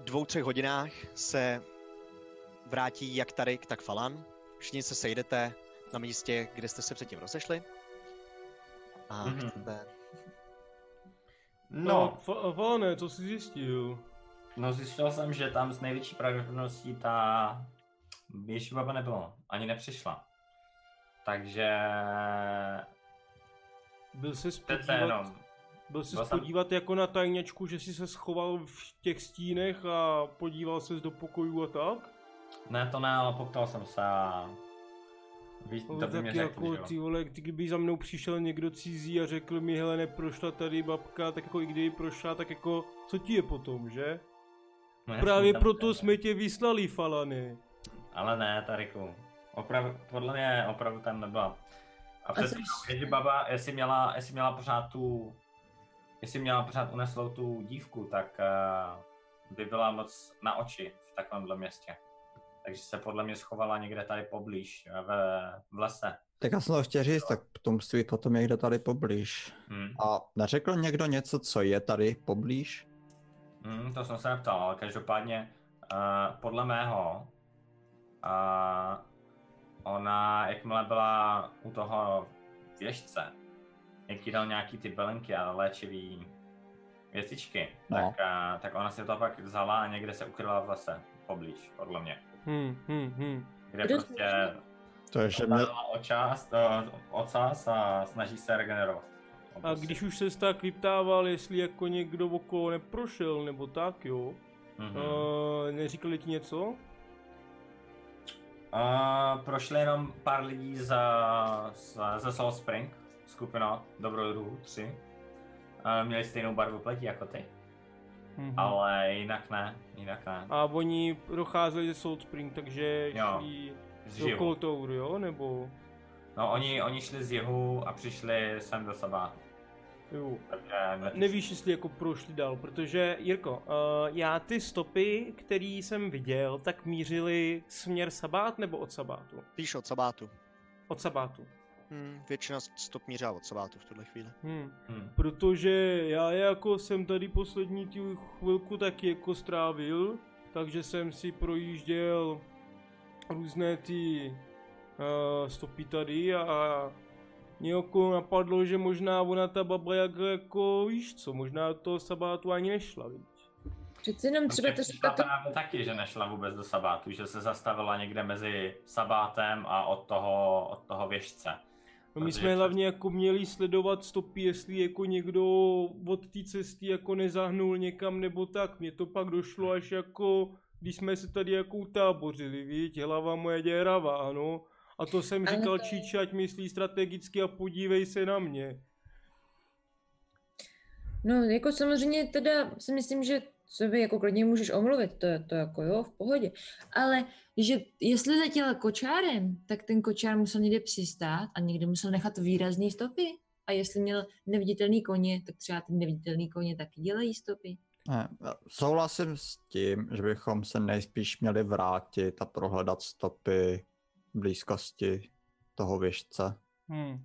D: dvou, třech hodinách se vrátí jak Tarik, tak Falan. Všichni se sejdete na místě, kde jste se předtím rozešli. A
F: Mhm.
D: chcete...
A: No,
F: No,
A: f- Vone, co jsi zjistil?
F: no zjistil jsem, že tam s největší pravděpodobností ta Ježí baba nebyla, ani nepřišla. Takže
A: Byl se
F: tece jenom.
A: spodívat, byl se
F: no. Byl jsem-
A: spodívat jako na tajněčku, že jsi se schoval v těch stínech a podíval ses do pokojů a tak?
F: Ne, to ne, ale poptal jsem se a... Víš, to
A: Ale
F: by
A: tak
F: mě
A: jako
F: řekl,
A: ty vole, ty kdyby za mnou přišel někdo cizí a řekl mi, hele, neprošla tady babka, tak jako i kdyby prošla, tak jako, co ti je potom, že?
F: No,
A: Právě proto jsme tě vyslali, Falany.
F: Ale ne, Tariku. Opravdu, podle mě opravdu tam nebyla. A
G: co
F: přesně,
G: když-
F: Lady Baba, jestli měla, jestli měla pořád tu, jestli měla pořád uneslou tu dívku, tak eh, by byla moc na oči v takovémhle městě. Takže se podle mě schovala někde tady poblíž, eh, ve, v lese.
C: Tak já jsem to chtěl říct, tak to musí být potom někde tady poblíž.
F: Hm.
C: A neřekl někdo něco, co je tady poblíž?
F: Hmm, to jsem se neptal, eh, ale každopádně uh, podle mého uh, ona, jakmile byla u toho věžce, jak jí dal nějaký ty bylinky a léčivý věcičky,
C: No.
F: tak, a, tak ona si to pak vzala a někde se ukryla v lese, poblíž, podle mě.
A: Hmm, hmm, hmm.
F: Kde
A: Kde
F: prostě
H: To je, že mě...
F: dala očást, ocas a snaží se regenerovat.
A: A když už se tak vyptával, jestli jako někdo okolo neprošel nebo tak, jo?
F: Mhm.
A: Eh, neříkali ti něco?
F: A prošli jenom pár lidí za, za, za Salt Spring, skupina dobrodruhů, tři. A měli stejnou barvu pleti jako ty, Hm.
A: Mhm.
F: ale jinak ne, jinak ne.
A: A oni docházeli ze Salt Spring, takže
F: Jo,
A: šli
F: z
A: do
F: jihu.
A: Kotour, jo? Nebo...
F: No oni, oni šli z jihu a přišli sem do Sabátu. Eh,
A: Jo.
F: Takže ne,
A: Nevíš, jestli jako prošli dál, protože, Jirko, uh, já ty stopy, které jsem viděl, tak mířily směr Sabát nebo od Sabátu?
D: Píš od sabátu.
A: Od Sabátu.
D: Hmm, většina stop mířá od sabátu v tuhle chvíli.
A: Hmm.
F: Hm.
A: Protože já jako jsem tady poslední tu chvilku taky jako strávil, takže jsem si projížděl různé ty uh, stopy tady a mě jako napadlo, že možná ona ta baba jak jako, víš co, možná to sabátu ani nešla, víš.
G: Přeci jenom třeba to
F: přišla
G: říká to...
F: právě taky, že nešla vůbec do Sabátu, že se zastavila někde mezi Sabátem a od toho, od toho věžce.
A: No my
F: Protože
A: jsme hlavně jako měli sledovat stopy, jestli jako někdo od té cesty jako nezahnul někam nebo tak. Mně to pak došlo až jako, když jsme se tady jako utábořili, víš, hlava moje děrava, ano. A to jsem
G: Ale
A: říkal
G: to-
A: to... Číči, ať myslí strategicky a podívej se na mě.
G: No, jako samozřejmě teda si myslím, že sebe jako klidně můžeš omluvit, to je to jako jo, v pohodě. Ale že jestli letěl kočárem, tak ten kočár musel někde přistát a někde musel nechat výrazné stopy. A jestli měl neviditelný koně, tak třeba ty neviditelný koně taky dělají stopy.
H: Ne, souhlasím s tím, že bychom se nejspíš měli vrátit a prohledat stopy v blízkosti toho věžce.
A: Hmm.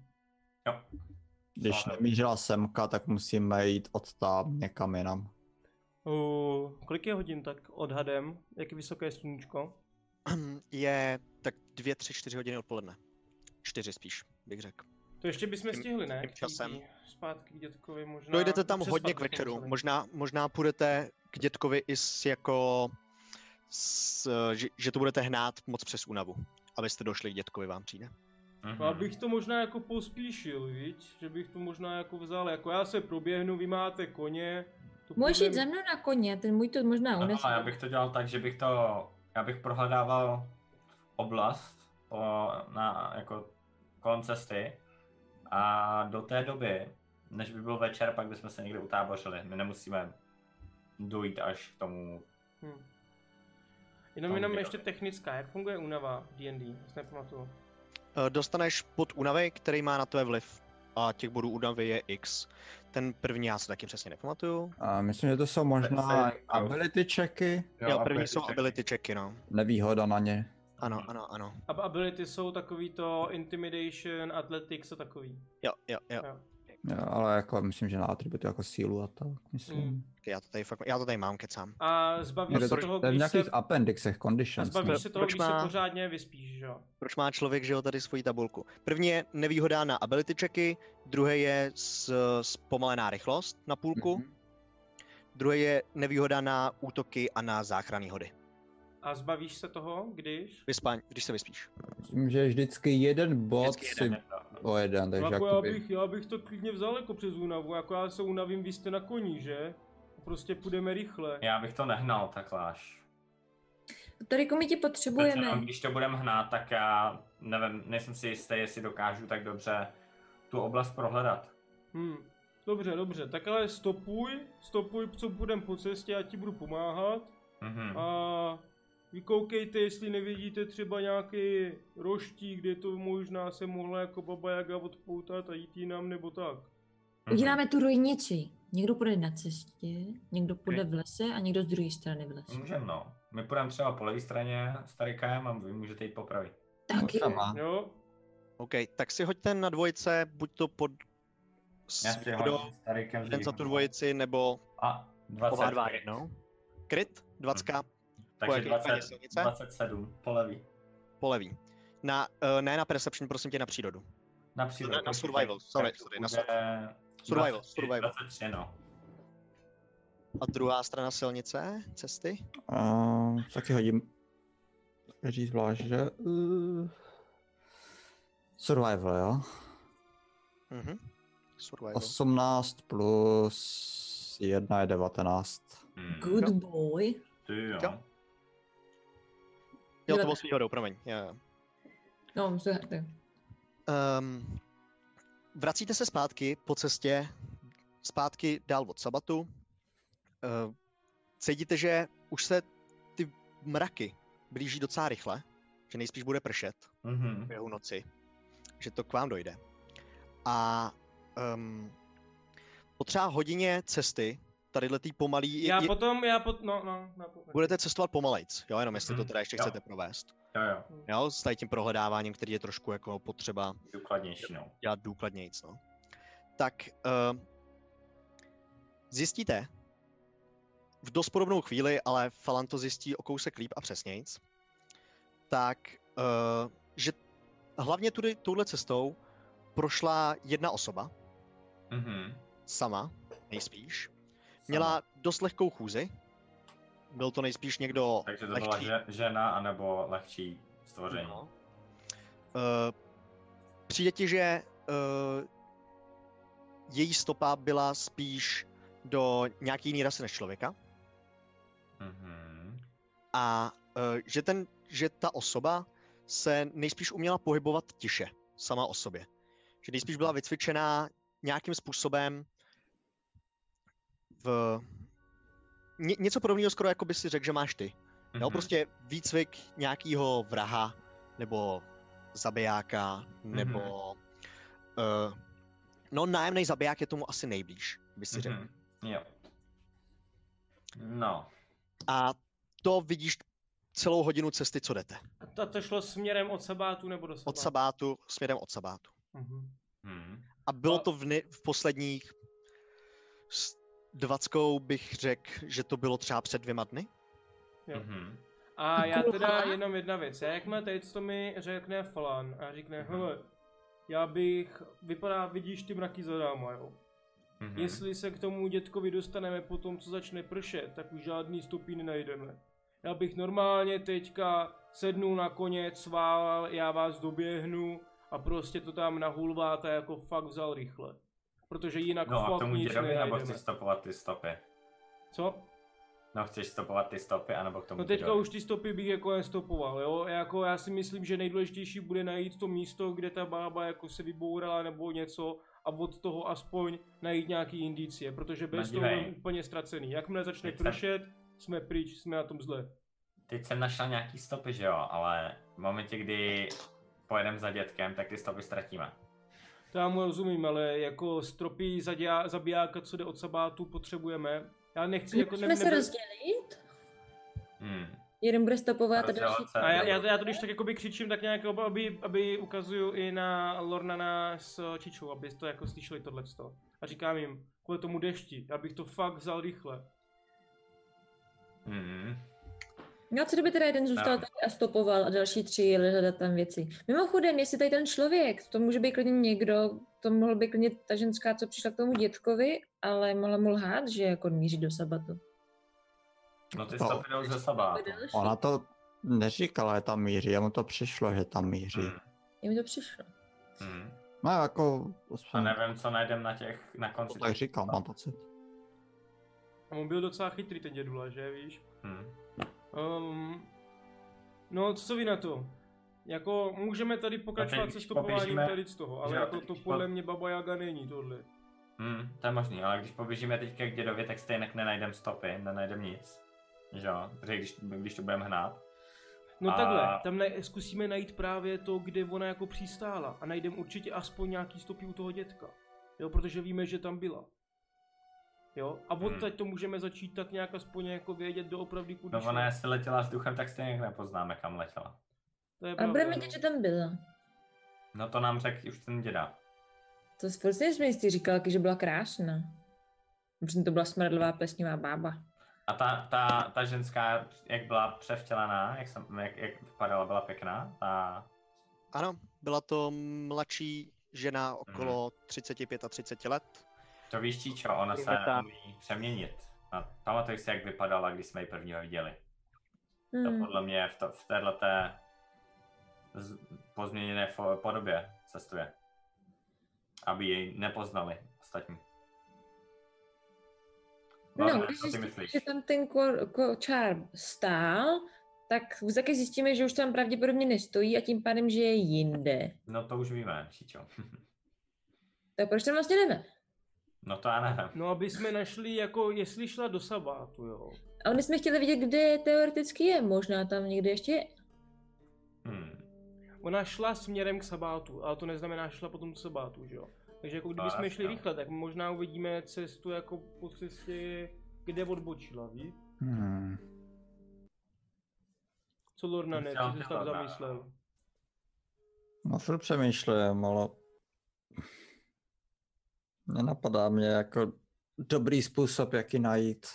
H: Když nemířila semka, tak musíme jít od tam někam jinam.
A: Uh, kolik je hodin tak odhadem? Jak je vysoké sluníčko?
D: Je tak dvě, tři, čtyři hodiny odpoledne. Čtyři spíš, bych řekl.
A: To ještě bychom
D: Tím-
A: stihli, ne?
D: tím
A: K
D: časem.
A: dětí. Zpátky k dětkovi možná.
D: Dojdete tam
A: No, přes
D: hodně k
A: zpátky
D: večeru.
A: museli.
D: Možná, možná půjdete k dětkovi i s jako... S, eh, že, že to budete hnát moc přes únavu. Abyste došli k dětkovi, vám přijde.
F: Mhm.
A: Já bych to možná jako pospíšil, viď? Že bych to možná jako vzal, jako já se proběhnu, vy máte koně. To
G: Můžeš jít
A: půjdem-
G: za mnou na koně, ten můj to možná
F: Ano,
G: unese.
F: já bych to dělal tak, že bych to, já bych prohledával oblast po, na, jako kolem cesty a do té doby, než by byl večer, pak bychom se někde utábořili. My nemusíme dojít až k tomu.
A: Hm. Jenom,
F: Tam
A: jenom
F: kde-
A: ještě technická, jak funguje únava v D&D? Já si nepamatuju.
D: Eh, Dostaneš pod únavy, který má na tvé vliv. A těch bodů únavy je X. Ten první já se taky přesně nepamatuju.
H: A myslím, že to jsou možná ability checky,
D: Jo, jo první jsou ability checky, no.
H: nevýhoda na ně.
D: Ano, ano, ano.
A: Ab- Ability jsou takový to intimidation, athletics a takový.
D: Jo, jo, jo.
A: Jo.
H: Jo, ale jako myslím, že na atributy jako sílu a tak, myslím.
A: Mm.
D: Já to tady, fakt, já to tady mám, kecám.
A: A
D: No,
A: zbavíš
H: Někde
A: se
H: to,
A: toho,
H: to je v
A: když se,
H: nějakých appendixech,
A: a
H: conditions.
A: zbavíš
H: ne?
A: se toho,
D: Proč
A: když se
D: má-
A: pořádně vyspíš, že jo?
D: Proč má člověk, že jo, tady svoji tabulku? První je nevýhoda na ability checky, druhé je s, zpomalená rychlost na půlku,
H: Mhm.
D: druhé je nevýhoda na útoky a na záchranné hody.
A: A zbavíš se toho, když?
D: Vyspaň, když se vyspíš.
H: Myslím, že vždycky jeden bod
D: Vždycky jeden,
H: si o jeden, takže
A: No jako já
H: jakoby...
A: bych, já bych to klidně vzal jako přes únavu, jako já se unavím, vy jste na koni, že? Prostě půjdeme rychle.
F: Já bych to nehnal takhle až.
G: Tady my tě
F: Přece
G: potřebujeme.
F: jenom, když to budem hnát, tak já nevím, nejsem si jistý, jestli dokážu tak dobře tu oblast prohledat.
A: Hmm. Dobře, dobře, tak ale stopuj, stopuj, co budem po cestě, já ti budu pomáhat.
F: Mhm.
A: A vykoukejte, jestli nevidíte třeba nějaký roští, kde to možná se mohla jako Baba Jaga odpoutat a jít jinam nebo tak.
G: Uděláme tu rojnici. Někdo půjde na cestě, někdo půjde v lese a někdo z druhé strany v lese.
F: Můžeme, no. My půjdeme třeba po levé straně s Tarikem a vy můžete jít po pravé.
G: Tak jo.
A: Jo?
D: OK, tak si hoďte na dvojce, buď to pod
F: Já
D: s
F: si
D: výhodou,
F: hodím s Tarikem
D: jeden za tu
F: zvýhodou.
D: dvojici, nebo
F: A
D: oba
F: 20.
D: dva jednou. Kryt, dvacka,
F: Takže
D: Pojď,
F: 20,
D: paní silnice.
F: 27 po levý.
D: po levý. Na, uh, ne na Perception, prosím tě, na přírodu.
F: Na přírodu.
D: Na, na survival, sorry, sorry, na survival. Survival, survival.
F: 23, no.
D: A druhá strana silnice, cesty?
H: Uh, taky hodím. Každý zvlášť, že? Uh, survival, jo?
D: Mhm. Survival.
H: 18 plus 1 je 19.
F: Hmm.
B: Good boy.
F: Ty jo.
D: Jo. Jo, to bylo
B: Devatenáct.
D: s výhodou, promiň. Jo, jo.
B: No, se hrdý.
D: Um, vracíte se zpátky po cestě, zpátky dál od sabatu. Uh, cítíte, že už se ty mraky blíží docela rychle, že nejspíš bude pršet
F: Mhm.
D: v jeho noci, že to k vám dojde. A um, po třeba hodině cesty, tadyhle tý pomalý, je,
A: Já
D: je,
A: potom, já pot, no, no, no, no.
D: budete cestovat pomalejc, jo, jenom jestli to
F: Mhm,
D: teda ještě
F: jo.
D: chcete provést.
F: Jo, jo.
D: Jo, s tady tím prohledáváním, který je trošku jako potřeba
F: Důkladnější, no.
D: dělat důkladnějc, no. Tak uh, zjistíte v dost podobnou chvíli, ale Falan to zjistí o kousek líp a přesnějc, tak uh, že hlavně tudy, touhle cestou prošla jedna osoba,
F: Mhm.
D: sama nejspíš. Měla dost lehkou chůzi, byl to nejspíš někdo
F: Takže to byla
D: lehčí,
F: že, žena anebo lehčí stvoření.
D: No. Eh, přijde ti, že uh, její stopa byla spíš do nějaký jiný rasy než člověka
F: Mhm.
D: a uh, že, ten, že ta osoba se nejspíš uměla pohybovat tiše sama o sobě. Že nejspíš byla vycvičená nějakým způsobem v... Ně, něco podobného skoro jako by si řekl, že máš ty. Jo,
F: Mhm.
D: prostě výcvik nějakého vraha, nebo zabijáka, nebo...
F: Mhm.
D: Uh, no, nájemný zabiják je tomu asi nejblíž, by si řekl.
F: Mhm. Jo. No.
D: A to vidíš celou hodinu cesty, co jdete.
A: A to, to šlo směrem od sabátu nebo do sabátu?
D: Od sabátu, směrem od sabátu.
A: Mhm.
F: Mhm.
D: A bylo
A: A-
D: to v, ne- v posledních... S dvackou bych řekl, že to bylo třeba před dvěma dny.
A: Jo.
F: Mhm.
A: A já teda jenom jedna věc. Já jakmile tady to mi řekne Falan a řekne,
F: Mhm.
A: hele, já bych, vypadá, vidíš ty mraky za náma, jo.
F: Mhm.
A: Jestli se k tomu dětkovi dostaneme po tom, co začne pršet, tak už žádný stopí nenajdeme. Já bych normálně teďka sednul na koně, cvál, já vás doběhnu a prostě to tam na hulváta jako fakt vzal rychle. Protože jinak
F: No a k
A: fakt
F: tomu
A: nic
F: dědovi nebo
A: nenajdeme.
F: chceš stopovat ty stopy?
A: Co?
F: No chceš stopovat ty stopy, anebo k tomu
A: No teďka
F: dědovi?
A: už ty stopy bych jako nestopoval, jo? Jako já si myslím, že nejdůležitější bude najít to místo, kde ta bába jako se vybourala nebo něco a od toho aspoň najít nějaký indicie, protože bez
F: Nadívej.
A: toho jsem úplně ztracený. Jakmile začne
F: Teď jsem-
A: pršet, jsme pryč, jsme na tom zle.
F: Teď jsem našel nějaký stopy, že jo, ale v momentě, kdy pojedeme za dětkem, tak ty stopy ztratíme.
A: To já mu rozumím, ale jako stropy zadě- zabijáka, co jde od sabátu, potřebujeme. Já nechci jako...
G: Můžeme se
A: nebyl-
G: rozdělit?
F: Hmm.
G: Jeden bude stopovat a další...
F: Rozdělat se,
A: A já, já,
F: jo.
A: já to když tak jakoby křičím, tak nějak, ob- aby, aby ukazuju i na Lornana s Čičou, aby to jako slyšeli tohleto. A říkám jim, kvůli tomu dešti, já bych to fakt vzal rychle.
F: Mhm.
G: No a co kdyby teda jeden zůstal
F: No.
G: tady a stopoval a další tři jeli hledat tam věci. Mimochodem, jestli tady ten člověk, to může být klidně někdo, to mohl být klidně ta ženská, co přišla k tomu dětkovi, ale mohla mu lhát, že jako míří do sabatu.
F: No ty
H: To-
F: stopy jdou ze sabátu.
G: jako Další.
H: Ona to neříkala, že tam míří, jemu to přišlo, že tam míří.
F: Hmm.
G: Jak mi to přišlo.
F: Hmm.
H: No jako,
F: A
H: aspoň
F: nevím, co najdem na těch, na
H: to
F: konci.
C: No,
H: tak říkal, mám pocit.
A: A on byl docela chytrý ten dědula, že víš?
F: Hmm.
A: Um, no, co vy na to? Jako, můžeme tady pokračovat
F: když
A: se stopováním
F: poběžíme-
A: tady z toho, ale
F: jo,
A: jako
F: teď
A: to
F: po-
A: podle mě Baba Jaga není tohle.
F: Hmm, to je možný, ale když poběžíme teďka k dědovi, tak stejně nenajdem stopy, nenajdem nic. Že jo, protože když, když to budeme hnát.
A: No
F: A-
A: takhle, tam ne, zkusíme najít právě to, kde ona jako přistála a najdeme určitě aspoň nějaký stopy u toho dětka. Jo, protože víme, že tam byla. Jo, a
F: Hmm.
A: odtud to můžeme začít tak nějak aspoň jako vědět doopravdy kudy
F: No
A: šla.
F: ona jestli letěla s duchem, tak stejně jako nepoznáme, kam letěla.
A: To je
G: A
A: pravda,
G: budeme
A: no.
G: vědět, že tam byla.
F: No to nám řekl už ten děda.
G: To furt si jsme jistý říkal, že byla krásná. Protože to byla smradlová plesnivá bába.
F: A ta, ta, ta ženská, jak byla převtělená, jak, jsem, jak, jak vypadala, byla pěkná, ta
D: Ano, byla to mladší žena okolo
F: Mhm.
D: 35 a 30 let.
F: To víš, Číčo, ona se
D: Privata.
F: umí přeměnit. A pamatuj si, jak vypadala, když jsme ji prvního viděli.
G: Hmm.
F: To podle mě v, to, v téhleté z- pozměněné fo- podobě cestuje. Aby jej nepoznali ostatní. Vlado,
G: No, když
F: co ty
G: zjistíme,
F: myslíš?
G: že tam ten ko- kočár stál, tak taky zjistíme, že už tam pravděpodobně nestojí a tím pádem, že je jinde.
F: No to už víme, Číčo.
G: Tak proč tam vlastně jdeme?
F: No to já nevím.
A: No, aby jsme našli, jako, jestli šla do sabátu, jo.
G: A my jsme chtěli vidět, kde teoreticky je. Možná tam někde ještě je.
F: Hmm.
A: Ona šla směrem k sabátu, ale to neznamená, že šla potom k sabátu, že jo. Takže jako kdyby
F: No,
A: jsme
F: jasně,
A: šli
F: no.
A: rychle, tak možná uvidíme cestu jako po cestě, kde odbočila, víš?
C: Hmm.
A: Co Lorna ne,
F: Chtěla
A: co jsi tam
F: dělat, no.
A: zamyslel?
C: No furt přemýšlím, ale... Nenapadá mě jako dobrý způsob, jak ji najít.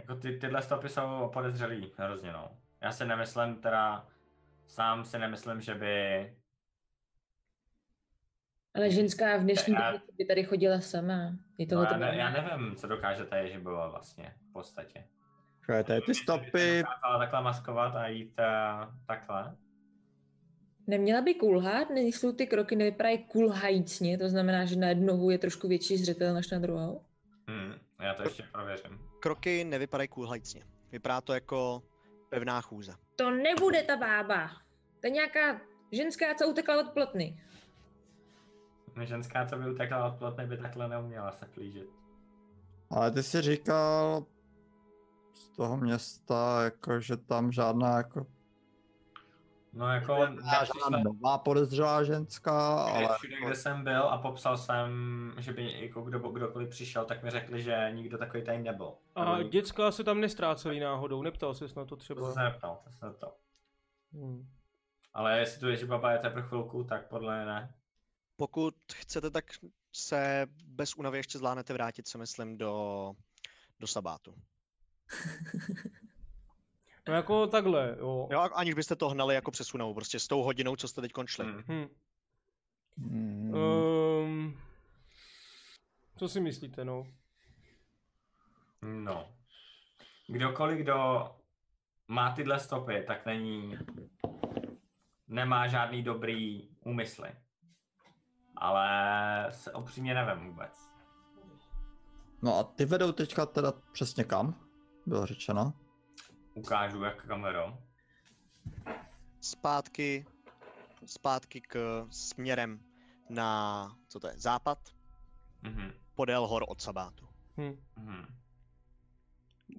F: Jako ty, tyhle stopy jsou podezřelý hrozně, no. Já si nemyslím teda, sám si nemyslím, že by
G: Ale ženská v dnešní
F: Já-
G: době by tady chodila sama. Je
F: No,
G: tohle
F: já,
G: to
F: ne, já nevím, co dokáže ta Ježibova vlastně, v podstatě.
C: Takové tady ty stopy,
F: Dokázala takhle maskovat a jít uh, takhle.
G: Neměla by kulhat, nejsou ty kroky, nevypadají kulhajícně, to znamená, že na jednu nohu je trošku větší zřetel než na druhou.
F: Hmm, já to ještě prověřím.
D: Kroky nevypadají kulhajícně. Vypadá to jako pevná chůze.
G: To nebude ta bába. To je nějaká ženská, co utekla od plotny.
F: No, Ženská, co by utekla od plotny, by takhle neuměla se plížit.
C: ale ty jsi říkal z toho města, jako, že tam žádná jako
F: No jako,
C: žádná nová podezřelá ženská, ale jako,
F: všude, kde jsem byl a popsal jsem, že by jako kdo, kdokoliv přišel, tak mi řekli, že nikdo takový tady nebyl.
A: A
F: Nebo-
A: děcka se tam nestráceli náhodou, neptal ses na to
F: To
A: třeba.
F: se neptal, to se neptal.
A: Hmm.
F: Ale jestli tu Ježibaba je teprve chvilku, tak podle mě ne.
D: Pokud chcete, tak se bez únavy ještě zvládnete vrátit, se myslím, do, do sabátu.
A: No jako takhle, jo.
D: Jo, a- aniž byste to hnali jako přes únavu, prostě s tou hodinou, co jste teď šli.
F: Hmm.
A: Hm.
C: Hmm.
A: Um, co si myslíte, no?
F: No. Kdokoliv, kdo má tyhle stopy, tak není... Nemá žádný dobrý úmysly. Ale se upřímně nevím vůbec.
C: No a ty vedou teďka teda přesně kam? Bylo řečeno.
F: Ukážu jak kamerou.
D: Zpátky, zpátky k směrem na, co to je, západ,
F: Mhm.
D: podél hor od sabátu.
A: Hm.
F: Mhm.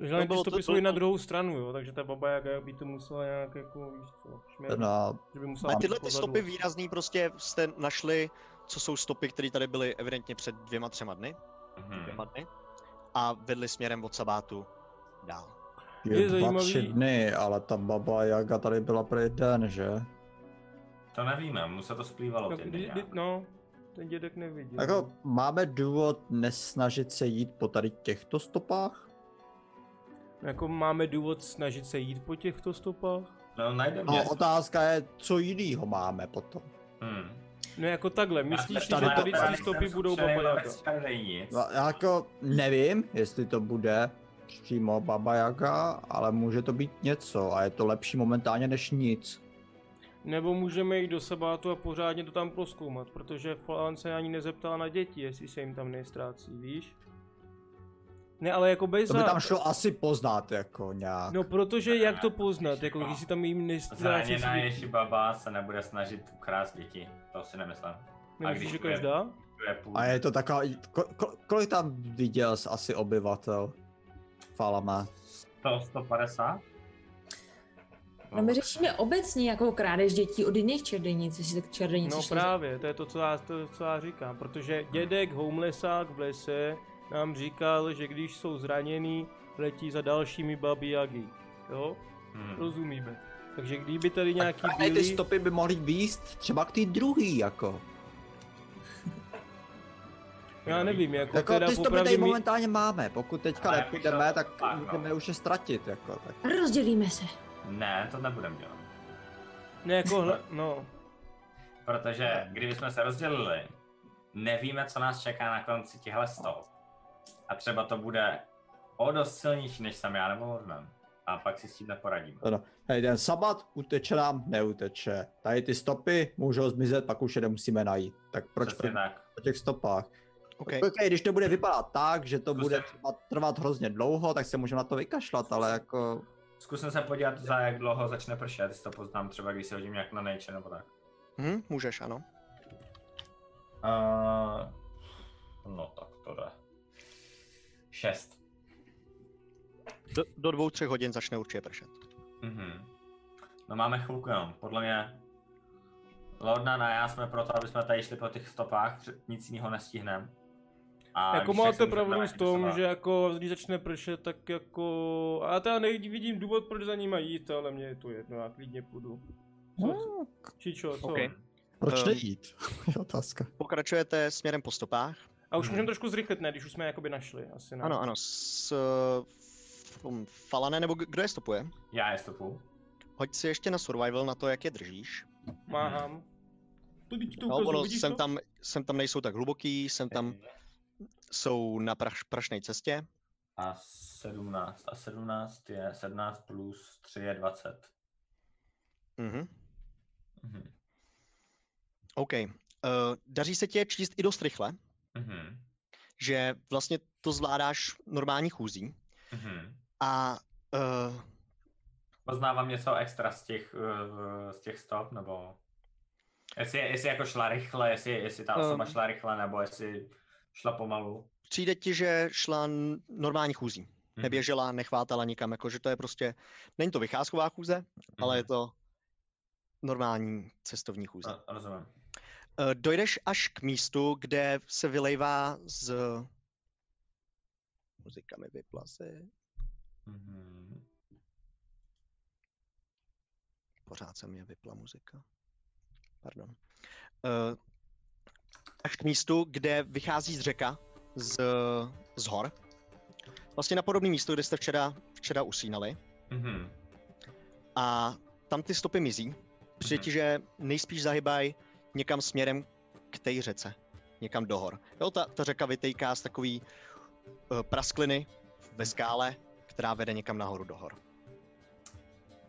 A: Žádné ty
D: bylo
A: stopy
D: to-
A: jsou
D: to-
A: i na druhou stranu, jo, takže ta baba jak by to musela nějak jako, víš co, šměr,
C: Teda
A: že by musela
D: Ale
A: být
D: tyhle ty
A: pozadu.
D: stopy výrazný prostě jste našli, co jsou stopy, které tady byly evidentně před dvěma, třema dny,
F: Mhm.
D: dvěma dny a vedly směrem od sabátu dál.
C: je,
A: Je
C: dva,
A: zajímavý-
C: tři dny, ale ta baba Jaga tady byla prý den, že?
F: To nevíme, mu se to splývalo
A: No,
F: ty
A: kdy-
F: dny
A: kdy-
F: nějak.
A: no, ten dědek no. neviděl.
C: Jako máme důvod nesnažit se jít po tady těchto stopách?
A: jako máme důvod snažit se jít po těchto stopách?
F: No, najdeme.
C: No otázka je, co jinýho máme potom.
F: Hmm.
A: No jako takhle, myslíš, si,
C: tady
A: že
C: to-
A: tady
C: tady
A: ty stopy budou baba
F: babajaga.
A: Jaga?
C: No, já jako nevím, jestli to bude přímo Baba Jaga, ale může to být něco a je to lepší momentálně než nic.
A: Nebo můžeme jít do sabátu a pořádně to tam proskoumat, protože Falan se ani nezeptala na děti, jestli se jim tam nestrácí, víš? Ne, ale jako bez
C: To by
A: zá-
C: tam šlo asi poznat jako nějak.
A: No protože jak to poznat, jako když si tam jim nestrácí
F: Zraněná
A: svý...
F: Ježibaba se nebude snažit ukrást děti. To si nemyslím. A
A: Nemyslíš,
F: když
A: že
F: bude-
A: každá?
F: To je půl.
C: A je to taková, ko- ko- kolik tam viděl jsi asi obyvatel? Falama.
F: To 150?
G: No my řešíme obecně
B: jako
G: nějakou krádež dětí od jiných čerdenic, jestli tak čerdenice
A: No
G: šly za-
A: právě, to je to, co já, to, co já říkám, protože dědek homelessák v lese nám říkal, že když jsou zraněný, letí za dalšími babiagy, jo?
F: Hmm.
A: Rozumíme. Takže kdyby tady nějaký
C: Tak právě ty
A: byli...
C: stopy by mohly výst třeba k té druhý, jako.
A: Já nevím, jako,
C: Jako
A: teda
C: ty stopy tady
A: popravdě mi...
C: momentálně máme, pokud teďka
F: Ale já bych šel
C: nepůjdeme, tak
F: naopak, no.
C: můžeme už je ztratit, jako. Tak.
G: Rozdělíme se.
F: Ne, to nebudem dělat.
A: Ne, jako hle, no.
F: Protože kdybychom se rozdělili, nevíme, co nás čeká na konci těchto stol. A třeba to bude o dost silnější, než jsem já nebo Ornan. A pak si s tím neporadíme.
C: Ano. Hej, ten sabat uteče nám, neuteče. Tady ty stopy můžou zmizet, pak už je nemusíme najít. Tak proč
F: Přesně tak.
C: po těch stopách?
D: Okay.
C: Okay, když to bude vypadat tak, že to bude třeba trvat hrozně dlouho, tak se můžeme na to vykašlat, ale jako...
F: Zkusím se podívat, za jak dlouho začne pršet, jestli to poznám třeba, když se hodím nějak na nature nebo tak.
D: Hm, můžeš, ano.
F: Uh, no tak to jde. Šest.
D: Do, do dvou, třech hodin začne určitě pršet.
F: Mhm. No máme chvilku jenom, podle mě Lordan a já jsme proto, aby jsme tady šli po těch stopách, před- nic jiného nestihneme. A
A: jako
F: když tak se
A: máte
F: můžeme
A: pravdu v
F: vrátit
A: tom,
F: třeba-
A: že jako když začne pršet, tak jako... A já nevidím důvod, proč za nima jít, ale mě je to jedno, já klidně půjdu.
D: No,
A: Co? Čičo, co?
D: Okay.
C: Proč
D: Ehm.
C: nejít? je otázka.
D: Pokračujete směrem po stopách.
A: A
C: Hmm.
A: už můžeme trošku zrychlit, ne, když už jsme je jakoby našli, asi ne.
D: Ano, ano, s uh, um, Falane, nebo k- kdo je stopuje?
F: Já je stopu.
D: Hoď si ještě na survival na to, jak je držíš.
A: Máhám. To teď to
D: No,
A: ukazuju,
D: ono,
A: vidíš
D: sem
A: to?
D: tam, sem tam nejsou tak hluboký, sem tam jsou na praš, prašné cestě.
F: A 17. A 17 je 17 plus 3 je 20.
D: Mhm.
F: Mhm.
D: OK. Uh, daří se ti je číst i dost rychle,
F: Mhm.
D: že vlastně to zvládáš normální chůzí.
F: Mhm.
D: A uh,
F: Poznávám něco extra z těch, eh, z těch stop, nebo... Jestli, jestli jako šla rychle, jestli, jestli ta osoba
D: Ehm.
F: šla rychle, nebo jestli šla pomalu. Mhm.
D: přijde ti, že šla n- normální chůzí. Neběžela, nechvátala nikam, jakože to je prostě, není to vycházková chůze,
F: Mhm.
D: ale je to normální cestovní chůze.
F: Ro- Rozumím.
D: Eh, Dojdeš až k místu, kde se vylejvá z... Muzika mi vypla se.
F: Mhm.
D: Pořád se mi vypla muzika. Pardon. Eh, Až k místu, kde vychází z řeka, z, z hor. Vlastně na podobné místo, kde jste včera, včera usínali.
F: Mhm.
D: a tam ty stopy mizí.
F: Mhm.
D: Přijde ti, že nejspíš zahybaj někam směrem k té řece, někam do hor. Jo, ta, ta řeka vytejká z takový uh, praskliny ve
F: Mhm.
D: skále, která vede někam nahoru do hor.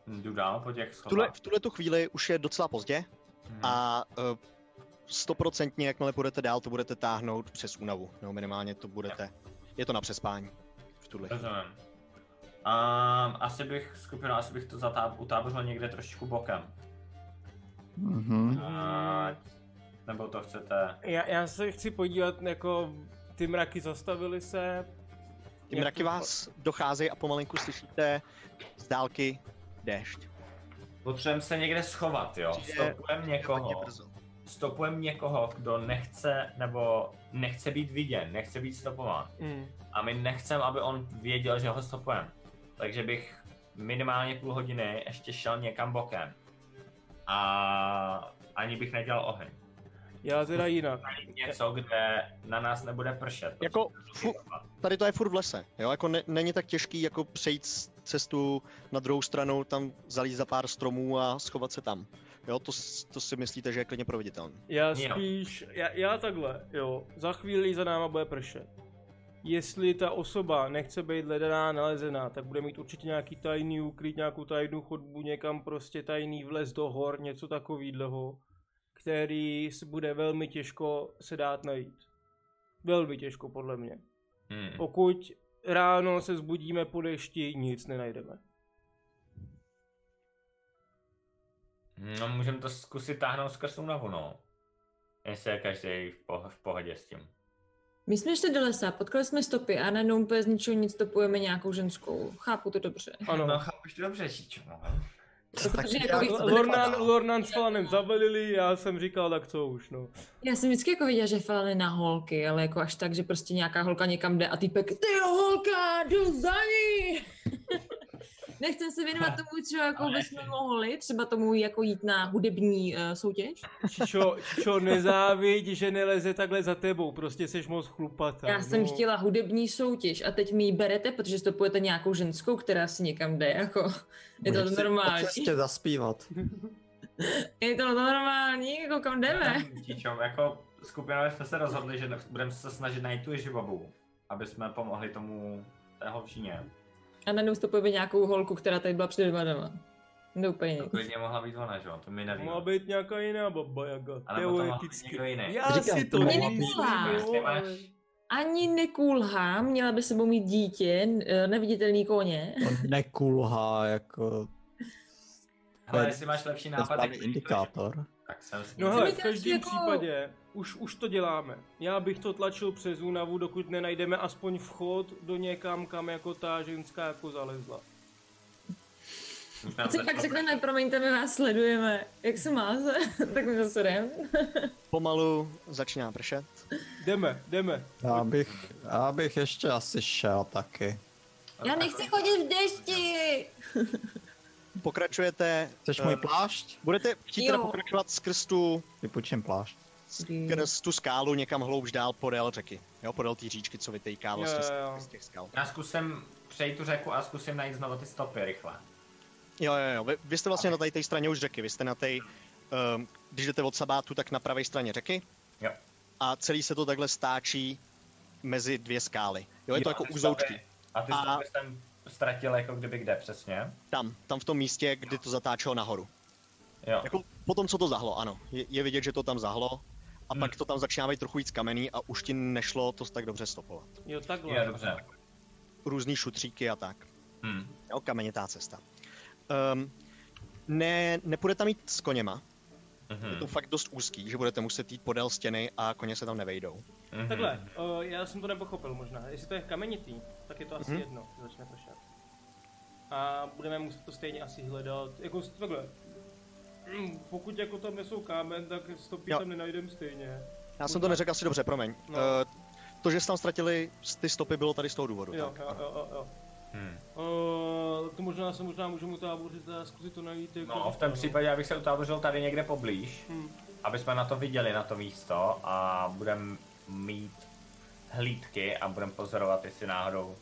F: Jdu dál po těch
D: V tuhle,
F: schodách.
D: v tuhle tu chvíli už je docela pozdě
F: Mhm.
D: a eh, stoprocentně, jakmile půjdete dál, to budete táhnout přes únavu. No minimálně to budete, je to na přespání v tuhle chvíli.
F: Rozumím. Um, asi bych skupinu, asi bych to zatáb, utábořil někde trošičku bokem.
H: Mhm.
D: Mm-hmm.
F: A, nebo to chcete...
A: Já, já se chci podívat, jako ty mraky zastavily se.
D: Ty
A: Jak
D: mraky
A: to-
D: vás docházejí a pomalinku slyšíte z dálky déšť.
F: Potřebujeme se někde schovat, jo?
D: Přijde-
F: Stopujeme
D: Hodně
F: někoho.
D: brzo.
F: Stopujeme někoho, kdo nechce, nebo nechce být viděn, nechce být stopován.
A: Mm.
F: A my nechceme, aby on věděl, že ho stopujeme. Takže bych minimálně půl hodiny ještě šel někam bokem. A ani bych nedělal oheň.
A: Já teda jinak.
F: Najít Něco, kde na nás nebude pršet. Prostě
D: Jako fu, tady to je furt v lese, jo, jako ne, není tak těžký jako přejít s- cestu na druhou stranu, tam zalít za pár stromů a schovat se tam. Jo, to, s- to si myslíte, že je klidně proveditelné.
A: Já
F: Jo.
A: spíš, já, já takhle, jo, za chvíli za náma bude pršet. Jestli ta osoba nechce být hledaná, nalezená, tak bude mít určitě nějaký tajný úkryt, nějakou tajnou chodbu, někam prostě tajný vlez do hor, něco takového, který se bude velmi těžko se dát najít. Velmi těžko, podle mě.
F: Hmm.
A: Pokud ráno se zbudíme po dešti, nic nenajdeme.
F: No, můžeme to zkusit táhnout skrz únavu, no. Jestli je každý v, po- v pohodě s tím.
B: My jsme šli do lesa, potkali jsme stopy a najednou úplně z ničeho nic topujeme nějakou ženskou. Chápu to dobře.
A: Ano.
F: No, chápeš to dobře, Číčo, no.
B: Protože jako víc,
A: L- Lornan,
G: no,
A: Lornan s Falanem zabalili, já jsem říkal, tak co už, no.
B: já jsem vždycky jako viděla, že Falany na holky, ale jako až tak, že prostě nějaká holka někam jde a týpek, ty jo, holka, jdu za ní!
G: Nechcem se věnovat tomu, co jako bychom mohli, třeba tomu jako jít na hudební
B: eh,
G: uh, soutěž.
A: Čičo, čičo, nezávidí, že neleze takhle za tebou, prostě seš moc chlupatá.
G: Já
A: no.
G: jsem chtěla hudební soutěž a teď mi ji berete, protože stopujete nějakou ženskou, která si někam jde, jako. Je to
C: Můžeš si
G: normální.
C: Po cestě zaspívat.
G: Je to normální, jako kam jdeme.
F: Tíčom, jako skupina jsme se rozhodli, že budeme se snažit najít tu ježibabu, aby jsme pomohli tomu té holčině.
G: A najednou stopujeme nějakou holku, která tady byla před dvěma doma. No úplně nic.
F: Klidně mohla být ona, že jo, to my nevíme.
A: Mohla být nějaká jiná baba, jako
F: Ale potom mohla být
A: teoreticky.
F: někdo jiný.
A: Já
C: Říkám,
A: si to
C: to
G: Ani
C: mohla být.
A: nemyslím,
G: nekulhá.
F: Prostě
A: jo, ale-
G: Ani nekulhá, měla by sebou mít dítě, n- eh, neviditelný koně.
C: To nekulhá, jako...
F: Hele, jestli máš lepší
C: To je
F: nápad, tak,
C: správný indikátor.
F: tak jsem si...
A: No hele,
G: mi
A: v
G: každý
A: každém
G: jako-
A: případě, už, už to děláme. Já bych to tlačil přes únavu, dokud nenajdeme aspoň vchod do někam, kam jako ta ženská jako zalezla.
F: Možná
G: A co
F: začal-
G: pak řekneme, promiňte, my vás sledujeme. Jak se máte? tak my zase jdem.
D: Pomalu začíná pršet.
A: Jdeme, jdeme.
C: Já bych, já bych ještě asi šel taky.
G: Já nechci chodit v dešti.
D: Pokračujete,
C: Chceš
D: Eh,
C: můj plášť?
D: budete chtít teda
G: Jo.
D: pokračovat skrz tu,
C: Vypůjčím plášť.
D: skrz tu skálu někam hloubš dál podél řeky. Jo, podél té říčky, co vytejká vlastně
A: Jo, jo, jo.
D: z- z těch skal.
F: Já zkusím přejít tu řeku a zkusím najít znovu ty stopy rychle.
D: Jo, jo, jo. Vy, vy jste vlastně na tady té straně už řeky. Vy jste na té, um, když jdete od Sabátu, tak na pravé straně řeky.
F: Jo.
D: A celý se to takhle stáčí mezi dvě skály. Jo, je to
F: Jo,
D: jako
F: ty
D: úzoučky.
F: stopy- A ty
D: A-
F: stopy jsem ztratil jako kdyby kde přesně.
D: Tam, tam v tom místě, kdy to zatáčelo nahoru.
F: Jo.
D: Jako potom, co to zahlo, ano. Je, je vidět, že to tam zahlo. A
F: Hmm.
D: pak to tam začíná být trochu víc kamenný a už ti nešlo to tak dobře stopovat.
A: Jo, takhle.
F: Jo, dobře.
D: Různý šutříky a tak.
F: Hm.
D: Jo, kamenitá cesta. Um, ne, nepůjde tam jít s koněma. Je
F: Mhm.
D: to fakt dost úzký, že budete muset jít podél stěny a koně se tam nevejdou.
F: Mhm.
A: Takhle, o, já jsem to nepochopil možná. Jestli to je kamenitý, tak je to asi
D: Mhm.
A: jedno, že začne pršet. A budeme muset to stejně asi hledat, jako s- takhle. Mm, Pokud jako tam nesou kámen, tak stopy
D: Jo.
A: tam nenajdeme stejně.
D: Já jsem to neřekl asi dobře, promiň.
A: No.
D: No. To, že jste tam ztratili s- ty stopy, bylo tady z toho důvodu.
A: Jo,
D: tak,
A: jo,
D: ano.
A: jo, jo, jo.
F: Hm.
A: Uh, to možná se možná můžu mu tábořit a zkusit to najít. Jako
F: No, v tom případě já bych se utábořil tady někde poblíž,
A: Hm.
F: aby jsme na to viděli, na to místo a budeme mít hlídky a budeme pozorovat, jestli náhodou.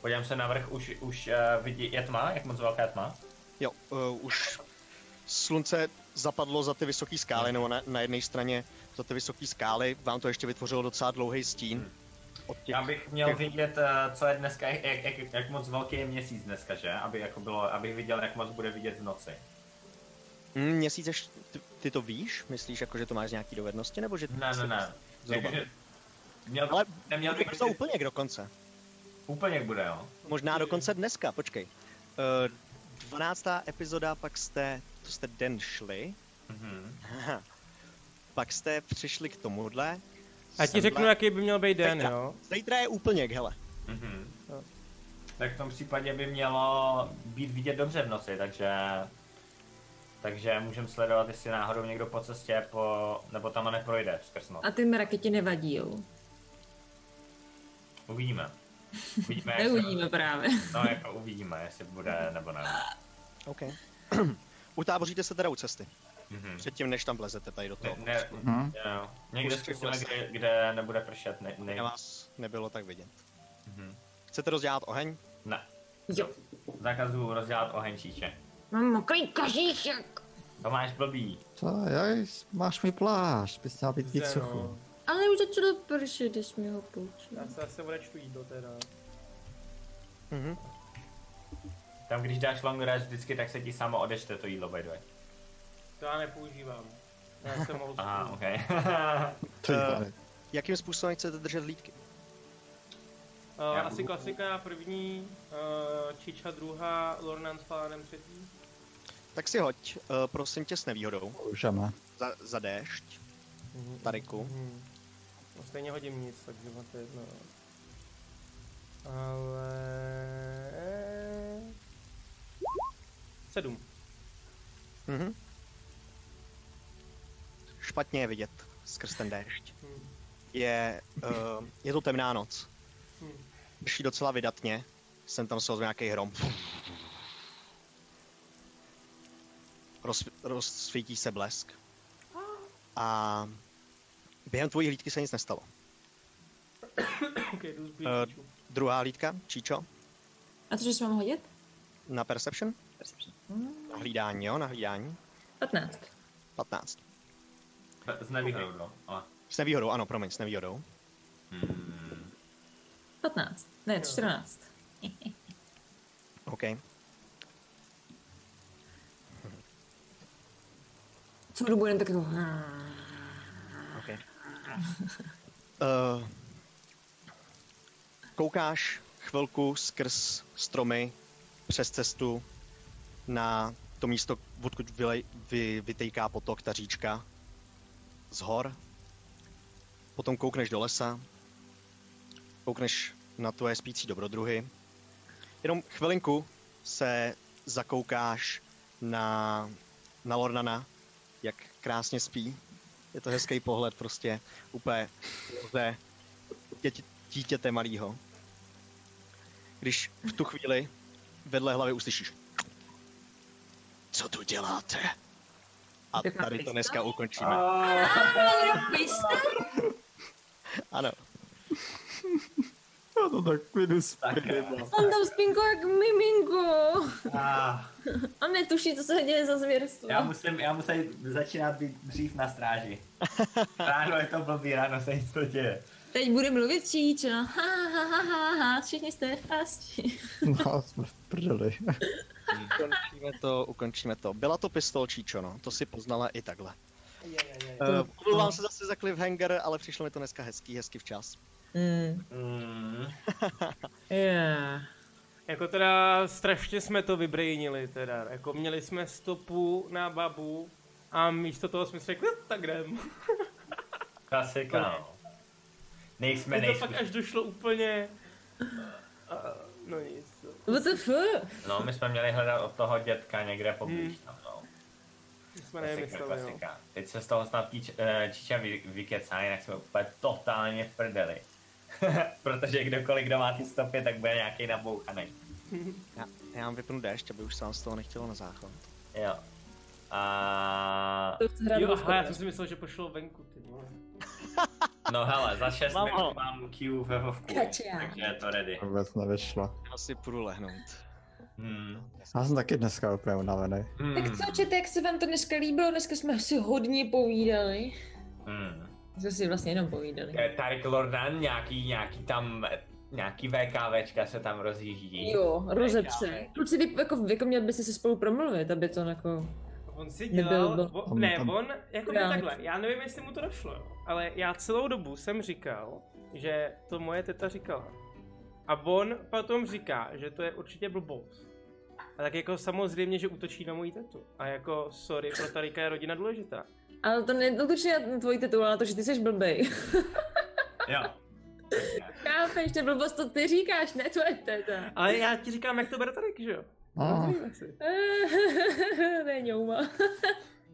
F: Podívám se navrch, už, už eh, vidí, je tma, jak moc velká je tma?
D: jo uh, už slunce zapadlo za ty vysoké skály, nebo na, na jedné straně za ty vysoké skály, vám to ještě vytvořilo docela dlouhý stín. Od těch,
F: Hmm. Já bych měl
D: těch-
F: vidět, eh, co je dneska, jak, jak, jak- jak moc velký je měsíc dneska, že? Aby jako bylo, abych viděl, jak moc bude vidět v noci.
D: Mm, měsíc, ješ- ty, ty to víš? Myslíš, jako, že to máš nějaký dovednosti, nebo že...
F: Ne, ne, ne.
D: Zhruba.
F: Jakože, měl,
D: Ale
F: neměl bych
D: to
F: vidět-
D: úplně k dokonce.
F: úplně bude, jo?
D: Možná dokonce dneska, počkej. Uh, 12. epizoda, pak jste, to jste den šli,
F: Mhm.
D: Aha. Pak jste přišli k tomuhle.
A: A ti řeknu, no. jaký by měl být den,
D: Teďka.
A: jo?
D: Zítra je úplně k hele.
F: Mhm.
A: Jo.
F: Tak v tom případě by mělo být vidět dobře v noci, takže... Takže můžeme sledovat, jestli náhodou někdo po cestě po, nebo tam neprojde skrz noc.
G: A ty mraky ti nevadí, jo?
F: Uvidíme. Uvidíme, jak se-
G: Neuvidíme právě.
F: No jako uvidíme, jestli bude nebo ne.
D: OK. Utáboříte se teda u cesty,
F: Mhm.
D: předtím než tam vlezete tady do
F: Ne,
D: toho.
F: ne,
D: Mhm.
C: Hm?
F: jo. Někde
D: Pustit
F: zkusíme,
D: les.
F: kde, kde nebude pršet. Ne, ne.
D: vlastně. Já vás nebylo tak vidět.
F: Mhm.
D: Chcete rozdělat oheň?
F: ne.
G: Jo.
F: Zakazuju rozdělat ohenčíče.
L: Mám mokrý kožíšek.
F: To máš blbý.
C: To je, máš mi plášť, bys měl být víc
A: Zde, no.
C: suchu.
L: Ale už začalo pršet, když mi ho poučil.
A: Já se asi odečtu jídlo teda.
D: Mhm.
F: Tam když dáš long rest vždycky, tak se ti samo odečte to jídlo, by the way.
A: To já nepoužívám. Já jsem old
F: Aha,
A: school.
F: ok.
C: Ty
D: Eh,
C: vole.
D: Jakým způsobem chcete držet hlídky?
A: Uh,
F: Já
A: asi
F: budu-
A: klasika první, uh, Čiča druhá, Lornan s Falanem třetí.
D: Tak si hoď, eh, prosím tě, s nevýhodou.
C: Můžeme.
D: Za, za déšť, Tariku.
A: Mhm. No, stejně hodím nic, takže máte jedno. no. Ale... Sedm.
D: Mhm. Špatně je vidět skrz ten déšť.
A: Hm.
D: Je, uh, je to temná noc.
A: Hm.
D: Prší docela vydatně. Jsem tam se nějaký hrom. Roz, rozsvítí se blesk. A během tvojí hlídky se nic nestalo.
A: okay, jdu
D: Eh, druhá hlídka, Číčo,
B: A to, že si mám hodit?
D: na Perception?
B: Perception. Hmm.
D: Na hlídání, jo, na hlídání.
B: 15.
D: 15.
F: S nevýhodou, no. Ale...
D: S nevýhodou, ano, promiň, s nevýhodou.
B: 15. Ne, 14.
D: OK.
B: Co dobu jen tak jako...
D: OK. Eh, Uh, koukáš chvilku skrz stromy přes cestu na to místo, odkud vylej, vy, vytejká potok, ta říčka z hor. Potom koukneš do lesa, koukneš na tvoje spící dobrodruhy. Jenom chvilinku se zakoukáš na, na Lornana, jak krásně spí. Je to hezký pohled prostě, úplně ze děti, dítěte malýho. Když v tu chvíli vedle hlavy uslyšíš Co tu děláte? A
B: Tak na
D: tady to
B: pistoli?
D: dneska ukončíme. Ano.
C: Já to tak vidu
G: On tam spinko jak miminko.
F: Ah,
G: On netuší, co se děje za zvěrstvo.
F: já, musím, já musím začínat být dřív na stráži. Ráno je to blbý, ráno se nic to děje.
G: Teď bude mluvit číčo. Ha, ha, ha, ha, ha, všichni jste fasti.
H: No, jsme v prdeli.
D: Ukončíme to, ukončíme to. Byla to pistol Číčo, no. To si poznala i takhle.
B: To-
D: Eh, Omlouvám se zase za cliffhanger, ale přišlo mi to dneska hezký, hezky včas.
B: Mm.
F: Mm.
B: Yeah.
A: Jako teda strašně jsme to vybrejnili teda, jako měli jsme stopu na babu a místo toho jsme si řekli, "No, tak jdem.
F: Klasika, no. Nejsme,
A: Mně to
F: nejsme.
A: pak až došlo úplně, a, a, no nic. no.
G: What the fuck?
F: No, my jsme měli hledat od toho dětka někde poblíž tam, no.
A: My jsme
F: Klasika,
A: nevymysleli, no.
F: klasika. Teď se z toho snad tíč, eh, Čiča vy, vykecá, jinak jsme úplně totálně v prdeli. Protože kdokoliv, kdo má ty stopy, tak bude nějaký nabouchaný.
D: Já, já vám vypnu déšť, aby už se vám z toho nechtělo na záchod.
F: Jo. A...
G: To chci hrát
A: Jo,
G: do
A: aha, já
G: hospoda.
A: jsem si myslel, že pošlo venku, ty vole.
F: No hele, za 6
D: Mám ho.
F: minut mám Q ve vovku,
G: Kačá.
F: takže je to ready.
H: Vůbec nevyšlo.
D: Já si půjdu lehnout.
F: Hmm.
H: Já jsem taky dneska úplně unavený.
G: Tak
F: Hmm.
G: co, čete, jak se vám to dneska líbilo? Dneska jsme si hodně povídali.
F: Hmm.
G: Jsme si vlastně jenom povídali.
F: Eh, Tarik Lordan, nějaký, nějaký tam, eh, nějaký VKVčka se tam rozjíždí.
G: Jo, rozepře. Kluci, vy, jako, jako měl byste se spolu promluvit, aby to jako...
A: On si
G: Nebyl
A: dělal,
G: byl-
A: bo,
H: On
A: ne,
H: tam-
A: on, jako
G: Já.
A: by takhle, já nevím, jestli mu to došlo, jo, ale já celou dobu jsem říkal, že to moje teta říkala. A on potom říká, že to je určitě blbost. A tak jako samozřejmě, že útočí na moji tetu. A jako, sorry, pro Tarika je rodina důležitá.
G: Ale to no, nedotočí na tvoji titul, ale to, že ty jsi blbej.
F: Jo.
G: Chápeš, to je blbost, to ty říkáš, ne tvoje teta.
A: Ale já ti říkám, jak to bere Tarik, že jo?
H: Ah,
A: Rozumíme si.
G: ne, ňouma.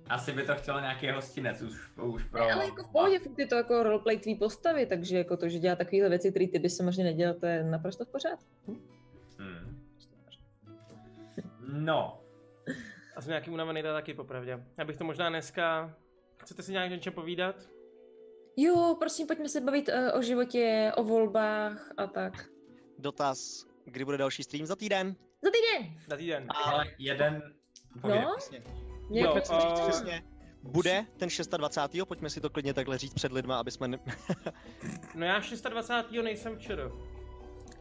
F: Asi by to chtělo nějaký hostinec už, už pro...
G: Ne, ale jako v pohodě, fakt je to jako roleplay tvý postavy, takže jako to, že dělá takovéhle věci, které ty bys samozřejmě nedělal, to je naprosto v pořádku.
F: Hmm. No,
A: A jsem nějaký unavený teda taky popravdě. Já bych to možná dneska... Chcete si nějak o něčem povídat?
G: Jo, prosím, pojďme se bavit uh, o životě, o volbách a tak.
D: Dotaz, kdy bude další stream za týden?
G: Za týden!
A: Za týden.
F: ale jeden... Pověděl.
G: No,
A: Jo, eh,
G: nějak
A: a-
D: Říct přesně. Bude ten 26. Pojďme si to klidně takhle říct před lidma, aby jsme... Ne...
A: No já 26. nejsem včera.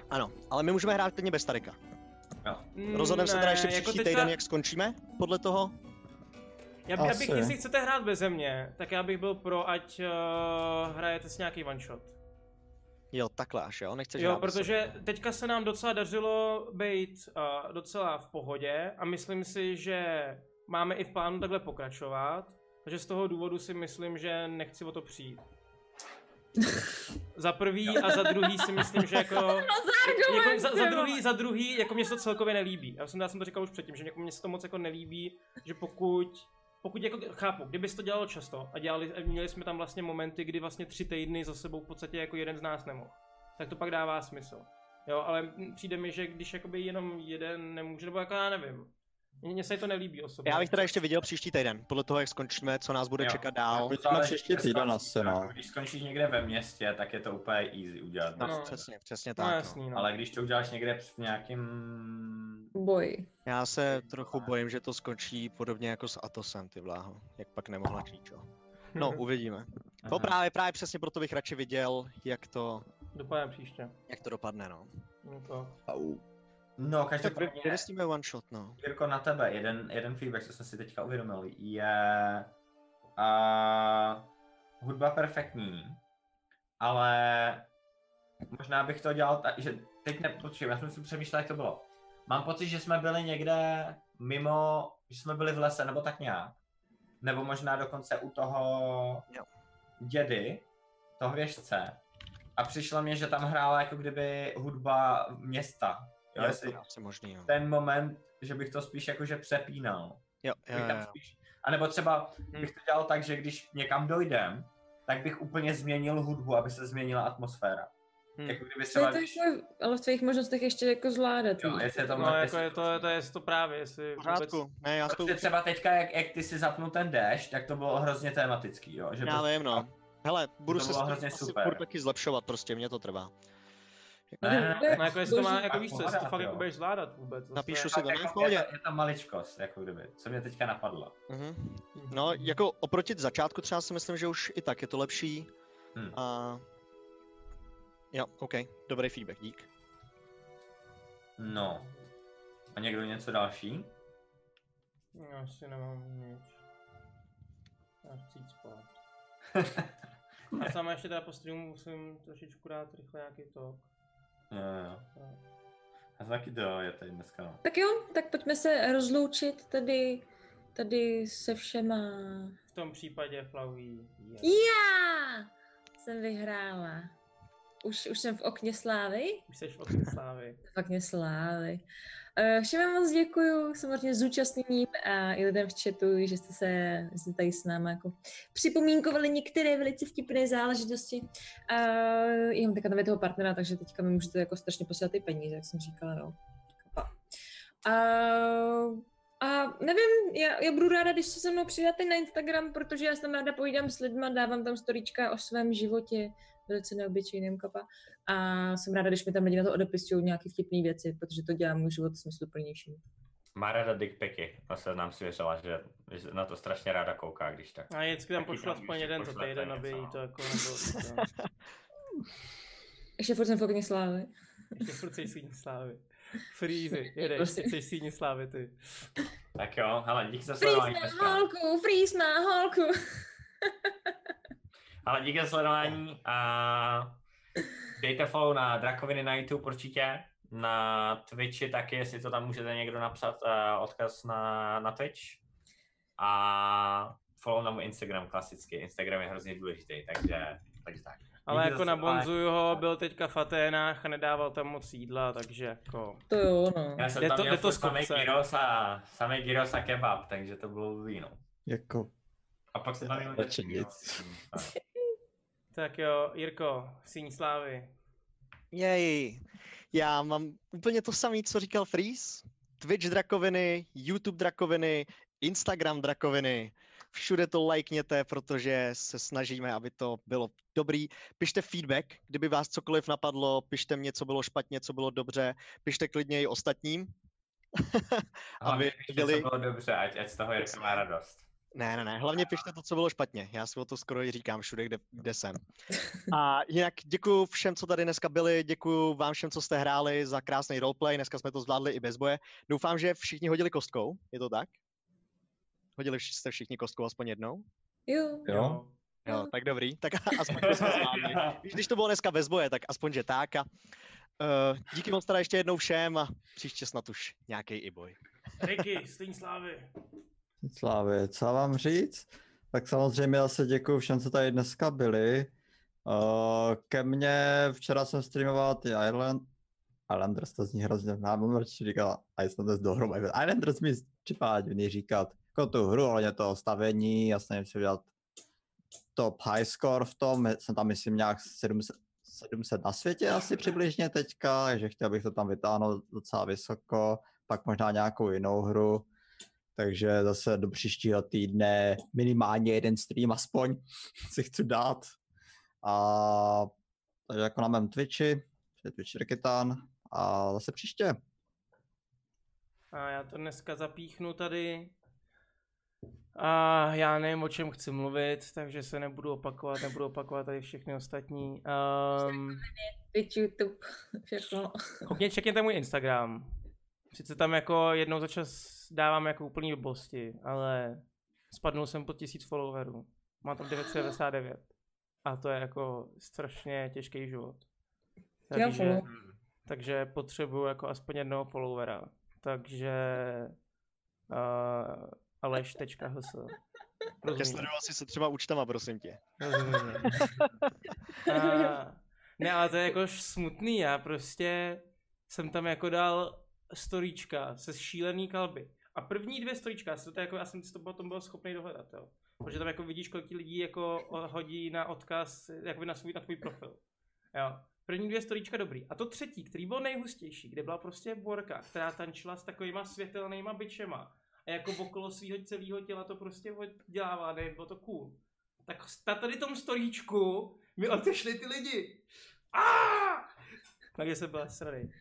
D: Ano, ale my můžeme hrát klidně bez Tarika.
A: Mm,
D: Hmm, Rozhodneme se teda ještě
A: ne,
D: příští
A: teďka-
D: týden, jak skončíme, podle toho.
A: Já, by- já
H: Asi.
A: bych, jestli chcete hrát bez mě, tak já bych byl pro, ať uh, hrajete s nějaký one shot.
D: Jo, takhle až jo, nechceš
A: jo,
D: hrát bez
A: protože teďka se nám docela dařilo být uh, docela v pohodě a myslím si, že máme i v plánu takhle pokračovat, takže z toho důvodu si myslím, že nechci o to přijít. za prvý a za druhý si myslím, že jako... jako za, za, druhý, za druhý, jako mě se to celkově nelíbí. Já jsem, já jsem to říkal už předtím, že jako mě se to moc jako nelíbí, že pokud, pokud jako chápu, kdyby se to dělalo často a dělali, a měli jsme tam vlastně momenty, kdy vlastně tři týdny za sebou v podstatě jako jeden z nás nemohl, tak to pak dává smysl. Jo, ale přijde mi, že když jakoby jenom jeden nemůže, nebo jako já nevím. Mně se to nelíbí osobně.
D: Já bych teda ještě viděl příští týden, podle toho, jak skončíme, co nás bude jo. čekat dál.
H: Jako na příští týden asi, no.
F: Když skončíš někde ve městě, tak je to úplně easy udělat.
D: No, přesně, přesně tak. No,
A: jasný, no.
F: Ale když to uděláš někde v nějakým...
G: Boj.
D: Já se trochu bojím, že to skončí podobně jako s Atosem, ty vláho. Jak pak nemohla číčo. No,
A: Mhm.
D: uvidíme. Aha. To právě, právě přesně proto bych radši viděl, jak to...
A: Dopadne příště.
D: Jak to dopadne, no.
A: No to.
H: Au.
F: No,
D: každopádně... Tak vy, s tím je one shot, no.
F: Jirko, na tebe, jeden, jeden feedback, co jsem si teďka uvědomil, je... Uh, hudba perfektní, ale možná bych to dělal tak, že teď nepočím, já jsem si přemýšlel, jak to bylo. Mám pocit, že jsme byli někde mimo, že jsme byli v lese, nebo tak nějak. Nebo možná dokonce u toho
D: jo.
F: dědy, toho hvěžce. A přišlo mě, že tam hrála jako kdyby hudba města,
D: Jo, jestli to asi možný, no. jo.
F: ten moment, že bych to spíš jakože přepínal.
D: Jo, jo,
F: Bych tam
D: jo. Hm.
F: Spíš, a nebo třeba bych to dělal tak, že když někam dojdem, tak bych úplně změnil hudbu, aby se změnila atmosféra.
D: Hmm.
F: Jako kdyby
G: To je
F: třeba...
G: to jako, ale v tvých možnostech ještě jako zvládat.
F: Jo, jestli je to
A: No, jako je to, to je to právě, jestli
D: V
A: vůbec...
D: pořádku, ne, já s tou...
F: Prostě třeba teďka, jak, jak ty si zapnul ten déšť, tak to bylo hrozně tematický, jo? Že
D: Já
F: prostě-
D: vím, no. Hele, budu
F: To
D: se s
F: bylo
D: tím
F: hrozně
D: asi
F: super.
D: furt taky zlepšovat, prostě mě to trvá.
F: Ne, ne, ne,
A: No, jako jestli to má,
F: Boží,
A: jako víš co, jestli to
F: pohoda,
A: fakt
F: jo.
A: jako budeš zvládat vůbec. zase.
D: Napíšu si
F: Tak
D: to, ne, v
F: jako,
D: pohodě.
F: je, to, je to maličkost, jako kdyby, co mě teďka napadlo.
D: Mhm. No, jako oproti začátku třeba si myslím, že už i tak je to lepší.
F: Hmm.
D: A... Jo, OK, dobrý feedback, dík.
F: No. A někdo něco další?
A: Já No, asi nemám nic. Já chci jít spát. A sama ještě teda po streamu musím trošičku dát rychle nějaký tok.
F: Jo, jo. Já jsem taky do, je tady dneska, no.
G: Tak jo, tak pojďme se rozloučit tady, tady se všema.
A: V tom případě Flaví.
G: Já jsem vyhrála. Už, už jsem v okně slávy.
A: Už seš v okně slávy.
G: Fakt mě slávy. Eh, Všem moc děkuju, samozřejmě zúčastněním a i lidem v chatu, že jste se že jste tady s námi jako připomínkovali některé velice vtipné záležitosti. Eh, A já mám teďka tam je toho partnera, takže teďka mi můžete jako strašně posílat ty peníze, jak jsem říkala, no. Pa. A, a nevím, já, já, budu ráda, když se se mnou přidáte na Instagram, protože já se tam ráda povídám s lidma, dávám tam storička o svém životě, velice neobyčejným kapa. A jsem ráda, když mi tam lidi na to odepisují nějaké vtipné věci, protože to dělá můj život smysluplnější.
F: Má ráda dickpiky, a se nám svěřila, že, že na to strašně ráda kouká, když tak.
A: A vždycky tam
F: Taky
A: pošlu
F: tam
A: aspoň
F: ještě
A: jeden za
F: pošlete
A: týden,
F: něco,
A: aby jí
F: no.
A: to jako nebylo. líto.
G: Ještě furt jsem v okně slávy.
A: Ještě furt seš sídní slávy. Freezy, jedeš,
G: Prostě.
A: seš sídní slávy ty.
F: Tak jo, hele, díky za sledování
G: Frýsná
F: dneska.
G: holku, frýsná holku.
F: Ale díky za sledování a dejte follow na Drakoviny na YouTube určitě, na Twitchi taky, jestli to tam můžete někdo napsat, eh, odkaz na, na Twitch. A follow na můj Instagram klasicky, Instagram je hrozně důležitý, takže, takže tak.
A: Ale
F: Díky
A: jako
F: za
A: na
F: sledování.
A: Bonzuju ho byl teďka v Aténách a nedával tam moc jídla, takže jako...
G: To jo, no.
F: Já jsem
A: Jde
F: tam
A: to-
F: měl
A: jde to
F: furt samý
A: skopce.
F: gyros a, samý gyros a kebab, takže to bylo víno.
H: Jako,
F: A pak se tam No, měl
H: Radši nic.
A: Tak jo, Jirko, síní slávy.
D: Jej, já mám úplně to samé, co říkal Freeze. Twitch drakoviny, YouTube drakoviny, Instagram drakoviny. Všude to lajkněte, protože se snažíme, aby to bylo dobrý. Pište feedback, kdyby vás cokoliv napadlo, pište mě, co bylo špatně, co bylo dobře, pište klidně i ostatním. aby
F: Aby byli...
D: byli-
F: bylo dobře, ať, ať z toho Jirka má radost.
D: Ne, ne, ne, hlavně pište to, co bylo špatně. Já si o to skoro i říkám všude, kde, kde jsem. A jinak děkuji všem, co tady dneska byli, děkuji vám všem, co jste hráli za krásný roleplay, dneska jsme to zvládli i bez boje. Doufám, že všichni hodili kostkou, je to tak? Hodili vš- jste všichni kostkou aspoň jednou?
G: Jo.
H: jo.
D: Jo, tak dobrý, tak aspoň to jsme zvládli. Víš, Když to bylo dneska bez boje, tak aspoň že tak. A, uh, díky moc teda ještě jednou všem a příště snad už nějaký i boj.
A: Ricky, síní slávy.
H: Slávy, co vám říct? Tak samozřejmě zase děkuji všem, co tady dneska byli. Uh, ke mně včera jsem streamoval ty Island... Islanders, to zní hrozně, já mám radši říkal Islanders dohromady. Islanders mi připadá divný říkat. Jako tu hru, ale to stavení, já jsem si udělat top high score v tom, jsem tam myslím nějak 700, 700 na světě asi přibližně teďka, takže chtěl bych to tam vytáhnout docela vysoko, pak možná nějakou jinou hru. Takže zase do příštího týdne minimálně jeden stream aspoň si chci dát. A takže jako na mém Twitchi, je Twitch Rikitán a zase příště.
A: A já to dneska zapíchnu tady. A já nevím, o čem chci mluvit, takže se nebudu opakovat, nebudu opakovat tady všechny ostatní. Um,
G: Twitch, YouTube, všechno.
A: koukně, čekněte můj Instagram. Sice tam jako jednou za čas dávám jako úplný blbosti, ale spadnul jsem pod tisíc followerů. Mám tam 999. A to je jako strašně těžký život.
G: Já follow.
F: Hmm.
A: takže potřebuju jako aspoň jednoho followera. Takže uh, aleš.hs Rozumím.
D: Sledoval jsi se třeba účtama, prosím tě.
A: Rozumím. A, ne, ale to je jako smutný, já prostě jsem tam jako dal storíčka se šílený kalby. A první dvě storíčka, to jako, já jsem si to potom byl schopný dohledat, jo. Protože tam jako vidíš, kolik ti lidí jako o- hodí na odkaz, jakoby na svůj, na tvůj profil. Jo. První dvě storíčka dobrý. A to třetí, který byl nejhustější, kde byla prostě borka, která tančila s takovýma světelnýma bičema. A jako okolo svého celého těla to prostě dělává, ne, bylo to cool. Tak na tady tom storíčku mi odešli ty lidi. Ah! Takže jsem byl srady.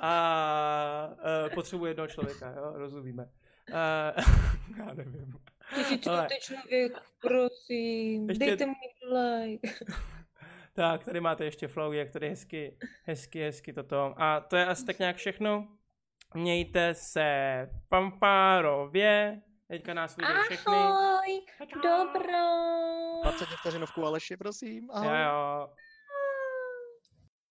A: A uh, potřebuje jednoho člověka, jo? rozumíme. Uh, já nevím. Ale-
G: Tisíčkutý člověk, prosím,
A: Ještě-
G: dejte mi like.
A: Tak, tady máte ještě flow, jak tady hezky, hezky, hezky toto. A to je asi tak nějak všechno. Mějte se pampárově. Teďka nás vidějí všechny.
G: Ahoj, dobro.
D: 20 vteřinovku Aleši, prosím. Ahoj.
A: Jo, jo.